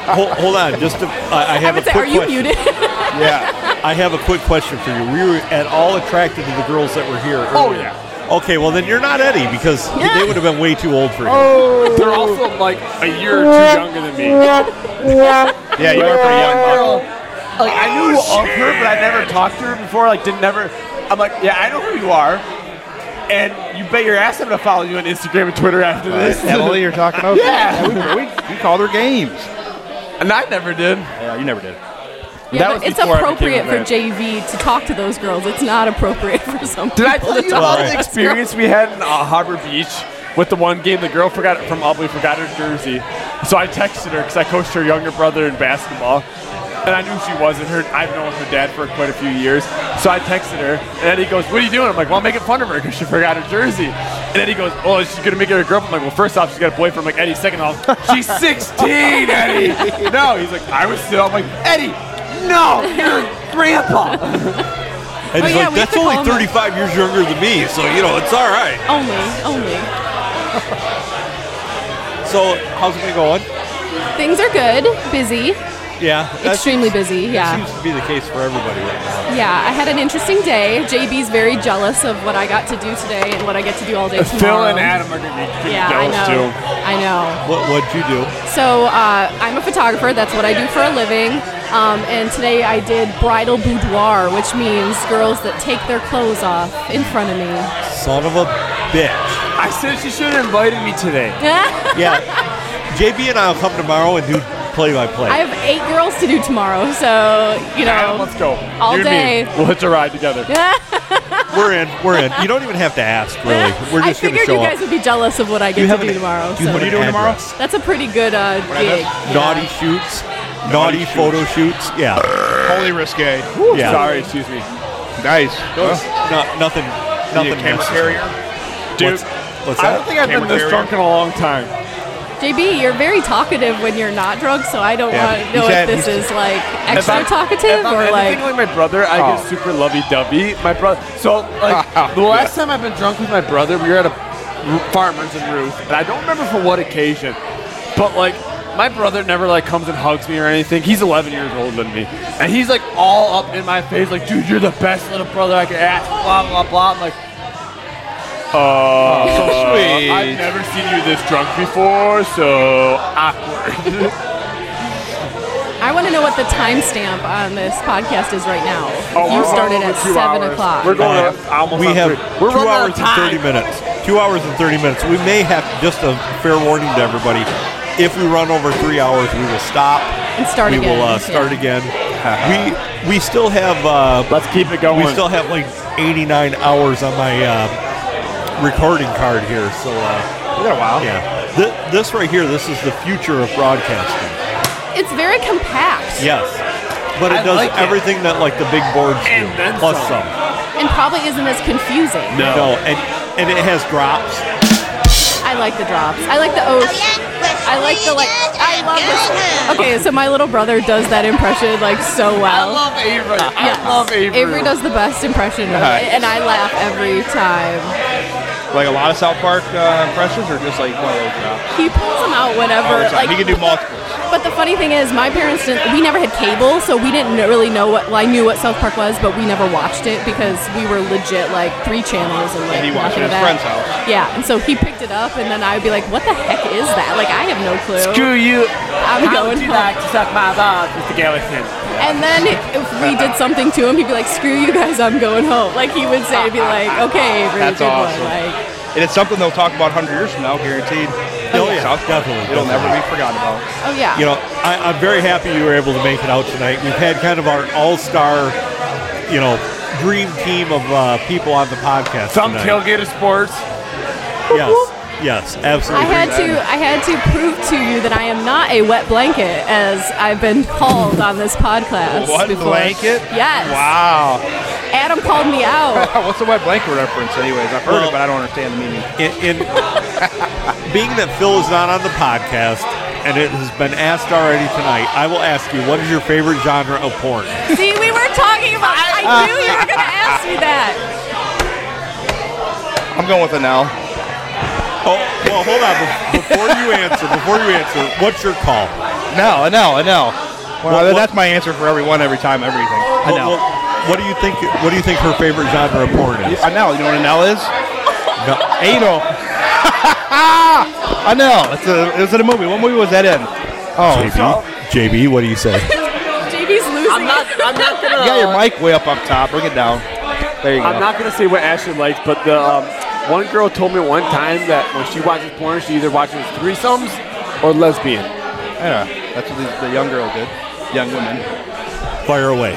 Speaker 1: hold, hold on, just to, I, I have a
Speaker 11: would say,
Speaker 1: quick
Speaker 11: are you
Speaker 1: question.
Speaker 11: muted?
Speaker 1: yeah, I have a quick question for you. We were at all attracted to the girls that were here.
Speaker 3: Oh,
Speaker 1: earlier. Okay, well then you're not Eddie because they would have been way too old for you.
Speaker 3: Oh. They're also like a year or two younger than me.
Speaker 6: Yeah, you are pretty young, Buck.
Speaker 3: like I knew
Speaker 11: oh,
Speaker 3: of her, but I never talked to her before. Like, didn't never. I'm like, yeah, I know who you are, and you bet your ass I'm gonna follow you on Instagram and Twitter after this.
Speaker 6: Emily, you're talking about?
Speaker 3: yeah,
Speaker 6: Yeah, we, we, we called her games.
Speaker 3: And I never did.
Speaker 6: Yeah, you never did.
Speaker 11: Yeah, but it's appropriate for JV to talk to those girls. It's not appropriate for some.
Speaker 3: Did I
Speaker 11: people
Speaker 3: tell
Speaker 11: to
Speaker 3: you
Speaker 11: talk
Speaker 3: about the
Speaker 11: to those
Speaker 3: experience
Speaker 11: girls.
Speaker 3: we had in uh, Harbor Beach with the one game? The girl forgot from Albany forgot her jersey, so I texted her because I coached her younger brother in basketball, and I knew she wasn't. Her I've known her dad for quite a few years, so I texted her, and then he goes, "What are you doing?" I'm like, "Well, I'm making fun of her because she forgot her jersey," and then he goes, "Oh, she's gonna make her a girlfriend." I'm like, "Well, first off, she's got a boyfriend." I'm like, "Eddie, second off, she's 16, Eddie." No, he's like, "I was still." I'm like, "Eddie, no, you're grandpa."
Speaker 1: And he's
Speaker 11: Oh, yeah,
Speaker 1: like,
Speaker 11: we have
Speaker 1: that's
Speaker 11: to
Speaker 1: only
Speaker 11: call him a-
Speaker 1: 35 years younger than me, so, you know, it's all right.
Speaker 11: Only, only.
Speaker 1: So, how's it been going?
Speaker 11: Things are good. Busy.
Speaker 1: Yeah. that's-
Speaker 11: Extremely busy. Yeah.
Speaker 1: Seems to be the case for everybody right now.
Speaker 11: Yeah, I had an interesting day. JB's very jealous of what I got to do today and what I get to do all day tomorrow.
Speaker 3: Phil and Adam are gonna be pretty
Speaker 11: Yeah, I
Speaker 3: jealous
Speaker 11: know.
Speaker 3: too.
Speaker 11: I know.
Speaker 1: What, what'd you do?
Speaker 11: So uh, I'm a photographer. That's what I do for a living. Um, and today I did bridal boudoir, which means girls that take their clothes off in front of me.
Speaker 1: Son of a bitch.
Speaker 3: I said she should have invited me today.
Speaker 1: Yeah. JB and I will come tomorrow and do play by play.
Speaker 11: I have eight girls to do tomorrow, so you know.
Speaker 1: Adam, let's
Speaker 3: go.
Speaker 11: All
Speaker 1: You
Speaker 11: day.
Speaker 1: and me.
Speaker 3: We'll hitch a ride together.
Speaker 1: We're in. We're in. You don't even have to ask, really. We're
Speaker 11: I
Speaker 1: just going to
Speaker 11: figured you
Speaker 1: show
Speaker 11: guys
Speaker 1: up.
Speaker 11: would be jealous of what I
Speaker 1: You
Speaker 11: get
Speaker 1: have
Speaker 11: to do
Speaker 1: an-
Speaker 11: tomorrow.
Speaker 1: you
Speaker 11: so.
Speaker 1: have an address.
Speaker 11: That's a pretty good uh, gig.
Speaker 1: Naughty shoots, naughty, photo shoots. Yeah.
Speaker 6: Holy risque.
Speaker 1: Yeah.
Speaker 3: Sorry, excuse me.
Speaker 6: Nice.
Speaker 1: no, nothing. Nothing. necessary.
Speaker 3: Dude,
Speaker 1: What's, what's
Speaker 3: I
Speaker 1: that?
Speaker 3: don't think I've been this drunk in a long time.
Speaker 11: JB, you're very talkative when you're not drunk, so I don't
Speaker 3: Yeah.
Speaker 11: want to know
Speaker 3: He's had-
Speaker 11: if this
Speaker 3: he's-
Speaker 11: is like
Speaker 3: If
Speaker 11: extra
Speaker 3: I'm-
Speaker 11: talkative
Speaker 3: if I'm
Speaker 11: or like.
Speaker 3: anything like my brother, I
Speaker 11: Oh.
Speaker 3: get super lovey-dovey. My brother. So like the last time I've been drunk with my brother, we were at a r- farmer's in Ruth, and I don't remember for what occasion, but like. My brother never like comes and hugs me or anything. He's 11 years older than me, and he's like all up in my face, like, "Dude, you're the best little brother I could ask." Blah blah blah. I'm like, "Uh,
Speaker 6: Oh, So sweet.
Speaker 3: I've never seen you this drunk before, so ah, awkward."
Speaker 11: I want to know what the timestamp on this podcast is right now.
Speaker 3: Oh,
Speaker 11: you started at seven o'clock.
Speaker 1: We have two hours and thirty minutes. Two hours and thirty minutes. We may have just a fair warning to everybody. If we run over three hours, we will stop
Speaker 11: And start
Speaker 1: We
Speaker 11: again,
Speaker 1: will uh,
Speaker 11: yeah.
Speaker 1: start again. we we still have. Uh,
Speaker 3: Let's keep it going.
Speaker 1: We still have like eighty nine hours on my uh, recording card here. So uh,
Speaker 3: we got a while.
Speaker 1: Yeah. Th- this right here, this is the future of broadcasting.
Speaker 11: It's very compact
Speaker 1: Yes. But it
Speaker 11: I
Speaker 1: does
Speaker 11: like it.
Speaker 1: everything that like the big boards do, plus some.
Speaker 11: and probably isn't as confusing.
Speaker 1: and and it has drops.
Speaker 11: I like the drops. I like the
Speaker 7: Oh,
Speaker 11: oath. I like the like. I love this. Okay, so my little brother does that impression like so
Speaker 3: I
Speaker 11: well.
Speaker 3: love Avery. I
Speaker 11: Yes.
Speaker 3: love Avery.
Speaker 11: Avery does the best impression, of
Speaker 6: Yeah.
Speaker 11: it, and I laugh every time.
Speaker 6: Like a lot of South Park uh, impressions, or just like one of those drops.
Speaker 11: He pulls them out
Speaker 6: All
Speaker 11: whenever
Speaker 6: the time.
Speaker 11: like
Speaker 6: he can do multiple.
Speaker 11: But the funny thing is, my parents didn't. We never had cable, so we didn't kn- really know what. Well, I knew what South Park was, but we never watched it because we were legit like three channels and like
Speaker 6: And he watched it
Speaker 11: nothing
Speaker 6: at
Speaker 11: of
Speaker 6: his friend's
Speaker 11: that.
Speaker 6: house.
Speaker 11: Yeah, and so he picked it up, and then I would be like, "What the heck is that? Like, I have no clue."
Speaker 3: you.
Speaker 11: I'm
Speaker 3: How
Speaker 11: going
Speaker 3: would you
Speaker 11: home.
Speaker 3: like to suck my balls, Mr. Gallatin?
Speaker 11: And then if we did something to him, he'd be like, "Screw you guys, I'm going home." Like he would say, he'd "Be like, okay, Avery,
Speaker 6: That's
Speaker 11: good one."
Speaker 6: awesome.
Speaker 11: Like,
Speaker 6: And it's something they'll talk about 100 years from now, guaranteed.
Speaker 1: Oh, yeah. Definitely,
Speaker 6: It'll never
Speaker 1: definitely.
Speaker 6: be forgotten about.
Speaker 11: oh yeah.
Speaker 1: You know, I, I'm very happy you were able to make it out tonight. We've had kind of our all-star, you know, dream team of uh, people on the podcast.
Speaker 3: Some
Speaker 1: tonight.
Speaker 3: tailgater sports.
Speaker 1: Yes, yes,
Speaker 11: I
Speaker 1: absolutely.
Speaker 11: had to I had to prove to you that I am not a wet blanket as I've been called on this podcast.
Speaker 6: What
Speaker 11: before.
Speaker 6: blanket?
Speaker 11: Yes.
Speaker 6: Wow.
Speaker 11: Adam called me out.
Speaker 6: What's the wet blanket reference, anyways? I've
Speaker 1: Well-
Speaker 6: heard it, but I don't understand the meaning.
Speaker 1: In, in being that Phil is not on the podcast, and it has been asked already tonight, I will ask you, what is your favorite genre of porn?
Speaker 11: See, we were talking about I knew you were gonna ask me that.
Speaker 6: I'm going with an L.
Speaker 1: Oh, well, hold on. Be- Before you answer, before you answer, what's your call?
Speaker 6: No, an L, an L. Well,
Speaker 1: What- what-
Speaker 6: that's my answer for everyone, every time, everything. An
Speaker 1: Well,
Speaker 6: L.
Speaker 1: well, what do you think? What do you think her favorite genre of porn is?
Speaker 6: An L. You know what an L is?
Speaker 1: No.
Speaker 6: Anal. an L. It's a, it was in a movie. What movie was that in? Oh,
Speaker 1: JB, JB, what do you say?
Speaker 11: JB's losing
Speaker 2: I'm not. I'm not gonna.
Speaker 6: You got your mic way up up top. Bring it down. There you go.
Speaker 2: I'm not gonna say what Ashley likes, but the um, one girl told me one time that when she watches porn, she either watches threesomes or lesbian.
Speaker 6: Yeah, that's what the, the young girl did. Young women.
Speaker 1: Fire away.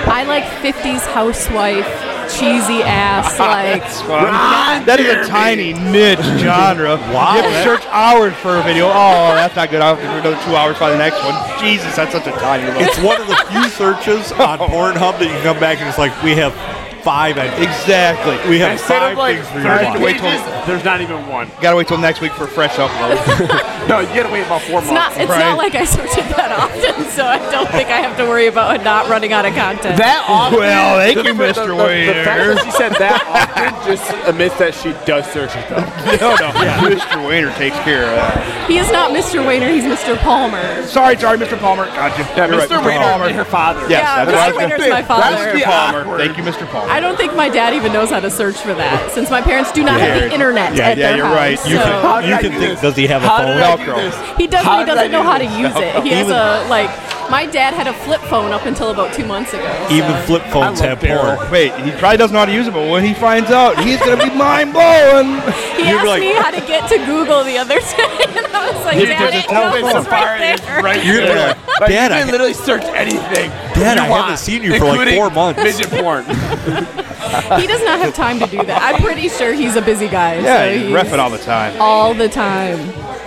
Speaker 11: I like 50s housewife, cheesy ass, like.
Speaker 6: Ron that is a tiny niche genre.
Speaker 1: Wow.
Speaker 6: You have to search hours for a video. Oh, that's not good. I have to do another two hours for the next one. Jesus, that's such a tiny little.
Speaker 1: It's one of the few searches on
Speaker 6: Oh.
Speaker 1: Pornhub that you can come back and it's like we have five ideas.
Speaker 6: Exactly.
Speaker 1: We have
Speaker 2: Instead
Speaker 1: five
Speaker 2: of like
Speaker 1: things for you to watch.
Speaker 2: thirty pages, there's not even one.
Speaker 6: Gotta wait till next week for fresh upload.
Speaker 2: No, you gotta wait about four
Speaker 11: It's not,
Speaker 2: months.
Speaker 11: it's not like I search it that often, so I don't think I have to worry about it not running out of content.
Speaker 2: that often.
Speaker 6: Well, thank you, Mr.
Speaker 2: The, the, the fact
Speaker 6: Waiter.
Speaker 2: that she said that often just admits that she does search it though.
Speaker 6: no, no. Mr. Wayner takes care of that.
Speaker 11: He is not Mr. Wayner, he's Mr. Palmer.
Speaker 6: Sorry, sorry, Mr. Palmer. Gotcha.
Speaker 2: Yeah,
Speaker 6: You're
Speaker 2: Mr.
Speaker 6: right,
Speaker 2: Wayner
Speaker 6: Palmer.
Speaker 2: and her father.
Speaker 6: Yes,
Speaker 11: Yeah,
Speaker 6: that's
Speaker 11: Mr.
Speaker 6: what I was
Speaker 11: Wayner's
Speaker 6: gonna-
Speaker 11: my father.
Speaker 6: Mr. Palmer. Thank you, Mr. Palmer.
Speaker 11: I don't think my dad even knows how to search for that, since my parents do not have
Speaker 6: Yeah.
Speaker 11: the internet
Speaker 1: Yeah,
Speaker 11: at
Speaker 1: yeah,
Speaker 11: their
Speaker 1: you're
Speaker 11: house.
Speaker 1: right. You
Speaker 11: so
Speaker 1: can, you can think, does he have a
Speaker 2: How did I
Speaker 1: phone?
Speaker 2: do this?
Speaker 11: He does,
Speaker 2: How
Speaker 11: but he
Speaker 2: did I
Speaker 11: doesn't
Speaker 2: do
Speaker 11: know how to
Speaker 2: this?
Speaker 11: use it. He has
Speaker 1: Even-
Speaker 11: a like. My dad had a flip phone up until about two months ago. so-
Speaker 1: Even flip phones have porn.
Speaker 6: Wait, he probably doesn't know how to use it, but when he finds out, he's gonna be mind blowing.
Speaker 11: He
Speaker 1: You'd
Speaker 11: asked
Speaker 1: be like-
Speaker 11: me how to get to Google the other day, and I was like,
Speaker 6: He
Speaker 11: Dad,
Speaker 6: just
Speaker 11: it
Speaker 6: told me
Speaker 11: knows it's
Speaker 2: Safari
Speaker 11: right
Speaker 2: is
Speaker 11: there.
Speaker 2: right
Speaker 1: You're
Speaker 2: there.
Speaker 1: like,
Speaker 2: Like,
Speaker 1: Dad,
Speaker 2: you
Speaker 1: I
Speaker 2: can literally search anything.
Speaker 1: Dad,
Speaker 2: you
Speaker 1: I
Speaker 2: want,
Speaker 1: haven't seen you for like
Speaker 2: including
Speaker 1: four months.
Speaker 2: Midget porn.
Speaker 11: He does not have time to do that. I'm pretty sure he's a busy guy.
Speaker 6: Yeah,
Speaker 11: so
Speaker 6: he's reffing all the time.
Speaker 11: all the time.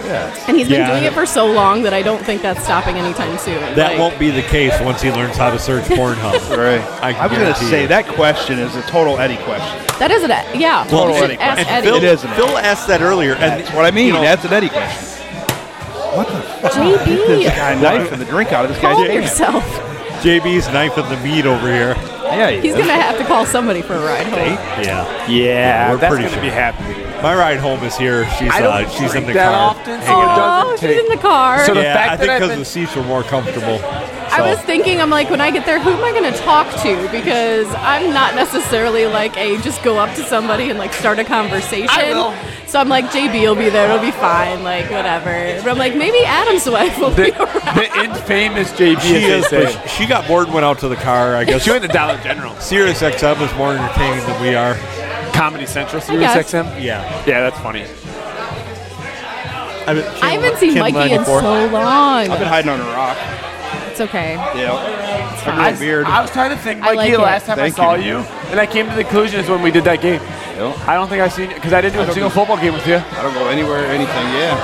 Speaker 6: Yeah.
Speaker 11: And he's been
Speaker 1: Yeah.
Speaker 11: doing it for so long that I don't think that's stopping anytime soon.
Speaker 1: That
Speaker 11: Like,
Speaker 1: won't be the case once he learns how to search Pornhub.
Speaker 6: Right.
Speaker 1: I can
Speaker 6: I was gonna
Speaker 1: guarantee
Speaker 6: say
Speaker 1: you.
Speaker 6: that question is a total Eddie question.
Speaker 11: That is an e, yeah.
Speaker 1: Well,
Speaker 11: you should
Speaker 6: Eddie
Speaker 11: ask
Speaker 6: question.
Speaker 11: Eddie.
Speaker 1: Phil,
Speaker 6: It is an Eddie.
Speaker 1: Phil asked that earlier, and
Speaker 6: That's what I mean.
Speaker 1: you know,
Speaker 6: That's an Eddie question.
Speaker 11: JB,
Speaker 6: This guy knife and the drink out of this guy's
Speaker 11: calm
Speaker 6: hand.
Speaker 11: yourself.
Speaker 1: JB's knife and the meat over here.
Speaker 6: Yeah, he
Speaker 11: He's
Speaker 6: is.
Speaker 11: gonna have to call somebody for a ride home.
Speaker 1: Yeah,
Speaker 2: Yeah,
Speaker 1: we're
Speaker 2: that's
Speaker 1: pretty
Speaker 2: gonna
Speaker 1: sure.
Speaker 2: be happening.
Speaker 1: my ride home is here. She's
Speaker 2: I don't
Speaker 1: uh, she's in
Speaker 2: drink
Speaker 1: the
Speaker 2: that
Speaker 1: car.
Speaker 2: often, so
Speaker 1: hanging
Speaker 2: it
Speaker 1: out.
Speaker 11: Oh, she's in the car.
Speaker 2: So the
Speaker 1: yeah,
Speaker 2: fact
Speaker 1: I think
Speaker 2: that I've
Speaker 1: because
Speaker 2: been-
Speaker 1: the seats are more comfortable.
Speaker 11: I
Speaker 1: So-
Speaker 11: was thinking, I'm like, when I get there, who am I going to talk to? Because I'm not necessarily like a just go up to somebody and like start a conversation.
Speaker 2: I will.
Speaker 11: So I'm like, JB will be there, it'll be fine, like whatever. But I'm like, maybe Adam's wife will be around.
Speaker 2: The infamous JB.
Speaker 1: she
Speaker 2: as
Speaker 1: is,
Speaker 2: they
Speaker 1: but she got bored and went out to the car. I guess
Speaker 2: She went to Dollar General,
Speaker 1: Sirius XM is more entertaining than we are.
Speaker 2: Comedy Central,
Speaker 11: guess.
Speaker 2: SiriusXM.
Speaker 1: Yeah,
Speaker 2: Yeah, that's funny.
Speaker 1: I, mean,
Speaker 11: I haven't seen
Speaker 1: Kim
Speaker 11: Mikey in
Speaker 1: 94.
Speaker 11: so
Speaker 6: I've
Speaker 11: long.
Speaker 6: been hiding under a rock.
Speaker 11: It's okay.
Speaker 6: Yeah. A
Speaker 2: I,
Speaker 6: real beard.
Speaker 2: I was trying to think,
Speaker 11: I
Speaker 2: Mikey,
Speaker 11: like
Speaker 2: the
Speaker 11: it.
Speaker 2: last time
Speaker 6: Thank
Speaker 2: I saw
Speaker 6: you.
Speaker 2: you. and I came to the conclusion is when we did that game.
Speaker 6: Yep.
Speaker 2: I don't think I've seen you because I didn't do a
Speaker 6: don't
Speaker 2: single
Speaker 6: think-
Speaker 2: football game with you.
Speaker 6: I don't go anywhere or anything. Yeah.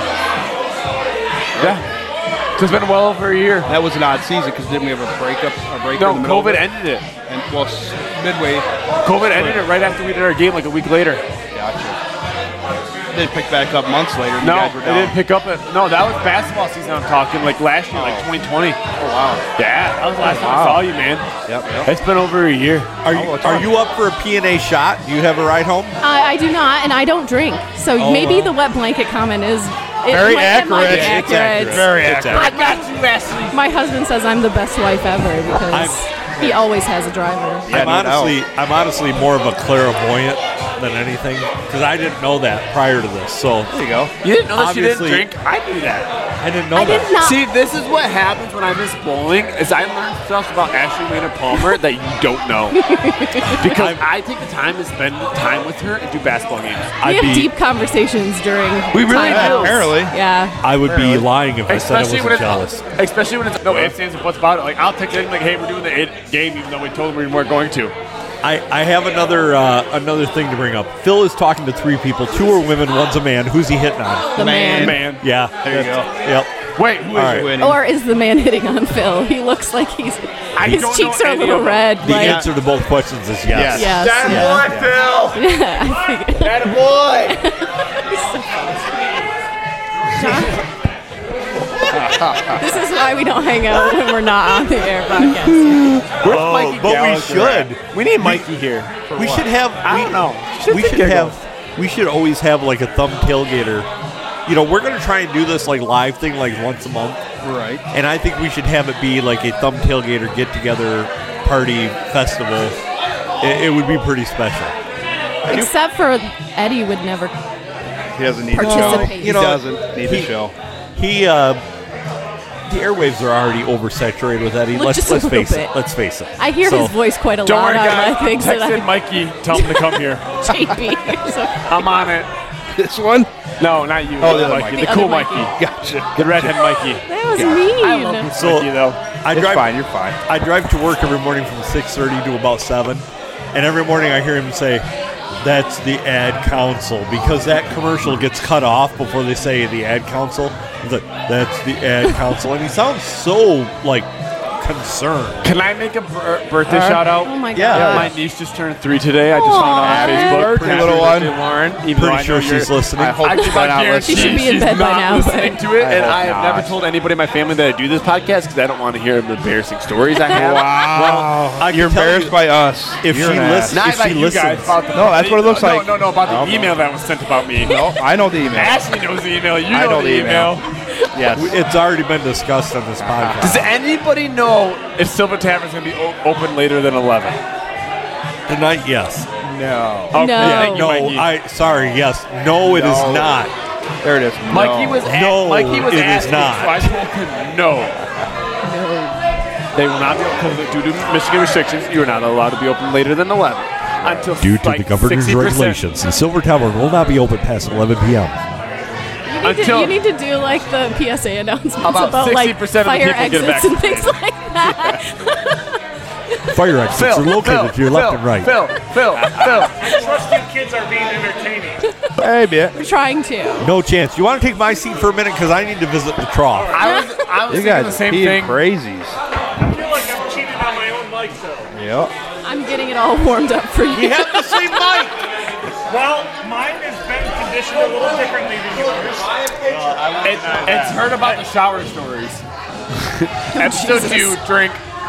Speaker 2: Yeah. So it's been well over a year.
Speaker 6: That was an odd season because didn't we have a breakup? A break
Speaker 2: No,
Speaker 6: in the middle of
Speaker 2: COVID
Speaker 6: it?
Speaker 2: ended it.
Speaker 6: And, well, s- midway.
Speaker 2: COVID ended it right after we did our game, like a week later.
Speaker 6: Gotcha. They picked back up months later. and you
Speaker 2: No,
Speaker 6: guys were
Speaker 2: they
Speaker 6: down.
Speaker 2: didn't pick up it. No, that was basketball season. I'm talking like last year, like 2020.
Speaker 6: Oh wow.
Speaker 2: Yeah, that was the last time I
Speaker 6: Wow.
Speaker 2: saw you, man.
Speaker 6: Yep. yep.
Speaker 2: It's been over a year.
Speaker 1: Are
Speaker 6: Oh,
Speaker 1: you, are you up for a P&A shot? Do you have a ride home?
Speaker 11: Uh, I, I do not, and I don't drink. So
Speaker 1: Oh,
Speaker 11: maybe
Speaker 1: well.
Speaker 11: the wet blanket comment is it
Speaker 6: Very
Speaker 11: might- it might be
Speaker 6: accurate.
Speaker 1: It's accurate.
Speaker 6: Very
Speaker 1: It's
Speaker 6: accurate.
Speaker 11: I got you, Ashley. My husband says I'm the best wife ever because he always has a driver.
Speaker 6: Yeah,
Speaker 1: I'm
Speaker 6: no doubt.
Speaker 1: honestly, I'm honestly more of a clairvoyant than anything because I didn't know that prior to this. So
Speaker 6: There you go.
Speaker 2: You didn't know
Speaker 1: that she didn't Obviously.
Speaker 2: drink? I knew that.
Speaker 1: I didn't know
Speaker 11: I
Speaker 1: that.
Speaker 11: did not.
Speaker 2: See, this is what happens when I miss bowling is I learn stuff about Ashley Wayne Palmer that you don't know. because I take the time to spend time with her and do basketball games.
Speaker 11: we
Speaker 1: I'd be,
Speaker 11: have deep conversations during.
Speaker 2: We really
Speaker 11: time
Speaker 2: do,
Speaker 11: outs.
Speaker 6: apparently.
Speaker 11: Yeah.
Speaker 1: I would be lying if I said I wasn't
Speaker 2: Especially when it's
Speaker 1: jealous.
Speaker 2: especially when it's no ifs, ands, and buts about it. Like I'll text him like, "Hey, we're doing the it game," even though we told him we weren't going to.
Speaker 1: I, I have another uh, another thing to bring up. Phil is talking to three people. Two are women, one's a man. Who's he hitting on?
Speaker 11: The man.
Speaker 2: Man,
Speaker 1: Yeah.
Speaker 6: There you
Speaker 1: that's- Yep.
Speaker 2: wait, who is
Speaker 1: All right.
Speaker 6: Winning.
Speaker 11: Or is the man hitting on Phil? He looks like he's. his
Speaker 2: don't
Speaker 11: cheeks
Speaker 2: know
Speaker 11: are a
Speaker 2: any
Speaker 11: little
Speaker 2: of them.
Speaker 11: red.
Speaker 1: The
Speaker 11: like,
Speaker 1: answer to both questions is yes.
Speaker 6: Yes.
Speaker 11: Yes. yeah.
Speaker 2: That boy,
Speaker 6: That boy.
Speaker 11: This is why we don't hang out when we're not on the air podcast.
Speaker 2: Phil.
Speaker 1: Oh, but we should.
Speaker 2: We need Mikey here.
Speaker 1: We should have.
Speaker 2: I
Speaker 1: we,
Speaker 2: don't know.
Speaker 1: We should have. We should always have like a thumb tailgater. You know, we're gonna try and do this like live thing like once a month,
Speaker 6: Right.
Speaker 1: and I think we should have it be like a thumb tailgater get together party festival. It, it would be pretty special.
Speaker 11: Except for Eddie would never.
Speaker 6: He doesn't need to
Speaker 11: Participate.
Speaker 6: show.
Speaker 11: No,
Speaker 6: He
Speaker 1: you know,
Speaker 6: doesn't need to
Speaker 1: he-
Speaker 6: show.
Speaker 1: He uh, the airwaves are already oversaturated with Eddie.
Speaker 11: Look,
Speaker 1: Let's
Speaker 11: just a
Speaker 1: let's
Speaker 11: little
Speaker 1: face
Speaker 11: bit.
Speaker 1: it. Let's face it.
Speaker 11: I hear
Speaker 1: So-
Speaker 11: his voice quite a
Speaker 1: Don't
Speaker 11: lot
Speaker 1: worry,
Speaker 11: on
Speaker 1: guys.
Speaker 11: my things
Speaker 1: Text
Speaker 11: that
Speaker 1: in
Speaker 11: I
Speaker 1: Mikey.
Speaker 2: Tell him to come here.
Speaker 11: JP. so-
Speaker 3: I'm on it.
Speaker 6: This one?
Speaker 3: No, not you.
Speaker 1: Oh, the other
Speaker 3: Mikey.
Speaker 1: Mikey.
Speaker 3: The cool
Speaker 1: The other
Speaker 3: Mikey.
Speaker 1: Mikey. Gotcha.
Speaker 3: The redhead Mikey.
Speaker 11: That was
Speaker 1: Yeah.
Speaker 11: mean.
Speaker 1: So
Speaker 3: Mikey, though.
Speaker 1: I
Speaker 3: It's
Speaker 1: drive.
Speaker 3: fine, you're fine.
Speaker 1: I drive to work every morning from six thirty to about seven, and every morning I hear him say, "That's the ad council," because that commercial gets cut off before they say the ad council. He's like, "That's the ad council," and he sounds so like concerned.
Speaker 3: Can I make a bir- birthday
Speaker 1: Huh?
Speaker 3: shout out?
Speaker 1: Oh my Yeah. God.
Speaker 3: My niece just turned three today. I just found out on
Speaker 1: Aw.
Speaker 3: Facebook.
Speaker 1: Pretty little
Speaker 3: Happy birthday,
Speaker 1: one.
Speaker 3: Lauren. Even
Speaker 1: Pretty
Speaker 3: though I know
Speaker 1: sure she's
Speaker 3: you're-
Speaker 1: listening.
Speaker 3: I hope
Speaker 1: I
Speaker 3: she's
Speaker 1: hope
Speaker 3: not
Speaker 1: not She
Speaker 3: listening.
Speaker 1: should be in
Speaker 3: She's
Speaker 1: bed by
Speaker 3: not
Speaker 1: now,
Speaker 3: listening
Speaker 1: but-
Speaker 3: to it,
Speaker 1: I
Speaker 3: and
Speaker 1: hope
Speaker 3: I have never
Speaker 1: not.
Speaker 3: told anybody in my family that I do this podcast because I don't want to hear the embarrassing stories I have.
Speaker 6: Wow.
Speaker 3: Well,
Speaker 6: You're embarrassed by us.
Speaker 1: If
Speaker 6: You're
Speaker 1: she
Speaker 6: an
Speaker 1: listens-
Speaker 6: ass.
Speaker 1: Not
Speaker 3: if she like you guys listens. about the-
Speaker 6: no, that's what it looks
Speaker 3: No,
Speaker 6: like.
Speaker 3: no, no, about the
Speaker 6: No.
Speaker 3: email that was sent about me.
Speaker 6: No, I know the email.
Speaker 3: Ashley knows the email. You
Speaker 6: I
Speaker 3: know, the email.
Speaker 6: Yes.
Speaker 1: it's already been discussed on this podcast.
Speaker 3: Does anybody know if Silver Tavern's going to be o- open later than 11?
Speaker 1: Tonight, yes.
Speaker 3: No.
Speaker 1: Okay,
Speaker 3: No.
Speaker 1: yeah, no.
Speaker 3: Mikey.
Speaker 1: I sorry. Yes. No, it is
Speaker 3: Oh, No.
Speaker 1: not.
Speaker 6: There it is.
Speaker 3: Mikey was at,
Speaker 1: no.
Speaker 3: Mikey was
Speaker 1: it
Speaker 3: at
Speaker 1: is not.
Speaker 3: I told him no. They will not be open due to Michigan restrictions. You are not allowed to be open later than 11 until
Speaker 24: Due to
Speaker 3: like
Speaker 24: the governor's
Speaker 3: 60%.
Speaker 24: regulations, the Silver Tavern will not be open past 11 p.m.
Speaker 11: You need, to,
Speaker 3: Until-
Speaker 11: you need to do like the PSA announcements
Speaker 3: About
Speaker 11: about, like
Speaker 3: 60% of the
Speaker 11: fire
Speaker 3: people get
Speaker 11: exits and things like that.
Speaker 24: Fire exits
Speaker 3: Phil,
Speaker 24: are located
Speaker 3: Phil,
Speaker 24: to your left
Speaker 3: Phil,
Speaker 24: and right.
Speaker 3: Phil, Phil, Phil.
Speaker 2: Trusted kids are being entertaining.
Speaker 1: Hey, man.
Speaker 11: We're trying to.
Speaker 1: No chance. You want to take my seat for a minute because I need to visit the trough.
Speaker 3: I was, I was
Speaker 1: You
Speaker 3: thinking
Speaker 1: guys
Speaker 3: the same
Speaker 1: being
Speaker 3: thing.
Speaker 1: crazies.
Speaker 2: I feel like I'm cheating on my own mic, though.
Speaker 6: Yeah.
Speaker 11: I'm getting it all warmed up for you.
Speaker 2: We have the same mic. Well, mine has been conditioned a little differently than yours.
Speaker 3: Uh, It, it's heard about the shower stories. Episode two,
Speaker 11: Jesus.
Speaker 3: drink.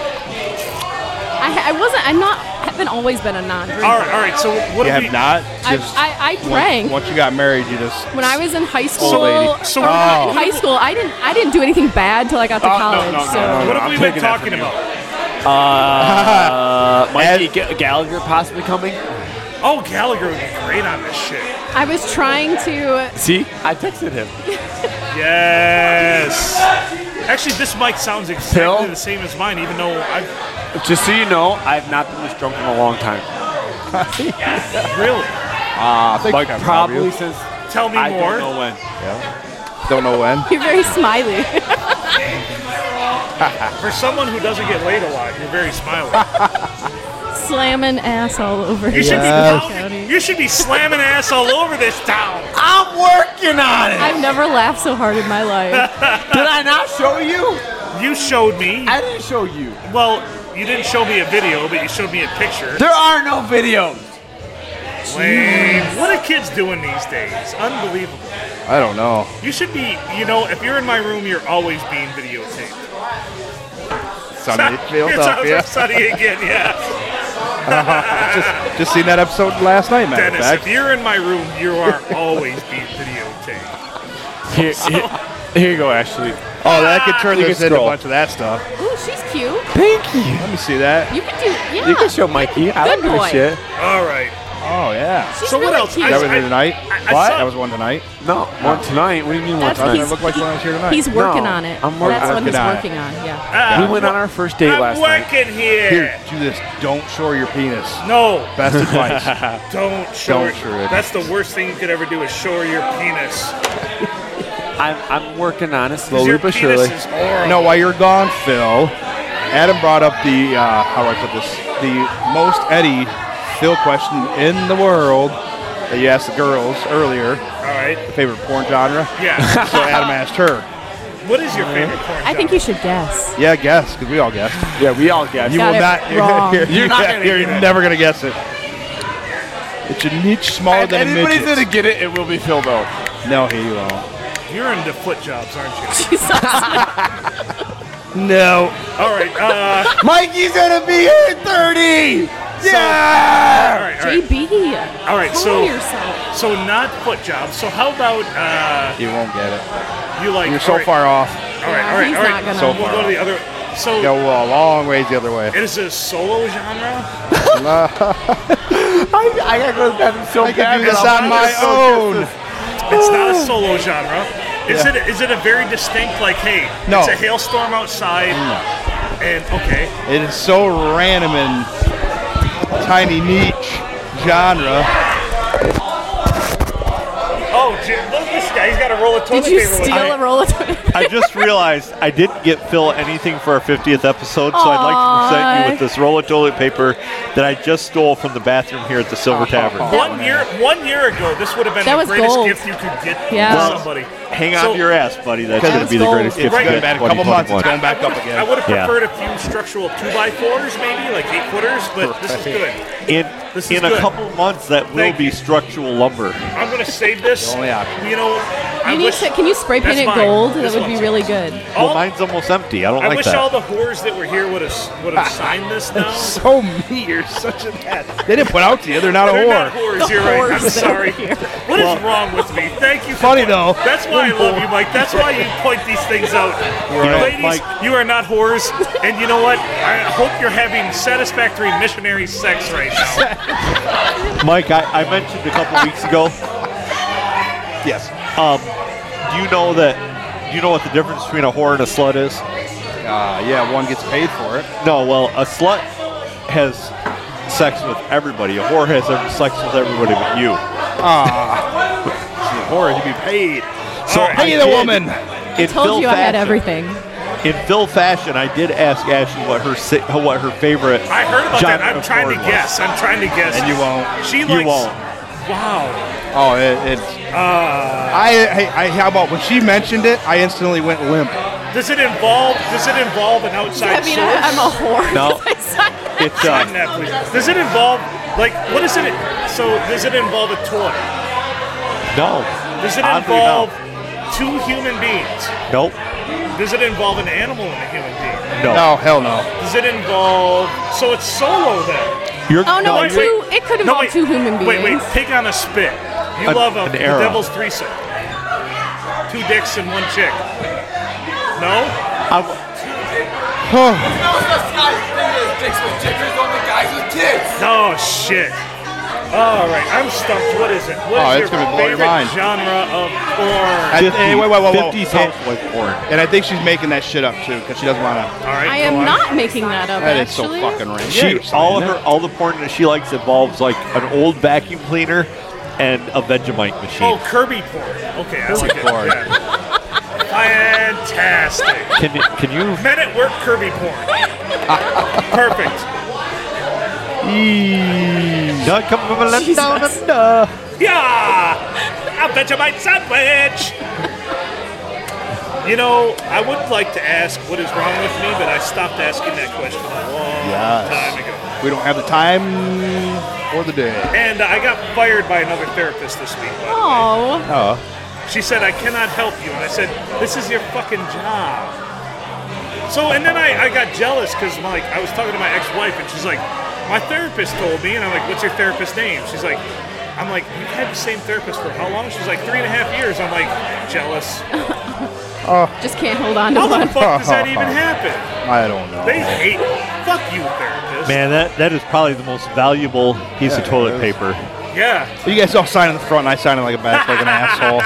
Speaker 11: I, I wasn't. I'm not. Haven't always been a non-drinker.
Speaker 2: All right, all right. So what
Speaker 6: you have not.
Speaker 11: I,
Speaker 6: Just
Speaker 11: I, I
Speaker 6: once-
Speaker 11: drank
Speaker 6: Once, you got married, you just.
Speaker 11: when I was in high school.
Speaker 6: lady.
Speaker 11: uh,
Speaker 6: Oh.
Speaker 11: in high school, I didn't. I didn't do anything bad till I got to college. so
Speaker 2: What have
Speaker 3: I'm
Speaker 2: we been
Speaker 3: taking that
Speaker 2: talking
Speaker 3: from you.
Speaker 2: about?
Speaker 3: Uh, Mikey Ga- Gallagher possibly coming.
Speaker 2: Oh, Gallagher would be great on this shit.
Speaker 11: I was trying to.
Speaker 3: See, I texted him.
Speaker 2: Yes. Actually, this mic sounds exactly
Speaker 3: Phil?
Speaker 2: the same as mine, even though I
Speaker 3: Just so you know, I've not been this drunk in a long time.
Speaker 2: really
Speaker 6: Ah,
Speaker 3: like
Speaker 6: thank you,
Speaker 3: probably
Speaker 6: Bobby.
Speaker 3: since
Speaker 2: tell me
Speaker 3: I
Speaker 2: more.
Speaker 3: don't know when.
Speaker 6: Don't know when.
Speaker 11: You're very smiley.
Speaker 2: For someone who doesn't get laid a lot, you're very smiling.
Speaker 11: Slamming ass all over.
Speaker 2: You should be
Speaker 11: Yes.
Speaker 2: pounding- you should be slamming ass all over this town.
Speaker 3: I'm working on it.
Speaker 11: I've never laughed so hard in my life.
Speaker 3: Did I not show you?
Speaker 2: You showed me.
Speaker 3: I didn't show you.
Speaker 2: Well, you didn't show me a video, but you showed me a picture.
Speaker 3: There are no videos.
Speaker 2: Lame. What are kids doing these days? Unbelievable.
Speaker 6: I don't know.
Speaker 2: You should be, you know, if you're in my room, you're always being videotaped.
Speaker 6: Sunday
Speaker 2: It
Speaker 6: feels up,
Speaker 2: sounds
Speaker 6: yeah.
Speaker 2: like Sunny again, yeah.
Speaker 6: just, just seen that episode last night, matter
Speaker 2: Dennis,
Speaker 6: of
Speaker 2: if
Speaker 6: fact.
Speaker 2: you're in my room, you are always being videotaped.
Speaker 3: Here, here, here you go, Ashley. Ah,
Speaker 6: Oh, that could turn
Speaker 3: You
Speaker 6: this
Speaker 3: can
Speaker 6: into a
Speaker 3: scroll.
Speaker 6: bunch of that stuff.
Speaker 11: Ooh, she's cute.
Speaker 3: Thank you.
Speaker 6: Let me see that.
Speaker 11: You can do. Yeah.
Speaker 3: You can show Mikey. I don't
Speaker 11: Good
Speaker 3: give a
Speaker 11: boy.
Speaker 3: shit.
Speaker 2: All right.
Speaker 6: Oh yeah.
Speaker 11: She's
Speaker 2: So what
Speaker 11: really
Speaker 2: else?
Speaker 11: cute.
Speaker 2: I-
Speaker 6: that was here tonight.
Speaker 2: I- I
Speaker 6: what?
Speaker 2: saw-
Speaker 6: that was one tonight.
Speaker 3: No, one tonight. What do you mean one
Speaker 11: That's what
Speaker 3: tonight?
Speaker 11: he's,
Speaker 6: look like
Speaker 11: he-
Speaker 6: when I was here tonight.
Speaker 11: he's working
Speaker 3: No,
Speaker 11: on it.
Speaker 3: I'm work-
Speaker 11: That's
Speaker 6: I'm
Speaker 11: what he's
Speaker 6: working on it.
Speaker 11: working on. Yeah.
Speaker 2: Uh,
Speaker 3: we went on our first date
Speaker 2: I'm
Speaker 3: last night.
Speaker 2: working here.
Speaker 6: Here, do this. Don't shore your penis.
Speaker 2: No,
Speaker 6: Best advice.
Speaker 2: don't show
Speaker 6: Don't show it.
Speaker 2: That's the worst thing you could ever do is show your penis.
Speaker 3: I'm, I'm working on
Speaker 2: Your
Speaker 3: it slowly but
Speaker 2: penis
Speaker 3: surely.
Speaker 2: is horrible.
Speaker 6: Oh, No, while you're gone, Phil, Adam brought up the uh, how do I put this? The most Eddie Phil question in the world that you asked the girls earlier.
Speaker 2: All right.
Speaker 6: Favorite porn genre?
Speaker 2: Yeah.
Speaker 6: So Adam asked her.
Speaker 2: What is your favorite porn?
Speaker 11: I think you should guess.
Speaker 6: Yeah, guess because we all guessed.
Speaker 3: Yeah, we all guessed.
Speaker 6: You
Speaker 11: Got
Speaker 6: will
Speaker 11: it
Speaker 6: not.
Speaker 11: wrong.
Speaker 6: You're,
Speaker 3: You're not gonna
Speaker 6: you're
Speaker 3: get it.
Speaker 6: never gonna guess it. It's a niche smaller
Speaker 3: if
Speaker 6: than a
Speaker 3: anybody's
Speaker 6: midget.
Speaker 3: gonna get it, it will be Phil though.
Speaker 6: No, he won't.
Speaker 2: genre? You're into foot jobs, aren't you?
Speaker 6: No.
Speaker 2: All right. Uh,
Speaker 3: Mikey's gonna be here at 30!
Speaker 2: all
Speaker 3: Yeah!
Speaker 2: right. All right.
Speaker 11: JB.
Speaker 2: All right.
Speaker 11: Calm
Speaker 2: So,
Speaker 11: yourself.
Speaker 2: so not foot jobs. So how about uh,
Speaker 6: You won't get it.
Speaker 2: you like?
Speaker 6: You're so
Speaker 2: all right,
Speaker 6: far off.
Speaker 2: All right. All right.
Speaker 11: He's
Speaker 2: all
Speaker 11: not
Speaker 2: right.
Speaker 11: gonna-
Speaker 6: So
Speaker 2: we'll
Speaker 6: far
Speaker 2: go to the other. So
Speaker 6: You go a long ways the other way.
Speaker 2: it is a solo genre.
Speaker 3: I, I gotta go to the bathroom so
Speaker 6: I
Speaker 3: bad.
Speaker 6: can do this
Speaker 3: but I'm
Speaker 6: on
Speaker 3: not
Speaker 6: my
Speaker 3: so
Speaker 6: own.
Speaker 1: Oh.
Speaker 2: It's not a solo genre. Is it is it a very distinct like, hey,
Speaker 6: No.
Speaker 2: it's a hailstorm outside, and okay,
Speaker 6: It is so random and tiny niche genre.
Speaker 2: oh, Jim, look at this guy, he's got a roll of toilet
Speaker 11: Did you
Speaker 2: paper. with
Speaker 11: steal
Speaker 2: him.
Speaker 11: a roll of toilet
Speaker 1: I just realized I didn't get Phil anything for our 50th episode, so I'd like to present you with this roll of toilet paper that I just stole from the bathroom here at the Silver Tavern.
Speaker 2: One year, one year ago, this would have been
Speaker 11: That
Speaker 2: the
Speaker 11: was
Speaker 2: greatest
Speaker 11: gold.
Speaker 2: gift you could get
Speaker 11: Yeah.
Speaker 2: to
Speaker 11: Well,
Speaker 2: somebody.
Speaker 1: Hang on
Speaker 2: So-
Speaker 1: to your ass, buddy. That's
Speaker 6: Because
Speaker 1: going to
Speaker 6: it's
Speaker 1: be the
Speaker 6: gold.
Speaker 1: great's
Speaker 6: It's
Speaker 1: gift.
Speaker 6: right.
Speaker 1: yet.
Speaker 6: Back a couple months, it's going back up again.
Speaker 2: I would have
Speaker 1: Yeah.
Speaker 2: preferred a few structural two by fours, maybe like eight footers, but this is good.
Speaker 1: In,
Speaker 2: This is
Speaker 1: in a
Speaker 2: good.
Speaker 1: couple months, that will
Speaker 2: Thank
Speaker 1: be structural lumber.
Speaker 2: I'm gonna save this.
Speaker 1: The only option.
Speaker 2: You know, I
Speaker 11: You need
Speaker 2: wish.
Speaker 11: to, can you spray paint
Speaker 2: That's
Speaker 11: it
Speaker 2: mine.
Speaker 11: gold?
Speaker 2: This
Speaker 11: that would be
Speaker 2: one's-
Speaker 11: really good.
Speaker 1: Well, mine's almost empty. I don't
Speaker 2: Oh. I
Speaker 1: like
Speaker 2: wish
Speaker 1: that.
Speaker 2: all the whores that were here would have would have signed this now.
Speaker 6: So me, you're such a bad. They didn't put out to you. They're not a
Speaker 2: They're
Speaker 6: whore.
Speaker 2: not whores. You're right. I'm sorry. What is wrong with me? Thank you. For
Speaker 6: Funny though.
Speaker 2: That's why I love you, Mike. That's why you point these things out.
Speaker 6: You know,
Speaker 2: Ladies,
Speaker 6: Mike-
Speaker 2: you are not whores, and you know what? I hope you're having satisfactory missionary sex right now.
Speaker 1: Mike, I, I mentioned a couple weeks ago. Yes. Um, do you know that? Do you know what the difference between a whore and a slut is? Uh, yeah, one gets paid for it. No, well, a slut has sex with everybody. A whore has ev- sex with everybody but you. Ah. a whore, you be paid. So
Speaker 6: All right. Pay
Speaker 1: I
Speaker 6: the
Speaker 1: did-
Speaker 6: woman.
Speaker 1: in
Speaker 11: I told
Speaker 1: Phil
Speaker 11: you I
Speaker 1: fashion-
Speaker 11: had everything.
Speaker 1: In Phil fashion, I did ask Ashley what her si- what her favorite.
Speaker 2: I heard about that.
Speaker 1: genre
Speaker 2: I'm
Speaker 1: of
Speaker 2: trying to
Speaker 1: porn was.
Speaker 2: guess. I'm trying to guess.
Speaker 1: And you won't.
Speaker 2: She
Speaker 1: You
Speaker 2: likes.
Speaker 1: won't.
Speaker 2: Wow.
Speaker 6: Oh, it, it's. I, I, I, how about when she mentioned it? I instantly went limp.
Speaker 2: Does it involve? Does it involve an outside
Speaker 11: I mean,
Speaker 2: source?
Speaker 11: I- I'm a whore.
Speaker 1: No. It's, uh,
Speaker 2: Sign that, please. Does it involve? Like, what is it? So, does it involve a toy?
Speaker 1: No.
Speaker 2: Does it
Speaker 1: Oddly
Speaker 2: involve two human beings?
Speaker 1: Nope.
Speaker 2: Does it involve an animal and a human being?
Speaker 1: No. No, hell no.
Speaker 2: Does it involve? So it's solo then.
Speaker 1: You're,
Speaker 11: Oh no,
Speaker 2: Wait,
Speaker 11: two. It could involve two human beings.
Speaker 2: Wait, wait. Pig on a spit. You
Speaker 1: An-
Speaker 2: love a,
Speaker 1: an
Speaker 2: the
Speaker 1: arrow.
Speaker 2: devil's threesome. Two dicks and one chick. No. Oh shit. All right, I'm stumped. What is it? What
Speaker 6: Oh,
Speaker 2: is
Speaker 6: it's
Speaker 2: your
Speaker 6: gonna blow your
Speaker 2: favorite
Speaker 6: mind.
Speaker 2: genre of porn?
Speaker 6: I- hey, wait, wait, wait, wait.
Speaker 1: 50s
Speaker 6: And-
Speaker 1: housewife porn.
Speaker 6: And I think she's making that shit up too, because she doesn't want to.
Speaker 2: All right,
Speaker 11: I am not making that up.
Speaker 6: That is so
Speaker 11: actually.
Speaker 6: fucking random.
Speaker 1: She all of her all the porn that she likes involves like an old vacuum cleaner and a Vegemite machine.
Speaker 2: Oh, Kirby porn. Okay, I
Speaker 1: Kirby
Speaker 2: like it.
Speaker 1: porn.
Speaker 2: Yeah. Fantastic.
Speaker 1: Can you can you
Speaker 2: Men at work Kirby porn. Perfect.
Speaker 1: not come from a left down under?
Speaker 2: Yeah! I'll bet you my sandwich! You know, I would like to ask what is wrong with me, but I stopped asking that question a long time ago.
Speaker 6: Yes. We don't have the time or the day.
Speaker 2: And I got fired by another therapist this week. by the way.
Speaker 11: Oh.
Speaker 6: Oh.
Speaker 2: She said, I cannot help you. And I said, This is your fucking job. So, and then I, I got jealous because like, I was talking to my ex wife and she's like, My therapist told me. And I'm like, What's your therapist's name? She's like, I'm like, You've had the same therapist for how long? She's like, Three and a half years. I'm like, Jealous.
Speaker 11: Just can't hold on to
Speaker 2: How the
Speaker 11: one.
Speaker 2: fuck does that even happen?
Speaker 6: I don't know.
Speaker 2: They hate. Fuck you, therapist.
Speaker 1: Man, that that is probably the most valuable piece of toilet paper.
Speaker 2: Yeah.
Speaker 6: You guys all sign in the front, and I sign in like a back, like an asshole.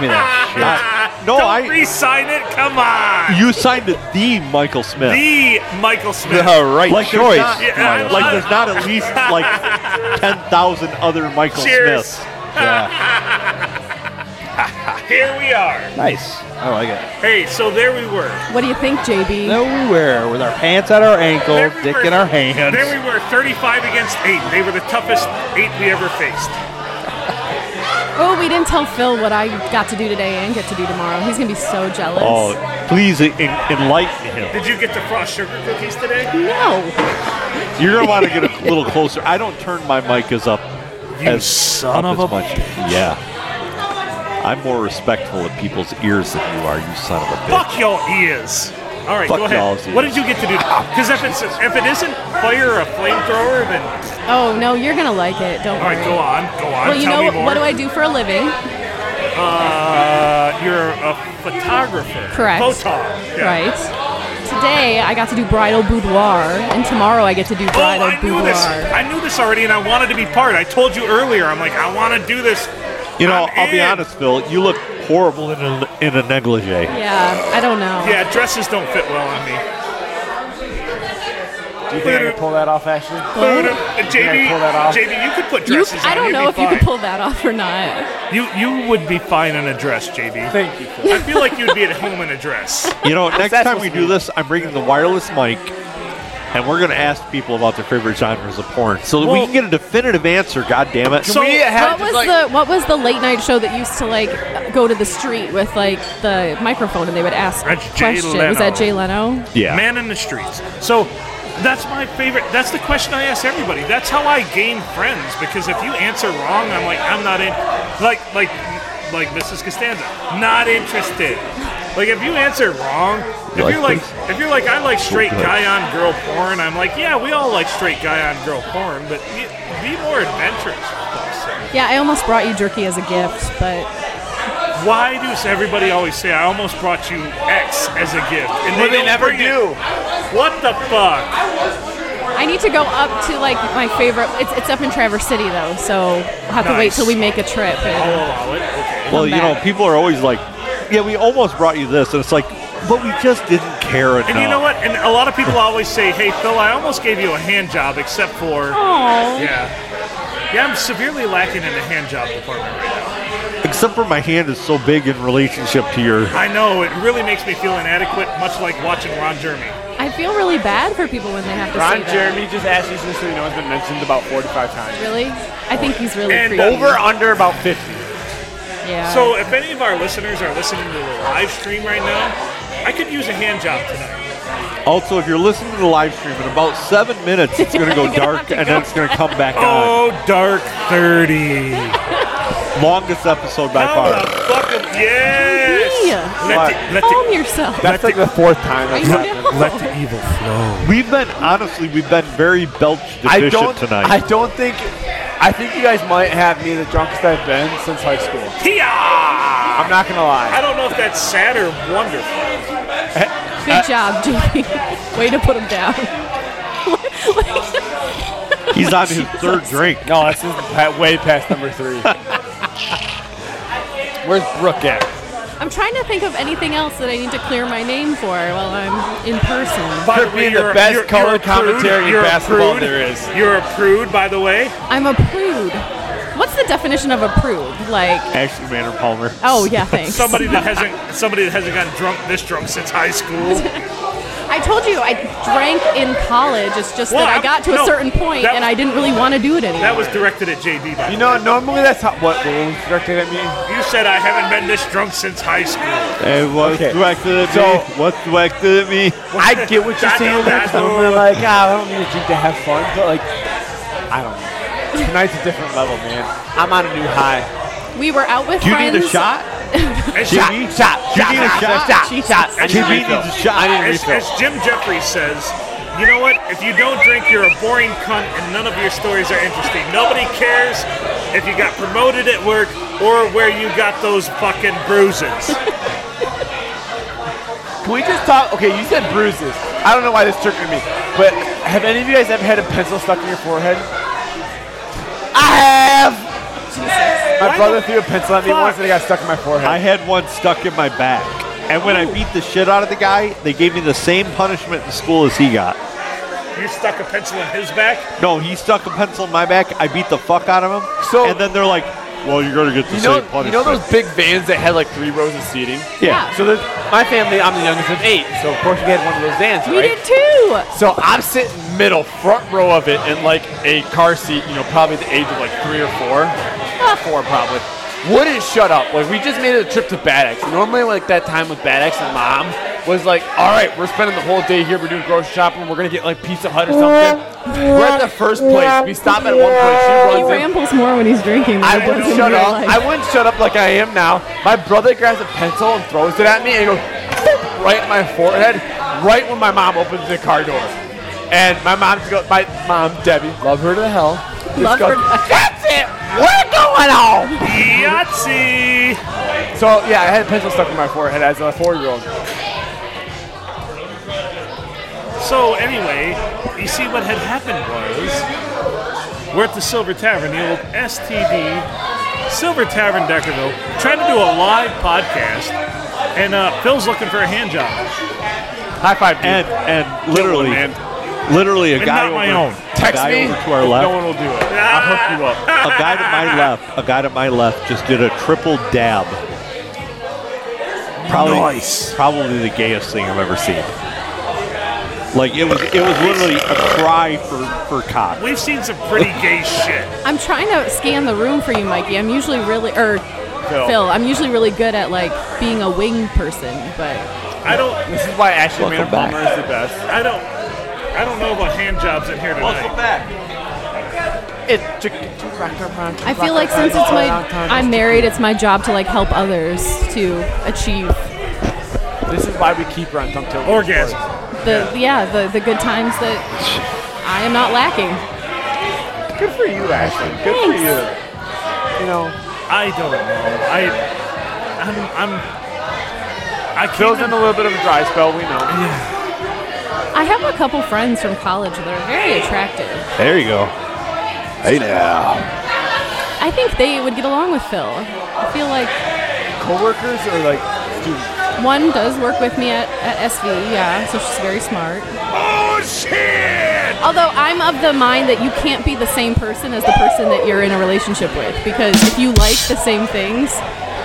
Speaker 6: me that
Speaker 1: No,
Speaker 2: Don't
Speaker 1: I
Speaker 2: re-sign it. Come on.
Speaker 1: you signed it, the Michael Smith.
Speaker 2: The Michael Smith.
Speaker 6: The right
Speaker 1: like there's
Speaker 6: choice,
Speaker 1: not-
Speaker 2: Michael.
Speaker 1: like there's not at least like ten thousand other Michael
Speaker 2: Cheers.
Speaker 1: Smiths.
Speaker 2: Here we are.
Speaker 6: shit. Nice. I like it.
Speaker 2: Hey, so there we were.
Speaker 11: What do you think, JB?
Speaker 6: Nowhere with our pants at our ankles, dick in our hands.
Speaker 2: There we were, 35 against 8. They were the toughest 8 we ever faced.
Speaker 11: Oh, we didn't tell Phil what I got to do today and get to do tomorrow. He's gonna be so jealous.
Speaker 1: Oh, please en- enlighten him.
Speaker 2: Did you get the frost sugar cookies today?
Speaker 11: No.
Speaker 1: You're gonna want to get a little closer. I don't turn my mic as up
Speaker 2: You
Speaker 1: as
Speaker 2: son
Speaker 1: up as
Speaker 2: of a
Speaker 1: much. Yeah, I'm more respectful of people's ears than you are. You son of a bitch.
Speaker 2: Fuck y'all ears. All right,
Speaker 1: Fuck
Speaker 2: go ahead.
Speaker 1: y'all's ears.
Speaker 2: What did you get to do? Because if it's if it isn't fire or a flamethrower, then
Speaker 11: Oh no, you're gonna like it. Don't
Speaker 2: all right,
Speaker 11: worry.
Speaker 2: go on, go on.
Speaker 11: Well, you
Speaker 2: tell
Speaker 11: know
Speaker 2: me more.
Speaker 11: what do I do for a living?
Speaker 2: Uh, you're a photographer.
Speaker 11: Correct.
Speaker 2: Photog. yeah.
Speaker 11: Right. Today I got to do bridal boudoir, and tomorrow I get to do
Speaker 2: Oh,
Speaker 11: bridal
Speaker 2: I knew
Speaker 11: boudoir.
Speaker 2: this. I knew this already, and I wanted to be part. I told you earlier. I'm like, I want to do this.
Speaker 1: You know,
Speaker 2: I'm
Speaker 1: I'll be
Speaker 2: in.
Speaker 1: honest, Phil. You look
Speaker 9: horrible in a, in a negligee.
Speaker 11: Yeah, I don't know.
Speaker 2: Yeah, dresses don't fit well on me.
Speaker 1: Do you think I could pull that off, Ashley?
Speaker 2: Uh,
Speaker 1: You think I could
Speaker 2: JB,
Speaker 1: pull that off?
Speaker 2: JB, you could put
Speaker 11: You,
Speaker 2: dresses on.
Speaker 11: I don't
Speaker 2: You'd
Speaker 11: know
Speaker 2: be
Speaker 11: if you
Speaker 2: fine.
Speaker 11: could pull that off or not.
Speaker 2: You you would be fine in a dress, JB. Thank you. I feel like you'd be at home in a dress.
Speaker 9: You know, next
Speaker 2: That's
Speaker 9: time
Speaker 2: what's
Speaker 9: we do this, I'm bringing the wireless mic, and we're going to ask people about their favorite genres of porn, so that we
Speaker 11: Well-
Speaker 9: can get a definitive answer. God damn it!
Speaker 11: what was the what was the late night show that used to like go to the street with like the microphone and they would ask
Speaker 2: That's Jay
Speaker 11: questions?
Speaker 2: Leno.
Speaker 11: Was that Jay Leno?
Speaker 9: Yeah.
Speaker 2: Man in the streets. So that's my favorite. That's the question I ask everybody. That's how I gain friends because if you answer wrong, I'm like, I'm not in. Like, like, like Mrs. Costanza, not interested. Like, if you answer wrong,
Speaker 25: You
Speaker 2: if
Speaker 25: like
Speaker 2: you're like,
Speaker 25: this?
Speaker 2: if you're like, I like straight
Speaker 25: Good.
Speaker 2: guy on girl porn, I'm like, yeah, we all like straight guy on girl porn, but y- be more adventurous. for fuck's sake.
Speaker 11: Yeah, I almost brought you jerky as a gift, but
Speaker 2: Why does everybody always say I almost brought you X as a gift? And
Speaker 11: Well, they
Speaker 2: don't
Speaker 11: never
Speaker 2: bring it? What the fuck?
Speaker 11: I need to go up to like my favorite. It's, it's up in Traverse City though, so I'll have to wait
Speaker 2: Nice.
Speaker 11: till we make a trip.
Speaker 2: I'll
Speaker 11: And,
Speaker 2: allow it. Okay.
Speaker 9: Well, you know, people are always like, "Yeah, we almost brought you this," and it's like, "But we just didn't care enough."
Speaker 2: And you know what? And a lot of people always say, "Hey, Phil, I almost gave you a hand job, except for."
Speaker 11: Aw.
Speaker 2: Yeah. Yeah, I'm severely lacking in the hand job department right now.
Speaker 9: Except for my hand is so big in relationship to your.
Speaker 2: I know it really makes me feel inadequate, much like watching Ron Jeremy.
Speaker 11: I feel really bad for people when they have to
Speaker 1: Ron
Speaker 11: say that.
Speaker 1: Jeremy just asked you so you know has been mentioned about 45 times.
Speaker 11: Really? I think he's really
Speaker 1: And
Speaker 11: creepy.
Speaker 1: over under about 50.
Speaker 11: Yeah.
Speaker 2: So, if any of our listeners are listening to the live stream right now, I could use a hand job tonight.
Speaker 9: Also, if you're listening to the live stream, in about seven minutes, it's going to go
Speaker 2: You're gonna
Speaker 9: dark,
Speaker 2: have to
Speaker 9: and
Speaker 2: go
Speaker 9: then it's going to come back
Speaker 2: Oh, dark thirty.
Speaker 9: on. Longest episode by far.
Speaker 2: Fucking yes. Let
Speaker 9: Why?
Speaker 2: the, let
Speaker 11: Calm
Speaker 2: the,
Speaker 11: yourself.
Speaker 9: That's like the fourth time
Speaker 11: that's I happened. know.
Speaker 9: Let the evil flow. We've been honestly, we've been very belch
Speaker 1: I don't.
Speaker 9: deficient tonight.
Speaker 1: I don't think. I think you guys might have me the drunkest I've been since high school. I'm not gonna lie.
Speaker 2: I don't know if that's sad or wonderful.
Speaker 11: Good job, JB. Way to put him down.
Speaker 9: He's on his third drink.
Speaker 1: No, this is pa- way past number three. Where's Brooke at?
Speaker 11: I'm trying to think of anything else that I need to clear my name for while I'm in person.
Speaker 2: By the
Speaker 1: Could
Speaker 2: way,
Speaker 1: be the
Speaker 2: you're a-
Speaker 1: best
Speaker 2: you're-
Speaker 1: color
Speaker 2: you're a prude.
Speaker 1: commentary in
Speaker 2: You're a
Speaker 1: basketball
Speaker 2: prude.
Speaker 1: there is.
Speaker 2: You're a prude, by the way.
Speaker 11: I'm a prude. What's the definition of a prude? Like,
Speaker 9: Ashley Manor Palmer.
Speaker 11: Oh, yeah, thanks.
Speaker 2: somebody that hasn't somebody that hasn't gotten drunk this drunk since high school.
Speaker 11: I told you I drank in college. It's just
Speaker 2: Well,
Speaker 11: that
Speaker 2: I'm-
Speaker 11: I got to
Speaker 2: no,
Speaker 11: a certain point
Speaker 2: that-
Speaker 11: and I didn't really want to do it anymore.
Speaker 2: That was directed at JB. By
Speaker 1: You
Speaker 2: the
Speaker 1: know, normally that's how, what was directed at me.
Speaker 2: way. you said I haven't been this drunk since high school.
Speaker 9: Hey, what's
Speaker 1: Okay.
Speaker 9: directed at
Speaker 1: So-
Speaker 9: me? What's directed at me?
Speaker 1: I get what you're saying. Like, I'm like, ah, I don't need a drink to have fun, but like, I don't know. Tonight's a different level, man. I'm on a new high.
Speaker 11: we were out with
Speaker 1: Do you
Speaker 11: friends.
Speaker 1: need a shot? Shot,
Speaker 9: JB?
Speaker 1: shot,
Speaker 9: Do you need a shot?
Speaker 1: shot, shot. I
Speaker 9: JB
Speaker 1: need a
Speaker 9: needs a
Speaker 1: refill.
Speaker 9: shot.
Speaker 1: I need a
Speaker 2: As,
Speaker 1: refill.
Speaker 2: as Jim Jeffries says, you know what? If you don't drink, you're a boring cunt, and none of your stories are interesting. Nobody cares if you got promoted at work or where you got those fucking bruises.
Speaker 1: Can we just talk? Okay, you said bruises. I don't know why this triggered me, but have any of you guys ever had a pencil stuck in your forehead? I have. My brother threw a pencil at me once and it got stuck in my forehead.
Speaker 9: I had one stuck in my back. And when I beat the shit out of the guy, they gave me the same punishment in school as he got.
Speaker 2: You stuck a pencil in his back.
Speaker 9: No, he stuck a pencil in my back. I beat the fuck out of him.
Speaker 1: So
Speaker 9: and then they're like, "Well, you're gonna get the
Speaker 1: You know,
Speaker 9: same punishment."
Speaker 1: you know those big vans that had like three rows of seating?
Speaker 9: Yeah.
Speaker 1: So there's, my family, I'm the youngest of eight, so of course we had one of those vans,
Speaker 11: We
Speaker 1: right?
Speaker 11: did too.
Speaker 1: So I'm sitting middle, front row of it, in like a car seat, you know, probably the age of like three or four. four, probably. Wouldn't shut up. Like, we just made a trip to Bad Axe. Normally, like, that time with Bad Axe and mom was like, all right, we're spending the whole day here. We're doing grocery shopping. We're going to get like Pizza Hut or something. We're at the first place. We stop at one place. She runs
Speaker 11: He
Speaker 1: in.
Speaker 11: rambles more when he's drinking. Than
Speaker 1: I
Speaker 11: he
Speaker 1: wouldn't
Speaker 11: does in
Speaker 1: shut
Speaker 11: real
Speaker 1: up.
Speaker 11: life.
Speaker 1: I wouldn't shut up like I am now. My brother grabs a pencil and throws it at me and it goes boop, right in my forehead, right when my mom opens the car door. And my mom goes, my mom Debbie, love her to the hell. just
Speaker 11: Love her
Speaker 1: goes, That's it. We're going home.
Speaker 2: Yahtzee.
Speaker 1: So yeah, I had a pencil stuck in my forehead as a four-year-old.
Speaker 2: So anyway, you see what had happened was we're at the Silver Tavern, the old STD Silver Tavern Deckerville, trying to do a live podcast, and uh, Phil's looking for a hand job.
Speaker 1: High five, and and literally, literally a
Speaker 2: And
Speaker 1: guy
Speaker 2: not my
Speaker 1: over-
Speaker 2: own.
Speaker 1: a guy over to our left.
Speaker 2: No one will do it. I'll hook you up.
Speaker 1: a guy to my left, a guy to my left just did a triple dab. Probably, probably the gayest thing I've ever seen. Like it was, it was literally a cry for for cock.
Speaker 2: We've seen some pretty gay shit.
Speaker 11: I'm trying to scan the room for you, Mikey. I'm usually really, or
Speaker 1: Phil.
Speaker 11: Phil. I'm usually really good at like being a wing person, but
Speaker 2: I don't. This is why Ashley
Speaker 11: Welcome Manor back. Palmer
Speaker 2: is the best. I don't. I don't know about hand jobs in here tonight. Welcome back.
Speaker 11: I feel like since it's my, I'm married, it's my job to like help others to achieve
Speaker 26: This is why we keep her on Dumptail.
Speaker 2: Orgasm.
Speaker 11: the yeah, the, the good times that I am not lacking.
Speaker 3: Good for you, Ashley. Good for you.
Speaker 2: You know, I don't know. I, I'm, I'm. I
Speaker 3: Phil's in a little bit of a dry spell. We know.
Speaker 11: I have a couple friends from college that are very attractive.
Speaker 6: There you go. Hey now.
Speaker 11: I think they would get along with Phil. I feel like
Speaker 3: Coworkers or like students?
Speaker 11: one does work with me at, at SV, yeah, so she's very smart.
Speaker 2: Oh shit!
Speaker 11: Although I'm of the mind that you can't be the same person as the person that you're in a relationship with because if you like the same things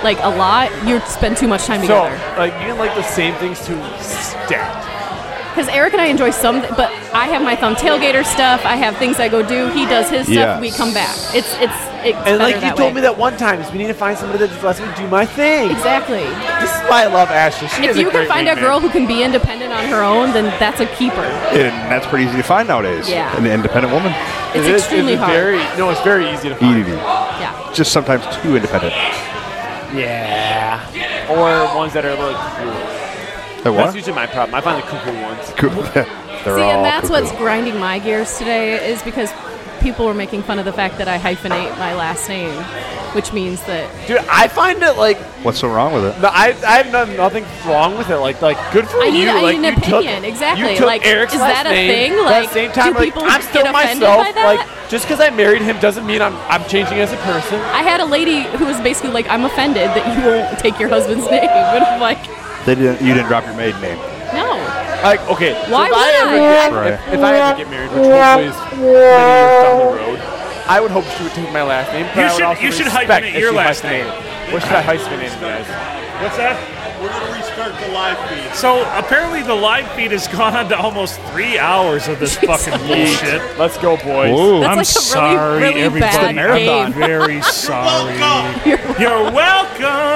Speaker 11: like a lot, you spend too much time
Speaker 3: So,
Speaker 11: together.
Speaker 3: like, you didn't like the same things to stacked.
Speaker 11: Because Eric and I enjoy some, but I have my thumb tailgater stuff. I have things I go do. He does his
Speaker 3: Yes.
Speaker 11: stuff. We come back. It's it's it's
Speaker 3: And like
Speaker 11: better
Speaker 3: you
Speaker 11: that
Speaker 3: told
Speaker 11: way.
Speaker 3: me that one time, is we need to find somebody that just lets me do my thing.
Speaker 11: Exactly.
Speaker 3: This is why I love Ashley. She
Speaker 11: And if
Speaker 3: is a
Speaker 11: you can
Speaker 3: great
Speaker 11: find a
Speaker 3: wingman.
Speaker 11: girl who can be independent on her own, then that's a keeper.
Speaker 6: And that's pretty easy to find nowadays.
Speaker 11: Yeah.
Speaker 6: An independent woman.
Speaker 11: It's It is- extremely it's hard. very-
Speaker 3: no, it's very easy to
Speaker 6: Easy.
Speaker 11: Yeah.
Speaker 6: Just sometimes too independent.
Speaker 3: Yeah. Or ones that are like cuckoo.
Speaker 6: The what?
Speaker 3: That's usually my problem. I find the cuckoo ones.
Speaker 6: Cool. They're
Speaker 11: See,
Speaker 6: all
Speaker 11: and that's
Speaker 6: cuckoo.
Speaker 11: what's grinding my gears today is because people were making fun of the fact that I hyphenate my last name, which means that
Speaker 3: Dude, I find it like
Speaker 6: What's so wrong with it?
Speaker 3: no, I I have no- nothing wrong with it. Like like good for
Speaker 11: I
Speaker 3: you.
Speaker 11: need, I
Speaker 3: like,
Speaker 11: need
Speaker 3: you
Speaker 11: an
Speaker 3: took-
Speaker 11: opinion. exactly.
Speaker 3: You took
Speaker 11: like,
Speaker 3: Eric's
Speaker 11: is
Speaker 3: last
Speaker 11: that a
Speaker 3: name,
Speaker 11: thing?
Speaker 3: but
Speaker 11: Like,
Speaker 3: at the same time,
Speaker 11: do
Speaker 3: like,
Speaker 11: people
Speaker 3: I'm still
Speaker 11: get offended
Speaker 3: myself.
Speaker 11: by that?
Speaker 3: Like just because I married him doesn't mean I'm I'm changing as a person.
Speaker 11: I had a lady who was basically like, "I'm offended that you won't take your husband's name," and I'm like,
Speaker 6: They didn't. You didn't drop your maiden name.
Speaker 11: "No,
Speaker 3: Like okay,
Speaker 11: Why
Speaker 3: so if I
Speaker 11: would
Speaker 3: ever
Speaker 11: I?
Speaker 3: get-
Speaker 6: Right.
Speaker 3: if, if I ever get married, which hopefully is many years down the road, I would hope she would take my last name. But
Speaker 2: You
Speaker 3: I would
Speaker 2: should-
Speaker 3: also
Speaker 2: you should
Speaker 3: respect
Speaker 2: hyphenate
Speaker 3: that
Speaker 2: your
Speaker 3: she
Speaker 2: last
Speaker 3: hyphenated. What should I hyphenate it as?
Speaker 2: What's that? We're gonna restart the live feed. So apparently the live feed has gone on to almost three hours of this fucking bullshit.
Speaker 3: Let's go, boys.
Speaker 2: Ooh,
Speaker 11: That's
Speaker 2: I'm
Speaker 11: like a really,
Speaker 2: sorry,
Speaker 11: really
Speaker 2: everybody.
Speaker 11: bad
Speaker 2: I'm
Speaker 11: game.
Speaker 2: very sorry. You're welcome.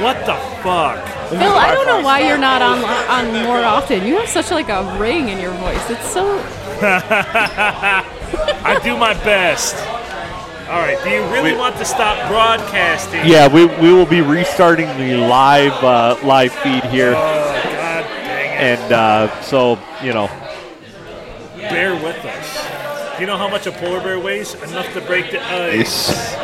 Speaker 2: What the fuck?
Speaker 11: Phil, I don't know why you're not on on more often. You have such like a ring in your voice. It's so
Speaker 2: I do my best. All right. Do you really want to stop broadcasting?
Speaker 1: Yeah, we, we will be restarting the live uh, live feed
Speaker 2: Oh,
Speaker 1: here, and uh, so you know,
Speaker 2: Bear with us. Do you know how much a polar bear weighs? Enough to break the uh, ice.
Speaker 6: Ace.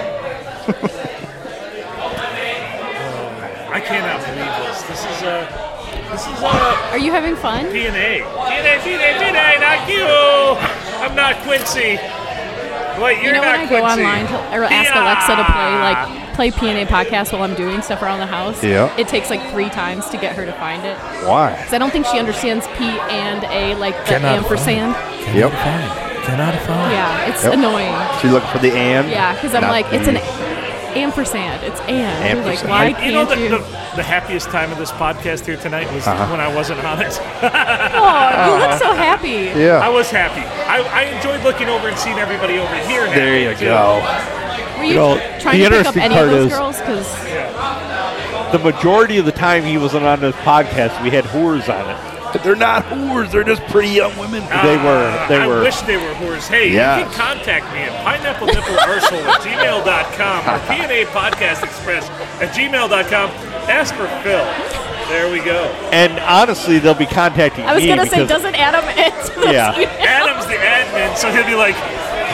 Speaker 2: I cannot believe this. This is Uh, this is uh,
Speaker 11: Are you having fun?
Speaker 2: DNA. DNA, DNA, DNA, not you. I'm not Quincy. Wait,
Speaker 11: You
Speaker 2: you're
Speaker 11: know when
Speaker 2: not
Speaker 11: I go
Speaker 2: Quincy.
Speaker 11: online to, or ask Alexa to play like play PNA podcast while I'm doing stuff around the house,
Speaker 6: Yeah.
Speaker 11: it takes like three times to get her to find it.
Speaker 6: Why?
Speaker 11: Because I don't think she understands P and A like the
Speaker 6: Cannot
Speaker 11: ampersand.
Speaker 6: Yep.
Speaker 27: Cannot find.
Speaker 11: Yeah, it's
Speaker 6: Yep.
Speaker 11: annoying.
Speaker 6: She's looking for the and.
Speaker 11: Yeah, because I'm
Speaker 6: not
Speaker 11: like,
Speaker 6: the-
Speaker 11: it's an ampersand. It's and. You're Like, why
Speaker 2: you know
Speaker 11: can't
Speaker 2: the,
Speaker 11: you?
Speaker 2: the, the happiest time of this podcast here tonight was
Speaker 6: Uh-huh.
Speaker 2: when I wasn't on it.
Speaker 11: Oh, you look so happy.
Speaker 6: Yeah.
Speaker 2: I was happy. I, I enjoyed looking over and seeing everybody over here. Now.
Speaker 6: There you go.
Speaker 11: Were
Speaker 1: You
Speaker 11: you,
Speaker 1: know,
Speaker 11: trying
Speaker 1: the
Speaker 11: to pick up
Speaker 1: interesting
Speaker 11: any of
Speaker 1: part
Speaker 11: those
Speaker 1: is-
Speaker 11: girls? Because
Speaker 1: the majority of the time he wasn't on this podcast, we had whores on it.
Speaker 6: They're not whores. They're just pretty young women.
Speaker 1: They were. They
Speaker 2: I
Speaker 1: were.
Speaker 2: wish they were whores. Hey, you
Speaker 1: Yes.
Speaker 2: can contact me at pineapple nipple ursel at gmail.com or PNA Podcast Express at gmail.com. Ask for Phil. There we go.
Speaker 1: And honestly, they'll be contacting
Speaker 11: I was
Speaker 1: me
Speaker 11: gonna say,
Speaker 1: because
Speaker 11: doesn't Adam into those
Speaker 1: Yeah.
Speaker 11: emails?
Speaker 2: Adam's the admin, so he'll be like,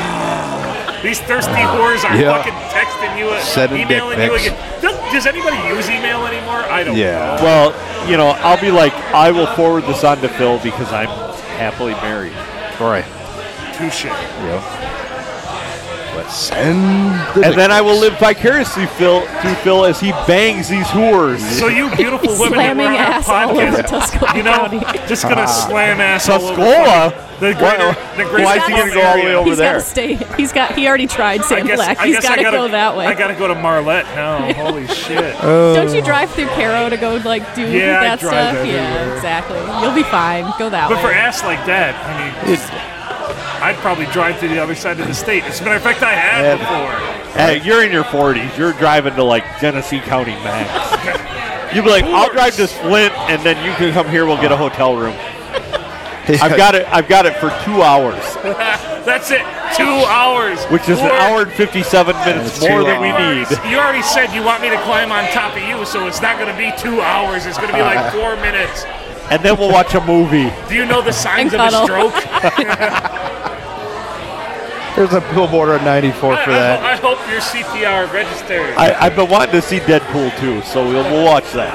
Speaker 2: "Ah, these thirsty whores are
Speaker 1: Yeah.
Speaker 2: fucking texting you, uh,
Speaker 1: Sending dick
Speaker 2: emailing you
Speaker 1: pics.
Speaker 2: again. Does, does anybody use email anymore? I don't know.
Speaker 1: Well, you know, I'll be like, I will forward this on to Phil because I'm happily married.
Speaker 6: All right.
Speaker 2: Touche.
Speaker 6: Yeah.
Speaker 1: it.
Speaker 17: Send
Speaker 1: and then I will live vicariously Phil, through Phil as he bangs these whores.
Speaker 2: So you beautiful
Speaker 28: He's
Speaker 2: women that were
Speaker 28: slamming
Speaker 2: on our
Speaker 28: ass all over
Speaker 2: podcast,
Speaker 28: Tuscola
Speaker 2: you know, just gonna
Speaker 1: Ah.
Speaker 2: slam ass all
Speaker 1: Tuscola?
Speaker 2: over. The greater, the greater
Speaker 1: Why is he gonna go all the way over
Speaker 28: He's
Speaker 1: there?
Speaker 28: gotta stay. He's got. He already tried
Speaker 2: I
Speaker 28: Sam
Speaker 2: guess,
Speaker 28: Black.
Speaker 2: I
Speaker 28: He's
Speaker 2: guess
Speaker 28: gotta,
Speaker 2: I gotta
Speaker 28: go that way.
Speaker 2: I gotta go to Marlette now. Holy shit!
Speaker 6: Oh.
Speaker 28: Don't you drive through Caro to go like do
Speaker 2: Yeah, I
Speaker 28: that
Speaker 2: drive
Speaker 28: stuff?
Speaker 2: everywhere.
Speaker 28: Yeah, exactly. You'll be fine. Go that
Speaker 2: But
Speaker 28: way.
Speaker 2: for ass like that, I mean, I'd probably drive to the other side of the state. As a matter of fact, I have
Speaker 1: Yeah.
Speaker 2: before.
Speaker 1: Hey, you're in your 40s. You're driving to like Genesee County max. You'd be like, I'll drive to Flint, and then you can come here. We'll get a hotel room. I've got it. I've got it for two hours,
Speaker 2: That's it. Two hours,
Speaker 1: which is an
Speaker 2: Lord,
Speaker 1: hour and 57 minutes
Speaker 17: That's
Speaker 1: more
Speaker 17: too
Speaker 1: than we
Speaker 17: long.
Speaker 1: need.
Speaker 2: You already said you want me to climb on top of you, so it's not going to be two hours. It's going to be like four minutes.
Speaker 1: And then we'll watch a movie.
Speaker 2: Do you know the signs of
Speaker 28: And
Speaker 2: a
Speaker 28: cuddle.
Speaker 2: stroke?
Speaker 18: There's a billboard on 94
Speaker 2: I,
Speaker 18: for
Speaker 2: I,
Speaker 18: that.
Speaker 2: I hope your CPR registered.
Speaker 1: I, I've been wanting to see Deadpool too, so we'll, we'll watch that.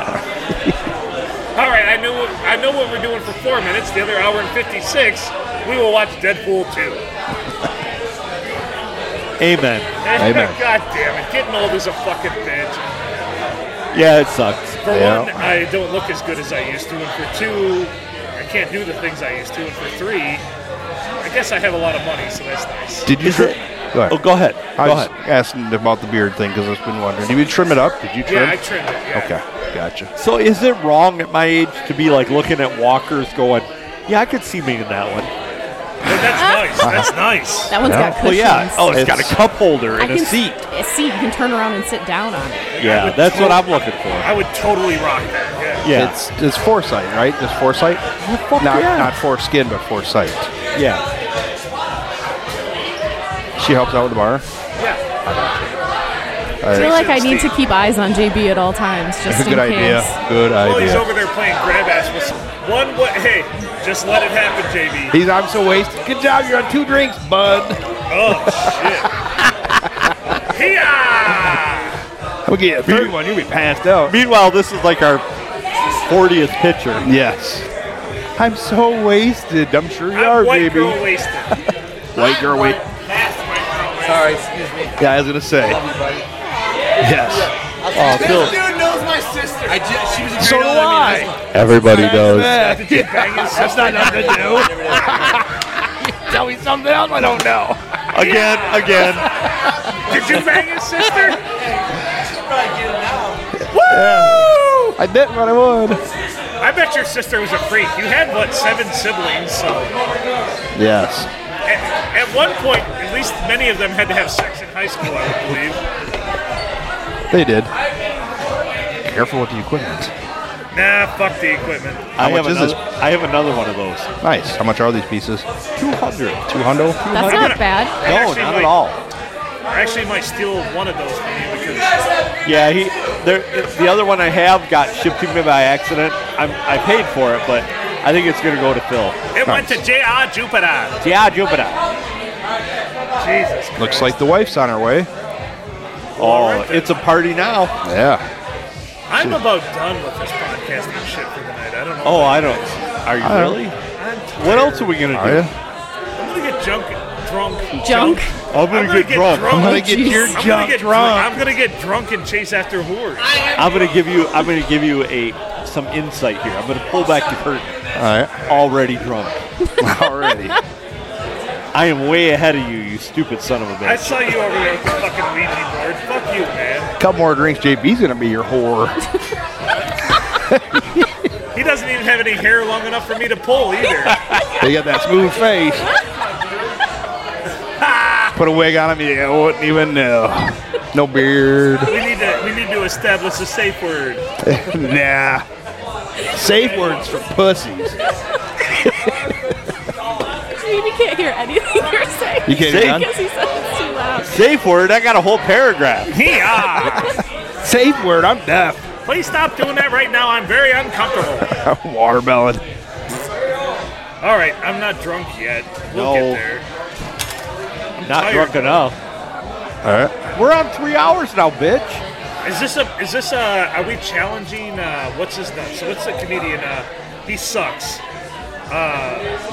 Speaker 2: All right, I know I know what we're doing for four minutes. The other hour and fifty six, we will watch Deadpool two.
Speaker 1: Amen.
Speaker 2: God damn it, getting old is a fucking bitch.
Speaker 1: Yeah, it sucks.
Speaker 2: For one, I don't look as good as I used to, and for two, I can't do the things I used to, and for three, I guess I have a lot of money, so that's nice.
Speaker 6: Did you?
Speaker 2: Is
Speaker 6: Tri-
Speaker 2: it-
Speaker 1: Oh, go ahead.
Speaker 6: I
Speaker 1: Go
Speaker 6: was asking about the beard thing because I've been wondering. Did you trim it up? Did you trim?
Speaker 1: Yeah, I
Speaker 2: trimmed it.
Speaker 6: Okay, gotcha.
Speaker 1: So is it wrong at my age to be like looking at walkers going, yeah, I could see me in that one.
Speaker 2: That's nice. That's nice.
Speaker 28: That one's got
Speaker 1: Well,
Speaker 28: cushions.
Speaker 1: yeah. Oh, it's got a cup holder
Speaker 28: I
Speaker 1: and
Speaker 28: can
Speaker 1: a
Speaker 28: s-
Speaker 1: seat.
Speaker 28: A seat. You can turn around and sit down on it.
Speaker 1: Yeah, that's what I'm looking for.
Speaker 2: I would totally rock that. Yeah.
Speaker 1: Yeah.
Speaker 6: It's it's foresight, right? It's foresight. not not foreskin, but foresight.
Speaker 1: Yeah.
Speaker 6: She helps out with the bar.
Speaker 2: Yeah.
Speaker 28: I
Speaker 6: All
Speaker 28: feel like
Speaker 6: right.
Speaker 28: I need to keep eyes on JB at all times, just in
Speaker 6: Good idea.
Speaker 28: case.
Speaker 6: Good
Speaker 2: Well, he's
Speaker 6: idea.
Speaker 2: over there playing grab ass with some- one. What? Hey, just let it happen, JB.
Speaker 6: He's I'm so wasted. Good job. You're on two drinks, bud.
Speaker 2: Oh shit. Hiya!
Speaker 6: We'll get a third one. You'll be passed out.
Speaker 1: Meanwhile, this is like our 40th picture.
Speaker 6: Yes. I'm so wasted. I'm sure you are,
Speaker 2: I'm white
Speaker 6: baby.
Speaker 2: girl wasted.
Speaker 6: White girl wait.
Speaker 4: Sorry, excuse me.
Speaker 6: Yeah, I was gonna say. Yes.
Speaker 1: Oh, Phil.
Speaker 4: dude knows my sister. I just, she was a
Speaker 6: So do I.
Speaker 19: Everybody does.
Speaker 6: That's not nothing to do. Tell me something else I don't know.
Speaker 1: Again, again.
Speaker 2: Did you bang his sister?
Speaker 6: I did what I would.
Speaker 2: I bet your sister was a freak. You had what seven siblings, so
Speaker 6: Yes.
Speaker 2: at, at one point, at least many of them had to have sex in high school. I would believe.
Speaker 6: They did. Careful with the equipment.
Speaker 2: Nah, fuck the equipment.
Speaker 1: I have,
Speaker 6: much is
Speaker 1: another,
Speaker 6: this?
Speaker 1: I have another one of those.
Speaker 6: Nice. How much are these pieces?
Speaker 1: 200.
Speaker 6: Two hundo?
Speaker 28: That's not bad.
Speaker 2: I
Speaker 1: No,
Speaker 2: actually
Speaker 1: not
Speaker 2: might-
Speaker 1: at all.
Speaker 2: I actually might steal one of those from you because
Speaker 1: Yeah, he. There, the other one I have got shipped to me by accident. I'm, I paid for it, but I think it's gonna go to Phil.
Speaker 2: it went to J.R. Jupiter.
Speaker 1: Yeah, Jupiter.
Speaker 2: Jesus.
Speaker 6: Looks like the wife's on her way.
Speaker 1: Oh, it's a party now.
Speaker 6: Yeah.
Speaker 2: I'm about done with this podcasting shit for the night. I don't know.
Speaker 1: Oh, I don't. Are you
Speaker 6: I don't-
Speaker 1: really? What else are we gonna
Speaker 6: Are
Speaker 1: do?
Speaker 6: you?
Speaker 2: I'm gonna get junk, drunk,
Speaker 28: Junk.
Speaker 1: I'm gonna, get, drunk.
Speaker 6: I'm gonna
Speaker 2: I'm
Speaker 6: get your
Speaker 2: gonna
Speaker 6: junk
Speaker 2: get
Speaker 6: drunk.
Speaker 2: I'm gonna get drunk and chase after whores.
Speaker 1: I'm gonna give you. I'm gonna give you a some insight here. I'm gonna pull back the curtain.
Speaker 6: All right.
Speaker 1: Already drunk.
Speaker 6: Already.
Speaker 1: I am way ahead of you, you stupid son of a bitch.
Speaker 2: I saw you over there with the fucking Ouija board. Fuck you, man.
Speaker 6: Couple more drinks. JB's gonna be your whore.
Speaker 2: He doesn't even have any hair long enough for me to pull either.
Speaker 6: They got that smooth face. Put a wig on him. Yeah, I wouldn't even know. No beard.
Speaker 2: We need to we need to establish a safe word.
Speaker 6: nah. Safe words for pussies.
Speaker 28: JB can't hear anything you're saying.
Speaker 6: You can't hear none?
Speaker 28: because he said it's too loud.
Speaker 1: Safe word. I got a whole paragraph.
Speaker 2: Yeah.
Speaker 6: Safe word. I'm deaf.
Speaker 2: Please stop doing that right now. I'm very uncomfortable.
Speaker 6: Watermelon.
Speaker 2: All right, I'm not drunk yet. We'll
Speaker 1: No.
Speaker 2: get there.
Speaker 1: Not
Speaker 2: tired.
Speaker 1: drunk enough.
Speaker 6: All right.
Speaker 1: We're on three hours now, bitch.
Speaker 2: Is this a is this a are we challenging uh what's his nuts? What's the comedian uh he sucks.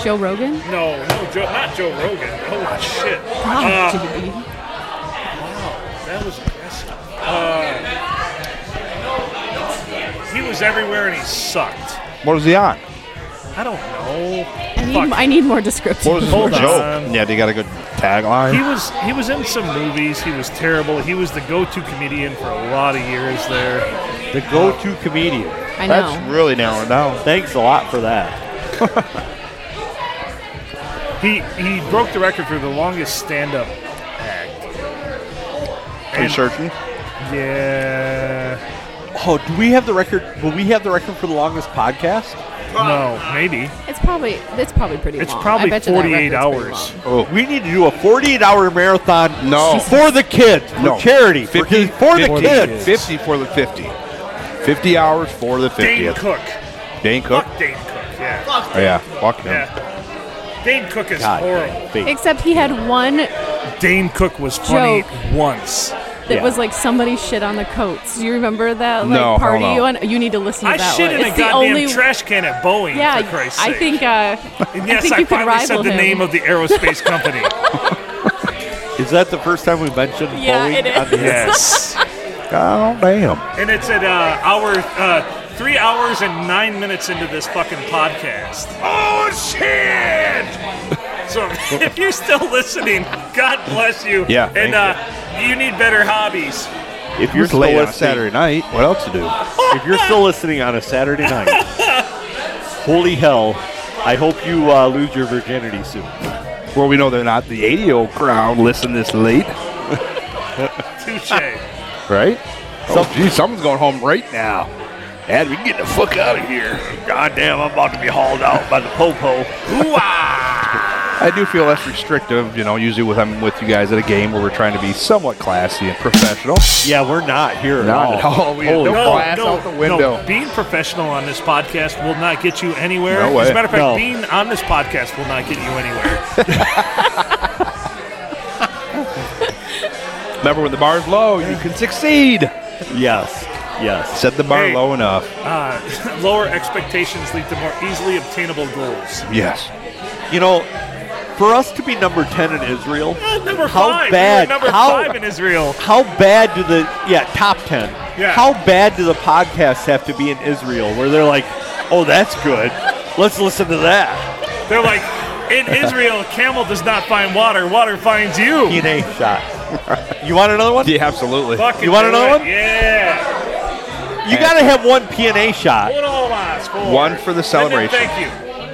Speaker 28: Joe Rogan.
Speaker 2: No, no, Joe, not Joe Rogan. Holy shit.
Speaker 28: God,
Speaker 2: Uh,
Speaker 28: JB.
Speaker 2: That was impressive. Uh, he was everywhere and he sucked.
Speaker 6: What was he on?
Speaker 2: I don't know.
Speaker 11: I need, I need more descriptions.
Speaker 6: What was his
Speaker 2: Hold
Speaker 6: joke?
Speaker 2: on.
Speaker 6: Yeah, they got a good tagline.
Speaker 2: He was he was in some movies. He was terrible. He was the go-to comedian for a lot of years there.
Speaker 1: The go-to comedian.
Speaker 11: I know.
Speaker 6: That's really narrowed down.
Speaker 1: Thanks a lot for that.
Speaker 2: He he broke the record for the longest stand-up act.
Speaker 6: Are you searching?
Speaker 2: Yeah.
Speaker 1: Oh, do we have the record? Will we have the record for the longest podcast?
Speaker 2: No, maybe.
Speaker 11: It's probably it's probably pretty.
Speaker 1: It's
Speaker 11: long. I
Speaker 1: probably
Speaker 11: bet you that
Speaker 1: 48
Speaker 11: record's pretty
Speaker 1: hours.
Speaker 11: long.
Speaker 1: Oh. We need to do a 48-hour marathon.
Speaker 6: No.
Speaker 1: for the kids, for
Speaker 6: No.
Speaker 1: charity, for,
Speaker 6: 50,
Speaker 1: kids, for the
Speaker 6: 50,
Speaker 1: kids.
Speaker 6: 50 for the 50. 50 hours for the 50th.
Speaker 2: Dane Cook.
Speaker 6: Dane Cook?
Speaker 2: Fuck Dane Cook. Yeah.
Speaker 6: Oh, yeah. Fuck him.
Speaker 2: Yeah. Dane Cook is
Speaker 6: God,
Speaker 2: horrible.
Speaker 11: Except he had one that
Speaker 2: Dane Cook was funny once.
Speaker 11: was like somebody shit on the coats. Do you remember that like
Speaker 2: No,
Speaker 11: party
Speaker 2: hell no.
Speaker 11: you went? You need to listen to
Speaker 2: I
Speaker 11: that
Speaker 2: shit
Speaker 11: one.
Speaker 2: in
Speaker 11: it's
Speaker 2: a
Speaker 11: the
Speaker 2: goddamn
Speaker 11: only
Speaker 2: trash can at Boeing.
Speaker 11: Yeah,
Speaker 2: for Christ's
Speaker 11: I
Speaker 2: sake.
Speaker 11: think uh,
Speaker 2: And
Speaker 11: I
Speaker 2: yes,
Speaker 11: think
Speaker 2: I,
Speaker 11: you could
Speaker 2: finally said
Speaker 11: rival
Speaker 2: the
Speaker 11: him.
Speaker 2: name of the aerospace company.
Speaker 1: Is that the first time we mentioned
Speaker 2: Yeah,
Speaker 1: Boeing
Speaker 2: it is.
Speaker 1: on the
Speaker 2: Yes.
Speaker 6: God Oh, damn.
Speaker 2: and it's at uh, hour uh, three hours and nine minutes into this fucking podcast. Oh shit! So if you're still listening, God bless you.
Speaker 6: Yeah,
Speaker 2: And
Speaker 6: thank
Speaker 2: uh, you need better hobbies.
Speaker 6: If you're
Speaker 1: It's
Speaker 6: still
Speaker 1: late on
Speaker 6: listening,
Speaker 1: a Saturday
Speaker 6: night, what else to do?
Speaker 1: if you're still listening on a Saturday night, holy hell, I hope you uh, lose your virginity soon.
Speaker 6: Well, we know they're not the 80 year old crowd listen this late,
Speaker 2: Touche.
Speaker 6: right? oh, geez, someone's going home right now. Dad, we can get the fuck out of here. God damn, I'm about to be hauled out by the popo. I do feel less restrictive, you know, usually with I'm with you guys at a game where we're trying to be somewhat classy and professional.
Speaker 1: Yeah, we're not here.
Speaker 6: No, no, we no, glass out the window.
Speaker 2: no. Being professional on this podcast will not get you anywhere.
Speaker 6: No way.
Speaker 2: As a matter of fact,
Speaker 6: No.
Speaker 2: being on this podcast will not get you anywhere.
Speaker 6: Remember when the bar's low, you can succeed.
Speaker 1: Yes, yes.
Speaker 6: Set the bar
Speaker 2: Hey.
Speaker 6: low enough.
Speaker 2: Uh, lower expectations lead to more easily obtainable goals.
Speaker 6: Yes.
Speaker 1: You know, for us to be number 10 in Israel,
Speaker 2: Uh, number
Speaker 1: how
Speaker 2: five. We were
Speaker 1: bad?
Speaker 2: number
Speaker 1: how,
Speaker 2: five in Israel.
Speaker 1: How bad do the yeah top 10?
Speaker 2: Yeah.
Speaker 1: How bad do the podcasts have to be in Israel where they're like, oh, that's good. Let's listen to that.
Speaker 2: They're like, in Israel, camel does not find water, water finds you.
Speaker 1: DNA shot. You want another one?
Speaker 6: Yeah, absolutely.
Speaker 2: Fucking
Speaker 1: You want
Speaker 2: do
Speaker 1: another
Speaker 2: it.
Speaker 1: one?
Speaker 2: Yeah.
Speaker 1: You got to have one PNA shot.
Speaker 2: One all eyes forward.
Speaker 6: One for
Speaker 2: And
Speaker 6: the
Speaker 2: then
Speaker 6: celebration.
Speaker 2: thank you.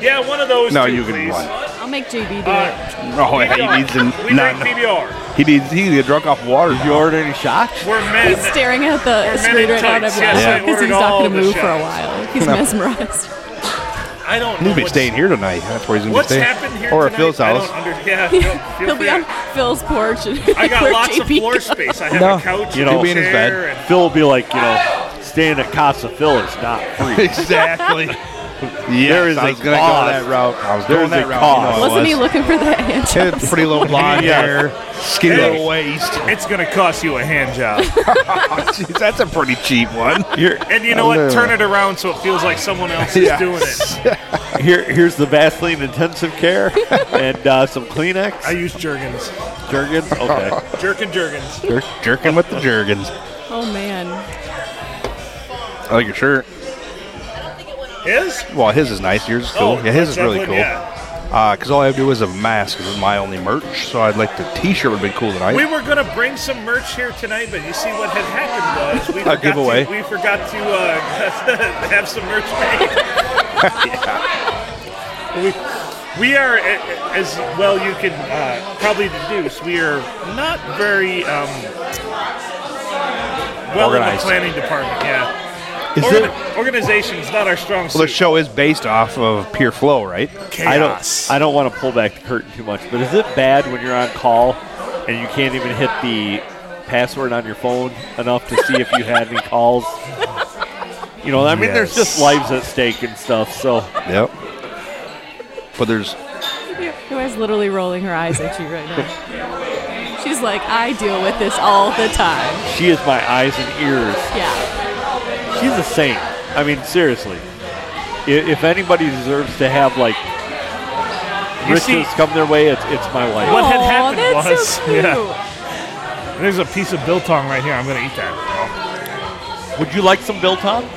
Speaker 2: Yeah, one of those.
Speaker 6: No,
Speaker 2: two,
Speaker 6: you can
Speaker 2: please.
Speaker 6: one.
Speaker 11: I'll make JB do
Speaker 2: Uh,
Speaker 6: No, he needs a,
Speaker 2: we
Speaker 6: none.
Speaker 2: drink BBR.
Speaker 6: He needs he needs to get drunk off water. Did
Speaker 1: you order any shots?
Speaker 2: We're
Speaker 11: it.
Speaker 2: men.
Speaker 11: He's staring at
Speaker 2: We're
Speaker 11: the
Speaker 2: men
Speaker 11: screen
Speaker 2: in
Speaker 11: right now
Speaker 2: tights.
Speaker 11: because
Speaker 2: Yes, I ordered
Speaker 11: he's not
Speaker 2: all
Speaker 11: going
Speaker 2: the
Speaker 11: to move for a
Speaker 2: shots.
Speaker 11: while. He's
Speaker 6: No.
Speaker 11: mesmerized.
Speaker 2: I don't know.
Speaker 6: He's been
Speaker 2: what's-
Speaker 6: staying here tonight. That's where he's gonna
Speaker 2: What's
Speaker 6: be staying.
Speaker 2: happened here
Speaker 6: or
Speaker 2: tonight?
Speaker 6: at Phil's
Speaker 2: I
Speaker 6: house.
Speaker 2: don't under- yeah, feel- feel
Speaker 11: He'll be
Speaker 2: free.
Speaker 11: on Phil's porch. And
Speaker 2: I got
Speaker 11: where
Speaker 2: lots of
Speaker 11: JB
Speaker 2: floor
Speaker 11: goes.
Speaker 2: space. I have
Speaker 6: No.
Speaker 2: a couch.
Speaker 1: You
Speaker 2: and
Speaker 1: know,
Speaker 2: a
Speaker 6: be in his bed.
Speaker 2: chair and-
Speaker 1: Phil will be like, you know, staying at Casa Phil is not free.
Speaker 6: exactly. yes,
Speaker 1: There is
Speaker 6: I was
Speaker 1: a
Speaker 6: gonna
Speaker 1: cause.
Speaker 6: go that route. I was
Speaker 1: There
Speaker 6: going
Speaker 1: is
Speaker 6: that
Speaker 1: a
Speaker 6: route.
Speaker 1: cause.
Speaker 6: You know I
Speaker 11: Wasn't he
Speaker 6: was.
Speaker 11: looking for that hand
Speaker 6: Had
Speaker 11: job?
Speaker 6: pretty little blonde
Speaker 1: Yes.
Speaker 6: hair, skinny little waist.
Speaker 2: It's going to cost you a hand job.
Speaker 6: Jeez, that's a pretty cheap one.
Speaker 1: Here,
Speaker 2: And you know what? Turn it around so it feels like someone else is
Speaker 6: Yeah.
Speaker 2: doing it.
Speaker 1: here, here's the Vaseline intensive care and uh, some Kleenex.
Speaker 2: I use Jergens.
Speaker 1: Jergens? Okay.
Speaker 2: Jerkin Jergens.
Speaker 6: Jer- jerking with the jergens.
Speaker 11: Oh man.
Speaker 6: I like your shirt.
Speaker 2: Is?
Speaker 6: Well, his is nice. Yours is cool.
Speaker 2: Oh,
Speaker 6: yeah, his is
Speaker 2: Zeppelin,
Speaker 6: really cool.
Speaker 2: yeah.
Speaker 6: Because all I have to do is a mask. This is my only merch. So I'd like the T-shirt would be cool tonight.
Speaker 2: We were gonna bring some merch here tonight, but you see what had happened was we
Speaker 6: A
Speaker 2: forgot
Speaker 6: giveaway.
Speaker 2: To, we forgot to uh, have some merch made. we, we are, a- a- as well you can uh, probably deduce, we are not very um, well in the
Speaker 6: Organized.
Speaker 2: planning department. Yeah.
Speaker 1: Is
Speaker 2: Organ-
Speaker 1: it-
Speaker 2: organization's not our strong
Speaker 6: well, the
Speaker 2: suit.
Speaker 6: show is based off of Pure Flow, right?
Speaker 1: I don't. I don't want to pull back the curtain too much, but is it bad when you're on call and you can't even hit the password on your phone enough to see if you had any calls? You know, I mean, there's just
Speaker 6: Yes.
Speaker 1: lives at stake and stuff. So
Speaker 6: Yep. But there's
Speaker 11: Noah's literally rolling her eyes at you right now. She's like, I deal with this all the time.
Speaker 1: she is my eyes and ears.
Speaker 11: Yeah.
Speaker 1: She's a saint. I mean, seriously. I- If anybody deserves to have like
Speaker 2: You
Speaker 1: riches
Speaker 2: see-
Speaker 1: come their way, it's, it's my wife.
Speaker 2: What had
Speaker 11: Aw,
Speaker 2: happened
Speaker 11: that's
Speaker 2: was,
Speaker 11: so cute.
Speaker 2: yeah. There's a piece of biltong right here. I'm gonna eat that.
Speaker 1: Would you like some biltong?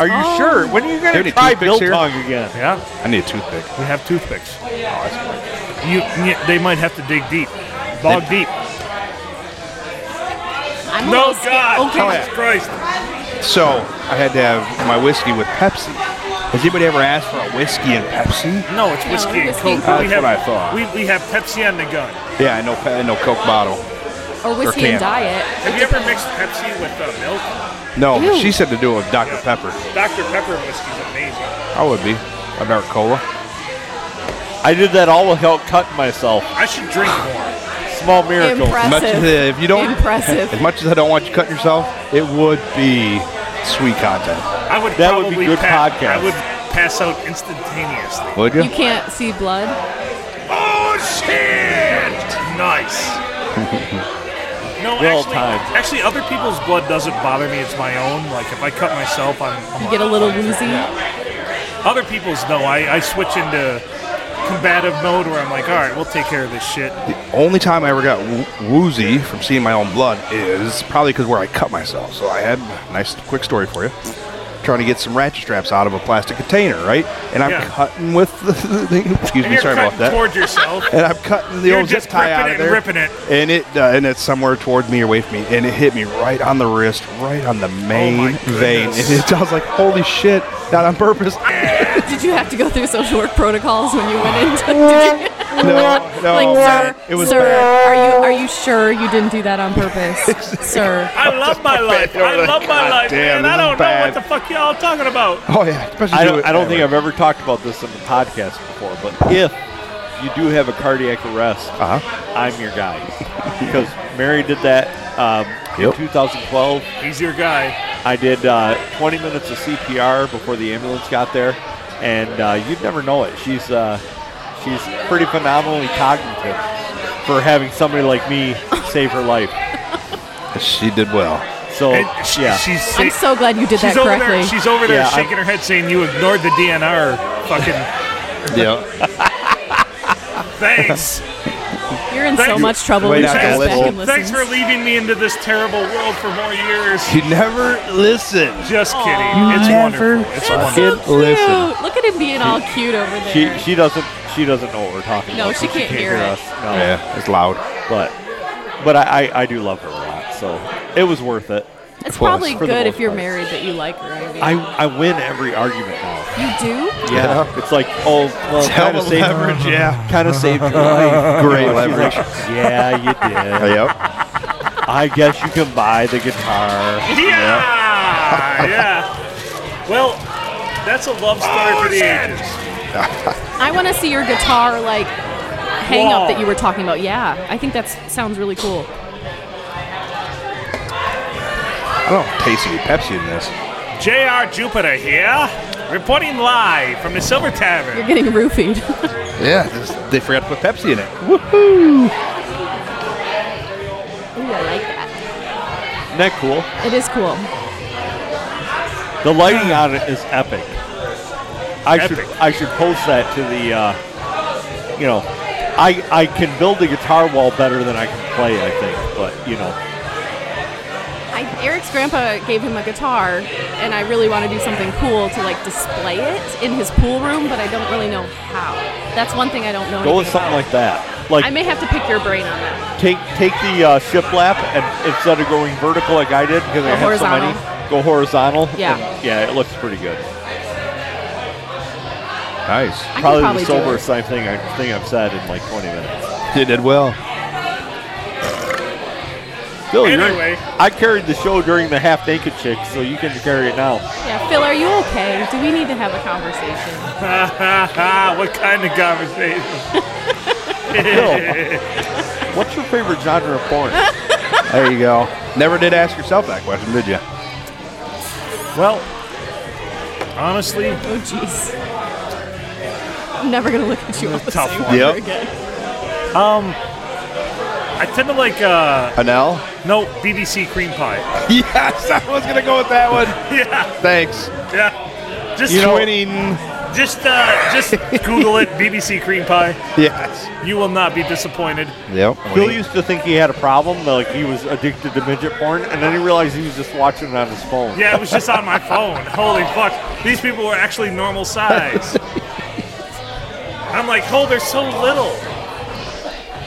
Speaker 2: Are
Speaker 1: you Biltong. sure? When are you gonna try biltong again?
Speaker 2: Yeah.
Speaker 6: I need a toothpick. Oh,
Speaker 2: We have toothpicks. You, yeah, they might have to dig deep, bog deep.
Speaker 11: I'm a
Speaker 2: no
Speaker 11: little scared. Oh,
Speaker 2: God,
Speaker 6: Oh,
Speaker 11: Okay.
Speaker 2: Jesus Christ!
Speaker 6: So I had to have my whiskey with Pepsi. Has anybody ever asked for a whiskey and Pepsi?
Speaker 2: No, it's whiskey and
Speaker 6: whiskey.
Speaker 2: coke.
Speaker 6: That's
Speaker 2: we have,
Speaker 6: what I thought.
Speaker 2: We, we have Pepsi on the gun.
Speaker 6: Yeah, I know. Pe- I know Coke bottle.
Speaker 11: Or whiskey
Speaker 6: can.
Speaker 11: and diet.
Speaker 2: Have you ever mixed Pepsi with uh, milk?
Speaker 6: No, but
Speaker 2: Ew.
Speaker 6: she said to do it with Dr Pepper.
Speaker 2: Dr Pepper whiskey's amazing.
Speaker 6: I would be a dark cola.
Speaker 1: I did that all without cutting myself.
Speaker 2: I should drink more.
Speaker 1: Small miracle.
Speaker 6: As much as- uh, if you don't,
Speaker 11: Impressive.
Speaker 6: As much as I don't want you cutting yourself, it would be sweet content.
Speaker 2: I would
Speaker 6: That would
Speaker 2: probably
Speaker 6: be good
Speaker 2: pa-
Speaker 6: podcast.
Speaker 2: I would pass out instantaneously.
Speaker 6: Would you?
Speaker 11: You can't see blood.
Speaker 2: Oh shit! Nice. No,
Speaker 1: Well
Speaker 2: actually,
Speaker 1: timed.
Speaker 2: actually, other people's blood doesn't bother me. It's my own. Like if I cut myself, I'm. I'm
Speaker 11: You get a little woozy.
Speaker 2: Other people's no. I, I switch into combative mode where I'm like, all right, we'll take care of this shit.
Speaker 6: The only time I ever got wo- woozy from seeing my own blood is probably because where I cut myself. So I had a nice quick story for you. Trying to get some ratchet straps out of a plastic container, right? And I'm
Speaker 2: Yeah.
Speaker 6: cutting with the thing.
Speaker 2: And
Speaker 6: Excuse me,
Speaker 2: you're
Speaker 6: sorry about
Speaker 2: cutting
Speaker 6: that.
Speaker 2: Toward yourself.
Speaker 6: and I'm cutting the
Speaker 2: You're
Speaker 6: old
Speaker 2: just
Speaker 6: zip tie
Speaker 2: gripping
Speaker 6: out
Speaker 2: it and
Speaker 6: of there,
Speaker 2: ripping it.
Speaker 6: and it uh, and it's somewhere toward me, away from me, and it hit me right on the wrist, right on the
Speaker 2: Oh
Speaker 6: main vein. And it, I was like, "Holy shit, not on purpose."
Speaker 11: Did you have to go through social work protocols when you went into? Did you?
Speaker 6: No, no.
Speaker 11: like, sir,
Speaker 6: It was
Speaker 11: sir,
Speaker 6: bad.
Speaker 11: are you are you sure you didn't do that on purpose, sir?
Speaker 2: I love my life. I
Speaker 6: like,
Speaker 2: love my
Speaker 6: "God
Speaker 2: life,
Speaker 6: damn,
Speaker 2: man. I
Speaker 6: this is
Speaker 2: don't know
Speaker 6: bad."
Speaker 2: what the fuck y'all talking about.
Speaker 6: Oh yeah, especially
Speaker 1: I
Speaker 6: do
Speaker 1: don't,
Speaker 6: it
Speaker 1: I don't
Speaker 6: that
Speaker 1: think
Speaker 6: way.
Speaker 1: I've ever talked about this in the podcast before, but if you do have a cardiac arrest,
Speaker 6: Uh-huh.
Speaker 1: I'm your guy. because Mary did that um,
Speaker 6: Yep.
Speaker 1: in 2012.
Speaker 2: He's your guy.
Speaker 1: I did uh, 20 minutes of CPR before the ambulance got there, and uh, you'd never know it. She's uh, she's pretty phenomenally cognitive for having somebody like me save her life.
Speaker 6: She did well.
Speaker 1: So
Speaker 2: And she-
Speaker 1: Oh, yeah,
Speaker 2: she's
Speaker 11: I'm
Speaker 2: sick.
Speaker 11: so glad you did
Speaker 2: she's
Speaker 11: that
Speaker 2: over
Speaker 11: correctly.
Speaker 2: there. She's over there
Speaker 1: Yeah, I'm-
Speaker 2: shaking her head, saying, "You ignored the DNR." Fucking
Speaker 6: Yeah,
Speaker 2: thanks.
Speaker 11: You're in so
Speaker 2: Thanks-
Speaker 11: much trouble
Speaker 6: Wait,
Speaker 11: when you
Speaker 6: I
Speaker 11: guys
Speaker 6: gotta
Speaker 11: back
Speaker 6: listen.
Speaker 11: and listen.
Speaker 2: Thanks for leaving me into this terrible world for more years.
Speaker 6: you never listen.
Speaker 2: Just kidding.
Speaker 1: You
Speaker 2: it's
Speaker 1: never
Speaker 2: wonderful. It's
Speaker 1: That's
Speaker 2: wonderful.
Speaker 1: so
Speaker 11: Cute. Look at him being all cute over
Speaker 1: She
Speaker 11: there.
Speaker 1: she doesn't she doesn't know what we're talking
Speaker 11: No,
Speaker 1: about.
Speaker 11: she can't hear it.
Speaker 1: us. No.
Speaker 6: Yeah, it's loud.
Speaker 1: But but I, I I do love her a lot, so it was worth it.
Speaker 11: it's probably
Speaker 1: for the
Speaker 11: good
Speaker 1: most
Speaker 11: if you're
Speaker 1: part.
Speaker 11: married that you like her. I mean,
Speaker 1: I I win every argument now.
Speaker 11: you do.
Speaker 1: Yeah, it's like oh well, kind of saved
Speaker 6: leverage, yeah.
Speaker 1: kind of saved your life.
Speaker 6: Great
Speaker 1: She's
Speaker 6: leverage.
Speaker 1: like, yeah, you did.
Speaker 6: Yep.
Speaker 1: I guess you can buy the guitar.
Speaker 2: Yeah, yeah. Well, that's a love story for the
Speaker 1: Oh,
Speaker 2: ages.
Speaker 11: I want to see your guitar like hang
Speaker 2: Wow.
Speaker 11: up that you were talking about. Yeah, I think that sounds really cool.
Speaker 6: I don't taste any Pepsi in this.
Speaker 2: J.R. Jupiter here, reporting live from the Silver Tavern.
Speaker 11: You're getting roofied.
Speaker 6: Yeah, this- they forgot to put Pepsi in it.
Speaker 11: Ooh, I like that.
Speaker 1: Isn't that cool?
Speaker 11: It is cool.
Speaker 1: The lighting on it is epic. I
Speaker 2: Epic.
Speaker 1: should I should post that to the uh, you know I I can build the guitar wall better than I can play I think but you know
Speaker 11: I, Eric's grandpa gave him a guitar, and I really want to do something cool to like display it in his pool room, but I don't really know how. That's one thing I don't know.
Speaker 1: go with
Speaker 11: anything
Speaker 1: something
Speaker 11: about.
Speaker 1: like that like
Speaker 11: I may have to pick your brain on that.
Speaker 1: take take the uh, shiplap and instead of going vertical like I did because I
Speaker 11: Go
Speaker 1: had so many go horizontal
Speaker 11: Yeah.
Speaker 1: and, yeah it looks pretty good
Speaker 6: Nice.
Speaker 1: probably,
Speaker 11: I can probably
Speaker 1: the
Speaker 11: do
Speaker 1: soberest
Speaker 11: it.
Speaker 1: same thing I think I've said in like 20 minutes
Speaker 6: You did well.
Speaker 1: Phil you're-
Speaker 2: Anyway.
Speaker 1: I carried the show during the half naked chick so you can carry it now
Speaker 11: Yeah, Phil, are you okay? Do we need to have a conversation?
Speaker 2: Ha ha ha! What kind of conversation?
Speaker 1: Phil what's your favorite genre of porn
Speaker 6: There you go. Never did ask yourself that question, did you?
Speaker 2: Well, honestly,
Speaker 11: Oh, jeez. I'm never gonna look at you all the
Speaker 2: Tough
Speaker 11: same
Speaker 2: one.
Speaker 6: Yep.
Speaker 11: again.
Speaker 2: um, I tend to like uh
Speaker 6: An L?
Speaker 2: no BBC cream pie.
Speaker 6: Yes, I was gonna go with that one.
Speaker 2: Yeah,
Speaker 6: Thanks.
Speaker 2: yeah. Just
Speaker 6: Twinning
Speaker 2: Just, uh, just Google it. BBC cream pie.
Speaker 6: Yes.
Speaker 2: You will not be disappointed.
Speaker 6: Yep.
Speaker 1: Bill used to think he had a problem, like he was addicted to midget porn, and then he realized he was just watching it on his phone.
Speaker 2: Yeah, it was just on my phone. Holy fuck! These people were actually normal size. I'm like, oh, they're so little.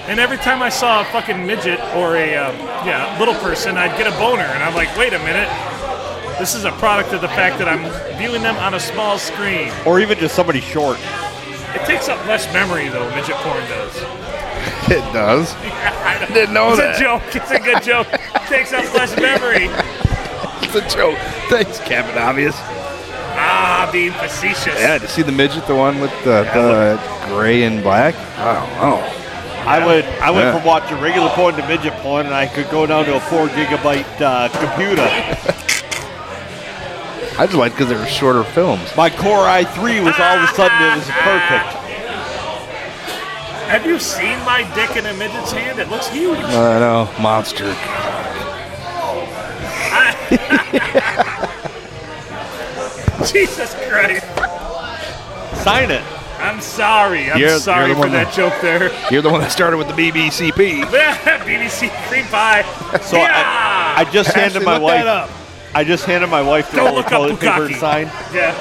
Speaker 2: And every time I saw a fucking midget or a uh, yeah little person, I'd get a boner, and I'm like, wait a minute, this is a product of the fact that I'm viewing them on a small screen.
Speaker 1: Or even just somebody short.
Speaker 2: It takes up less memory though. Midget porn does.
Speaker 6: It does.
Speaker 2: I
Speaker 6: didn't know
Speaker 2: it's
Speaker 6: that.
Speaker 2: a joke. It's a good joke. takes up less memory.
Speaker 6: It's a joke. Thanks, Kevin. Obvious.
Speaker 2: Ah, being facetious.
Speaker 6: Yeah, to see the midget, the one with the, the gray and black. Oh, oh.
Speaker 1: I would I went
Speaker 6: Yeah.
Speaker 1: from watching regular porn to midget porn, and I could go down to a four gigabyte uh, computer.
Speaker 6: I just like because they were shorter films.
Speaker 1: My Core i3 was all of a sudden it was perfect.
Speaker 2: Have you seen my dick in a midget's hand? It looks huge.
Speaker 6: I know, monster.
Speaker 2: Jesus Christ.
Speaker 1: Sign it.
Speaker 2: I'm sorry. I'm
Speaker 6: You're- you're
Speaker 2: sorry
Speaker 6: the
Speaker 2: for
Speaker 6: one
Speaker 2: that
Speaker 6: that-
Speaker 2: joke there.
Speaker 6: You're the one that started with the BBCP.
Speaker 2: BBC cream pie.
Speaker 1: So I, I just handed
Speaker 6: Ashley,
Speaker 1: my
Speaker 6: look that
Speaker 1: wife. I just handed my wife the
Speaker 2: Don't
Speaker 1: roll of
Speaker 2: look up
Speaker 1: toilet paper to
Speaker 2: Bukkake.
Speaker 1: sign,
Speaker 2: Yeah.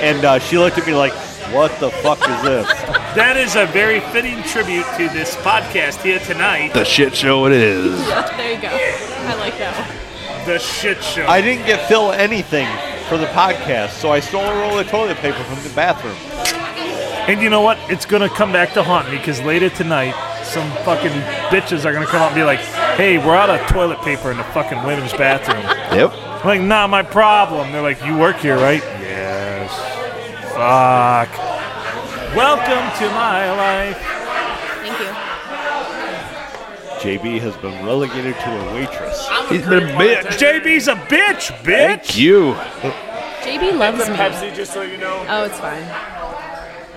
Speaker 1: and uh, she looked at me like, "What the fuck is this?"
Speaker 2: That is a very fitting tribute to this podcast here tonight.
Speaker 6: The shit show it is.
Speaker 11: there you go. I like that one.
Speaker 2: The shit show.
Speaker 1: I didn't get Phil anything for the podcast, so I stole a roll of toilet paper from the bathroom.
Speaker 2: And you know what? It's gonna come back to haunt me because later tonight, some fucking bitches are gonna come out and be like, "Hey, we're out of toilet paper in the fucking women's bathroom."
Speaker 6: Yep.
Speaker 2: I'm like, nah, my problem. They're like, "You work here, right?" Yes. Fuck. Welcome to my life.
Speaker 11: Thank you.
Speaker 1: JB has been relegated to a waitress.
Speaker 6: He's been a bitch.
Speaker 2: JB's a bitch, bitch.
Speaker 6: Thank you.
Speaker 11: JB loves
Speaker 2: the
Speaker 11: me.
Speaker 2: Pepsi, just so you know.
Speaker 11: Oh, it's fine.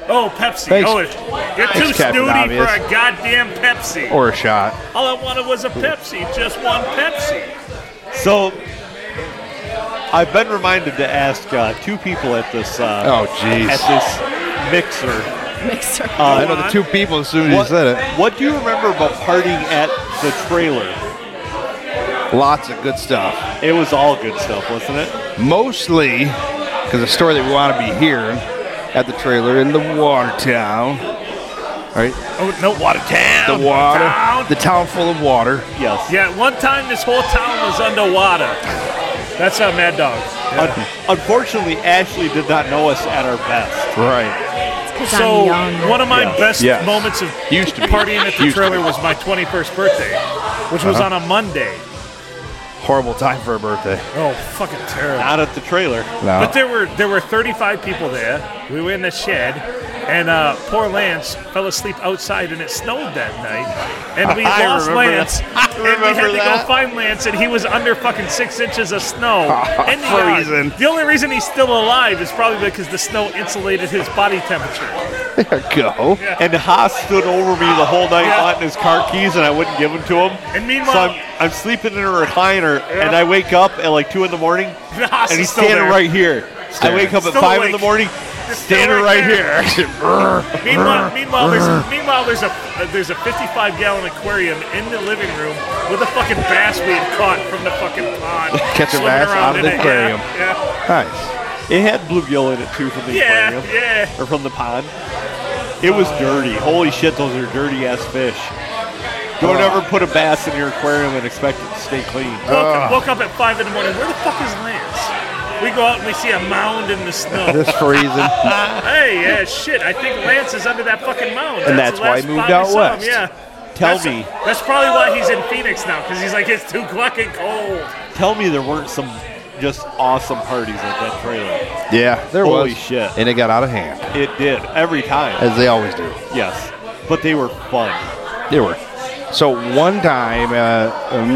Speaker 2: Oh, Pepsi.
Speaker 6: Thanks.
Speaker 2: Oh, it, you're
Speaker 6: Thanks,
Speaker 2: too
Speaker 6: Captain
Speaker 2: snooty
Speaker 6: Obvious.
Speaker 2: for a goddamn Pepsi.
Speaker 6: Or a shot.
Speaker 2: All I wanted was a Pepsi, just one Pepsi.
Speaker 1: So I've been reminded to ask uh, two people at this. Uh,
Speaker 6: Oh, jeez.
Speaker 1: At this mixer.
Speaker 11: Mixer.
Speaker 2: Uh,
Speaker 6: I know the two people as soon as
Speaker 1: What-
Speaker 6: you said it.
Speaker 1: What do you remember about partying at the trailer?
Speaker 6: Lots of good stuff.
Speaker 1: It was all good stuff, wasn't it?
Speaker 6: Mostly because the story that we want to be hearing at the trailer in the Watertown. Right?
Speaker 2: Oh, no, water town.
Speaker 6: The water.
Speaker 2: Town.
Speaker 6: The town full of water.
Speaker 1: Yes.
Speaker 2: Yeah, at one time this whole town was underwater. That's not Mad Dog.
Speaker 1: Un- unfortunately, Ashley did not know us at our best.
Speaker 6: Right.
Speaker 2: So one of my
Speaker 1: Yeah.
Speaker 2: best
Speaker 1: Yes.
Speaker 2: moments of
Speaker 6: Used to be.
Speaker 2: partying at the
Speaker 6: Used to
Speaker 2: trailer
Speaker 6: be.
Speaker 2: was my 21st birthday, which was
Speaker 6: Uh-huh.
Speaker 2: on a Monday.
Speaker 6: Horrible time for a birthday.
Speaker 2: Oh, fucking terrible.
Speaker 1: Not at the trailer.
Speaker 6: No.
Speaker 2: But there were there were 35 people there. We were in the shed, and uh, poor Lance fell asleep outside, and it snowed that night. And we
Speaker 1: I
Speaker 2: lost
Speaker 1: remember
Speaker 2: Lance,
Speaker 1: that.
Speaker 2: and we had
Speaker 1: Remember
Speaker 2: to go
Speaker 1: that?
Speaker 2: find Lance, and he was under fucking six inches of snow. in the yard.
Speaker 6: Freezing.
Speaker 2: The only reason he's still alive is probably because the snow insulated his body temperature.
Speaker 6: There you go.
Speaker 1: And Haas stood over me the whole night
Speaker 2: Yeah.
Speaker 1: wanting his car keys, and I wouldn't give them to him.
Speaker 2: And meanwhile-
Speaker 1: so I'm, I'm sleeping in a recliner, and I wake up at like two in the morning, and
Speaker 2: Haas is
Speaker 1: he's
Speaker 2: still
Speaker 1: standing
Speaker 2: there.
Speaker 1: right here. I wake up at
Speaker 2: Still
Speaker 1: five in
Speaker 2: awake.
Speaker 1: the morning,
Speaker 2: He's still
Speaker 1: standing
Speaker 2: right
Speaker 1: right,
Speaker 2: there.
Speaker 1: here.
Speaker 2: Meanwhile, meanwhile, there's, meanwhile, there's a uh, there's a 55 gallon aquarium in the living room with a fucking bass we had caught from the fucking pond.
Speaker 6: Catch a
Speaker 2: swimming
Speaker 6: bass
Speaker 2: around
Speaker 6: out of
Speaker 2: in
Speaker 6: the
Speaker 2: it.
Speaker 6: aquarium.
Speaker 2: Yeah,
Speaker 6: Nice.
Speaker 1: It had bluegill in it too from the
Speaker 2: Yeah,
Speaker 1: aquarium.
Speaker 2: yeah.
Speaker 1: Or from the pond. It was dirty. Holy shit, those are dirty ass fish. Don't ever put a bass in your aquarium and expect it to stay clean.
Speaker 2: yeah. Woke, up- woke up at five in the morning. Where the fuck is Lance? We go out and we see a mound in the snow.
Speaker 6: This freezing.
Speaker 2: hey, yeah, shit. I think Lance is under that fucking mound.
Speaker 6: And
Speaker 2: the
Speaker 6: that's why
Speaker 2: last
Speaker 6: he moved
Speaker 2: spot we
Speaker 6: out
Speaker 2: saw him,
Speaker 6: west.
Speaker 2: Yeah.
Speaker 1: Tell
Speaker 2: That's-
Speaker 1: me,
Speaker 2: That's probably why he's in Phoenix now, because he's like it's too fucking cold.
Speaker 1: tell me there weren't some just awesome parties at that trailer.
Speaker 6: Yeah, there
Speaker 1: Holy
Speaker 6: was.
Speaker 1: shit.
Speaker 6: And it got out of hand,
Speaker 1: It did every time.
Speaker 6: as they always do.
Speaker 1: Yes, but they were fun.
Speaker 6: They were. So one time, uh, a